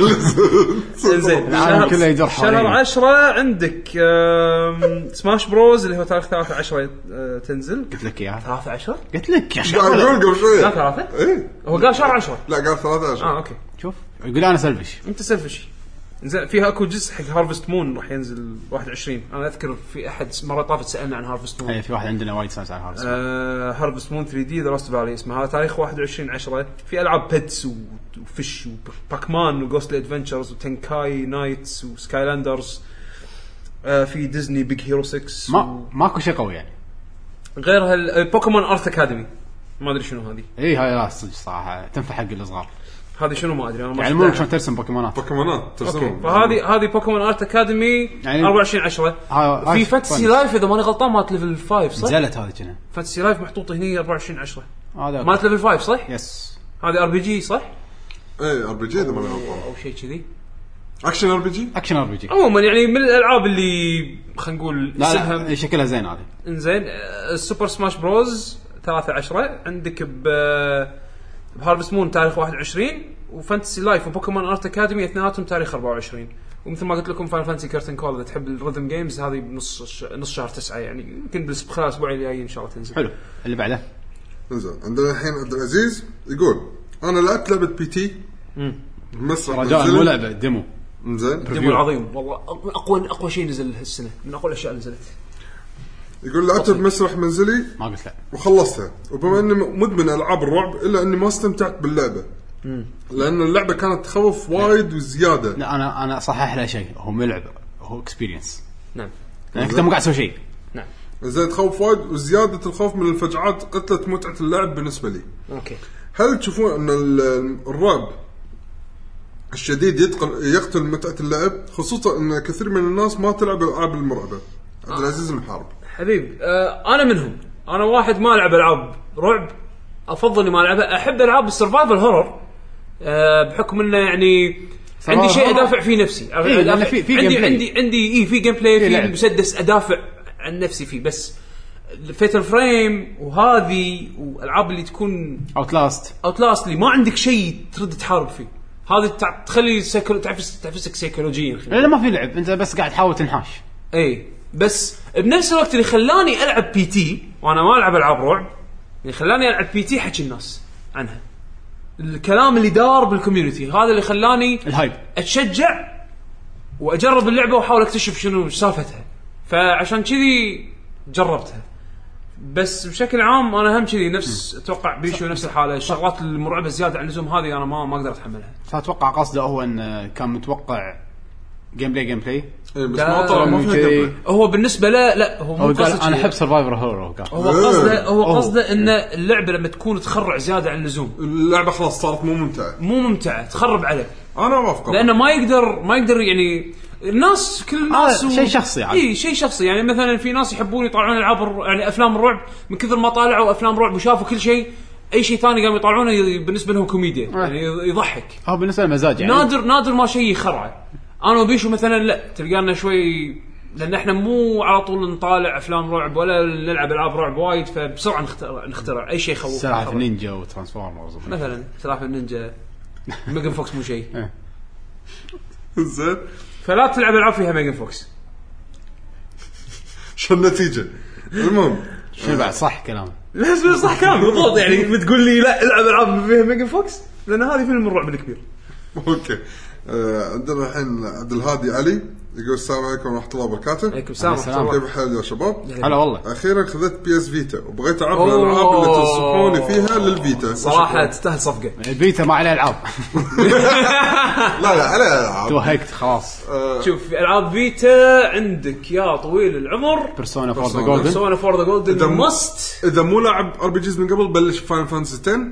انزين
العالم
شهر-
كله يدور
شهر
حوالينا.
10 عندك آم، سماش بروز اللي هو تاريخ 3 10 آه، تنزل
قلت لك اياها
3 10
قلت لك يا
قاعد
شغل
اقول قبل
لا
شوي
3
ايه
هو قال شهر 10
لا قال
اه
13
اوكي
شوف يقول انا سلفش
انت سلفش زين فيها اكو جزء حق هارفست مون راح ينزل 21 انا اذكر في احد مره طافت سالنا عن هارفست مون
اي إيه، في واحد عندنا وايد ساينس على
آه،
هارس
هارفست مون 3 دي ذا لاست فالي اسمها هذا تاريخ 21 10 في العاب بيتس و- وفش وباكمان وجوستلي ادفنتشرز وتنكاي نايتس وسكاي لاندرز آه، في ديزني بيج هيرو 6
ما ماكو شيء قوي يعني
غير هال آه، بوكيمون ارث اكاديمي ما ادري شنو هذه
اي إيه، هاي لا صدق صراحه تنفع حق الصغار
هذه شنو ما ادري انا ما
يعني
شفتها.
مو شلون ترسم بوكيمونات
بوكيمونات
اوكي
ترسمهم
فهذه هذه بوكيمون ارت اكاديمي
يعني-
24 10
ها-
في
هاي
فاتسي
فن.
لايف اذا ماني غلطان مالت ليفل 5 صح؟
نزلت هذه كنا
فاتسي لايف محطوط هني 24 10
هذا
مالت
أوكي.
ليفل 5 صح؟
يس
هذه ار بي جي صح؟
ايه ار بي جي اذا ماني غلطان
او شيء كذي
اكشن ار بي جي
اكشن ار بي جي
عموما يعني من الالعاب اللي خلينا نقول
لا
اسمها
لا شكلها زين هذه
انزين آه، سوبر سماش بروز 3 10 عندك ب آه، بهارفست مون تاريخ 21 وفانتسي لايف وبوكيمون ارت اكاديمي اثنيناتهم تاريخ 24 ومثل ما قلت لكم فاينل فانتسي كارتن كول اذا تحب الريذم جيمز هذه بنص الش- نص شهر تسعه يعني يمكن بس خلال الاسبوعين الجايين ان شاء الله تنزل
حلو اللي بعده
انزين عندنا الحين عبد العزيز يقول انا لعبت لعبه بي تي بمسرح
رجاء
منزلي.
مو لعبه ديمو
انزين
ديمو العظيم والله اقوى اقوى شيء نزل هالسنه من اقوى الاشياء اللي نزلت
يقول لعبتها بمسرح منزلي
ما قلت لا
وخلصتها وبما اني مدمن العاب الرعب الا اني ما استمتعت باللعبه لان اللعبه كانت تخوف وايد وزياده
لا انا انا صحح له شيء هو مو لعبه هو اكسبيرينس
نعم
لانك انت مو قاعد تسوي شيء
زين تخوف وايد وزياده الخوف من الفجعات قتلت متعه اللعب بالنسبه لي
اوكي
هل تشوفون ان ال- الرعب الشديد يتقل يقتل متعه اللعب خصوصا ان كثير من الناس ما تلعب العاب المرعبه عبد العزيز المحارب
حبيبي آه انا منهم انا واحد ما العب العاب رعب افضل اني ما العبها احب العاب السرفايفل هورر آه بحكم انه يعني عندي شيء ادافع فيه نفسي أدافع
إيه، لأن في- في
عندي
gameplay.
عندي عندي اي في جيم بلاي
في
في
لعب.
مسدس ادافع عن نفسي فيه بس فيتل فريم وهذه والالعاب اللي تكون
اوت لاست
اوتلاست اللي ما عندك شيء ترد تحارب فيه هذه تع- تخلي سيكولو- تعفس تعفسك سيكولوجيا
لا لا ما في لعب انت بس قاعد تحاول تنحاش
اي إيه. بس بنفس الوقت اللي خلاني العب بي تي وانا ما العب العاب رعب اللي خلاني العب بي تي حكي الناس عنها الكلام اللي دار بالكوميونتي هذا اللي خلاني
الهايب
اتشجع واجرب اللعبه واحاول اكتشف شنو سالفتها فعشان كذي جربتها بس بشكل عام انا هم كذي نفس اتوقع بيشو نفس الحاله الشغلات المرعبه زياده عن اللزوم هذه انا ما ما اقدر اتحملها
فاتوقع قصده هو انه كان متوقع جيم بلاي جيم بلاي
إيه، بس
لا،
ما طلع ما فيها
كذي.
gameplay.
هو بالنسبه له لا هو
هو
مو
قال
قصد
انا
كذي.
احب سرفايفر هورو قال
هو قصده
أوه.
هو قصده ان اللعبه لما تكون تخرع زياده عن اللزوم
اللعبه خلاص صارت مو ممتعه
مو ممتعه تخرب عليه
انا اوافقك
لانه ما يقدر ما يقدر يعني الناس كل الناس
آه، شيء شخصي يعني.
اي شيء شخصي يعني مثلا في ناس يحبون يطالعون العاب الر- يعني افلام الرعب من كثر ما طالعوا افلام رعب وشافوا كل شيء اي شيء ثاني قاموا يطالعونه ي- بالنسبه لهم كوميديا يعني يضحك
هو بالنسبه للمزاج إيه. يعني
نادر نادر ما شيء يخرعه انا وبيشو مثلا لا تلقانا شوي لان احنا مو على طول نطالع افلام رعب ولا نلعب العاب رعب وايد فبسرعه نخترع, نخترع اي شيء يخوف
سلاحف
يخرع.
النينجا وترانسفورمرز وبنفس-
مثلا سلاحف النينجا ميجن فوكس مو شيء
زين
فلا تلعب العاب فيها ميجن فوكس
شو النتيجه المهم
شنو بعد صح كلامه
بس بس صح كلام بالضبط يعني بتقول لي لا العب العاب فيها ميجن فوكس لان هذه فيلم الرعب الكبير
اوكي آه، عندنا الحين عبد الهادي علي يقول السلام عليكم ورحمه الله وبركاته
عليكم السلام ورحمه الله
كيف حال يا شباب؟
هلا (laughs) والله
اخيرا خذت بي اس فيتا وبغيت اعرف
أوه.
الالعاب اللي تنصحوني فيها للفيتا
صراحه تستاهل صفقه
البيتا ما عليه العاب
لا لا على
(laughs)
العاب
توهقت خلاص
شوف في العاب فيتا عندك يا طويل العمر
بيرسونا فور ذا
Persona.
جولدن
سوينا فور ذا جولدن
دم-
ماست
اذا مو لاعب ار بي جيز من قبل بلش فاين فانسي 10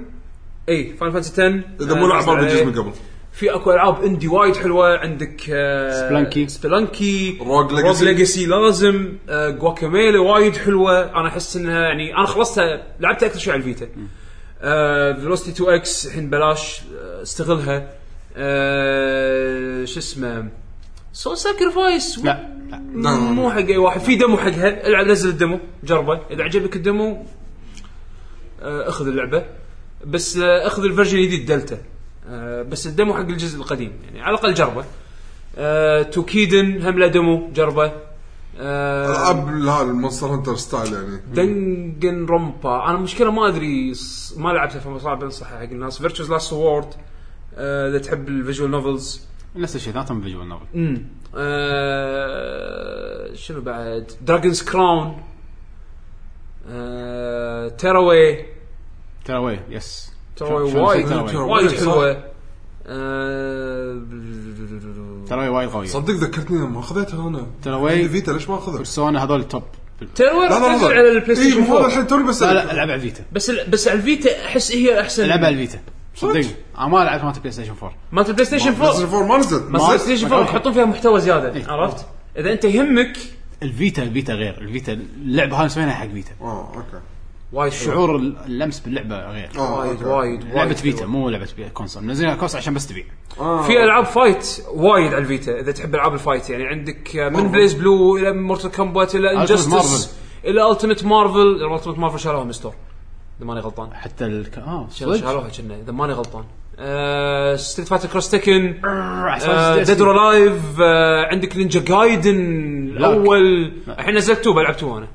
اي فاين فانتسي 10
اذا مو لاعب ار بي جيز
إيه.
من قبل
في اكو العاب اندي وايد حلوه عندك آه
Spelunky.
سبلانكي
Rogue Legacy.
ليجاسي لازم آه جواكاميلي وايد حلوه انا احس انها يعني انا خلصتها لعبتها اكثر شيء على الفيتا آه، فيلوستي 2 اكس الحين بلاش آه، استغلها آه شو اسمه سو ساكرفايس
لا لا
مو حق اي واحد في دمو حقها العب نزل الدمو جربه اذا عجبك الدمو آه، اخذ اللعبه بس آه، اخذ الفيرجن الجديد دلتا آه، بس الدمو حق الجزء القديم يعني على الاقل جربه آه، توكيدن هم له دمو جربه آه،
العاب لا المونستر هانتر ستايل يعني
دنجن رومبا انا المشكله ما ادري ص- ما لعبتها فصعب انصحها حق الناس فيرتشوز لاست وورد اذا آه، تحب الفيجوال نوفلز
نفس الشيء ذاتهم فيجوال نوفل
امم آه شنو بعد دراجونز كراون آه تيراوي
تراوي يس شو-
تيراوي
شو
وايد
نسيت Tearaway؟
وايد
صح.
حلوه آه
تراوي وايد قويه
صدق ذكرتني ما اخذتها انا
تراوي
الفيتا إيه، ليش ما اخذها؟
بيرسونا هذول التوب
تيراوي راح تنزل على البلاي
إيه،
ستيشن
مو هذا
4
الحين توني بس
لا لا العب على الفيتا
بس ال- بس الفيتا احس هي احسن
العب على الفيتا صدق انا ما لعبت مالت بلاي ستيشن 4
مالت البلاي ستيشن
بس
4
الفور ما نزلت
بس البلاي ستيشن 4
ما- إيه.
يحطون فيها محتوى زياده عرفت اذا انت يهمك
الفيتا الفيتا غير الفيتا اللعبه هاي مسوينها حق فيتا
اه اوكي
وايد شعور
شعور ال- اللمس باللعبه غير
اه
وايد
أوكي.
وايد
لعبه فيتا مو لعبه بي- كونسول منزلينها كونسول عشان بس تبيع آه.
في العاب فايت وايد على الفيتا اذا تحب العاب الفايت يعني عندك من بليز بلو الى مورتال كومبات الى
Ultimate Marvel.
انجستس الى التيمت مارفل التيمت مارفل شالوها من ستور اذا ماني غلطان
حتى ال اه صدق
آه،
آه،
شالوها كنا اذا ماني غلطان ستريت فايتر كروس تكن
احساس
ديد اور لايف آه، عندك نينجا جايدن الاول الحين نزلت 2 بلعب 2 انا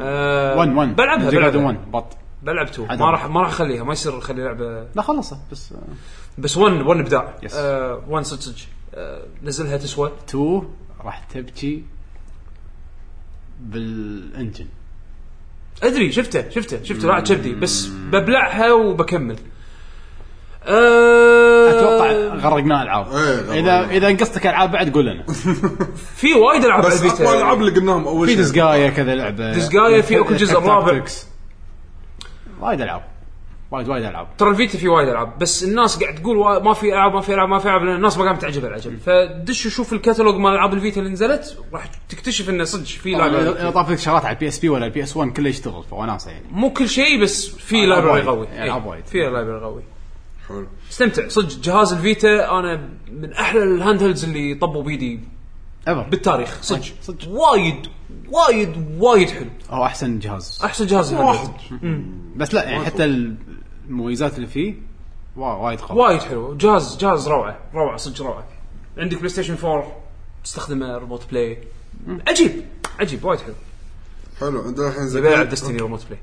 آه،
1 1
بلعبها
جاردن
بلعبها
1 بط
بلعب 2
عدم.
ما راح ما راح اخليها ما يصير اخلي لعبه
لا خلصه بس آه،
بس 1 1 ابداع
Yes.
1 صدق صدق آه، نزلها تسوى
2 راح تبكي بالانجن
ادري شفته شفته شفته راح كبدي بس ببلعها وبكمل أه
اتوقع غرقنا العاب
إيه، غرقنا.
اذا اذا نقصتك العاب بعد قول لنا
في وايد العاب
بس
بالفيتا.
اقوى الالعاب اللي قلناهم اول
في
شيء
دزقايا كذا لعبه
دزقايا في أكو جزء رابع.
Tactics. وايد العاب وايد وايد العاب
ترى الفيتا في وايد العاب بس الناس قاعد تقول وا- ما في العاب ما في العاب ما في العاب لان الناس ما قامت تعجبها العجب فدش وشوف الكتالوج مال العاب الفيتا اللي نزلت راح تكتشف انه صدق في
آه، اذا
لعبه
طاف لك شغلات على البي اس بي ولا البي اس 1 كله يشتغل فوناسه يعني
مو كل شيء بس في
ألعاب
لايبرري
وايد.
قوي إيه،
يعني ألعاب وايد.
في لايبرري قوي
حلو.
استمتع صدق جهاز الفيتا انا من احلى الهاند هيلدز اللي طبوا بيدي
ايفر
بالتاريخ صدق صدق وايد وايد وايد حلو
هو احسن جهاز
احسن جهاز الهاند هيلد.
واحد
بس لا يعني حتى المميزات اللي فيه وا- وايد قوي
وايد حلو جهاز جهاز روعه روعه صدق روعه عندك بلاي ستيشن 4 تستخدمه ريموت بلاي عجيب عجيب وايد حلو
حلو عندنا الحين
طيب،
يبي العب
زكريا
دستني ريموت بلاي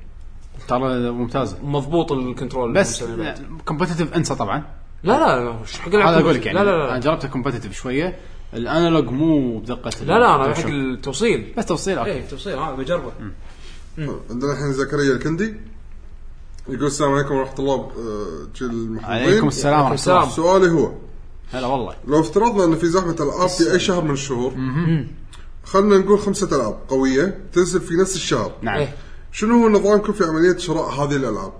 ترى ممتازه
مضبوط الكنترول
بس
المسوي بعد.
كومبتتف انسى طبعا
لا لا لا مش حق العب
هذا
كمبيوتر.
اقول لك يعني
لا لا لا
انا جربته كومبتتف شويه الانالوج مو بدقه
لا لا انا
الجويشوك.
حق التوصيل
بس توصيل اوكي
اي التوصيل هذا بجربه
عندنا الحين زكريا الكندي يقول السلام عليكم ورحمه الله آه، جيل المحظوظين
عليكم السلام ورحمه
السلام.
الله
سؤالي هو
هلا والله
لو افترضنا ان في زحمه العاب في اي شهر من الشهور خلينا نقول خمسه العاب قويه تنزل في نفس الشهر
نعم
إيه.
شنو هو نظامكم في عمليه شراء هذه الالعاب؟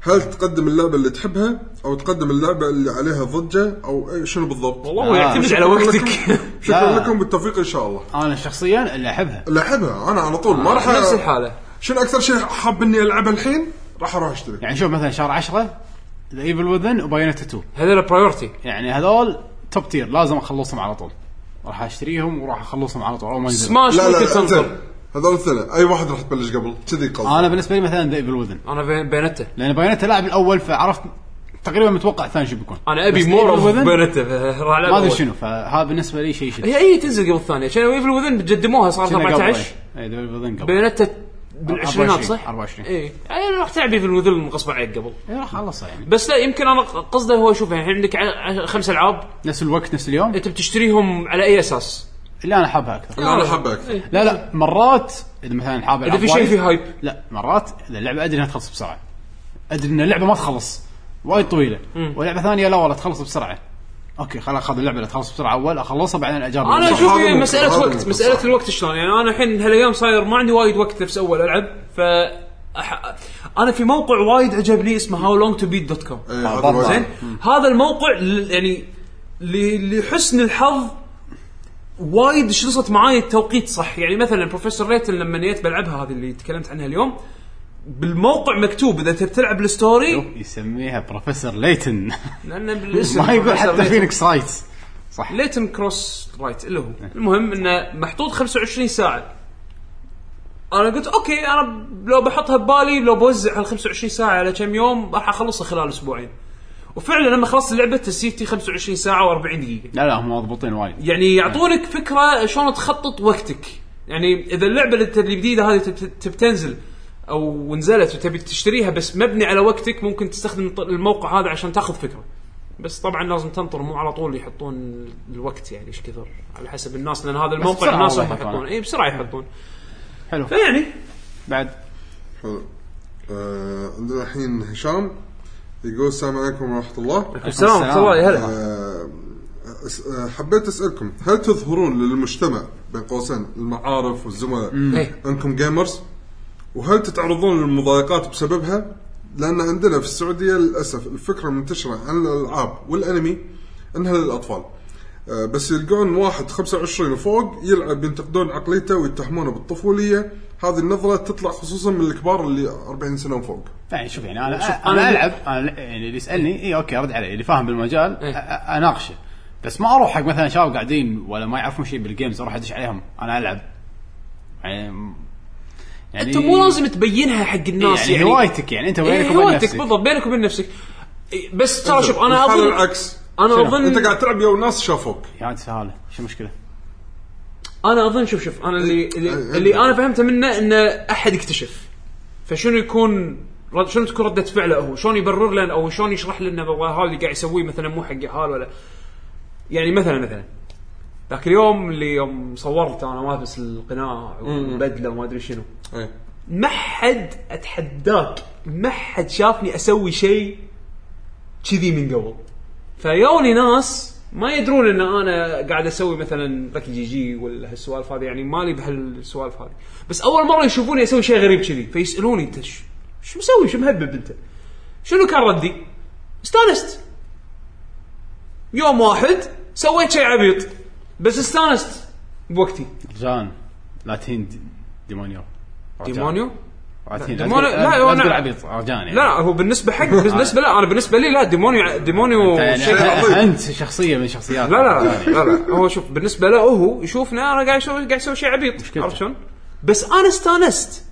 هل تقدم اللعبه اللي تحبها او تقدم اللعبه اللي عليها ضجه او أي- شنو بالضبط؟
والله
آه.
يعتمد على
شكراً
وقتك
(laughs)
(laughs)
لكم-
لا.
شكرا لكم بالتوفيق ان شاء الله.
انا شخصيا اللي احبها
اللي احبها انا على طول ما راح أ-
نفس الحاله
شنو اكثر شيء حاب اني العبها الحين؟ راح اروح اشتري.
يعني شوف مثلا شهر 10 ذا ايفل وذن وبايونيتا 2
هذول برايورتي
يعني هذول توب تير لازم اخلصهم على طول راح اشتريهم وراح اخلصهم على طول اول ما ينزل
سماش
لا
ممكن
لا
تنطر
زين هذول الثلاثة اي واحد راح تبلش قبل كذي قصدي
انا بالنسبه لي مثلا ذا ايفل وذن
انا بين- بينته
لان بايونيتا لاعب الاول فعرفت تقريبا متوقع الثاني شو بيكون
انا ابي
بس
مور
إيه،
Evil
اوف
Within
بينته راح ألعب
ما ادري
أول. إيه،
شنو فهذا بالنسبه لي شيء شيء
هي اي تنزل قبل الثانيه عشان ايفل وذن جدموها صارت 14
اي ذا ايفل وذن قبل
بياناتا بالعشرينات صح؟
24.
اي يعني راح تلعب ايفل وذن غصب عليك قبل
اي راح اخلصها يعني
بس لا يمكن انا قصده هو شوف الحين عندك ع- ع- خمس العاب
نفس الوقت نفس اليوم
انت بتشتريهم على اي اساس؟
اللي انا حابها اكثر
لا إيه. انا حابه اكثر
لا لا مرات اذا مثلا حاب
اذا
ألعب
إيه. في شيء
وايد-
في هايب
لا مرات اذا اللعبه ادري انها تخلص بسرعه ادري ان اللعبه ما تخلص وايد طويله ولعبه ثانيه لا والله تخلص بسرعه اوكي خل اخذ اللعبه اللي تخلص بسرعه اول اخلصها بعدين اجرب
انا
صح،
اشوف
هذا
هي
ممكن،
مساله
هذا
يعني وقت
ممكن،
مساله
صح.
الوقت شلون يعني انا الحين هالايام صاير ما عندي وايد وقت نفس اول العب ف أح- انا في موقع وايد عجبني اسمه هاو لونج تو بيت دوت كوم
إيه، هذا
بالضبط.
وايد.
زين هذا الموقع ل- يعني ل- لحسن الحظ وايد شلصت معاي التوقيت صح يعني مثلا بروفيسور ريتن لما جيت بلعبها هذه اللي تكلمت عنها اليوم بالموقع مكتوب اذا تبي تلعب الستوري
يسميها بروفيسور ليتن
لان
ما يقول حتى
فينك
فينيكس رايت صح
ليتن كروس رايت اللي هو المهم انه محطوط 25 ساعه انا قلت اوكي انا لو بحطها ببالي لو بوزع هال 25 ساعه على كم يوم راح اخلصها خلال اسبوعين وفعلا لما خلصت اللعبه تسيفتي 25 ساعه و40 دقيقه
لا لا هم مضبوطين وايد
يعني يعطونك فكره شلون تخطط وقتك يعني اذا اللعبه اللي تبي الجديده هذه تب- تب تنزل او نزلت وتبي تشتريها بس مبني على وقتك ممكن تستخدم الط- الموقع هذا عشان تاخذ فكره بس طبعا لازم تنطر مو على طول يحطون الوقت يعني ايش كثر على حسب الناس لان هذا الموقع
بسرعة
الناس هم
والله يحطونه.
يحطون اي بسرعه يحطون
حلو
فيعني
بعد
حلو آه، عندنا الحين هشام يقول السلام عليكم ورحمه الله
السلام ورحمه الله يا هلا
آه، أس- آه، حبيت اسالكم هل تظهرون للمجتمع بين قوسين المعارف والزملاء
إيه.
انكم جيمرز وهل تتعرضون للمضايقات بسببها؟ لان عندنا في السعوديه للاسف الفكره المنتشره عن الالعاب والانمي انها للاطفال آه، بس يلقون واحد 25 وفوق يلعب ينتقدون عقليته ويتهمونه بالطفوليه هذه النظره تطلع خصوصا من الكبار اللي 40 سنه وفوق
يعني شوف يعني انا انا, أنا العب انا ل- يعني اللي يسالني اي اوكي ارد عليه اللي فاهم بالمجال
إيه.
أ- أ- اناقشه بس ما اروح حق مثلا شباب قاعدين ولا ما يعرفون شيء بالجيمز اروح ادش عليهم انا العب يعني يعني
انت مو لازم تبينها حق الناس
يعني, يعني
يعني
هوايتك يعني انت
إيه،
وبينك وبين
هوايتك
نفسك
بالضبط بينك وبين نفسك إيه، بس ترى شوف انا
الحالة
اظن
العكس
انا اظن
انت قاعد تلعب ويا ناس شافوك
يا عاد سهاله يعني شو المشكله؟
انا اظن شوف شوف انا اللي اللي, اللي انا فهمته منه انه احد اكتشف فشنو يكون رد شنو تكون رده فعله هو شلون يبرر لنا او شلون يشرح لنا والله هذا اللي قاعد يسويه مثلا مو حق حال ولا يعني مثلا مثلا ذاك اليوم اللي يوم صورت انا مالبس القناع والبدله وما ادري شنو
إيه.
ما حد اتحداك ما حد شافني اسوي شيء كذي من قبل فيوني ناس ما يدرون ان انا قاعد اسوي مثلا ركي جي جي ولا هالسوالف هذه يعني مالي بهالسوالف هذه بس اول مره يشوفوني اسوي شيء غريب كذي فيسالوني انت ش- شو مسوي شو مهبب انت شنو كان ردي استانست يوم واحد سويت شيء عبيط بس استانست بوقتي
رجان لا تهين دي- ديمونيو رجاء.
ديمونيو
لا تهين-
ديمونيو-
لا تقول-
لا، هو
لا تقول
أنا-
عبيط رجان يعني
لا هو
(laughs)
بالنسبه حق بالنسبه لا انا بالنسبه لي لا ديمونيو ديمونيو
يعني
شيء
أنت-
عظيم.
انت شخصيه من شخصيات
لا لا
رجان
لا,
يعني.
لا, لا هو شوف بالنسبه له هو يشوفنا انا قاعد اسوي قاعد اسوي شيء عبيط عرفت شلون؟ بس انا استانست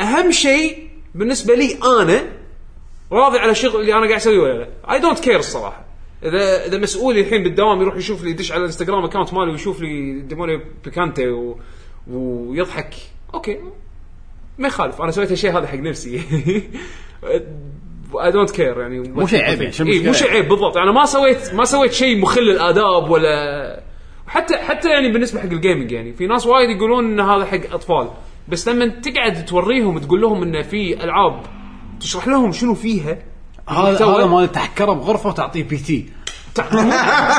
اهم شيء بالنسبه لي انا راضي على الشغل اللي انا قاعد اسويه ولا لا اي دونت كير الصراحه اذا اذا مسؤولي الحين بالدوام يروح يشوف لي يدش على الانستغرام اكونت مالي ويشوف لي ديموني بيكانتي و... ويضحك اوكي ما يخالف انا سويت الشيء هذا حق نفسي (laughs) اي دونت كير يعني مو
شيء عيب يعني، شو
إيه مو
المشكلة
شيء عيب بالضبط انا ما سويت ما سويت شيء مخل الاداب ولا حتى حتى يعني بالنسبه حق الجيمنج يعني في ناس وايد يقولون ان هذا حق اطفال بس لما تقعد توريهم تقول لهم ان في العاب تشرح لهم شنو فيها
هذا
المحتوى.
هذا مال تحكره بغرفه وتعطيه بي تي
تع-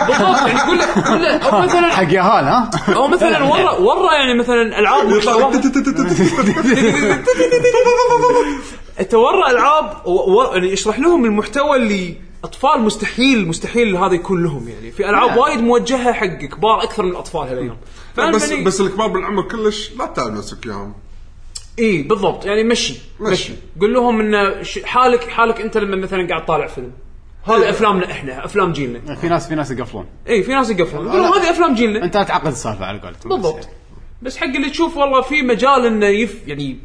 بالضبط يعني قول له قول له او مثلا
حق يا هال ها (laughs)
او مثلا ورا ورا يعني مثلا العاب
يطلع
محتواها- انت ورا العاب و... و... يعني اشرح لهم المحتوى اللي اطفال مستحيل مستحيل هذا يكون لهم يعني في العاب وايد موجهه حق كبار اكثر من الاطفال هالايام فأنا
نعم. بس
يعني-
بس الكبار بالعمر كلش لا تتعب نفسك اياهم
اي بالضبط يعني مشي مشي,
مشي.
قول لهم ان ش- حالك حالك انت لما مثلا قاعد طالع فيلم هذا افلامنا احنا افلام جيلنا
في ناس في ناس يقفلون
اي في ناس يقفلون يقول لهم هذه افلام جيلنا
انت لا تعقد السالفه على قولتهم
بالضبط بس يعني. حق اللي تشوف والله في مجال انه يف يعني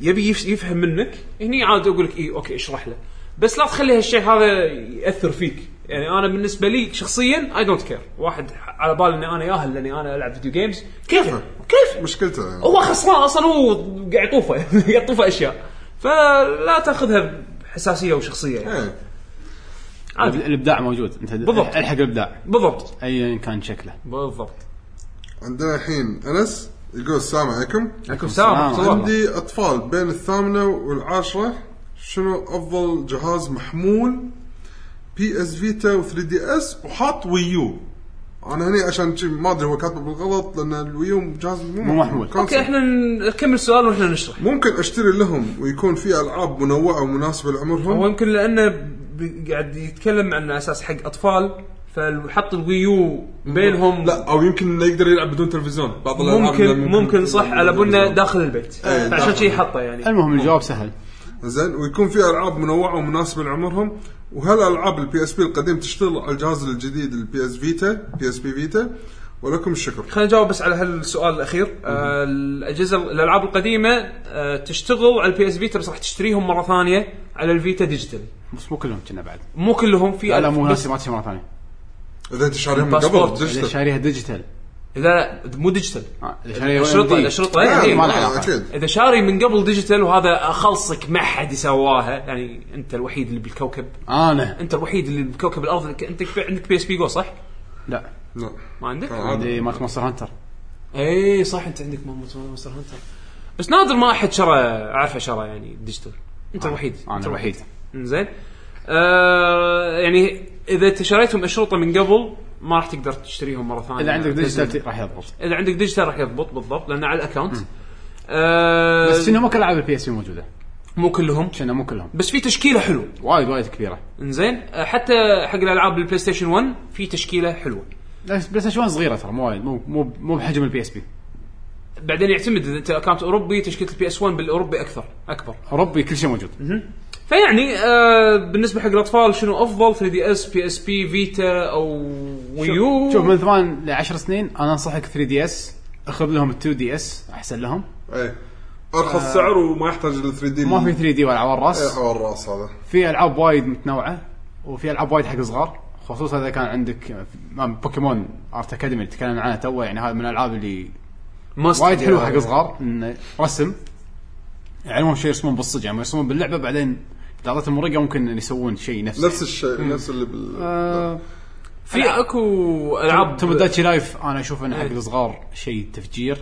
يبي يف- يفهم منك هني عاد اقول لك اي اوكي اشرح له بس لا تخلي هالشيء هذا ياثر فيك يعني انا بالنسبه لي شخصيا اي دونت كير واحد على باله اني انا ياهل لاني انا العب فيديو جيمز كيفه كيف
مشكلته يعني.
هو خسران اصلا هو قاعد يطوفه (laughs) قاعد يطوفه اشياء فلا تاخذها بحساسيه وشخصيه يعني
إيه.
الإب- الابداع موجود انت
بالضبط.
الحق الابداع
بالضبط
ايا كان شكله
بالضبط
عندنا الحين انس يقول السلام عليكم
عليكم السلام ورحمه الله
عندي اطفال بين الثامنه والعاشره شنو افضل جهاز محمول بي اس فيتا و 3 دي اس وحاط ويو انا هني عشان شي ما ادري هو كاتبه بالغلط لان الويو جهاز مو
محمول.
كونسل.
اوكي احنا نكمل سؤال واحنا نشرح
ممكن اشتري لهم ويكون في العاب منوعه ومناسبه
هو
لعمرهم
يمكن لانه ب- قاعد يتكلم عن اساس حق اطفال فحط الويو بينهم
لا او يمكن انه يقدر يلعب بدون تلفزيون بعض الألعاب إنه
ممكن ممكن صح
يلعب
على
بدون
بنا
تلفزيون.
داخل البيت فعشان
داخل.
شي حطه يعني
المهم الجواب سهل
زين ويكون فيها العاب منوعه ومناسبه لعمرهم وهل العاب البي اس بي القديم تشتغل على الجهاز الجديد البي اس فيتا بي اس بي فيتا ولكم الشكر
خلينا نجاوب بس على هالسؤال الاخير آه، الاجهزه الالعاب القديمه آه، تشتغل على البي اس فيتا بس راح تشتريهم مره ثانيه على الفيتا ديجيتال
بس مو كلهم كنا بعد
مو كلهم في
لا لا مو
بس
ناسي ما تشي مره ثانيه
اذا انت شاريهم من قبل
الباسبورت.
اللي
ديجيتال
شاريها ديجيتال
لا لا مو ديجيتال
آه، اللي شاريها
الاشرطه
AMD.
الاشرطه
لا،
إيه،
ما
إيه.
له علاقة.
اكيد
اذا شاري من قبل ديجيتال وهذا اخلصك ما حد يسواها يعني انت الوحيد اللي بالكوكب
انا
انت الوحيد اللي بكوكب الارض اللي ك- انت ك- عندك بي اس بي جو صح؟
لا
لا.
ما عندك؟
آه،
عندي مالت مونستر هانتر
اي صح انت عندك مونستر هانتر بس نادر ما احد شرى اعرفه شرى يعني ديجيتال انت الوحيد
انا
انت
آه. الوحيد
زين آه يعني اذا انت شريتهم اشرطه من قبل ما راح تقدر تشتريهم مره ثانيه
اذا عندك
لازم-
ديجيتال راح يضبط
اذا عندك ديجيتال راح يضبط بالضبط لانه على الاكونت آه
بس انه مو كل العاب البي اس بي موجوده
مو كلهم
كنا مو كلهم
بس في تشكيله حلوه
وايد وايد كبيره
انزين آه، حتى حق الالعاب البلاي ستيشن 1 في تشكيله حلوه
بس بلاي ستيشن 1 صغيره ترى مو وايد مو مو مو بحجم البي اس بي
بعدين يعتمد اذا انت اكونت اوروبي تشكيله البي اس 1 بالاوروبي اكثر اكبر
اوروبي كل شيء موجود
فيعني آه بالنسبه حق الاطفال شنو افضل 3 دي اس بي اس بي فيتا او ويو
شوف من ثمان ل 10 سنين انا انصحك 3 دي اس اخذ لهم 2 دي اس احسن لهم
ايه ارخص سعر وما يحتاج ل 3 دي
آه، ما في
أه.
إيه. 3 دي ولا عوار راس
على إيه، الراس هذا
في العاب وايد متنوعه وفي العاب وايد حق صغار خصوصا اذا كان عندك آه، ما- بوكيمون ارت اكاديمي اللي تكلمنا عنها تو يعني هذا من الالعاب اللي
ماست
وايد حلوه حق صغار انه رسم يعلمهم شيء يرسمون بالصج يعني يرسمون باللعبه بعدين اذا اعطيتهم ورقه ممكن إن يسوون شيء نفسه
نفس الشيء نفس اللي بال
آه،
في اكو العاب
توموداتشي لايف انا اشوف انه حق الصغار شيء تفجير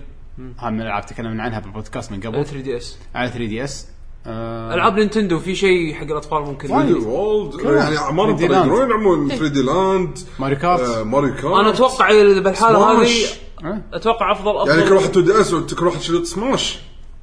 هاي من الالعاب تكلمنا عنها بالبودكاست من قبل
3 دي اس
على 3 دي آه، اس
العاب نينتندو في شيء حق الاطفال ممكن
3 دي وولد يعني اعمارهم
3D
ترى
لاند.
يقدرون يلعبون
إيه.
3 دي لاند
ماريو
آه،
كارت
ماريو كارت
انا اتوقع بالحاله هذه
سماش.
آه،
اتوقع افضل افضل
يعني كل واحد 2 دي اس كل واحد شريط سماش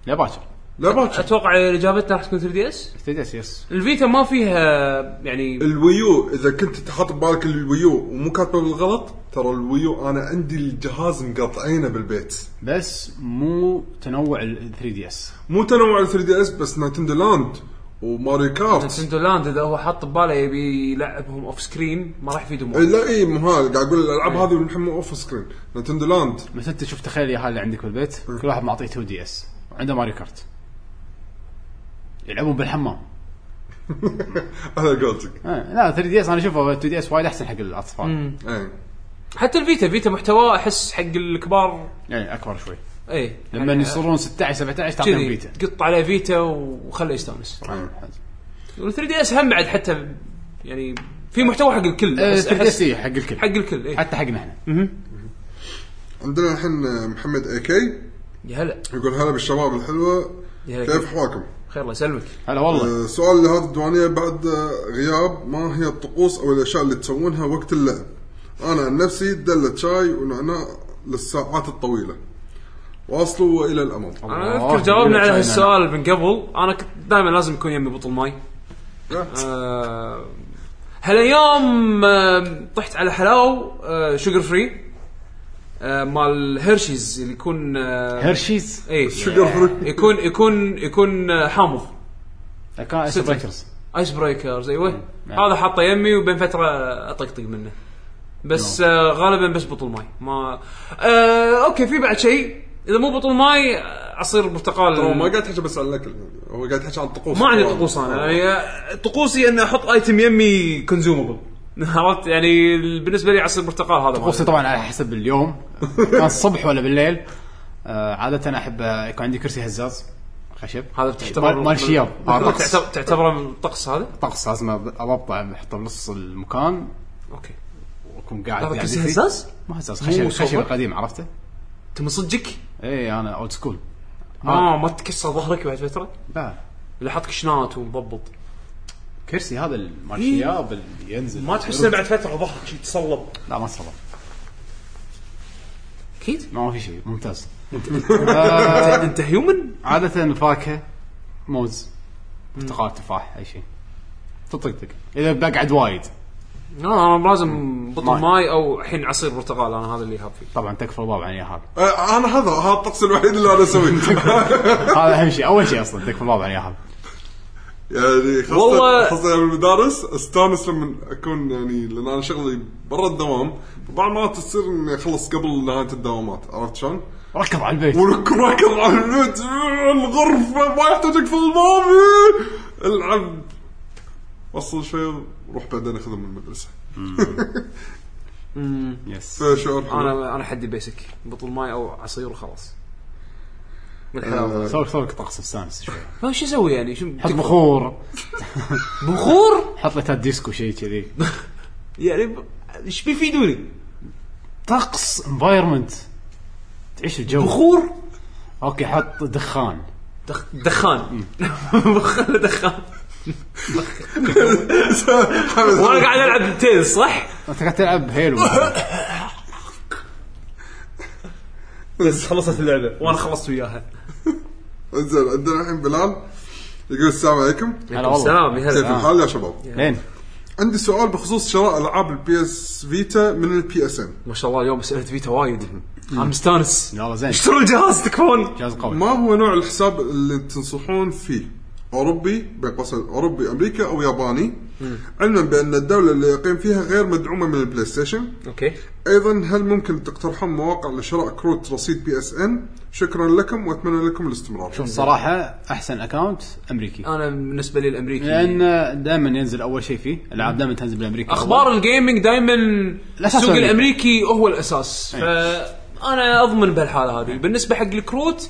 لا باكر
لا باكر
اتوقع اجابتنا راح تكون 3 دي اس
3 دي اس يس
الفيتا ما فيها يعني
الويو اذا كنت حاط ببالك الويو ومو كاتبه بالغلط ترى الويو انا عندي الجهاز مقطعينه بالبيت
بس مو تنوع ال 3 دي اس
مو تنوع 3 دي اس بس نايتندو لاند وماريو كارت
نتندو لاند اذا هو حاط بباله يبي يلعبهم اوف سكرين ما راح يفيدهم
إيه، لا اي مو هذا قاعد اقول الالعاب هذه اللي نحمل اوف سكرين نايتندو لاند
بس انت شوف تخيل يا هال اللي عندك بالبيت كل واحد معطيه 2 دي اس وعنده ماريو كارت يلعبون بالحمام
هذا قصدك
آه، لا 3 دي اس انا اشوفه 2 دي اس وايد احسن حق الاطفال
ايه
حتى الفيتا فيتا محتواه احس حق الكبار
يعني اكبر شوي
اي
لما يصيرون 16 17 تعطيهم
كذي
بيتا
تقط عليه إيه. فيتا طيب. وخله يستانس
آه،
وال 3 دي اس هم بعد حتى يعني في محتوى حق الكل أحس-
3 دي اس
أحس
إيه، حق الكل
حق الكل اي
حتى حقنا احنا
عندنا الحين محمد اي كي
يا هلا
يقول هلا بالشباب الحلوه
يا هلا.
كيف حواكم؟
خير الله يسلمك
هلا والله
آه، سؤال لهذه الديوانيه بعد آه، غياب ما هي الطقوس او الاشياء اللي تسوونها وقت اللعب؟ انا عن نفسي دله شاي ونعناع للساعات الطويله. واصلوا الى الامام.
انا
الله،
اذكر جاوبنا على
جاينا.
هالسؤال من قبل انا كنت دائما لازم يكون يمي بطل ماي آه، هالايام آه، طحت على آه، حلاو شوجر فري آه، مال هيرشيز اللي يكون آه،
هيرشيز
اي
شوجر فري.
يكون يكون يكون آه، حامض
كان ايس
ستة.
بريكرز
ايس بريكرز ايوه
نعم.
هذا حاطه يمي وبين فتره اطقطق منه بس
نعم.
آه غالبا بس بطل ماي ما آه اوكي في بعد شيء اذا مو بطل ماي آه، عصير برتقال
ترى هو ما قاعد يحكي بس عن الاكل هو قاعد يحكي عن الطقوس
ما عندي طقوس
آه.
انا يعني طقوسي اني احط ايتم يمي كونسيومبل (laughs) عرفت يعني بالنسبه لي عصير برتقال هذا
طقوسي
مالي.
طبعا على حسب اليوم كان الصبح ولا بالليل آه عاده أنا احب آه، يكون عندي كرسي هزاز خشب
هذا تعتبر
مال- مال شياب. آه، طقس.
تعتبر- تعتبره من الطقس هذا
طقس لازم اضبطه احطه بنص المكان
اوكي
واكون قاعد
هذا
قاعد
كرسي
فيه.
هزاز
ما هزاز
مو
خشب
صوبة؟
خشب قديم عرفته؟ إيه،
انت من صدقك؟
اي انا اولد سكول آه.
اه ما تكسر ظهرك بعد فتره
لا
اللي حاط كشنات ومضبط
كرسي هذا ال- مال الشياب اللي ينزل
إيه. ما تحس إنه بعد فتره ظهرك شي تصلب
لا ما صبر
اكيد
ما في شيء ممتاز
انت هيومن
عاده فاكهه موز برتقال تفاح اي شيء تطقطق اذا بقعد وايد
لا انا لازم بطل
ماي.
ماي او الحين عصير برتقال انا هذا اللي هاب فيه
طبعا تكفى الباب عن
(laughs)
يا هذا
آه، انا هذا هذا الطقس الوحيد اللي انا اسويه
هذا اهم شيء اول شيء اصلا تكفى الباب عن يا هذا
يعني خاصه
والله-
خاصه من المدارس استانس لما اكون يعني لان انا شغلي برا الدوام بعض المرات تصير اني اخلص قبل نهايه الدوامات عرفت شلون؟
ركض على البيت
وركض على البيت الغرفه ما يحتاجك في البابي العب وصل شوي روح بعدين اخذهم من المدرسه
يس
فشعور حلو
انا انا حدي بيسك بطل ماي او عصير وخلاص من الحلاوه
آه،
سوق سوق طقس السانس شوي
ما شو اسوي يعني شو
حط بخور
بخور
حط لتات ديسكو شيء كذي
يعني ب- ايش بيفيدوني؟
طقس انفايرمنت تعيش الجو
بخور
اوكي حط دخان
دخ- دخان
إيه.
(laughs) بخل دخان (laughs) وانا قاعد العب تيز صح؟
انت قاعد تلعب
(laughs)
هيلو
بس خلصت اللعبه وانا خلصت وياها
انزين عندنا الحين بلال يقول السلام عليكم
هلا والله
سلام يا
كيف
هلا
الحال يا شباب؟
لين
عندي سؤال بخصوص شراء العاب البي اس فيتا من البي اس ان
ما شاء الله اليوم سالت فيتا وايد انا مستانس
لا والله زين
اشتروا الجهاز تكفون
جهاز قوي
ما هو نوع الحساب اللي تنصحون فيه؟ اوروبي بين قوسين اوروبي امريكا او ياباني علما بان الدوله اللي يقيم فيها غير مدعومه من البلاي ستيشن
اوكي
ايضا هل ممكن تقترحون مواقع لشراء كروت رصيد بي اس ان شكرا لكم واتمنى لكم الاستمرار
شوف صراحه احسن اكونت امريكي
انا بالنسبه لي الامريكي
لان دائما ينزل اول شيء فيه العاب دائما تنزل بالامريكي
اخبار الجيمنج دائما
الأساس
السوق
أمريكا.
الامريكي هو الاساس فانا اضمن بهالحاله هذه بالنسبه حق الكروت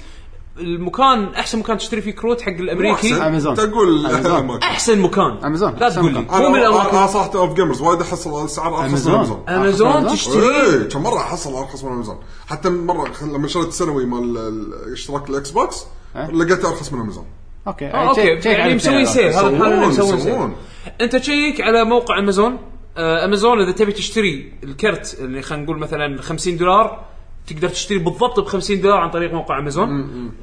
المكان احسن مكان تشتري فيه كروت حق الامريكي
أمازون.
تقول (laughs)
أمازون.
أماكن.
احسن مكان
أمازون.
لا
أحسن
تقول لي
مكان.
مو من
انا
الاماكن
أنا صراحه اوف جيمرز وايد احصل اسعار ارخص من امازون
امازون
أمازون؟
تشتري
ايه كم مره احصل ارخص من امازون حتى مره خ- لما شريت السنوي مال ال- اشتراك الاكس بوكس
أه؟
لقيته ارخص من امازون
اوكي
آه، اوكي يعني مسوي سيل هذا الحال اللي
يسوون
مسوي سيل
يسوون
انت تشيك على موقع امازون آه، امازون اذا تبي تشتري الكرت اللي خلينا نقول مثلا 50 دولار تقدر تشتري بالضبط ب 50 دولار عن طريق موقع امازون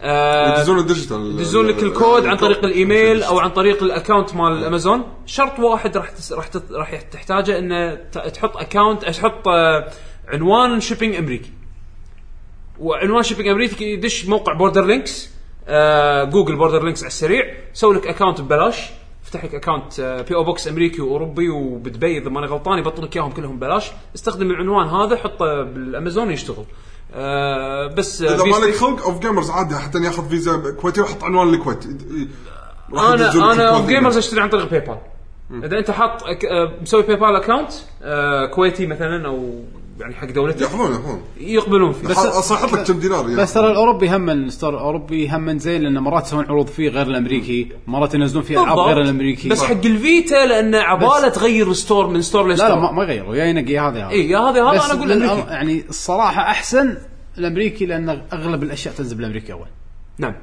آه،
يدزون الديجيتال
يدزون لك الكود عن طريق الايميل او عن طريق الاكونت مال امازون شرط واحد راح تس... راح تت... راح تحتاجه انه ت... تحط اكونت تحط آه، عنوان شيبينج امريكي وعنوان شيبينج امريكي دش موقع بوردر لينكس آه، جوجل بوردر لينكس على السريع سوي لك اكونت ببلاش افتح لك آه، اكونت بي او بوكس امريكي واوروبي وبدبي اذا ماني غلطان يبطل لك اياهم كلهم ببلاش استخدم العنوان هذا حطه بالامازون يشتغل آه بس آه،
اذا
بيست-
مالك خلق اوف جيمرز عادي حتى ياخذ فيزا كويتي ويحط عنوان الكويت راح يدزون
انا انا
لك الكود
اوف جيمرز
هنا.
اشتري عن طريق باي بال اذا انت حاط أك- آه، مسوي باي بال اكونت آه، كويتي مثلا او يعني حق دولتك
ياخذون ياخذون
يقبلون فيه
بس اصلا يحط لك كم دينار يعني.
بس ترى الاوروبي هم الستور الاوروبي هم زين لان مرات يسوون عروض فيه غير الامريكي مرات ينزلون فيه العاب غير الامريكي
بس حق الفيتا لانه عباله تغير ستور من ستور لستور
لا لا ما, ما يغيروا يا ينقي يا هذا يا هذا
اي يا هذا هذا
بس
انا اقول
للأ-
الامريكي
يعني الصراحه احسن الامريكي لان اغلب الاشياء تنزل بالامريكي اول
نعم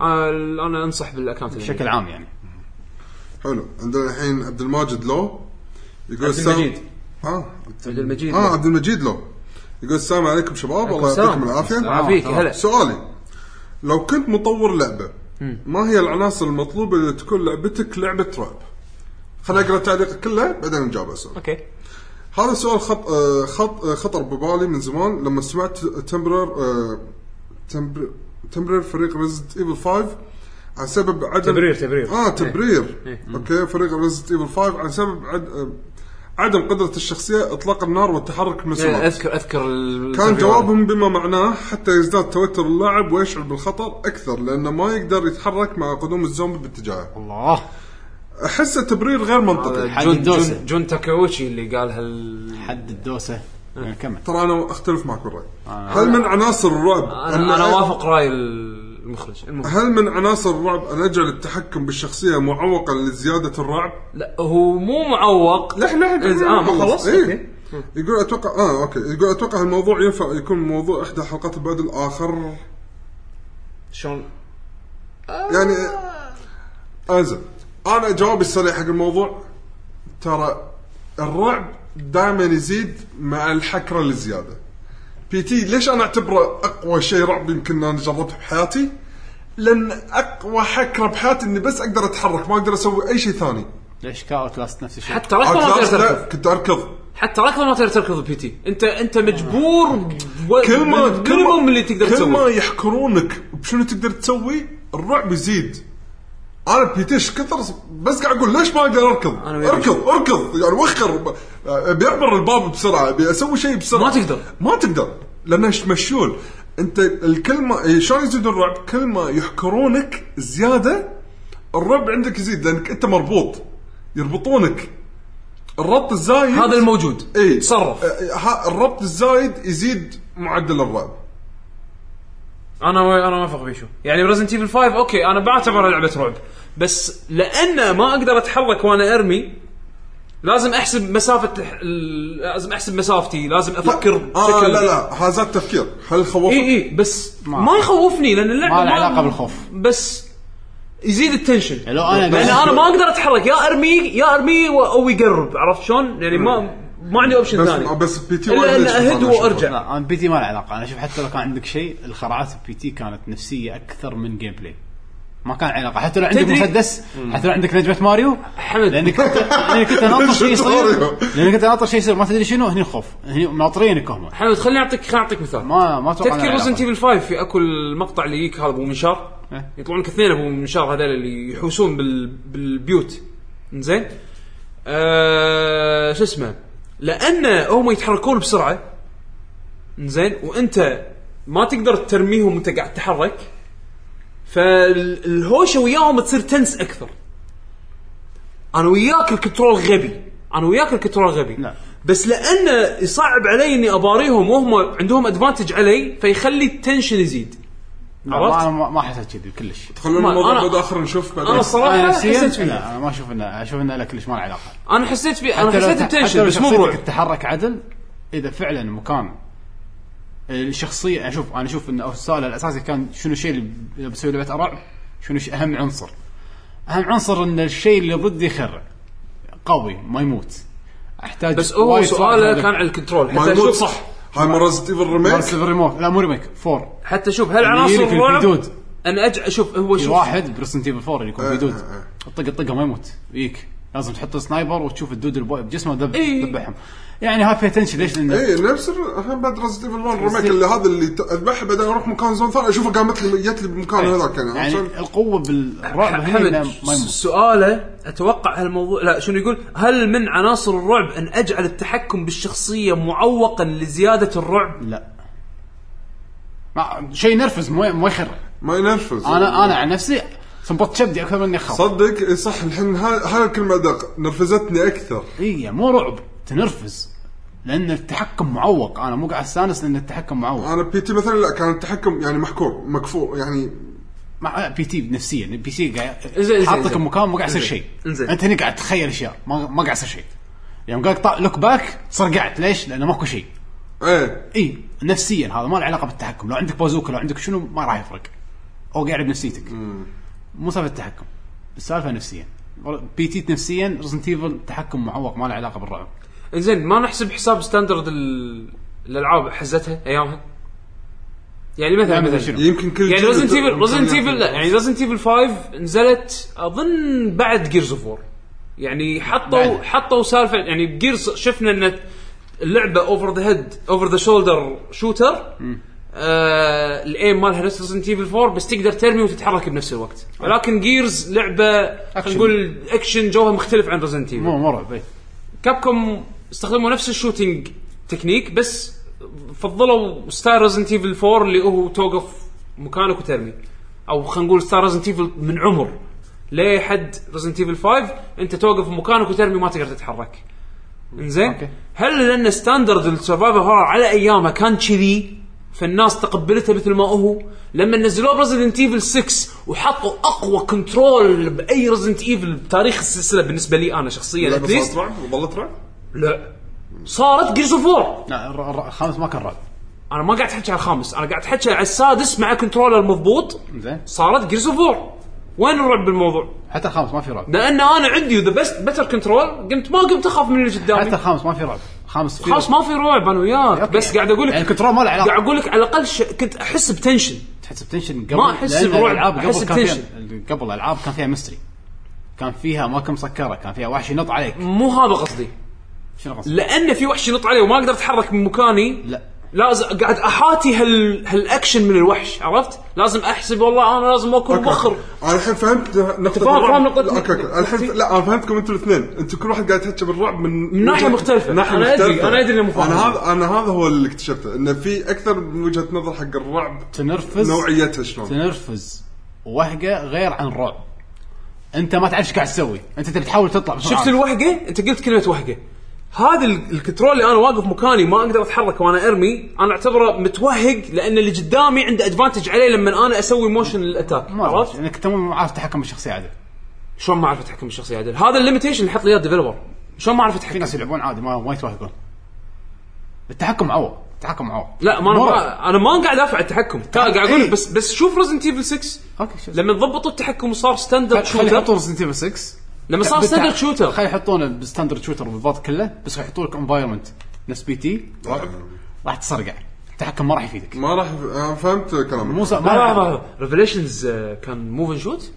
آه، انا انصح بالاكونت
بشكل عام يعني
حلو عندنا الحين عبد الماجد لو
عبد
يقول السلام-
المجيد.
اه
عبد المجيد
اه عبد المجيد لو يقول السلام عليكم شباب الله
السلام.
يعطيكم العافيه
عافيك
آه،
هلا
سؤالي لو كنت مطور لعبه ما هي العناصر المطلوبه اللي تكون لعبتك لعبه رعب؟ خليني اقرا التعليق كله بعدين نجاوب السؤال.
اوكي
هذا السؤال خط آه، خط آه، خطر ببالي من زمان لما سمعت تمبرر تمبرر تمبرر فريق ريزد ايفل 5 عن سبب عدم
تبرير- تبرير. إيه،
اه تبرير اوكي فريق ريزد ايفل 5 عن سبب عد... آه، عدم قدره الشخصيه اطلاق النار والتحرك
إيه،
من السرعه
اذكر اذكر آه، ال-
كان
الفيديو
جوابهم بما معناه حتى يزداد توتر اللاعب ويشعر بالخطر اكثر لانه ما يقدر يتحرك مع قدوم الزومبي باتجاهه
الله
احس تبرير غير منطقي
هذا.
حق
جون
الدوسة.
جون, جون تاكاوتشي اللي قال هال
حد الدوسه
آه.
يعني كمل
ترى انا اختلف معك بالراي هل من عناصر الرعب أن-
انا انا اوافق راي المخرج المهم
هل من عناصر الرعب ان اجعل التحكم بالشخصيه معوقا لزياده الرعب؟
لا هو مو معوق
لا احنا احنا
إز- اه ما خلص
إيه. يقول اتوقع اه اوكي يقول اتوقع الموضوع ينفع يكون موضوع احدى حلقات البعد الاخر
شلون
يعني انزل انا جوابي السريع حق الموضوع ترى الرعب دائما يزيد مع الحكره الزياده بي تي ليش انا اعتبره اقوى شيء رعب يمكن انا جربته بحياتي لان اقوى حكره بحياتي اني بس اقدر اتحرك ما اقدر اسوي اي شيء ثاني
ليش كاوت لاست نفس الشيء
حتى ركض ما تقدر
لا،
تركض
كنت اركض
حتى ركض ما تقدر تركض البي تي انت انت مجبور بو-
كل ما كل ما
بالمينيموم اللي تقدر
كل ما
تسوي
يحكرونك بشنو تقدر تسوي الرعب يزيد انا بيتش كثر بس قاعد اقول ليش ما اقدر اركض؟
أنا وياك.
اركض اركض يعني وخر ب- ابي اعبر الباب بسرعه ابي اسوي شيء بسرعه
ما تقدر.
ما تقدر لانه ش- مشلول انت الكل ما شلون يزيد الرعب؟ كل ما يحكرونك زياده الرعب عندك يزيد لانك انت مربوط يربطونك الربط الزايد
هذا الموجود
اي
تصرف
إيه، الربط الزايد يزيد معدل الرعب
انا و... انا موافق بيشو يعني ريزنت ايفل 5 اوكي انا بعتبرها لعبه رعب بس لان ما اقدر اتحرك وانا ارمي لازم احسب مسافه الح- ال- لازم احسب مسافتي لازم افكر
آه
بشكل-
لا لا هذا التفكير هل خوفك؟
اي اي إيه، بس ما, يخوفني لان اللعبه
ما له علاقة بالخوف.
بس يزيد التنشن
يعني لو انا
لان
قاعد-
انا ما اقدر اتحرك يا ارمي يا ارمي و- او يقرب عرفت شلون؟ يعني ما ما عندي اوبشن
بس
إيه،
آه،
ثاني
بس بي تي
الا
وايد
ان
ليش
اهد
بطلنا
وارجع
لا انا بي تي ما له علاقه انا اشوف حتى لو كان عندك شيء الخرعات بي تي كانت نفسيه اكثر من جيم بلاي ما كان علاقه حتى لو عندك
تدري-
مسدس حتى لو عندك نجمه ماريو
حمد.
لانك انت لانك انت ناطر شيء
ماريو.
يصير لانك انت ناطر شيء يصير ما تدري شنو هني الخوف هني ناطرينك هم
حمد خليني اعطيك خليني اعطيك مثال
ما ما اتوقع
تذكر
لها علاقة.
ريزنت ايفل 5 في اكو المقطع اللي يجيك هذا ابو منشار
إيه.
يطلعون لك اثنين ابو منشار هذول اللي يحوسون بال... بالبيوت زين آه... شو اسمه لان هم يتحركون بسرعه زين وانت ما تقدر ترميهم وانت قاعد تتحرك فالهوشه وياهم تصير تنس اكثر انا وياك الكنترول غبي انا وياك الكنترول غبي
نعم.
بس لانه يصعب علي اني اباريهم وهم عندهم ادفانتج علي فيخلي التنشن يزيد
ما
عرفت؟
ما- ما- ما حسيت كذي كلش
خلونا
ما-
الموضوع
أنا-
بعد اخر نشوف بعدين
انا الصراحه حسيت
نفسيا
فيه
لا انا ما اشوف انه اشوف انه لا كلش ما له علاقه
انا حسيت فيه انا
نعم. حتى لو-
حسيت
حتى
بتنشن
لو
بس مو
شخصيتك
برعب
تتحرك عدل اذا فعلا مكان آه، الشخصيه اشوف انا اشوف ان السؤال الاساسي كان شنو الشيء اللي اذا بسوي لعبه رعب شنو الشيء- اهم عنصر اهم عنصر ان الشيء اللي ضدي يخرع قوي ما يموت احتاج
بس هو
وايد
سؤاله
صعب.
كان على الكنترول
ما
حتى
يموت
اشوف
صح هاي مال ريزنت ايفل ريميك
Resident Evil Remake- لا مو ريميك 4
حتى شوف هل
اللي
عناصر
يلك
الرعب
البيدود.
انا اجي اشوف هو
في
شوف
واحد برسنت ايفل 4 اللي يكون في
آه،
دود
آه،
طق طقه ما يموت يجيك لازم تحط سنايبر وتشوف الدود اللي بو- بجسمه ذب-
إيه.
ذبحهم يعني هاي فيها تنشن ليش؟ لانه
اي إيه، نفس ال- الحين بعد ريزنت ايفل 1 ريميك اللي هذا اللي ت- اذبحه بعدين اروح مكان زون ثاني اشوفه قامت لي جت لي بمكان
إيه.
هذاك يعني
يعني
عشان-
القوه بالرعب هنا
حمد
إنه ما يموت
سؤاله اتوقع هالموضوع لا شنو يقول هل من عناصر الرعب ان اجعل التحكم بالشخصيه معوقا لزياده الرعب
لا ما- شيء نرفز مو مو يخرع
ما ينرفز
انا انا عن نفسي صنبطت شبدي اكثر من اني اخاف
صدق إي صح الحين ها- هاي الكلمه دق نرفزتني اكثر
اي يعني مو رعب تنرفز لان التحكم معوق انا مو قاعد استانس لان التحكم معوق
انا بي تي مثلا لا كان التحكم يعني محكور مكفور يعني
مع بي تي نفسيا بي تي
زين،
قاعد
زين،
حاطك
زين.
بمكان مو قاعد يصير
زين.
شيء
زين.
انت هنا قاعد تتخيل اشياء ما ما قاعد يصير شيء يعني يوم قال طا- لوك باك صرقعت ليش؟ لانه ماكو شيء
ايه
اي نفسيا إيه، هذا ما له علاقه بالتحكم لو عندك بازوكا لو عندك شنو ما راح يفرق هو قاعد بنفسيتك مو سالفه التحكم السالفه نفسيا بي تي نفسيا ريزنت ايفل تحكم معوق ما له علاقه بالرعب
انزين ما نحسب حساب ستاندرد ال- الالعاب حزتها ايامها يعني مثلا
يعني مثلاً
مثلا
شنو؟
يمكن كل
يعني
جيل
ريزنت
ت-
ايفل ريزنت ايفل لا
إمكانياته.
يعني ريزنت ايفل 5 نزلت اظن بعد جيرز اوف وور يعني حطوا
بعد.
حطوا سالفه يعني بجيرز شفنا ان اللعبه اوفر ذا هيد اوفر ذا شولدر شوتر آه الايم مالها نفس ريزنت ايفل 4 بس تقدر ترمي وتتحرك بنفس الوقت ولكن جيرز لعبه خلينا نقول اكشن جوها مختلف عن ريزنت ايفل
مو مو رعب إيه. إي.
كابكوم استخدموا نفس الشوتينج تكنيك بس فضلوا ستار ريزنت ايفل 4 اللي هو توقف مكانك وترمي او خلينا نقول ستار ريزنت ايفل من عمر ليه حد ريزنت ايفل 5 انت توقف مكانك وترمي ما تقدر تتحرك انزين
أوكي.
هل لان ستاندرد السرفايفل هورر على ايامها كان كذي فالناس تقبلته مثل ما هو لما نزلوه برزدنت ايفل 6 وحطوا اقوى كنترول باي رزدنت ايفل بتاريخ السلسله بالنسبه لي انا شخصيا
لعبة
اتليست
صارت رعب وظلت رعب
لا صارت جيرز اوف وور
لا الر- الر- الخامس ما كان رعب
انا ما قاعد احكي على الخامس انا قاعد احكي على السادس مع كنترولر مضبوط
زين
صارت جيرز اوف وور وين الرعب بالموضوع؟
حتى الخامس ما في رعب
لان انا عندي ذا بيست بيتر كنترول قمت ما قمت اخاف من اللي
حتى
قدامي
الخامس ما في رعب خامس في
خلاص
رعب.
ما في رعب انا وياك
أوكي.
بس قاعد اقول
يعني
لك
الكنترول ما له
قاعد
علاقه
اقول لك على الاقل ش... كنت احس بتنشن
تحس بتنشن قبل
ما أحس
لأن
برعب،
الألعاب
أحس
قبل كان فيها-
بتنشن.
قبل الالعاب كان فيها ميستري كان فيها اماكن مسكره كان فيها وحش ينط عليك
مو هذا قصدي
شنو قصدك؟
لان في وحش ينط علي وما اقدر اتحرك من مكاني
لا.
لازم قاعد احاتي هال... هالاكشن من الوحش عرفت؟ لازم احسب والله انا لازم اكل
أوكي.
وبخر
انا الحين فهمت نقطة
فاهم-
الرعب.
فاهم نقطة-
لا، اوكي اوكي الحين لا انا فهمتكم انتم الاثنين انتم كل واحد قاعد يحكي بالرعب من
من ناحية
وجهة-
مختلفة.
ناحية
أنا أدري-
مختلفة.
أنا أدري إني مو فاهم.
انا هذا انا هذا هو اللي اكتشفته انه في اكثر من وجهة نظر حق الرعب
تنرفز
نوعيتها
نعم.
شلون
تنرفز وهقه غير عن رعب انت ما تعرف ايش قاعد تسوي انت تبي تحاول تطلع بسرعه
شفت الوهقه انت قلت كلمه وهقه هذا ال- الكنترول اللي انا واقف مكاني ما اقدر اتحرك وانا ارمي انا اعتبره متوهق لان اللي قدامي عنده ادفانتج عليه لما انا اسوي موشن للاتاك
ما عرفت
عرفت
انك انت مو عارف تتحكم بالشخصيه عدل
شلون ما اعرف اتحكم بالشخصيه عدل هذا الليمتيشن اللي حط لي اياه الديفلوبر شلون ما اعرف
في
اتحكم
ناس يلعبون عادي ما ما يتوهقون التحكم معوق التحكم معوق
لا ما انا
مرة.
ما انا ما قاعد ادافع عن التحكم
إيه.
قاعد اقول لك بس بس شوف ريزنت ايفل 6
اوكي شوف
لما ضبطوا التحكم وصار ستاندرد
خلي
شوتر
يحطون ريزنت ايفل 6
لما صار
بالتع-
ستاندرد شوتر
خلي يحطونه بستاندرد شوتر بالضبط كله بس يحطوا لك انفايرمنت نفس بي تي رعب راح تصرقع التحكم ما راح يفيدك
طيب. ما راح انا فهمت كلامك
مو صع- ما
لا لا
راح
لا ريفليشنز آه، كان موف اند شوت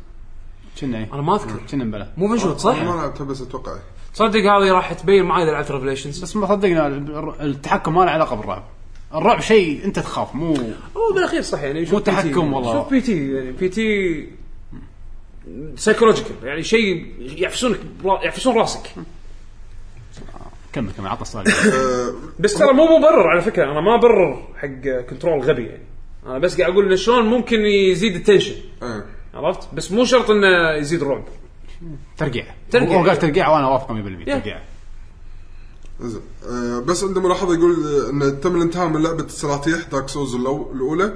كنا ايه
انا ما اذكر
كنا بلا
موف اند شوت صح؟
ما لعبتها بس اتوقع
تصدق هذه راح تبين معي اذا لعبت ريفليشنز
بس ما صدقنا التحكم ما له علاقه بالرعب الرعب شيء انت تخاف مو
هو بالاخير صح يعني شوف
مو
PT.
تحكم والله.
شوف بي تي يعني بي تي سايكولوجيكال يعني شيء يعفسونك برا- يعفسون راسك
كمل كمل عطى السؤال
(laughs)
آه،
بس ترى مو مبرر على فكره انا ما برر حق كنترول غبي يعني انا بس قاعد اقول انه شلون ممكن يزيد التنشن
آه.
عرفت بس مو شرط انه يزيد الرعب
ترقيع
ترقيع.
هو قال ترقيع وانا اوافقه 100% ترقيع
زين آه، بس عنده ملاحظه يقول آه، ان تم الانتهاء من لعبه السلاطيح دارك سوز الأو- الاولى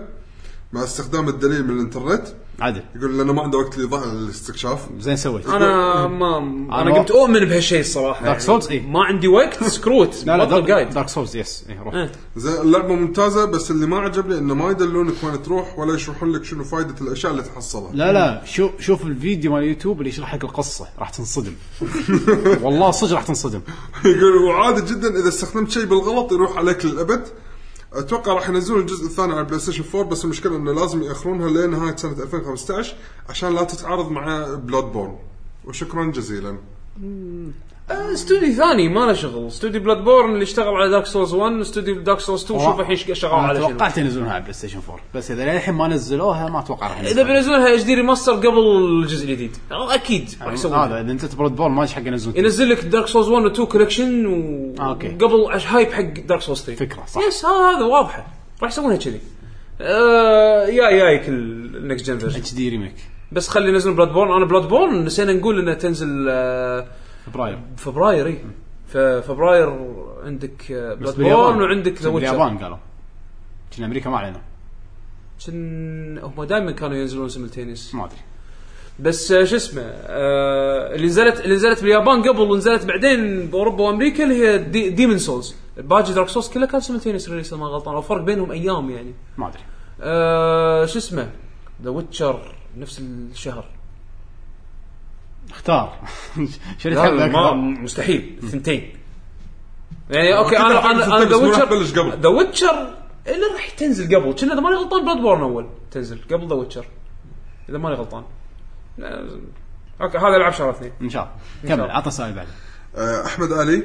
مع استخدام الدليل من الانترنت
عادل
يقول لانه ما عنده وقت ليضيع على الاستكشاف
زين سويت
انا ما انا
أنا
قمت اؤمن بهالشيء الصراحه
دارك سولز اي
ما عندي وقت سكروت
لا لا
بطل
دارك,
قايد
دارك سولز يس اي روح
إيه.
زين اللعبه ممتازه بس اللي ما عجبني انه ما يدلونك وين تروح ولا يشرحون لك شنو فائده الاشياء اللي تحصلها (laughs)
لا لا شوف شوف الفيديو مال اليوتيوب اللي يشرح لك القصه راح
(laughs)
تنصدم والله صدق راح تنصدم
يقول وعادي جدا اذا استخدمت شيء بالغلط يروح عليك للابد اتوقع راح ينزلون الجزء الثاني على البلاي ستيشن 4 بس المشكله انه لازم ياخرونها لنهايه سنه 2015 عشان لا تتعارض مع بلاد بورن وشكرا جزيلا
استوديو آه، ثاني ما له شغل استوديو بلاد بورن اللي اشتغل على دارك سولز 1 استوديو دارك سولز 2 شوف الحين ش- شغال
أنا
على شنو
توقعت ينزلونها على بلاي ستيشن 4 بس اذا للحين ما نزلوها ما اتوقع راح
اذا
ينزلونها.
بينزلونها اتش دي ريماستر قبل الجزء الجديد أو اكيد راح يسوون
هذا اذا انت براد بول ما ايش حق ينزلون
ينزل لك دارك سولز 1 و 2 كولكشن
آه، أوكي.
وقبل عش- هايب حق دارك سولز 3
فكرة، صح.
يس هذا واضحه راح يسوونها كذي آه يا يايك النكست جن فيرجن
اتش دي ريميك
بس خلي ينزلون بلاد بورن انا بلاد بورن نسينا نقول انها تنزل آه
فبراير
بفبراير اي ففبراير
بس
عندك بلاد
باليابان
بورن وعندك ذا ويتشر
باليابان قالوا كنا امريكا ما اعلنوا
كن هم دائما كانوا ينزلون سيملتينيس
ما ادري
بس آه، شو اسمه آه، اللي نزلت اللي نزلت باليابان قبل ونزلت بعدين باوروبا وامريكا اللي هي دي ديمن سولز باجي دارك سولز كلها كان سيملتينيس ريليس إذا ما غلطان او فرق بينهم ايام يعني
ما ادري
آه، شو اسمه ذا ويتشر نفس الشهر
اختار (laughs) شنو
لا
تحب
ما
اكثر؟
مستحيل الثنتين يعني اوكي
أكيد راح
انا
ينزل
انا انا
بس
ذا
مو راح
ويتشر
تبلش قبل.
ذا ويتشر اللي راح تنزل قبل كنا اذا ماني غلطان بلاد بورن اول تنزل قبل ذا ويتشر اذا ماني غلطان آه، اوكي هذا العاب شهر اثنين
ان شاء الله
شاء
كمل
الله.
عطى السؤال بعد
آه، احمد علي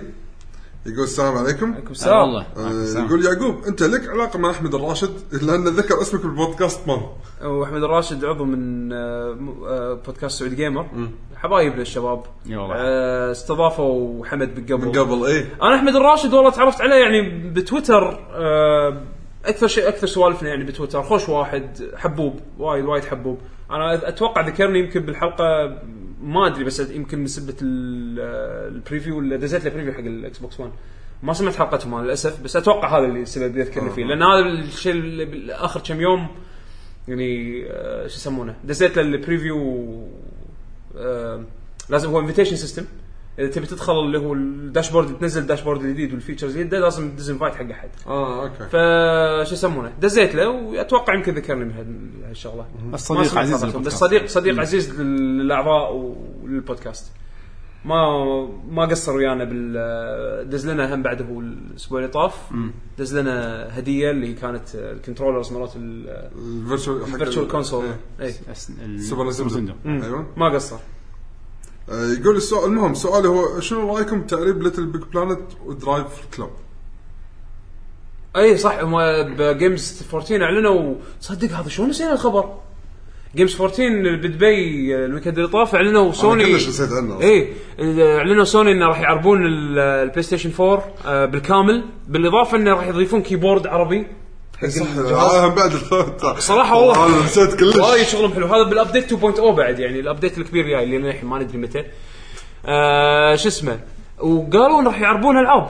يقول السلام عليكم
عليكم
لا
السلام
والله
آه،
عطى السلام.
يقول يعقوب انت لك علاقه مع احمد الراشد (laughs) لانه ذكر اسمك بالبودكاست مره
واحمد الراشد عضو من آه، م- آه، بودكاست سعود جيمر حبايبنا الشباب
اي والله.
آه، استضافوا حمد من قبل
من قبل ايه
انا احمد الراشد والله تعرفت عليه يعني بتويتر آه، اكثر شيء اكثر سوالفنا يعني بتويتر خوش واحد حبوب وايد وايد حبوب انا اتوقع ذكرني يمكن بالحلقه ما ادري بس يمكن من سبه ال- آه، البريفيو اللي دزيت له بريفيو حق الاكس بوكس 1 ما سمعت حلقتهم انا للاسف بس اتوقع هذا اللي السبب اللي يذكرني فيه لان هذا الشيء اللي بالاخر كم يوم يعني آه، شو يسمونه دزيت له البريفيو آه، لازم هو انفيتيشن سيستم اذا تبي تدخل اللي هو الداشبورد تنزل الداشبورد الجديد والفيتشرز الجديده لازم تدز انفايت حق احد
اه اوكي
ف شو يسمونه دزيت له واتوقع يمكن ذكرني بهال- بهالشغله ما
الصديق
سمعت
عزيز
صراحة، بس
البودكاست.
صديق صديق عزيز للاعضاء وللبودكاست ما ما قصر ويانا بال دز لنا هم بعد هو الاسبوع اللي طاف دز لنا هديه اللي كانت الكنترولرز مرات ال-
الفيرتشوال حق
الفيرتشوال
ال-
كونسول
إيه.
اي
أس- ال-
سوبر نينتندو
نينتندو.
ايوه
ما قصر
آه، يقول السؤال المهم سؤالي هو شنو رايكم بتعريب ليتل بيج بلانت ودرايف كلوب؟
اي صح هم بجيمز 14 اعلنوا تصدق هذا شلون نسينا الخبر؟ جيمز 14 بدبي الويكند اللي طاف اعلنوا سوني
كلش نسيت عنه أصلاً.
اي اعلنوا سوني انه راح يعربون ال- البلاي ستيشن 4 آه، بالكامل بالاضافه انه راح يضيفون كيبورد عربي
صح آه، بعد الثالث.
صراحة والله.
انا نسيت
وايد
كلش
شغلهم حلو هذا بالابديت 2.0 بعد يعني الابديت الكبير جاي اللي للحين ما ندري متى آه شو اسمه وقالوا إن راح يعربون العاب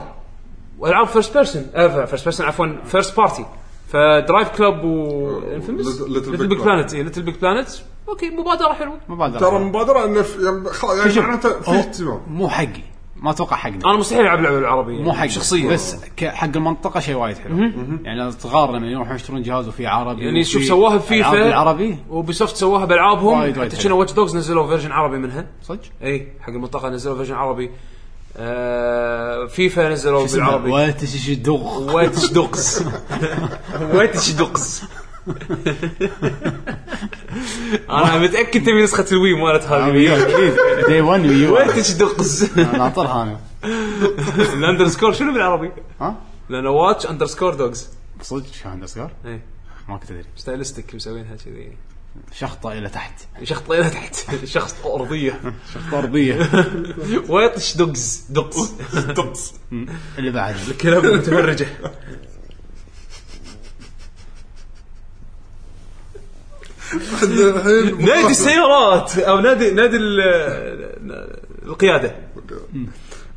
والعاب فيرست بيرسون فيرست بيرسون عفوا فيرست بارتي فدرايف كلوب و انفيمس
Little- Little Big
ليتل بيج
Planet.
بلانت اي ليتل بيج بلانت اوكي مبادره حلوه
مبادرة
ترى مبادره انه في- يعني خلاص يعني
شوف،
معناته في
هو
اهتمام
(laughs) مو حقي ما اتوقع حقنا
انا مستحيل العب لعبه بالعربي يعني.
مو حقي
شخصيا
بس ك- حق المنطقه شيء وايد حلو يعني الصغار لما يروحون يشترون جهاز وفيه عربي
يعني شوف
وفيه
سواها
ألعاب
بفيفا
بالعربي
وبيسوفت سواها بالعابهم
وايد وايد
حتى
حلو.
كنا واتش دوجز نزلوا فيرجن عربي منها
صدق
اي حق المنطقه نزلوا فيرجن عربي آه فيفا نزلوا بالعربي
واتش دوغ
واتش
(laughs)
دوقس واتش دوقس انا متاكد تبي نسخه الوي مالت هذه
دي 1 ويو
واتش (laughs) دوقس
انا ناطرها انا
الاندرسكور شنو بالعربي؟
ها
لانه واتش اندرسكور دوجز
صدق شو هندسة
إيه.
ما كنت ادري
ستايلستيك مسوينها كذي
شخطه الى تحت
شخص طيله تحت شخص ارضيه
طرديه
ويطش دوجز دوجز دوجز
(laughs) اللي بعد
كلاب متبرجه
عندنا الحين
نادي السيارات او نادي نادي ال- القياده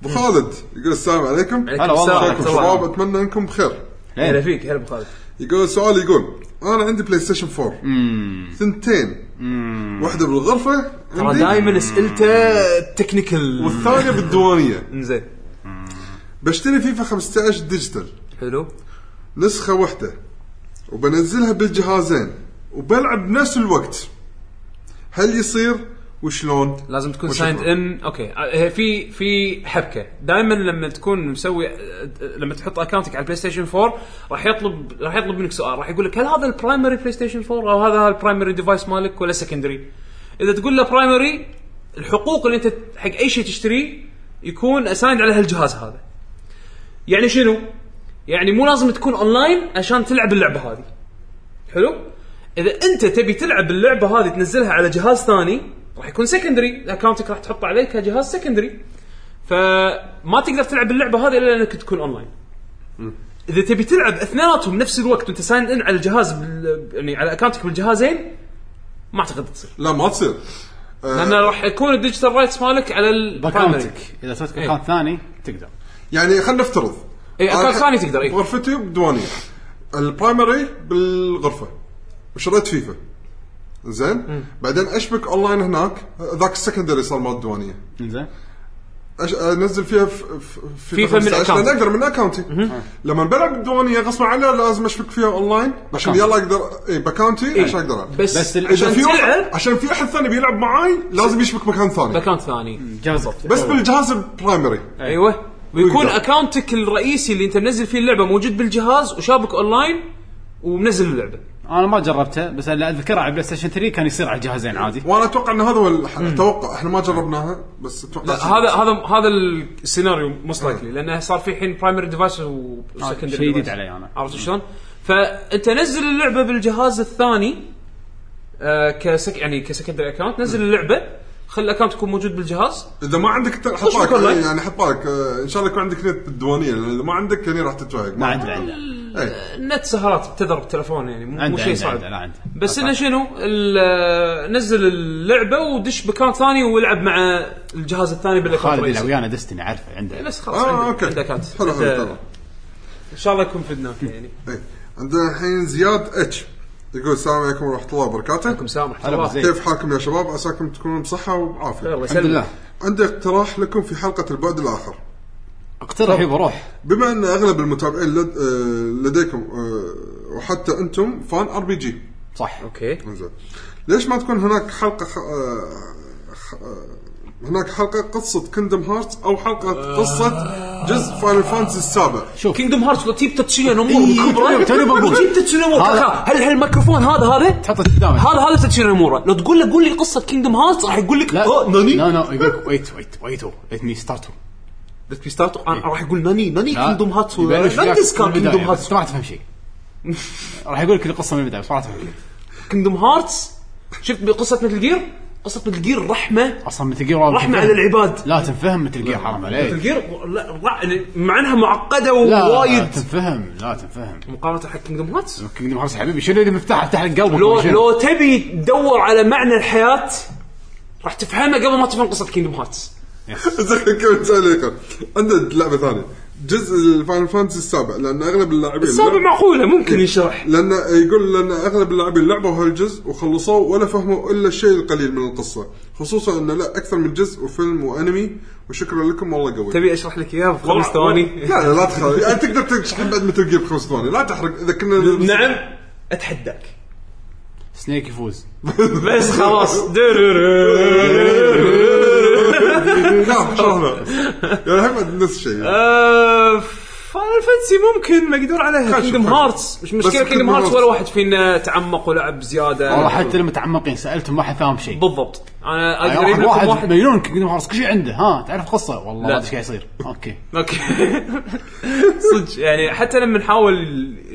ابو خالد يقول السلام عليكم
هلا والله.
السلام إيه،
عليكم
عليكم
شباب اتمنى انكم بخير
هلا فيك هلا ابو خالد
يقول سؤال يقول انا عندي بلاي ستيشن 4 ثنتين واحده بالغرفه
ترى
عندي،
دائما اسئلته تكنيكال
والثانيه بالديوانيه
زين
بشتري فيفا 15 ديجيتال
حلو
نسخه واحده وبنزلها بالجهازين وبلعب بنفس الوقت هل يصير وشلون؟
لازم تكون
وشكراً.
سايند ان اوكي آه، هي في في حبكه دائما لما تكون مسوي آه، لما تحط اكونتك على البلاي ستيشن 4 راح يطلب راح يطلب منك سؤال راح يقول لك هل هذا البرايمري بلاي ستيشن 4 او هذا البرايمري ديفايس مالك ولا سكندري؟ اذا تقول له برايمري الحقوق اللي انت حق اي شيء تشتريه يكون اسايند على هالجهاز هذا. يعني شنو؟ يعني مو لازم تكون اونلاين عشان تلعب اللعبه هذه. حلو؟ اذا انت تبي تلعب اللعبه هذه تنزلها على جهاز ثاني راح يكون سكندري اكونتك راح تحطه عليه كجهاز سكندري فما تقدر تلعب اللعبه هذه الا انك تكون اونلاين اذا تبي تلعب اثنيناتهم نفس الوقت وانت ساين ان على الجهاز بال... يعني على اكونتك بالجهازين ما اعتقد تصير
لا ما تصير
لان راح يكون الديجيتال رايتس مالك على البرايمري
باكاونتك اذا سويت
إيه.
اكونت ثاني تقدر
يعني خلينا نفترض
اي
أنا
اكونت
ك-
ثاني تقدر إيه. اي
غرفتي بديوانيه البرايمري بالغرفه وشريت فيفا زين بعدين اشبك اونلاين هناك ذاك السكندري صار مال الديوانيه
زين
أش... انزل فيها ف... ف...
فيفا من
15
أكاونتك.
لأن اقدر من اكونتي لما بلعب بالديوانيه غصب عني لازم اشبك فيها اونلاين عشان
بأكاونت.
يلا اقدر اي باكونتي عشان اقدر ألعب.
إيه. بس,
بس ال-
عشان
عشان
في
تلعب
واحد- عشان في احد ثاني بيلعب معاي لازم يشبك مكان ثاني
باكونت ثاني
جاز
بس بالجهاز البرايمري
إيه.
ايوه ويكون
ويقدر.
اكونتك الرئيسي اللي انت منزل فيه اللعبه موجود بالجهاز وشابك اونلاين ومنزل اللعبه
انا ما جربته بس اللي اذكره على بلاي ستيشن 3 كان يصير على الجهازين عادي
وانا اتوقع ان هذا هو الح- اتوقع احنا ما جربناها بس اتوقع
لا هذا هذا هذا السيناريو موست لايكلي لانه صار في الحين برايمري ديفايس وسكندري
إيه. آه، شيء جديد علي أنا. إيه.
عرفت شلون؟ فانت نزل اللعبه بالجهاز الثاني آه كسك يعني كسكندري اكونت نزل اللعبه خلي الاكونت يكون موجود بالجهاز
اذا ما عندك ت- حط
خش
بالك
بالأونلاين.
يعني حط بالك آه، ان شاء الله يكون عندك نت بالديوانيه لان اذا ما عندك يعني راح تتوهق
ما عندي عنده
إيه.
النت سهرات بتذر بالتلفون يعني مو- مو
عنده
شيء
عنده
صعب
عنده لا عنده
بس انه شنو ال- نزل اللعبه ودش بكان ثاني والعب مع الجهاز الثاني بالاكونت
خالد يلعب
الرئيسي.
ويانا ديستني عارفه عنده
بس خلاص
اه
عندك
اوكي
عندك أنت.
حلو حلو
أنت-
تمام
ان آه، شاء الله يكون فدناك يعني
إيه. عندنا الحين زياد اتش يقول السلام عليكم ورحمه الله وبركاته
عليكم السلام ورحمه
هلا
الله
بالزين.
كيف حالكم يا شباب عساكم تكونون بصحه وعافيه
الله
الحمد
يسلمك
لله
عندي اقتراح لكم في حلقه البعد الاخر
اقترح يبا روح
بما ان اغلب المتابعين لد... آه، لديكم آه، وحتى انتم فان ار بي جي
صح
اوكي
انزين ليش ما تكون هناك حلقه خ... آه، خ... آه، هناك حلقه قصه كندم هارت او حلقه قصه جزء فاينل فانتسي السابع
كينجدم هارتس لو تجيب تتسويا نمور بكبره
إيه، توني بقول.
تجيب تتسويا نمور
هذا-
خلاص. هل هالميكروفون هذا هذا
تحطه قدامك
هذا هذا تتسويا نمور لو تقول له قول لي قصه كينجدم هارتس راح يقول لك
لا
اه ناني
لا لا يقول لك ويت ويت ويتو ليت مي ستارت
بس في ستارت أنا راح يقول ناني ناني كينجدم هارتس
يبلش وياك
نانجز
من
كان
البداية،
كينجدم
بس أنت
هارتس
ما راح تفهم شيء راح يقول لك القصه من البدايه بس ما راح تفهم شيء
كينجدم هارتس شفت بقصه مثل جير قصه مثل جير رحمه
اصلا مثل جير
رحمه على العباد
لا تنفهم مثل جير حرام
مثل
عليك
جير لا لا، يعني مع انها معقده
لا لا
ووايد
تنفهم لا تنفهم
مقارنه حق كينجدم هارتس
كينجدم هارتس حبيبي شنو اللي مفتاح افتح لك قلبك
لو
شنو؟
لو تبي تدور على معنى الحياه راح تفهمها قبل ما تفهم قصه كينجدم هارتس
(laughs) زين كمل تعليقا عندنا لعبه ثانيه جزء الفاينل فانتسي السابع لان اغلب اللاعبين
السابع معقوله ممكن ينشرح
لان يقول لان اغلب اللاعبين لعبوا هالجزء وخلصوه ولا فهموا الا الشيء القليل من القصه خصوصا انه لا اكثر من جزء وفيلم وانمي وشكرا لكم والله قوي
تبي اشرح لك اياها بخمس
لا
ثواني
لا لا تخاف يعني تقدر تشرح بعد مثل جيب خمس ثواني لا تحرق اذا كنا
نعم اتحداك
سنيك يفوز
بس خلاص
(laughs) لا شرحنا يعني هم عند نفس الشيء
فاينل فانتسي آه، ممكن مقدور عليها
خش،
كينجدم
خش.
هارتس مش مشكله
Kingdom
كينجدم هارتس
Hearts.
ولا واحد فينا تعمق ولعب
والله
زياده
حتى المتعمقين سالتهم ما حد فاهم شيء
بالضبط انا
يعني
اقدر اجيب لكم
واحد
واحد
واحد مجنون كينجدم هارتس كل شيء عنده ها تعرف قصه والله ما
لا. (laughs)
ادري ايش قاعد يصير اوكي
اوكي صدق يعني حتى لما نحاول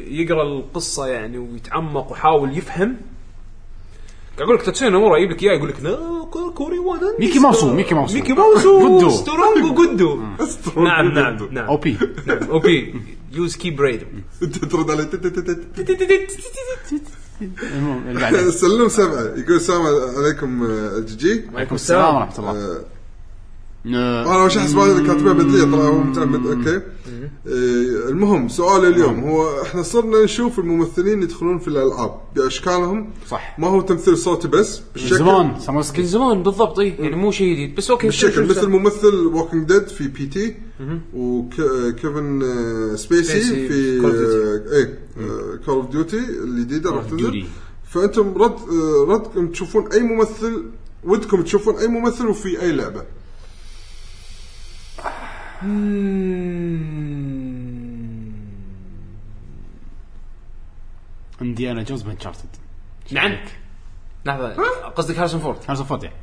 يقرا القصه يعني ويتعمق ويحاول يفهم قاعد اقول لك تاتسويا نامورا يجيب لك اياه يقول لك "لا، كو- كوري وانا
ميكي ماوسو، ميكي ماوسو.
ميكي
(laughs)
ماوسو
جودو.
(laughs) سترونج وجودو نعم نعم نعم
او
(laughs)
بي
او بي يوز كي
(laughs)
بريد
ترد عليه تت- تت- تت-
المهم اللي بعده
يعني-
سلم سبعه يقول السلام عليكم آه، الجي
عليكم السلام ورحمه الله
آه،
آه،
انا وش احس بعد كاتبه بدليه طلع هو متعمد اوكي
إيه.
آه، المهم سؤال
نعم.
اليوم هو احنا صرنا نشوف الممثلين يدخلون في الالعاب باشكالهم
صح.
ما هو تمثيل صوتي بس بالشكل
زمان ساموسكي
من زمان بالضبط اي يعني مو شيء جديد بس اوكي شوف-
بالشكل
شوف-
مثل
شوف.
ممثل ووكينج ديد في بي تي وكيفن آه، سبيسي
سبيسي
في
Call of Duty.
آه، ايه كول اوف ديوتي الجديده راح
Duty.
تنزل فانتم رد آه، ردكم تشوفون اي ممثل ودكم تشوفون اي ممثل وفي اي لعبه
انديانا جونز بانشارتد
نعم لحظه قصدك هارسون فورد
هارس اوف يعني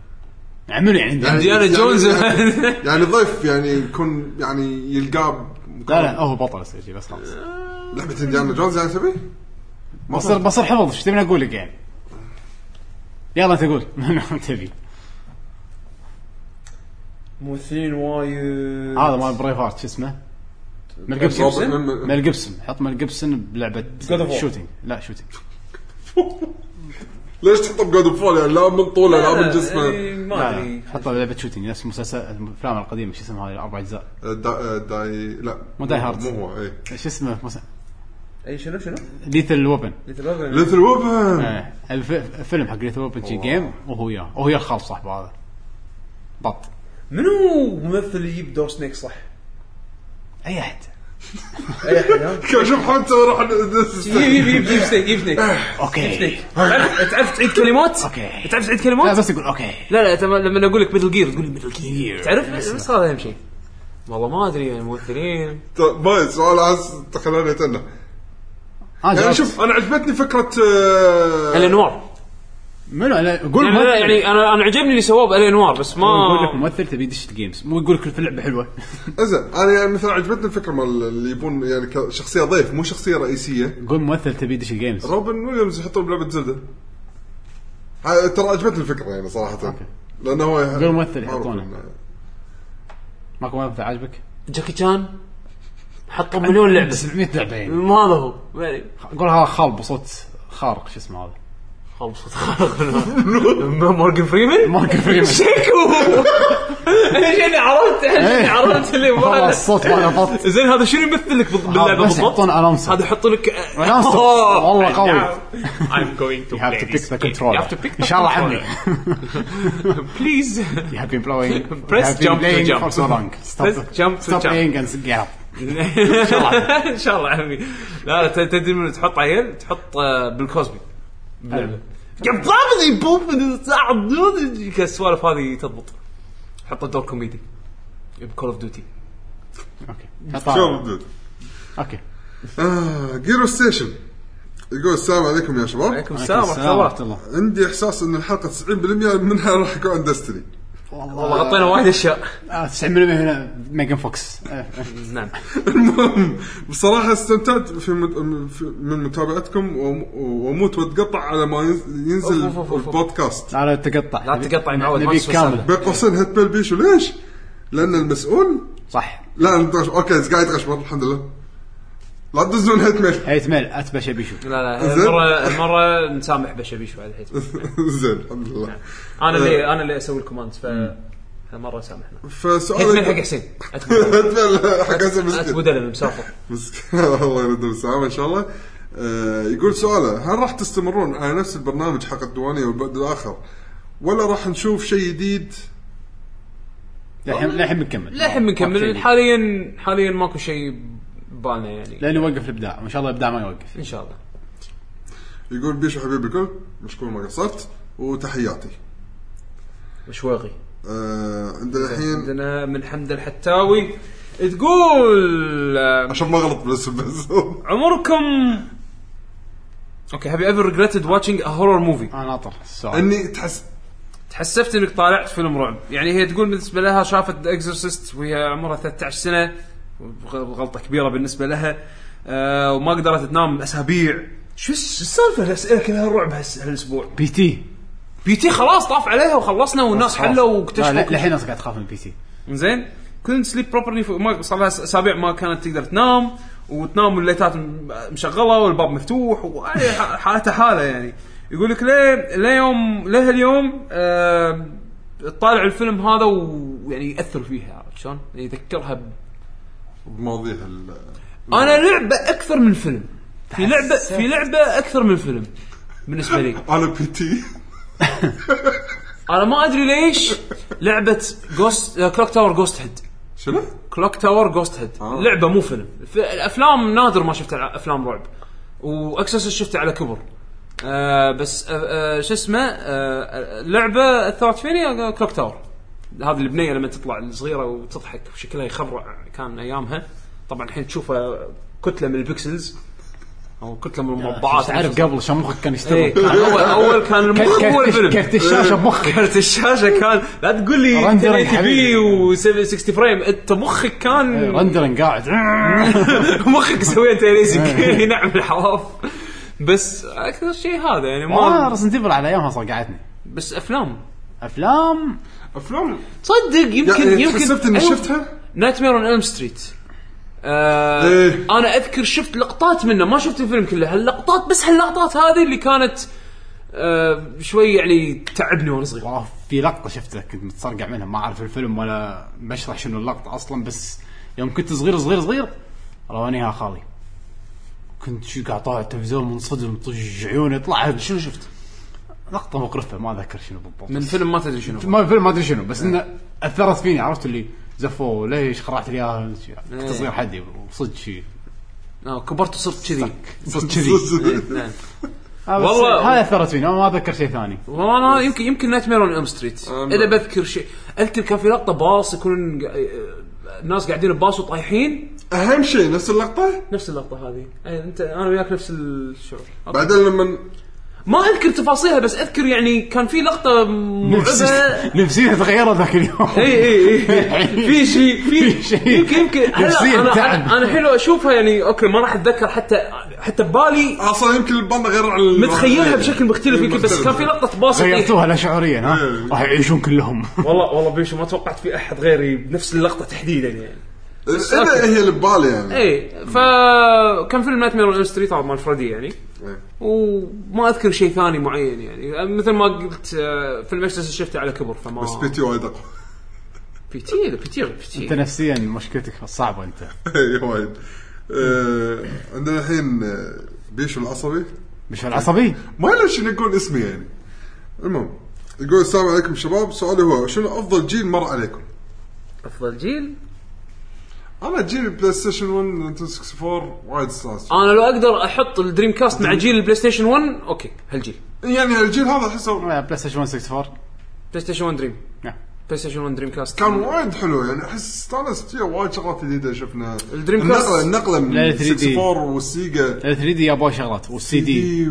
عملوا يعني إنديانا.
ديانا
يعني-
جونز (laughs)
يعني ضيف يعني يكون يعني يلقاه
لا لا هو بطل يصير شي، بس خلاص
لعبه انديانا جونز يعني تبي؟
بصير بصير حفظ ايش تبيني اقول لك يعني يلا تقول (laughs) تبي
ممثلين وايد
هذا مال بريف هارت شو اسمه؟ مال جيبسون
روبرت من-
مال جيبسون حط مال جيبسون بلعبه
War.
شوتينج لا شوتينج
ليش تحطه بجود اوف يعني لا من طوله لا من جسمه
إي، إيه، ما
لا لا
ادري
حطه بلعبه شوتينج نفس المسلسل الافلام القديمه شو اسمها هاي الاربع اجزاء
آه، دا- آه، داي لا
مو داي هارد.
مو هو إيه. اي
شو اسمه
اي إيه، شنو شنو؟
ليثل ويبن
ليثل
إيه.
ويبن
الفيلم آه، حق ليثل ويبن شي جيم وهو وياه وهو وياه الخال صاحبه هذا بط
منو ممثل يجيب دور سنيك صح؟
اي احد
اي احد ها؟
كان شوف حمد راح ن-
(laughs) يجيب يجيب يجيب سنيك يجيب سنيك
آه. اوكي آه.
تعرف تعرف تعيد كلمات؟
اوكي
تعرف تعيد
لا
كلمات؟
بس يقول اوكي
لا لا تم- لما اقول لك ميدل جير تقول لي ميدل جير تعرف بس- بس هذا اهم شيء والله ما ادري يعني ممثلين
بايز طيب، سؤال عز تخلاني اتنى
انا
يعني
جاوبت.
شوف انا عجبتني فكره آه،
الانوار
منو أنا- قول
يعني,
ممثل.
لا يعني انا انا عجبني اللي سووه بالانوار بس
يقول لك
ما
ممثل تبي يدش الجيمز مو يقول لك في لعبه حلوه
زين انا يعني مثلا عجبتني الفكره مال اللي يبون يعني ك- شخصيه ضيف مو شخصيه رئيسيه
قول ممثل تبي يدش الجيمز
روبن ويليامز يحطون بلعبه زلده ها- ترى عجبتني الفكره يعني صراحه لانه هو يعني
غير ممثل
معروف
يحطونه.
إنه-
ماكو ممثل عاجبك؟
جاكي شان حطوا مليون لعبه
700 لعبه يعني
ما هذا هو يعني
قول هذا خال بصوت خارق شو اسمه هذا
خلص
(laughs)
مورجن فريمان
مارك (laughs) فريمان
شكو (laughs) انا شنو عرفت انا شنو عرفت اللي
والله
ما
إيه. الصوت ماله بط
زين هذا شنو يمثل لك بالض- باللعبه
بس
بالضبط؟
يحطون announcer.
هذا يحط لك (laughs)
announcer. والله قوي.
I'm going to
You have to pick
play this
the
game.
controller.
You have to pick the
إن شاء الله
controller. (laughs) Please
You have been blowing
(laughs) Press
you have been playing
jump to jump.
for so long stop
Press jump to
stop
jump.
playing and get up
ان شاء الله (laughs) عمي لا لا ت- تدري من تحط عيل تحط آه، بالكوزمي بلعبة. قام طابني بوب ساعدوني السوالف هذه تضبط حط دور كوميدي بكول اوف ديوتي
اوكي
شوف
حطها.
دود
اوكي
جيرو ستيشن يقول السلام عليكم يا شباب
عليكم السلام ورحمه الله
الله
عندي احساس ان الحلقه 90% منها راح يكون عن دستني
والله غطينا وايد اشياء
آه، 90% هنا ميجان فوكس آه، آه.
نعم
(laughs) المهم بصراحه استمتعت في مد... في- من متابعتكم وم- واموت واتقطع على ما ينز- ينزل
أوف، أوف، أوف، أوف.
البودكاست
لا لا تقطع
لا تقطع يا معود، ما
نبيك
تسوي
كامل
سالفة.
بين قوسين هات بيل بيشو ليش؟ لان المسؤول
صح
لا أنا متغش- اوكي إذا قاعد يتغشمر الحمد لله لا تدزون هات ميل (laughs)
هيت ميل اتبع شيء بيشوف
لا لا
زين.
المره المره نسامح بشبي شوي على الحيط
زين الحمد لله
انا اللي انا اللي اسوي الكوماندز ف هالمره (laughs) سامحنا
فسؤال
هيتمن حق
(laughs)
حسين (laughs)
هات ميل حق
انت
حسن مسكين
بدل مسافر
مسكين (laughs) الله يردهم بالسلامه ان شاء الله آه، يقول سؤاله هل راح تستمرون على نفس البرنامج حق الديوانيه والبعد الاخر ولا راح نشوف شيء جديد
للحين للحين بنكمل
للحين بنكمل
ماكو شيء.
حاليا حاليا ماكو شيء ببالنا يعني
لانه يوقف الابداع وان شاء الله الابداع ما يوقف
ان شاء الله
يقول بيشو حبيب الكل مشكور ما قصرت وتحياتي
مشواغي
آه عندنا الحين
عندنا من حمد الحتاوي تقول آه،
عشان ما غلط بس بس (laughs)
عمركم اوكي هاف يو ايفر ريجريتد واتشينج ا هورر موفي
انا ناطر السؤال
اني تحس
تحسفت انك طالعت فيلم رعب يعني هي تقول بالنسبه لها شافت ذا اكزورسيست وهي عمرها 13 سنه وغ- غلطه كبيره بالنسبه لها آه وما قدرت تنام اسابيع شو الس- السالفه الاسئله كلها رعب هس- هالاسبوع
بي تي
بي تي خلاص طاف عليها وخلصنا والناس حلوا
لا
واكتشفوا
لا،
كل
للحين انا قاعد اخاف من البي تي
زين كنت سليب بروبرلي ما صار لها اسابيع ما كانت تقدر تنام وتنام والليتات م- مشغله والباب مفتوح ويعني ح- حالته حاله يعني يقول لك ليه ليه يوم ليه اليوم آه تطالع الفيلم هذا ويعني ياثر فيها عرفت شلون؟ يذكرها ب...
بماضيها ال- آه،
انا لعبه اكثر من فيلم في لعبه في لعبه اكثر من فيلم بالنسبه لي
على بي تي (laughs)
انا ما ادري ليش لعبه جوست كلوك تاور جوست هيد
شنو؟
كلوك تاور جوست هيد
آه.
لعبه مو فيلم ف- الافلام نادر ما شفت الع- افلام رعب واكسس شفته على كبر آه بس آه آه شو اسمه آه لعبه اثرت فيني آه، كلوك تاور هذه البنيه لما تطلع الصغيره وتضحك وشكلها يخرع كان ايامها طبعا الحين تشوفها كتله من البكسلز او كتله من المربعات
تعرف قبل شو مخك كان
إيه،
يشتغل
كان اول اول كان المخ هو الفيلم
كرت- كرت الشاشه بمخك
(laughs) كرت الشاشه كان لا تقول لي
Rendering
1080 بي
حبيبي. إيه،
و60 فريم انت مخك كان
رندرن
(laughs)
قاعد
مخك سويته
إيه.
ريزك نعم الحواف بس اكثر شيء هذا يعني
ما
ما
رسنت ايفل آه، على ايامها صقعتني
بس افلام
افلام
افلام
صدق يمكن
إيه،
يعني
يمكن أيوه.
حسبت اني شفتها
نايت مير اون الم ستريت آه
إيه.
انا اذكر شفت لقطات منه ما شفت الفيلم كله هاللقطات بس هاللقطات هذه اللي كانت آه شوي يعني تعبني وانا صغير
والله في لقطه شفتها كنت متسرقع منها ما اعرف الفيلم ولا بشرح شنو اللقطه اصلا بس يوم كنت صغير صغير صغير روانيها خالي كنت شو قاعد طالع التلفزيون منصدم طج عيوني طلعت شنو شفت؟ لقطه مقرفه ما اذكر شنو بالضبط
من فيلم ما تدري شنو
ما الفيلم ما ادري شنو بس انه اثرت فيني عرفت اللي زفوا ليش خرعت لي اياها كنت صغير حدي وصدق شي
آه كبرت وصرت كذي
صدق كذي
نعم. والله-
والله هاي اثرت فيني أنا ما اتذكر شيء ثاني
والله انا يمكن يمكن نايت مير اون ام ستريت
آه،
أم.
اذا بذكر شيء اذكر كان في لقطه باص يكون قا- آه، الناس قاعدين بباص وطايحين
اهم شيء نفس اللقطه
نفس اللقطه هذه يعني انت انا وياك نفس الشعور
بعدين لما
ما اذكر تفاصيلها بس اذكر يعني كان في لقطه مرعبه
نفسي- نفسيتي تغيرت ذاك اليوم
اي اي
(laughs)
اي إيه، في شيء في
في شيء.
يمكن يمكن هلا
نفسياً
انا
تعب.
أنا- انا الحين لو اشوفها يعني اوكي ما راح اتذكر حتى حتى
أيوة،
ببالي
اصلا يمكن الباندا غير على ال-
متخيلها بشكل مختلف
إيه،
يمكن بس
مختلف.
كان في لقطه باص طايح.
غيرتوها لا شعوريا ها
إيه.
راح يعيشون كلهم
والله والله بيشو ما توقعت في احد غيري بنفس اللقطه تحديدا يعني
اذا إيه، هي اللي ببالي يعني
ايه فكان فيلم نايت مير اون ستريت هذا مال فريدي يعني
إيه.
وما اذكر شيء ثاني معين يعني مثل ما قلت آه، فيلم اكسس شفته على كبر فما
بس بي تي وايد اقوى
بي تي لا، بي تي غير بي
انت
تي
نفسيا مشكلتك صعبه انت
(laughs) إيه، وايد آه، عندنا الحين آه، بيشو العصبي
مش العصبي
ما ادري شنو يقول اسمي يعني المهم يقول السلام عليكم شباب سؤالي هو شنو افضل جيل مر عليكم؟
افضل جيل
انا جيل بلاي ستيشن 1 نينتندو 64 وايد استانس
انا لو اقدر احط الدريم كاست مع جيل البلاي ستيشن 1 اوكي هالجيل
يعني هالجيل هذا احسه
بلاي ستيشن 164
بلاي ستيشن 1 دريم
نعم.
بلاي ستيشن 1 دريم كاست
كان وايد حلو يعني احس استانست فيه وايد شغلات جديده شفنا
الدريم
النقله
كاست.
النقله من
لا، 3D.
64 والسيجا
3 دي يابوا شغلات والسي دي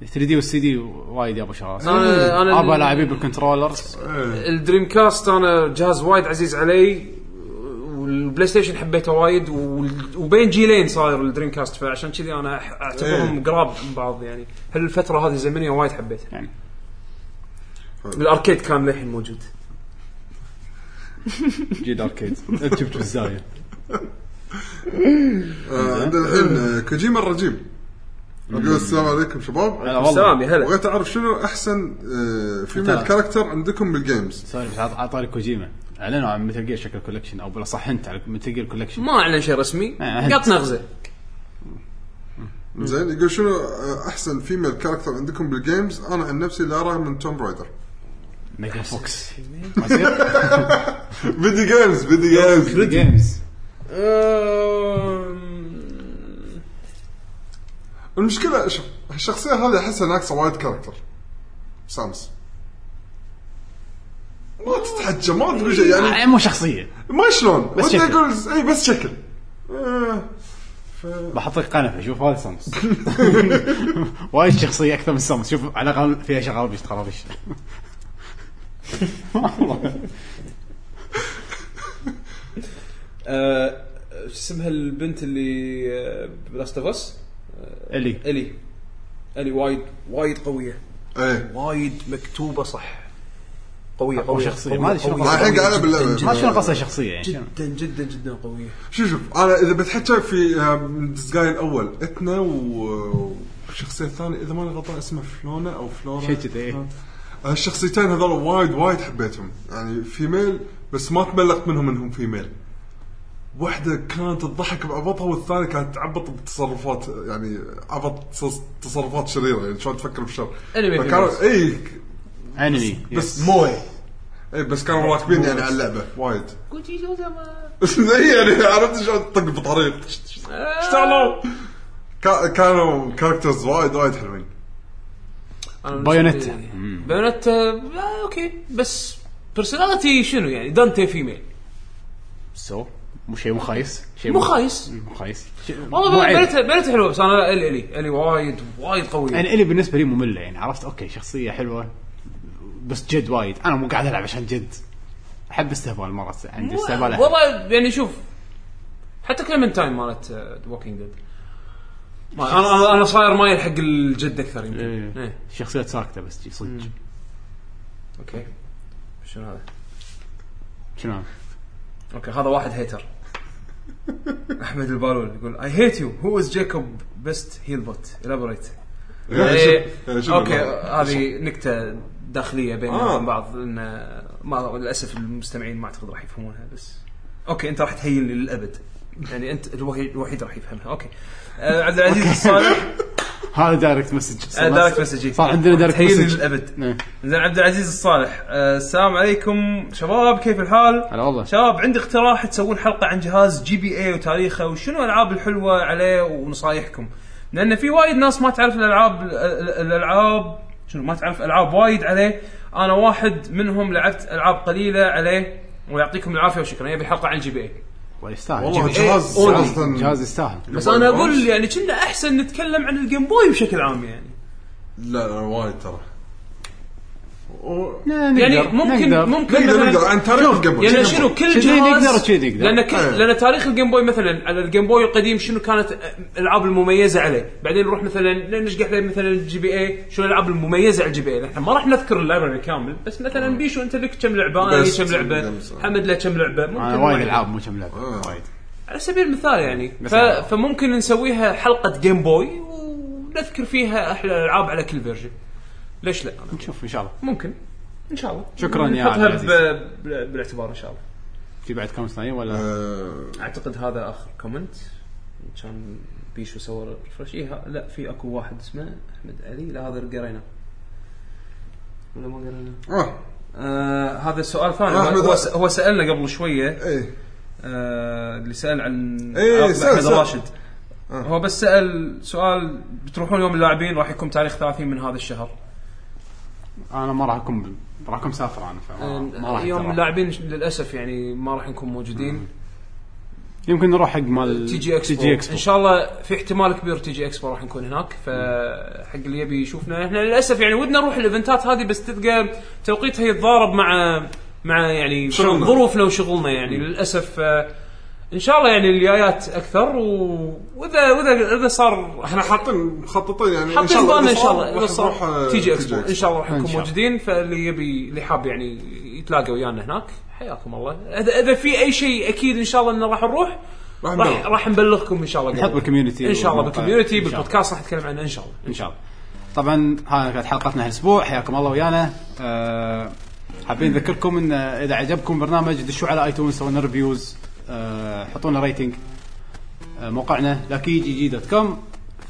3 دي والسي دي وايد يابوا شغلات
انا انا
اربع
ال-
لاعبين بالكنترولرز
إيه.
الدريم كاست انا جهاز وايد عزيز علي والبلاي ستيشن حبيته وايد وال- وبين جيلين صاير الدريم كاست فعشان كذي انا أح- اعتبرهم
إيه.
قراب من بعض يعني هالفتره هذه الزمنيه وايد حبيتها
يعني.
الاركيد كان للحين موجود
جيد اركيد جبت بالزاويه
آه، عندنا الحين آه، كوجيما الرجيم يقول السلام عليكم شباب
لا والله
سلام يا هلا
بغيت اعرف شنو احسن فيميل كاركتر عندكم بالجيمز
سوري بس على طاري كوجيما اعلنوا عن متل جير شكل كولكشن او بالاصح انت على متل جير كولكشن
ما اعلن شيء رسمي
أنت.
قط نغزه
زين يقول شنو آه، احسن فيميل كاركتر عندكم بالجيمز انا عن نفسي لارا من توم برايدر
ميجا فوكس
فيديو جيمز فيديو جيمز
جيمز
المشكله شوف الشخصيه هذه احسها ناقصه وايد كاركتر سامس ما تتحجى ما تقول شيء يعني
مو شخصيه
ما شلون
بس
وانت
شكل.
اقول اي بس شكل آه،
بحط لك قنفه شوف هذا سامس (laughs) وايد شخصيه اكثر من سامس شوف على الاقل فيها شغالبيش تخربش والله
أه، شو اسمها البنت اللي آه، بلاست اوف اس
الي
الي الي وايد وايد قويه
ايه
وايد مكتوبه صح قويه
أو
قويه
شخصيه
قوية،
ما ادري شنو
قوية.
ما
قصة-
الحين قاعد باللعبه
ما أدري شنو قصه شخصيه يعني شنو؟
جدا جدا جدا قويه
شوف شوف انا اذا بتحكى في آه، من الدزقاي الاول اتنا و- والشخصيه الثانيه اذا ماني غلطان اسمها فلونا او فلورا آه،
شي كذي، إيه.
الشخصيتين هذول وايد وايد حبيتهم يعني فيميل بس ما تملقت منهم انهم فيميل واحدة كانت تضحك بعبطها والثانية كانت تعبط بتصرفات يعني عبط تص- تصرفات شريرة يعني شلون تفكر بالشر
Anime
فكانوا- اي
انمي
بس
موي
اي بس كانوا راكبين يعني على اللعبة وايد
كوتشي جوزاما
زي يعني عرفت شلون تطق بطريق اشتغلوا كا- كانوا كاركترز وايد وايد حلوين
بايونيتا
بيانات إيه. آه اوكي بس بيرسوناليتي شنو يعني دانتي فيميل
سو مو شيء مو خايس شيء
مو خايس
مو خايس
والله بيانات بيانات حلوه بس انا الي الي الي وايد وايد قويه
يعني الي بالنسبه لي ممله يعني عرفت اوكي شخصيه حلوه بس جد وايد انا مو قاعد العب عشان جد احب استهبال مرات عندي استهبال أحب.
والله يعني شوف حتى كلمنتاين مالت آه، ووكينج ديد انا انا انا صاير مايل حق الجد اكثر يمكن
إيه.
إيه.
شخصيات ساكته بس جي صدق
اوكي شنو هذا؟
شنو هذا؟
اوكي هذا واحد
(laughs)
هيتر احمد البالول يقول اي هيت يو هو از جاكوب بيست هيل بوت الابوريت
(laughs) يعني شوف
اوكي
الموضوع.
هذه نكته داخليه بيننا
آه.
وبين بعض ان ما للاسف المستمعين ما اعتقد راح يفهمونها بس اوكي انت راح تهين لي للابد يعني انت الوحيد الوحيد راح يفهمها اوكي آه، عبد العزيز
(laughs)
الصالح
هذا دايركت مسج
آه، دايركت مسج
صار عندنا دايركت
تهين لي
مسج
للابد
إيه.
زين عبد العزيز الصالح آه، السلام عليكم شباب كيف الحال؟
هلا والله
شباب عندي اقتراح تسوون حلقه عن جهاز جي بي اي وتاريخه وشنو الالعاب الحلوه عليه ونصايحكم لان في وايد ناس ما تعرف الالعاب ال- ال- الالعاب شنو ما تعرف العاب وايد عليه انا واحد منهم لعبت العاب قليله عليه ويعطيكم العافيه وشكرا يبي حلقه عن جي بي اي
ولا يستاهل
والله
إيه،
جي-
جهاز
أوني.
أصلاً-
جهاز يستاهل
بس انا اقول يعني كنا احسن نتكلم عن الجيم بوي بشكل عام يعني
لا لا وايد ترى و-
يعني ممكن ممكن
نقدر
مثلاً-
نقدر عن تاريخ قبل
يعني شنو كل
شذي
جهاز
نقدر وشذي نقدر.
لان كل
إيه.
لان تاريخ الجيم بوي مثلا على الجيم بوي القديم شنو كانت الالعاب المميزه عليه بعدين نروح مثلا نشقح له مثلا الجي بي اي شنو الالعاب المميزه على الجي بي اي احنا ما راح نذكر اللايبرري كامل بس مثلا بيشو انت لك كم لعبه انا لي
إيه. بس
كم لعبه
جمس.
حمد له كم لعبه ممكن
انا وايد
وايد.
العاب مو كم لعبه
آه.
وايد
على سبيل المثال يعني ف...
مثلاً.
فممكن نسويها حلقه جيم بوي ونذكر فيها احلى الالعاب على كل فيرجن ليش لا
نشوف ان شاء الله
ممكن ان شاء الله
شكراً يا عبد
نحطها
العزيز.
ب... بال- بالاعتبار ان شاء الله
في بعد كم ثانيه ولا
آه،
اعتقد هذا اخر كومنت كان بيشو سوى ريفرش إيه لا في اكو واحد اسمه احمد علي لا هذا قرينا ولا ما قرينا
اه
آه هذا السؤال ثاني
آه، أحمد
هو,
راشد.
هو سالنا قبل شويه
ايه
آه اللي سال عن
إيه،
عقد
سأل-
احمد
سأل. آه.
راشد هو بس سال سؤال بتروحون يوم اللاعبين راح يكون تاريخ 30 من هذا الشهر
انا ما راح اكون راح اكون مسافر انا فما- آه، ما راح
يوم
أتابع.
اللاعبين للاسف يعني ما راح نكون موجودين
يمكن نروح حق مال
تي جي اكسبو
تي جي اكسبو
ان شاء الله في احتمال كبير تي جي اكسبو راح نكون هناك فحق اللي يبي يشوفنا احنا للاسف يعني ودنا نروح الايفنتات هذه بس تلقى توقيتها يتضارب مع مع يعني
شغلنا.
ظروفنا وشغلنا يعني للاسف آه، ان شاء الله يعني الجايات اكثر و... واذا واذا اذا صار احنا حاط
حاطين مخططين يعني إن شاء
حاطين
الله
بالنا ان
إذا
شاء
صار
الله اذا
راح نروح،
صار
آه،
تي جي اكسبو ان شاء الله راح
إن
نكون
شاء الله.
موجودين فاللي يبي اللي حاب يعني يتلاقى ويانا هناك حياكم الله اذا اذا في اي شيء اكيد ان شاء الله انه راح نروح
راح
راح
نبلغ.
راح نبلغكم ان شاء الله
نحط
قبل.
بالكوميونتي
ان شاء الله
والموقع.
بالكوميونتي
إن شاء الله.
بالبودكاست راح نتكلم عنه ان شاء الله
ان شاء الله طبعا هاي كانت حلقتنا هالاسبوع حياكم الله ويانا أه حابين نذكركم ان اذا عجبكم برنامج دشوا على ايتونز سووا ريفيوز أه حطوا لنا ريتنج أه موقعنا لاكيجي جي دوت كوم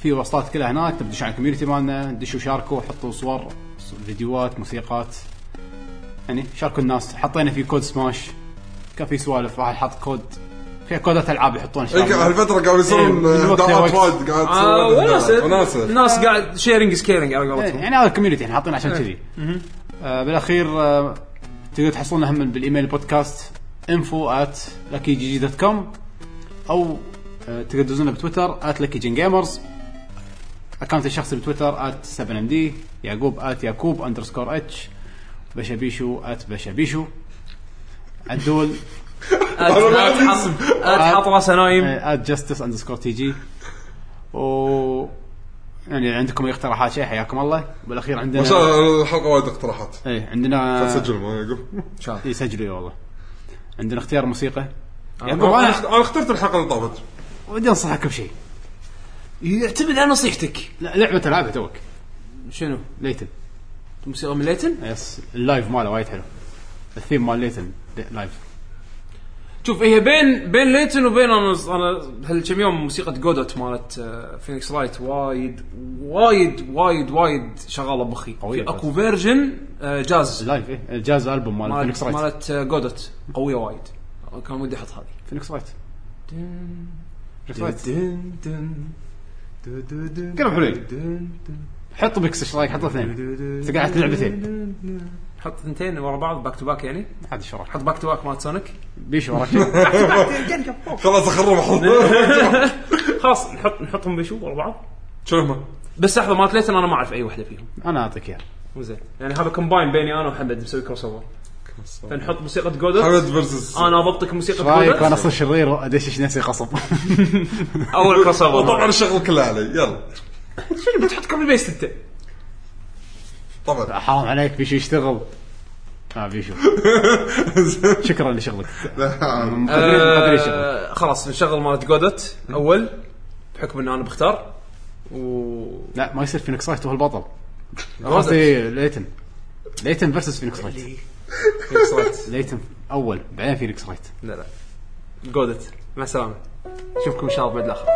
في وسطات كلها هناك تبدشوا على الكوميونتي مالنا دشوا شاركوا حطوا صور ص- فيديوهات موسيقات يعني شاركوا الناس حطينا في كود سماش كان في سوالف واحد حط كود في كودات العاب يحطون إن شاء
إيه،
الله.
هالفترة قاعد يصيرون
إيه، من وقت
دعوات
لوقت.
وايد قاعد
آه،
يصيرون
وناسة.
وناسة
الناس قاعد شيرنج سكيرنج على
إيه،
قولتهم
يعني هذا الكوميونتي احنا حاطين عشان كذي آه بالاخير آه تقدر تحصلنا هم بالايميل بودكاست info at luckygg.com او آه تقدر تدزونا بتويتر at luckygengamers اكونت الشخصي بتويتر at 7md يعقوب at يعقوب underscore h بشبيشو at بشبيشو عدول
(laughs) حاط راسه
إيه.
نايم
آه، جستس اندرسكور تي جي و يعني عندكم أي اقتراحات شيء حياكم الله بالاخير عندنا
ما شاء الله الحلقه وايد اقتراحات
اي عندنا
آه.
سجل ما يعقوب
يسجلوا إي والله عندنا اختيار موسيقى
آه.
يعقوب
انا
انا
أنا اخترت الحلقه اللي طافت
ودي انصحك بشيء
يعتمد على نصيحتك
لا لعبه العبها توك
شنو؟
ليتن
موسيقى من ليتن؟
يس اللايف ماله وايد حلو الثيم مال ليتن لايف
شوف هي بين بين ليتن وبين انا انا هالكم يوم موسيقى جودوت مالت آه، فينيكس رايت وايد وايد وايد وايد شغاله بمخي
قوية
في اكو فيرجن آه، جاز
لايف ايه الجاز البوم مال فينكس
مالت
رايت
مالت آه، جودوت قويه وايد كان ودي احط هذه
فينكس رايت فينكس رايت
دن دن دو دو دن
كلام حلوين.
دن دن
حط ميكس ايش رايك حط اثنين
دو
انت
دن.
قاعد لعبتين
حط ثنتين ورا بعض باك تو باك يعني
هذا شو راح
حط باك تو باك مالت (laughs) سونيك
بيش وراك شيء
خلاص اخرب حظ
خلاص نحط نحطهم بشو ورا بعض
شنو هم؟
بس لحظه مالت ليتن انا ما اعرف اي وحده فيهم
انا اعطيك اياه
زين يعني هذا كومباين بيني انا ومحمد مسوي كروس اوفر فنحط موسيقى
حمد
جودوت
فيرسز
انا اضبطك موسيقى
رايك وانا
جودوت
اصير شرير وادشش نفسي قصب
(laughs) اول كروس اوفر
وطبعا الشغل كله علي يلا
شنو بتحط كوبي بيست انت؟
(laughs) طبعا
حرام عليك بيشو يشتغل اه
(laughs)
بيشو شكرا لشغلك مقدرين مقدرين شغلك
آه، خلاص نشغل مالت جودوت اول بحكم ان انا بختار و
لا ما يصير فينكس رايت هو البطل
جودوت.
قصدي ليتن ليتن فيرسس فينكس رايت
فينيكس رايت.
ليتن اول بعدين فينكس رايت
لا لا جودت مع السلامه نشوفكم ان شاء الله بعد الاخر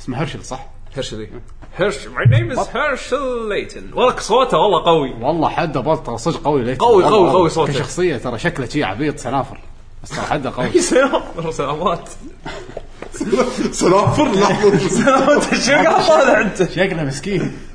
اسمه هرشل صح؟
هرشلي هرش ماي نيم از هرشل ليتن ولك صوته والله قوي
والله حده بلطه صدق قوي ليتن
قوي-
والله
قوي-
والله.
قوي صوته.
كشخصيه ترى شكله شي عبيط سنافر بس ترى حده
(laughs)
قوي
سلام (laughs) سلامات
سنافر لحظه
انت شو قاعد طالع انت
شكله مسكين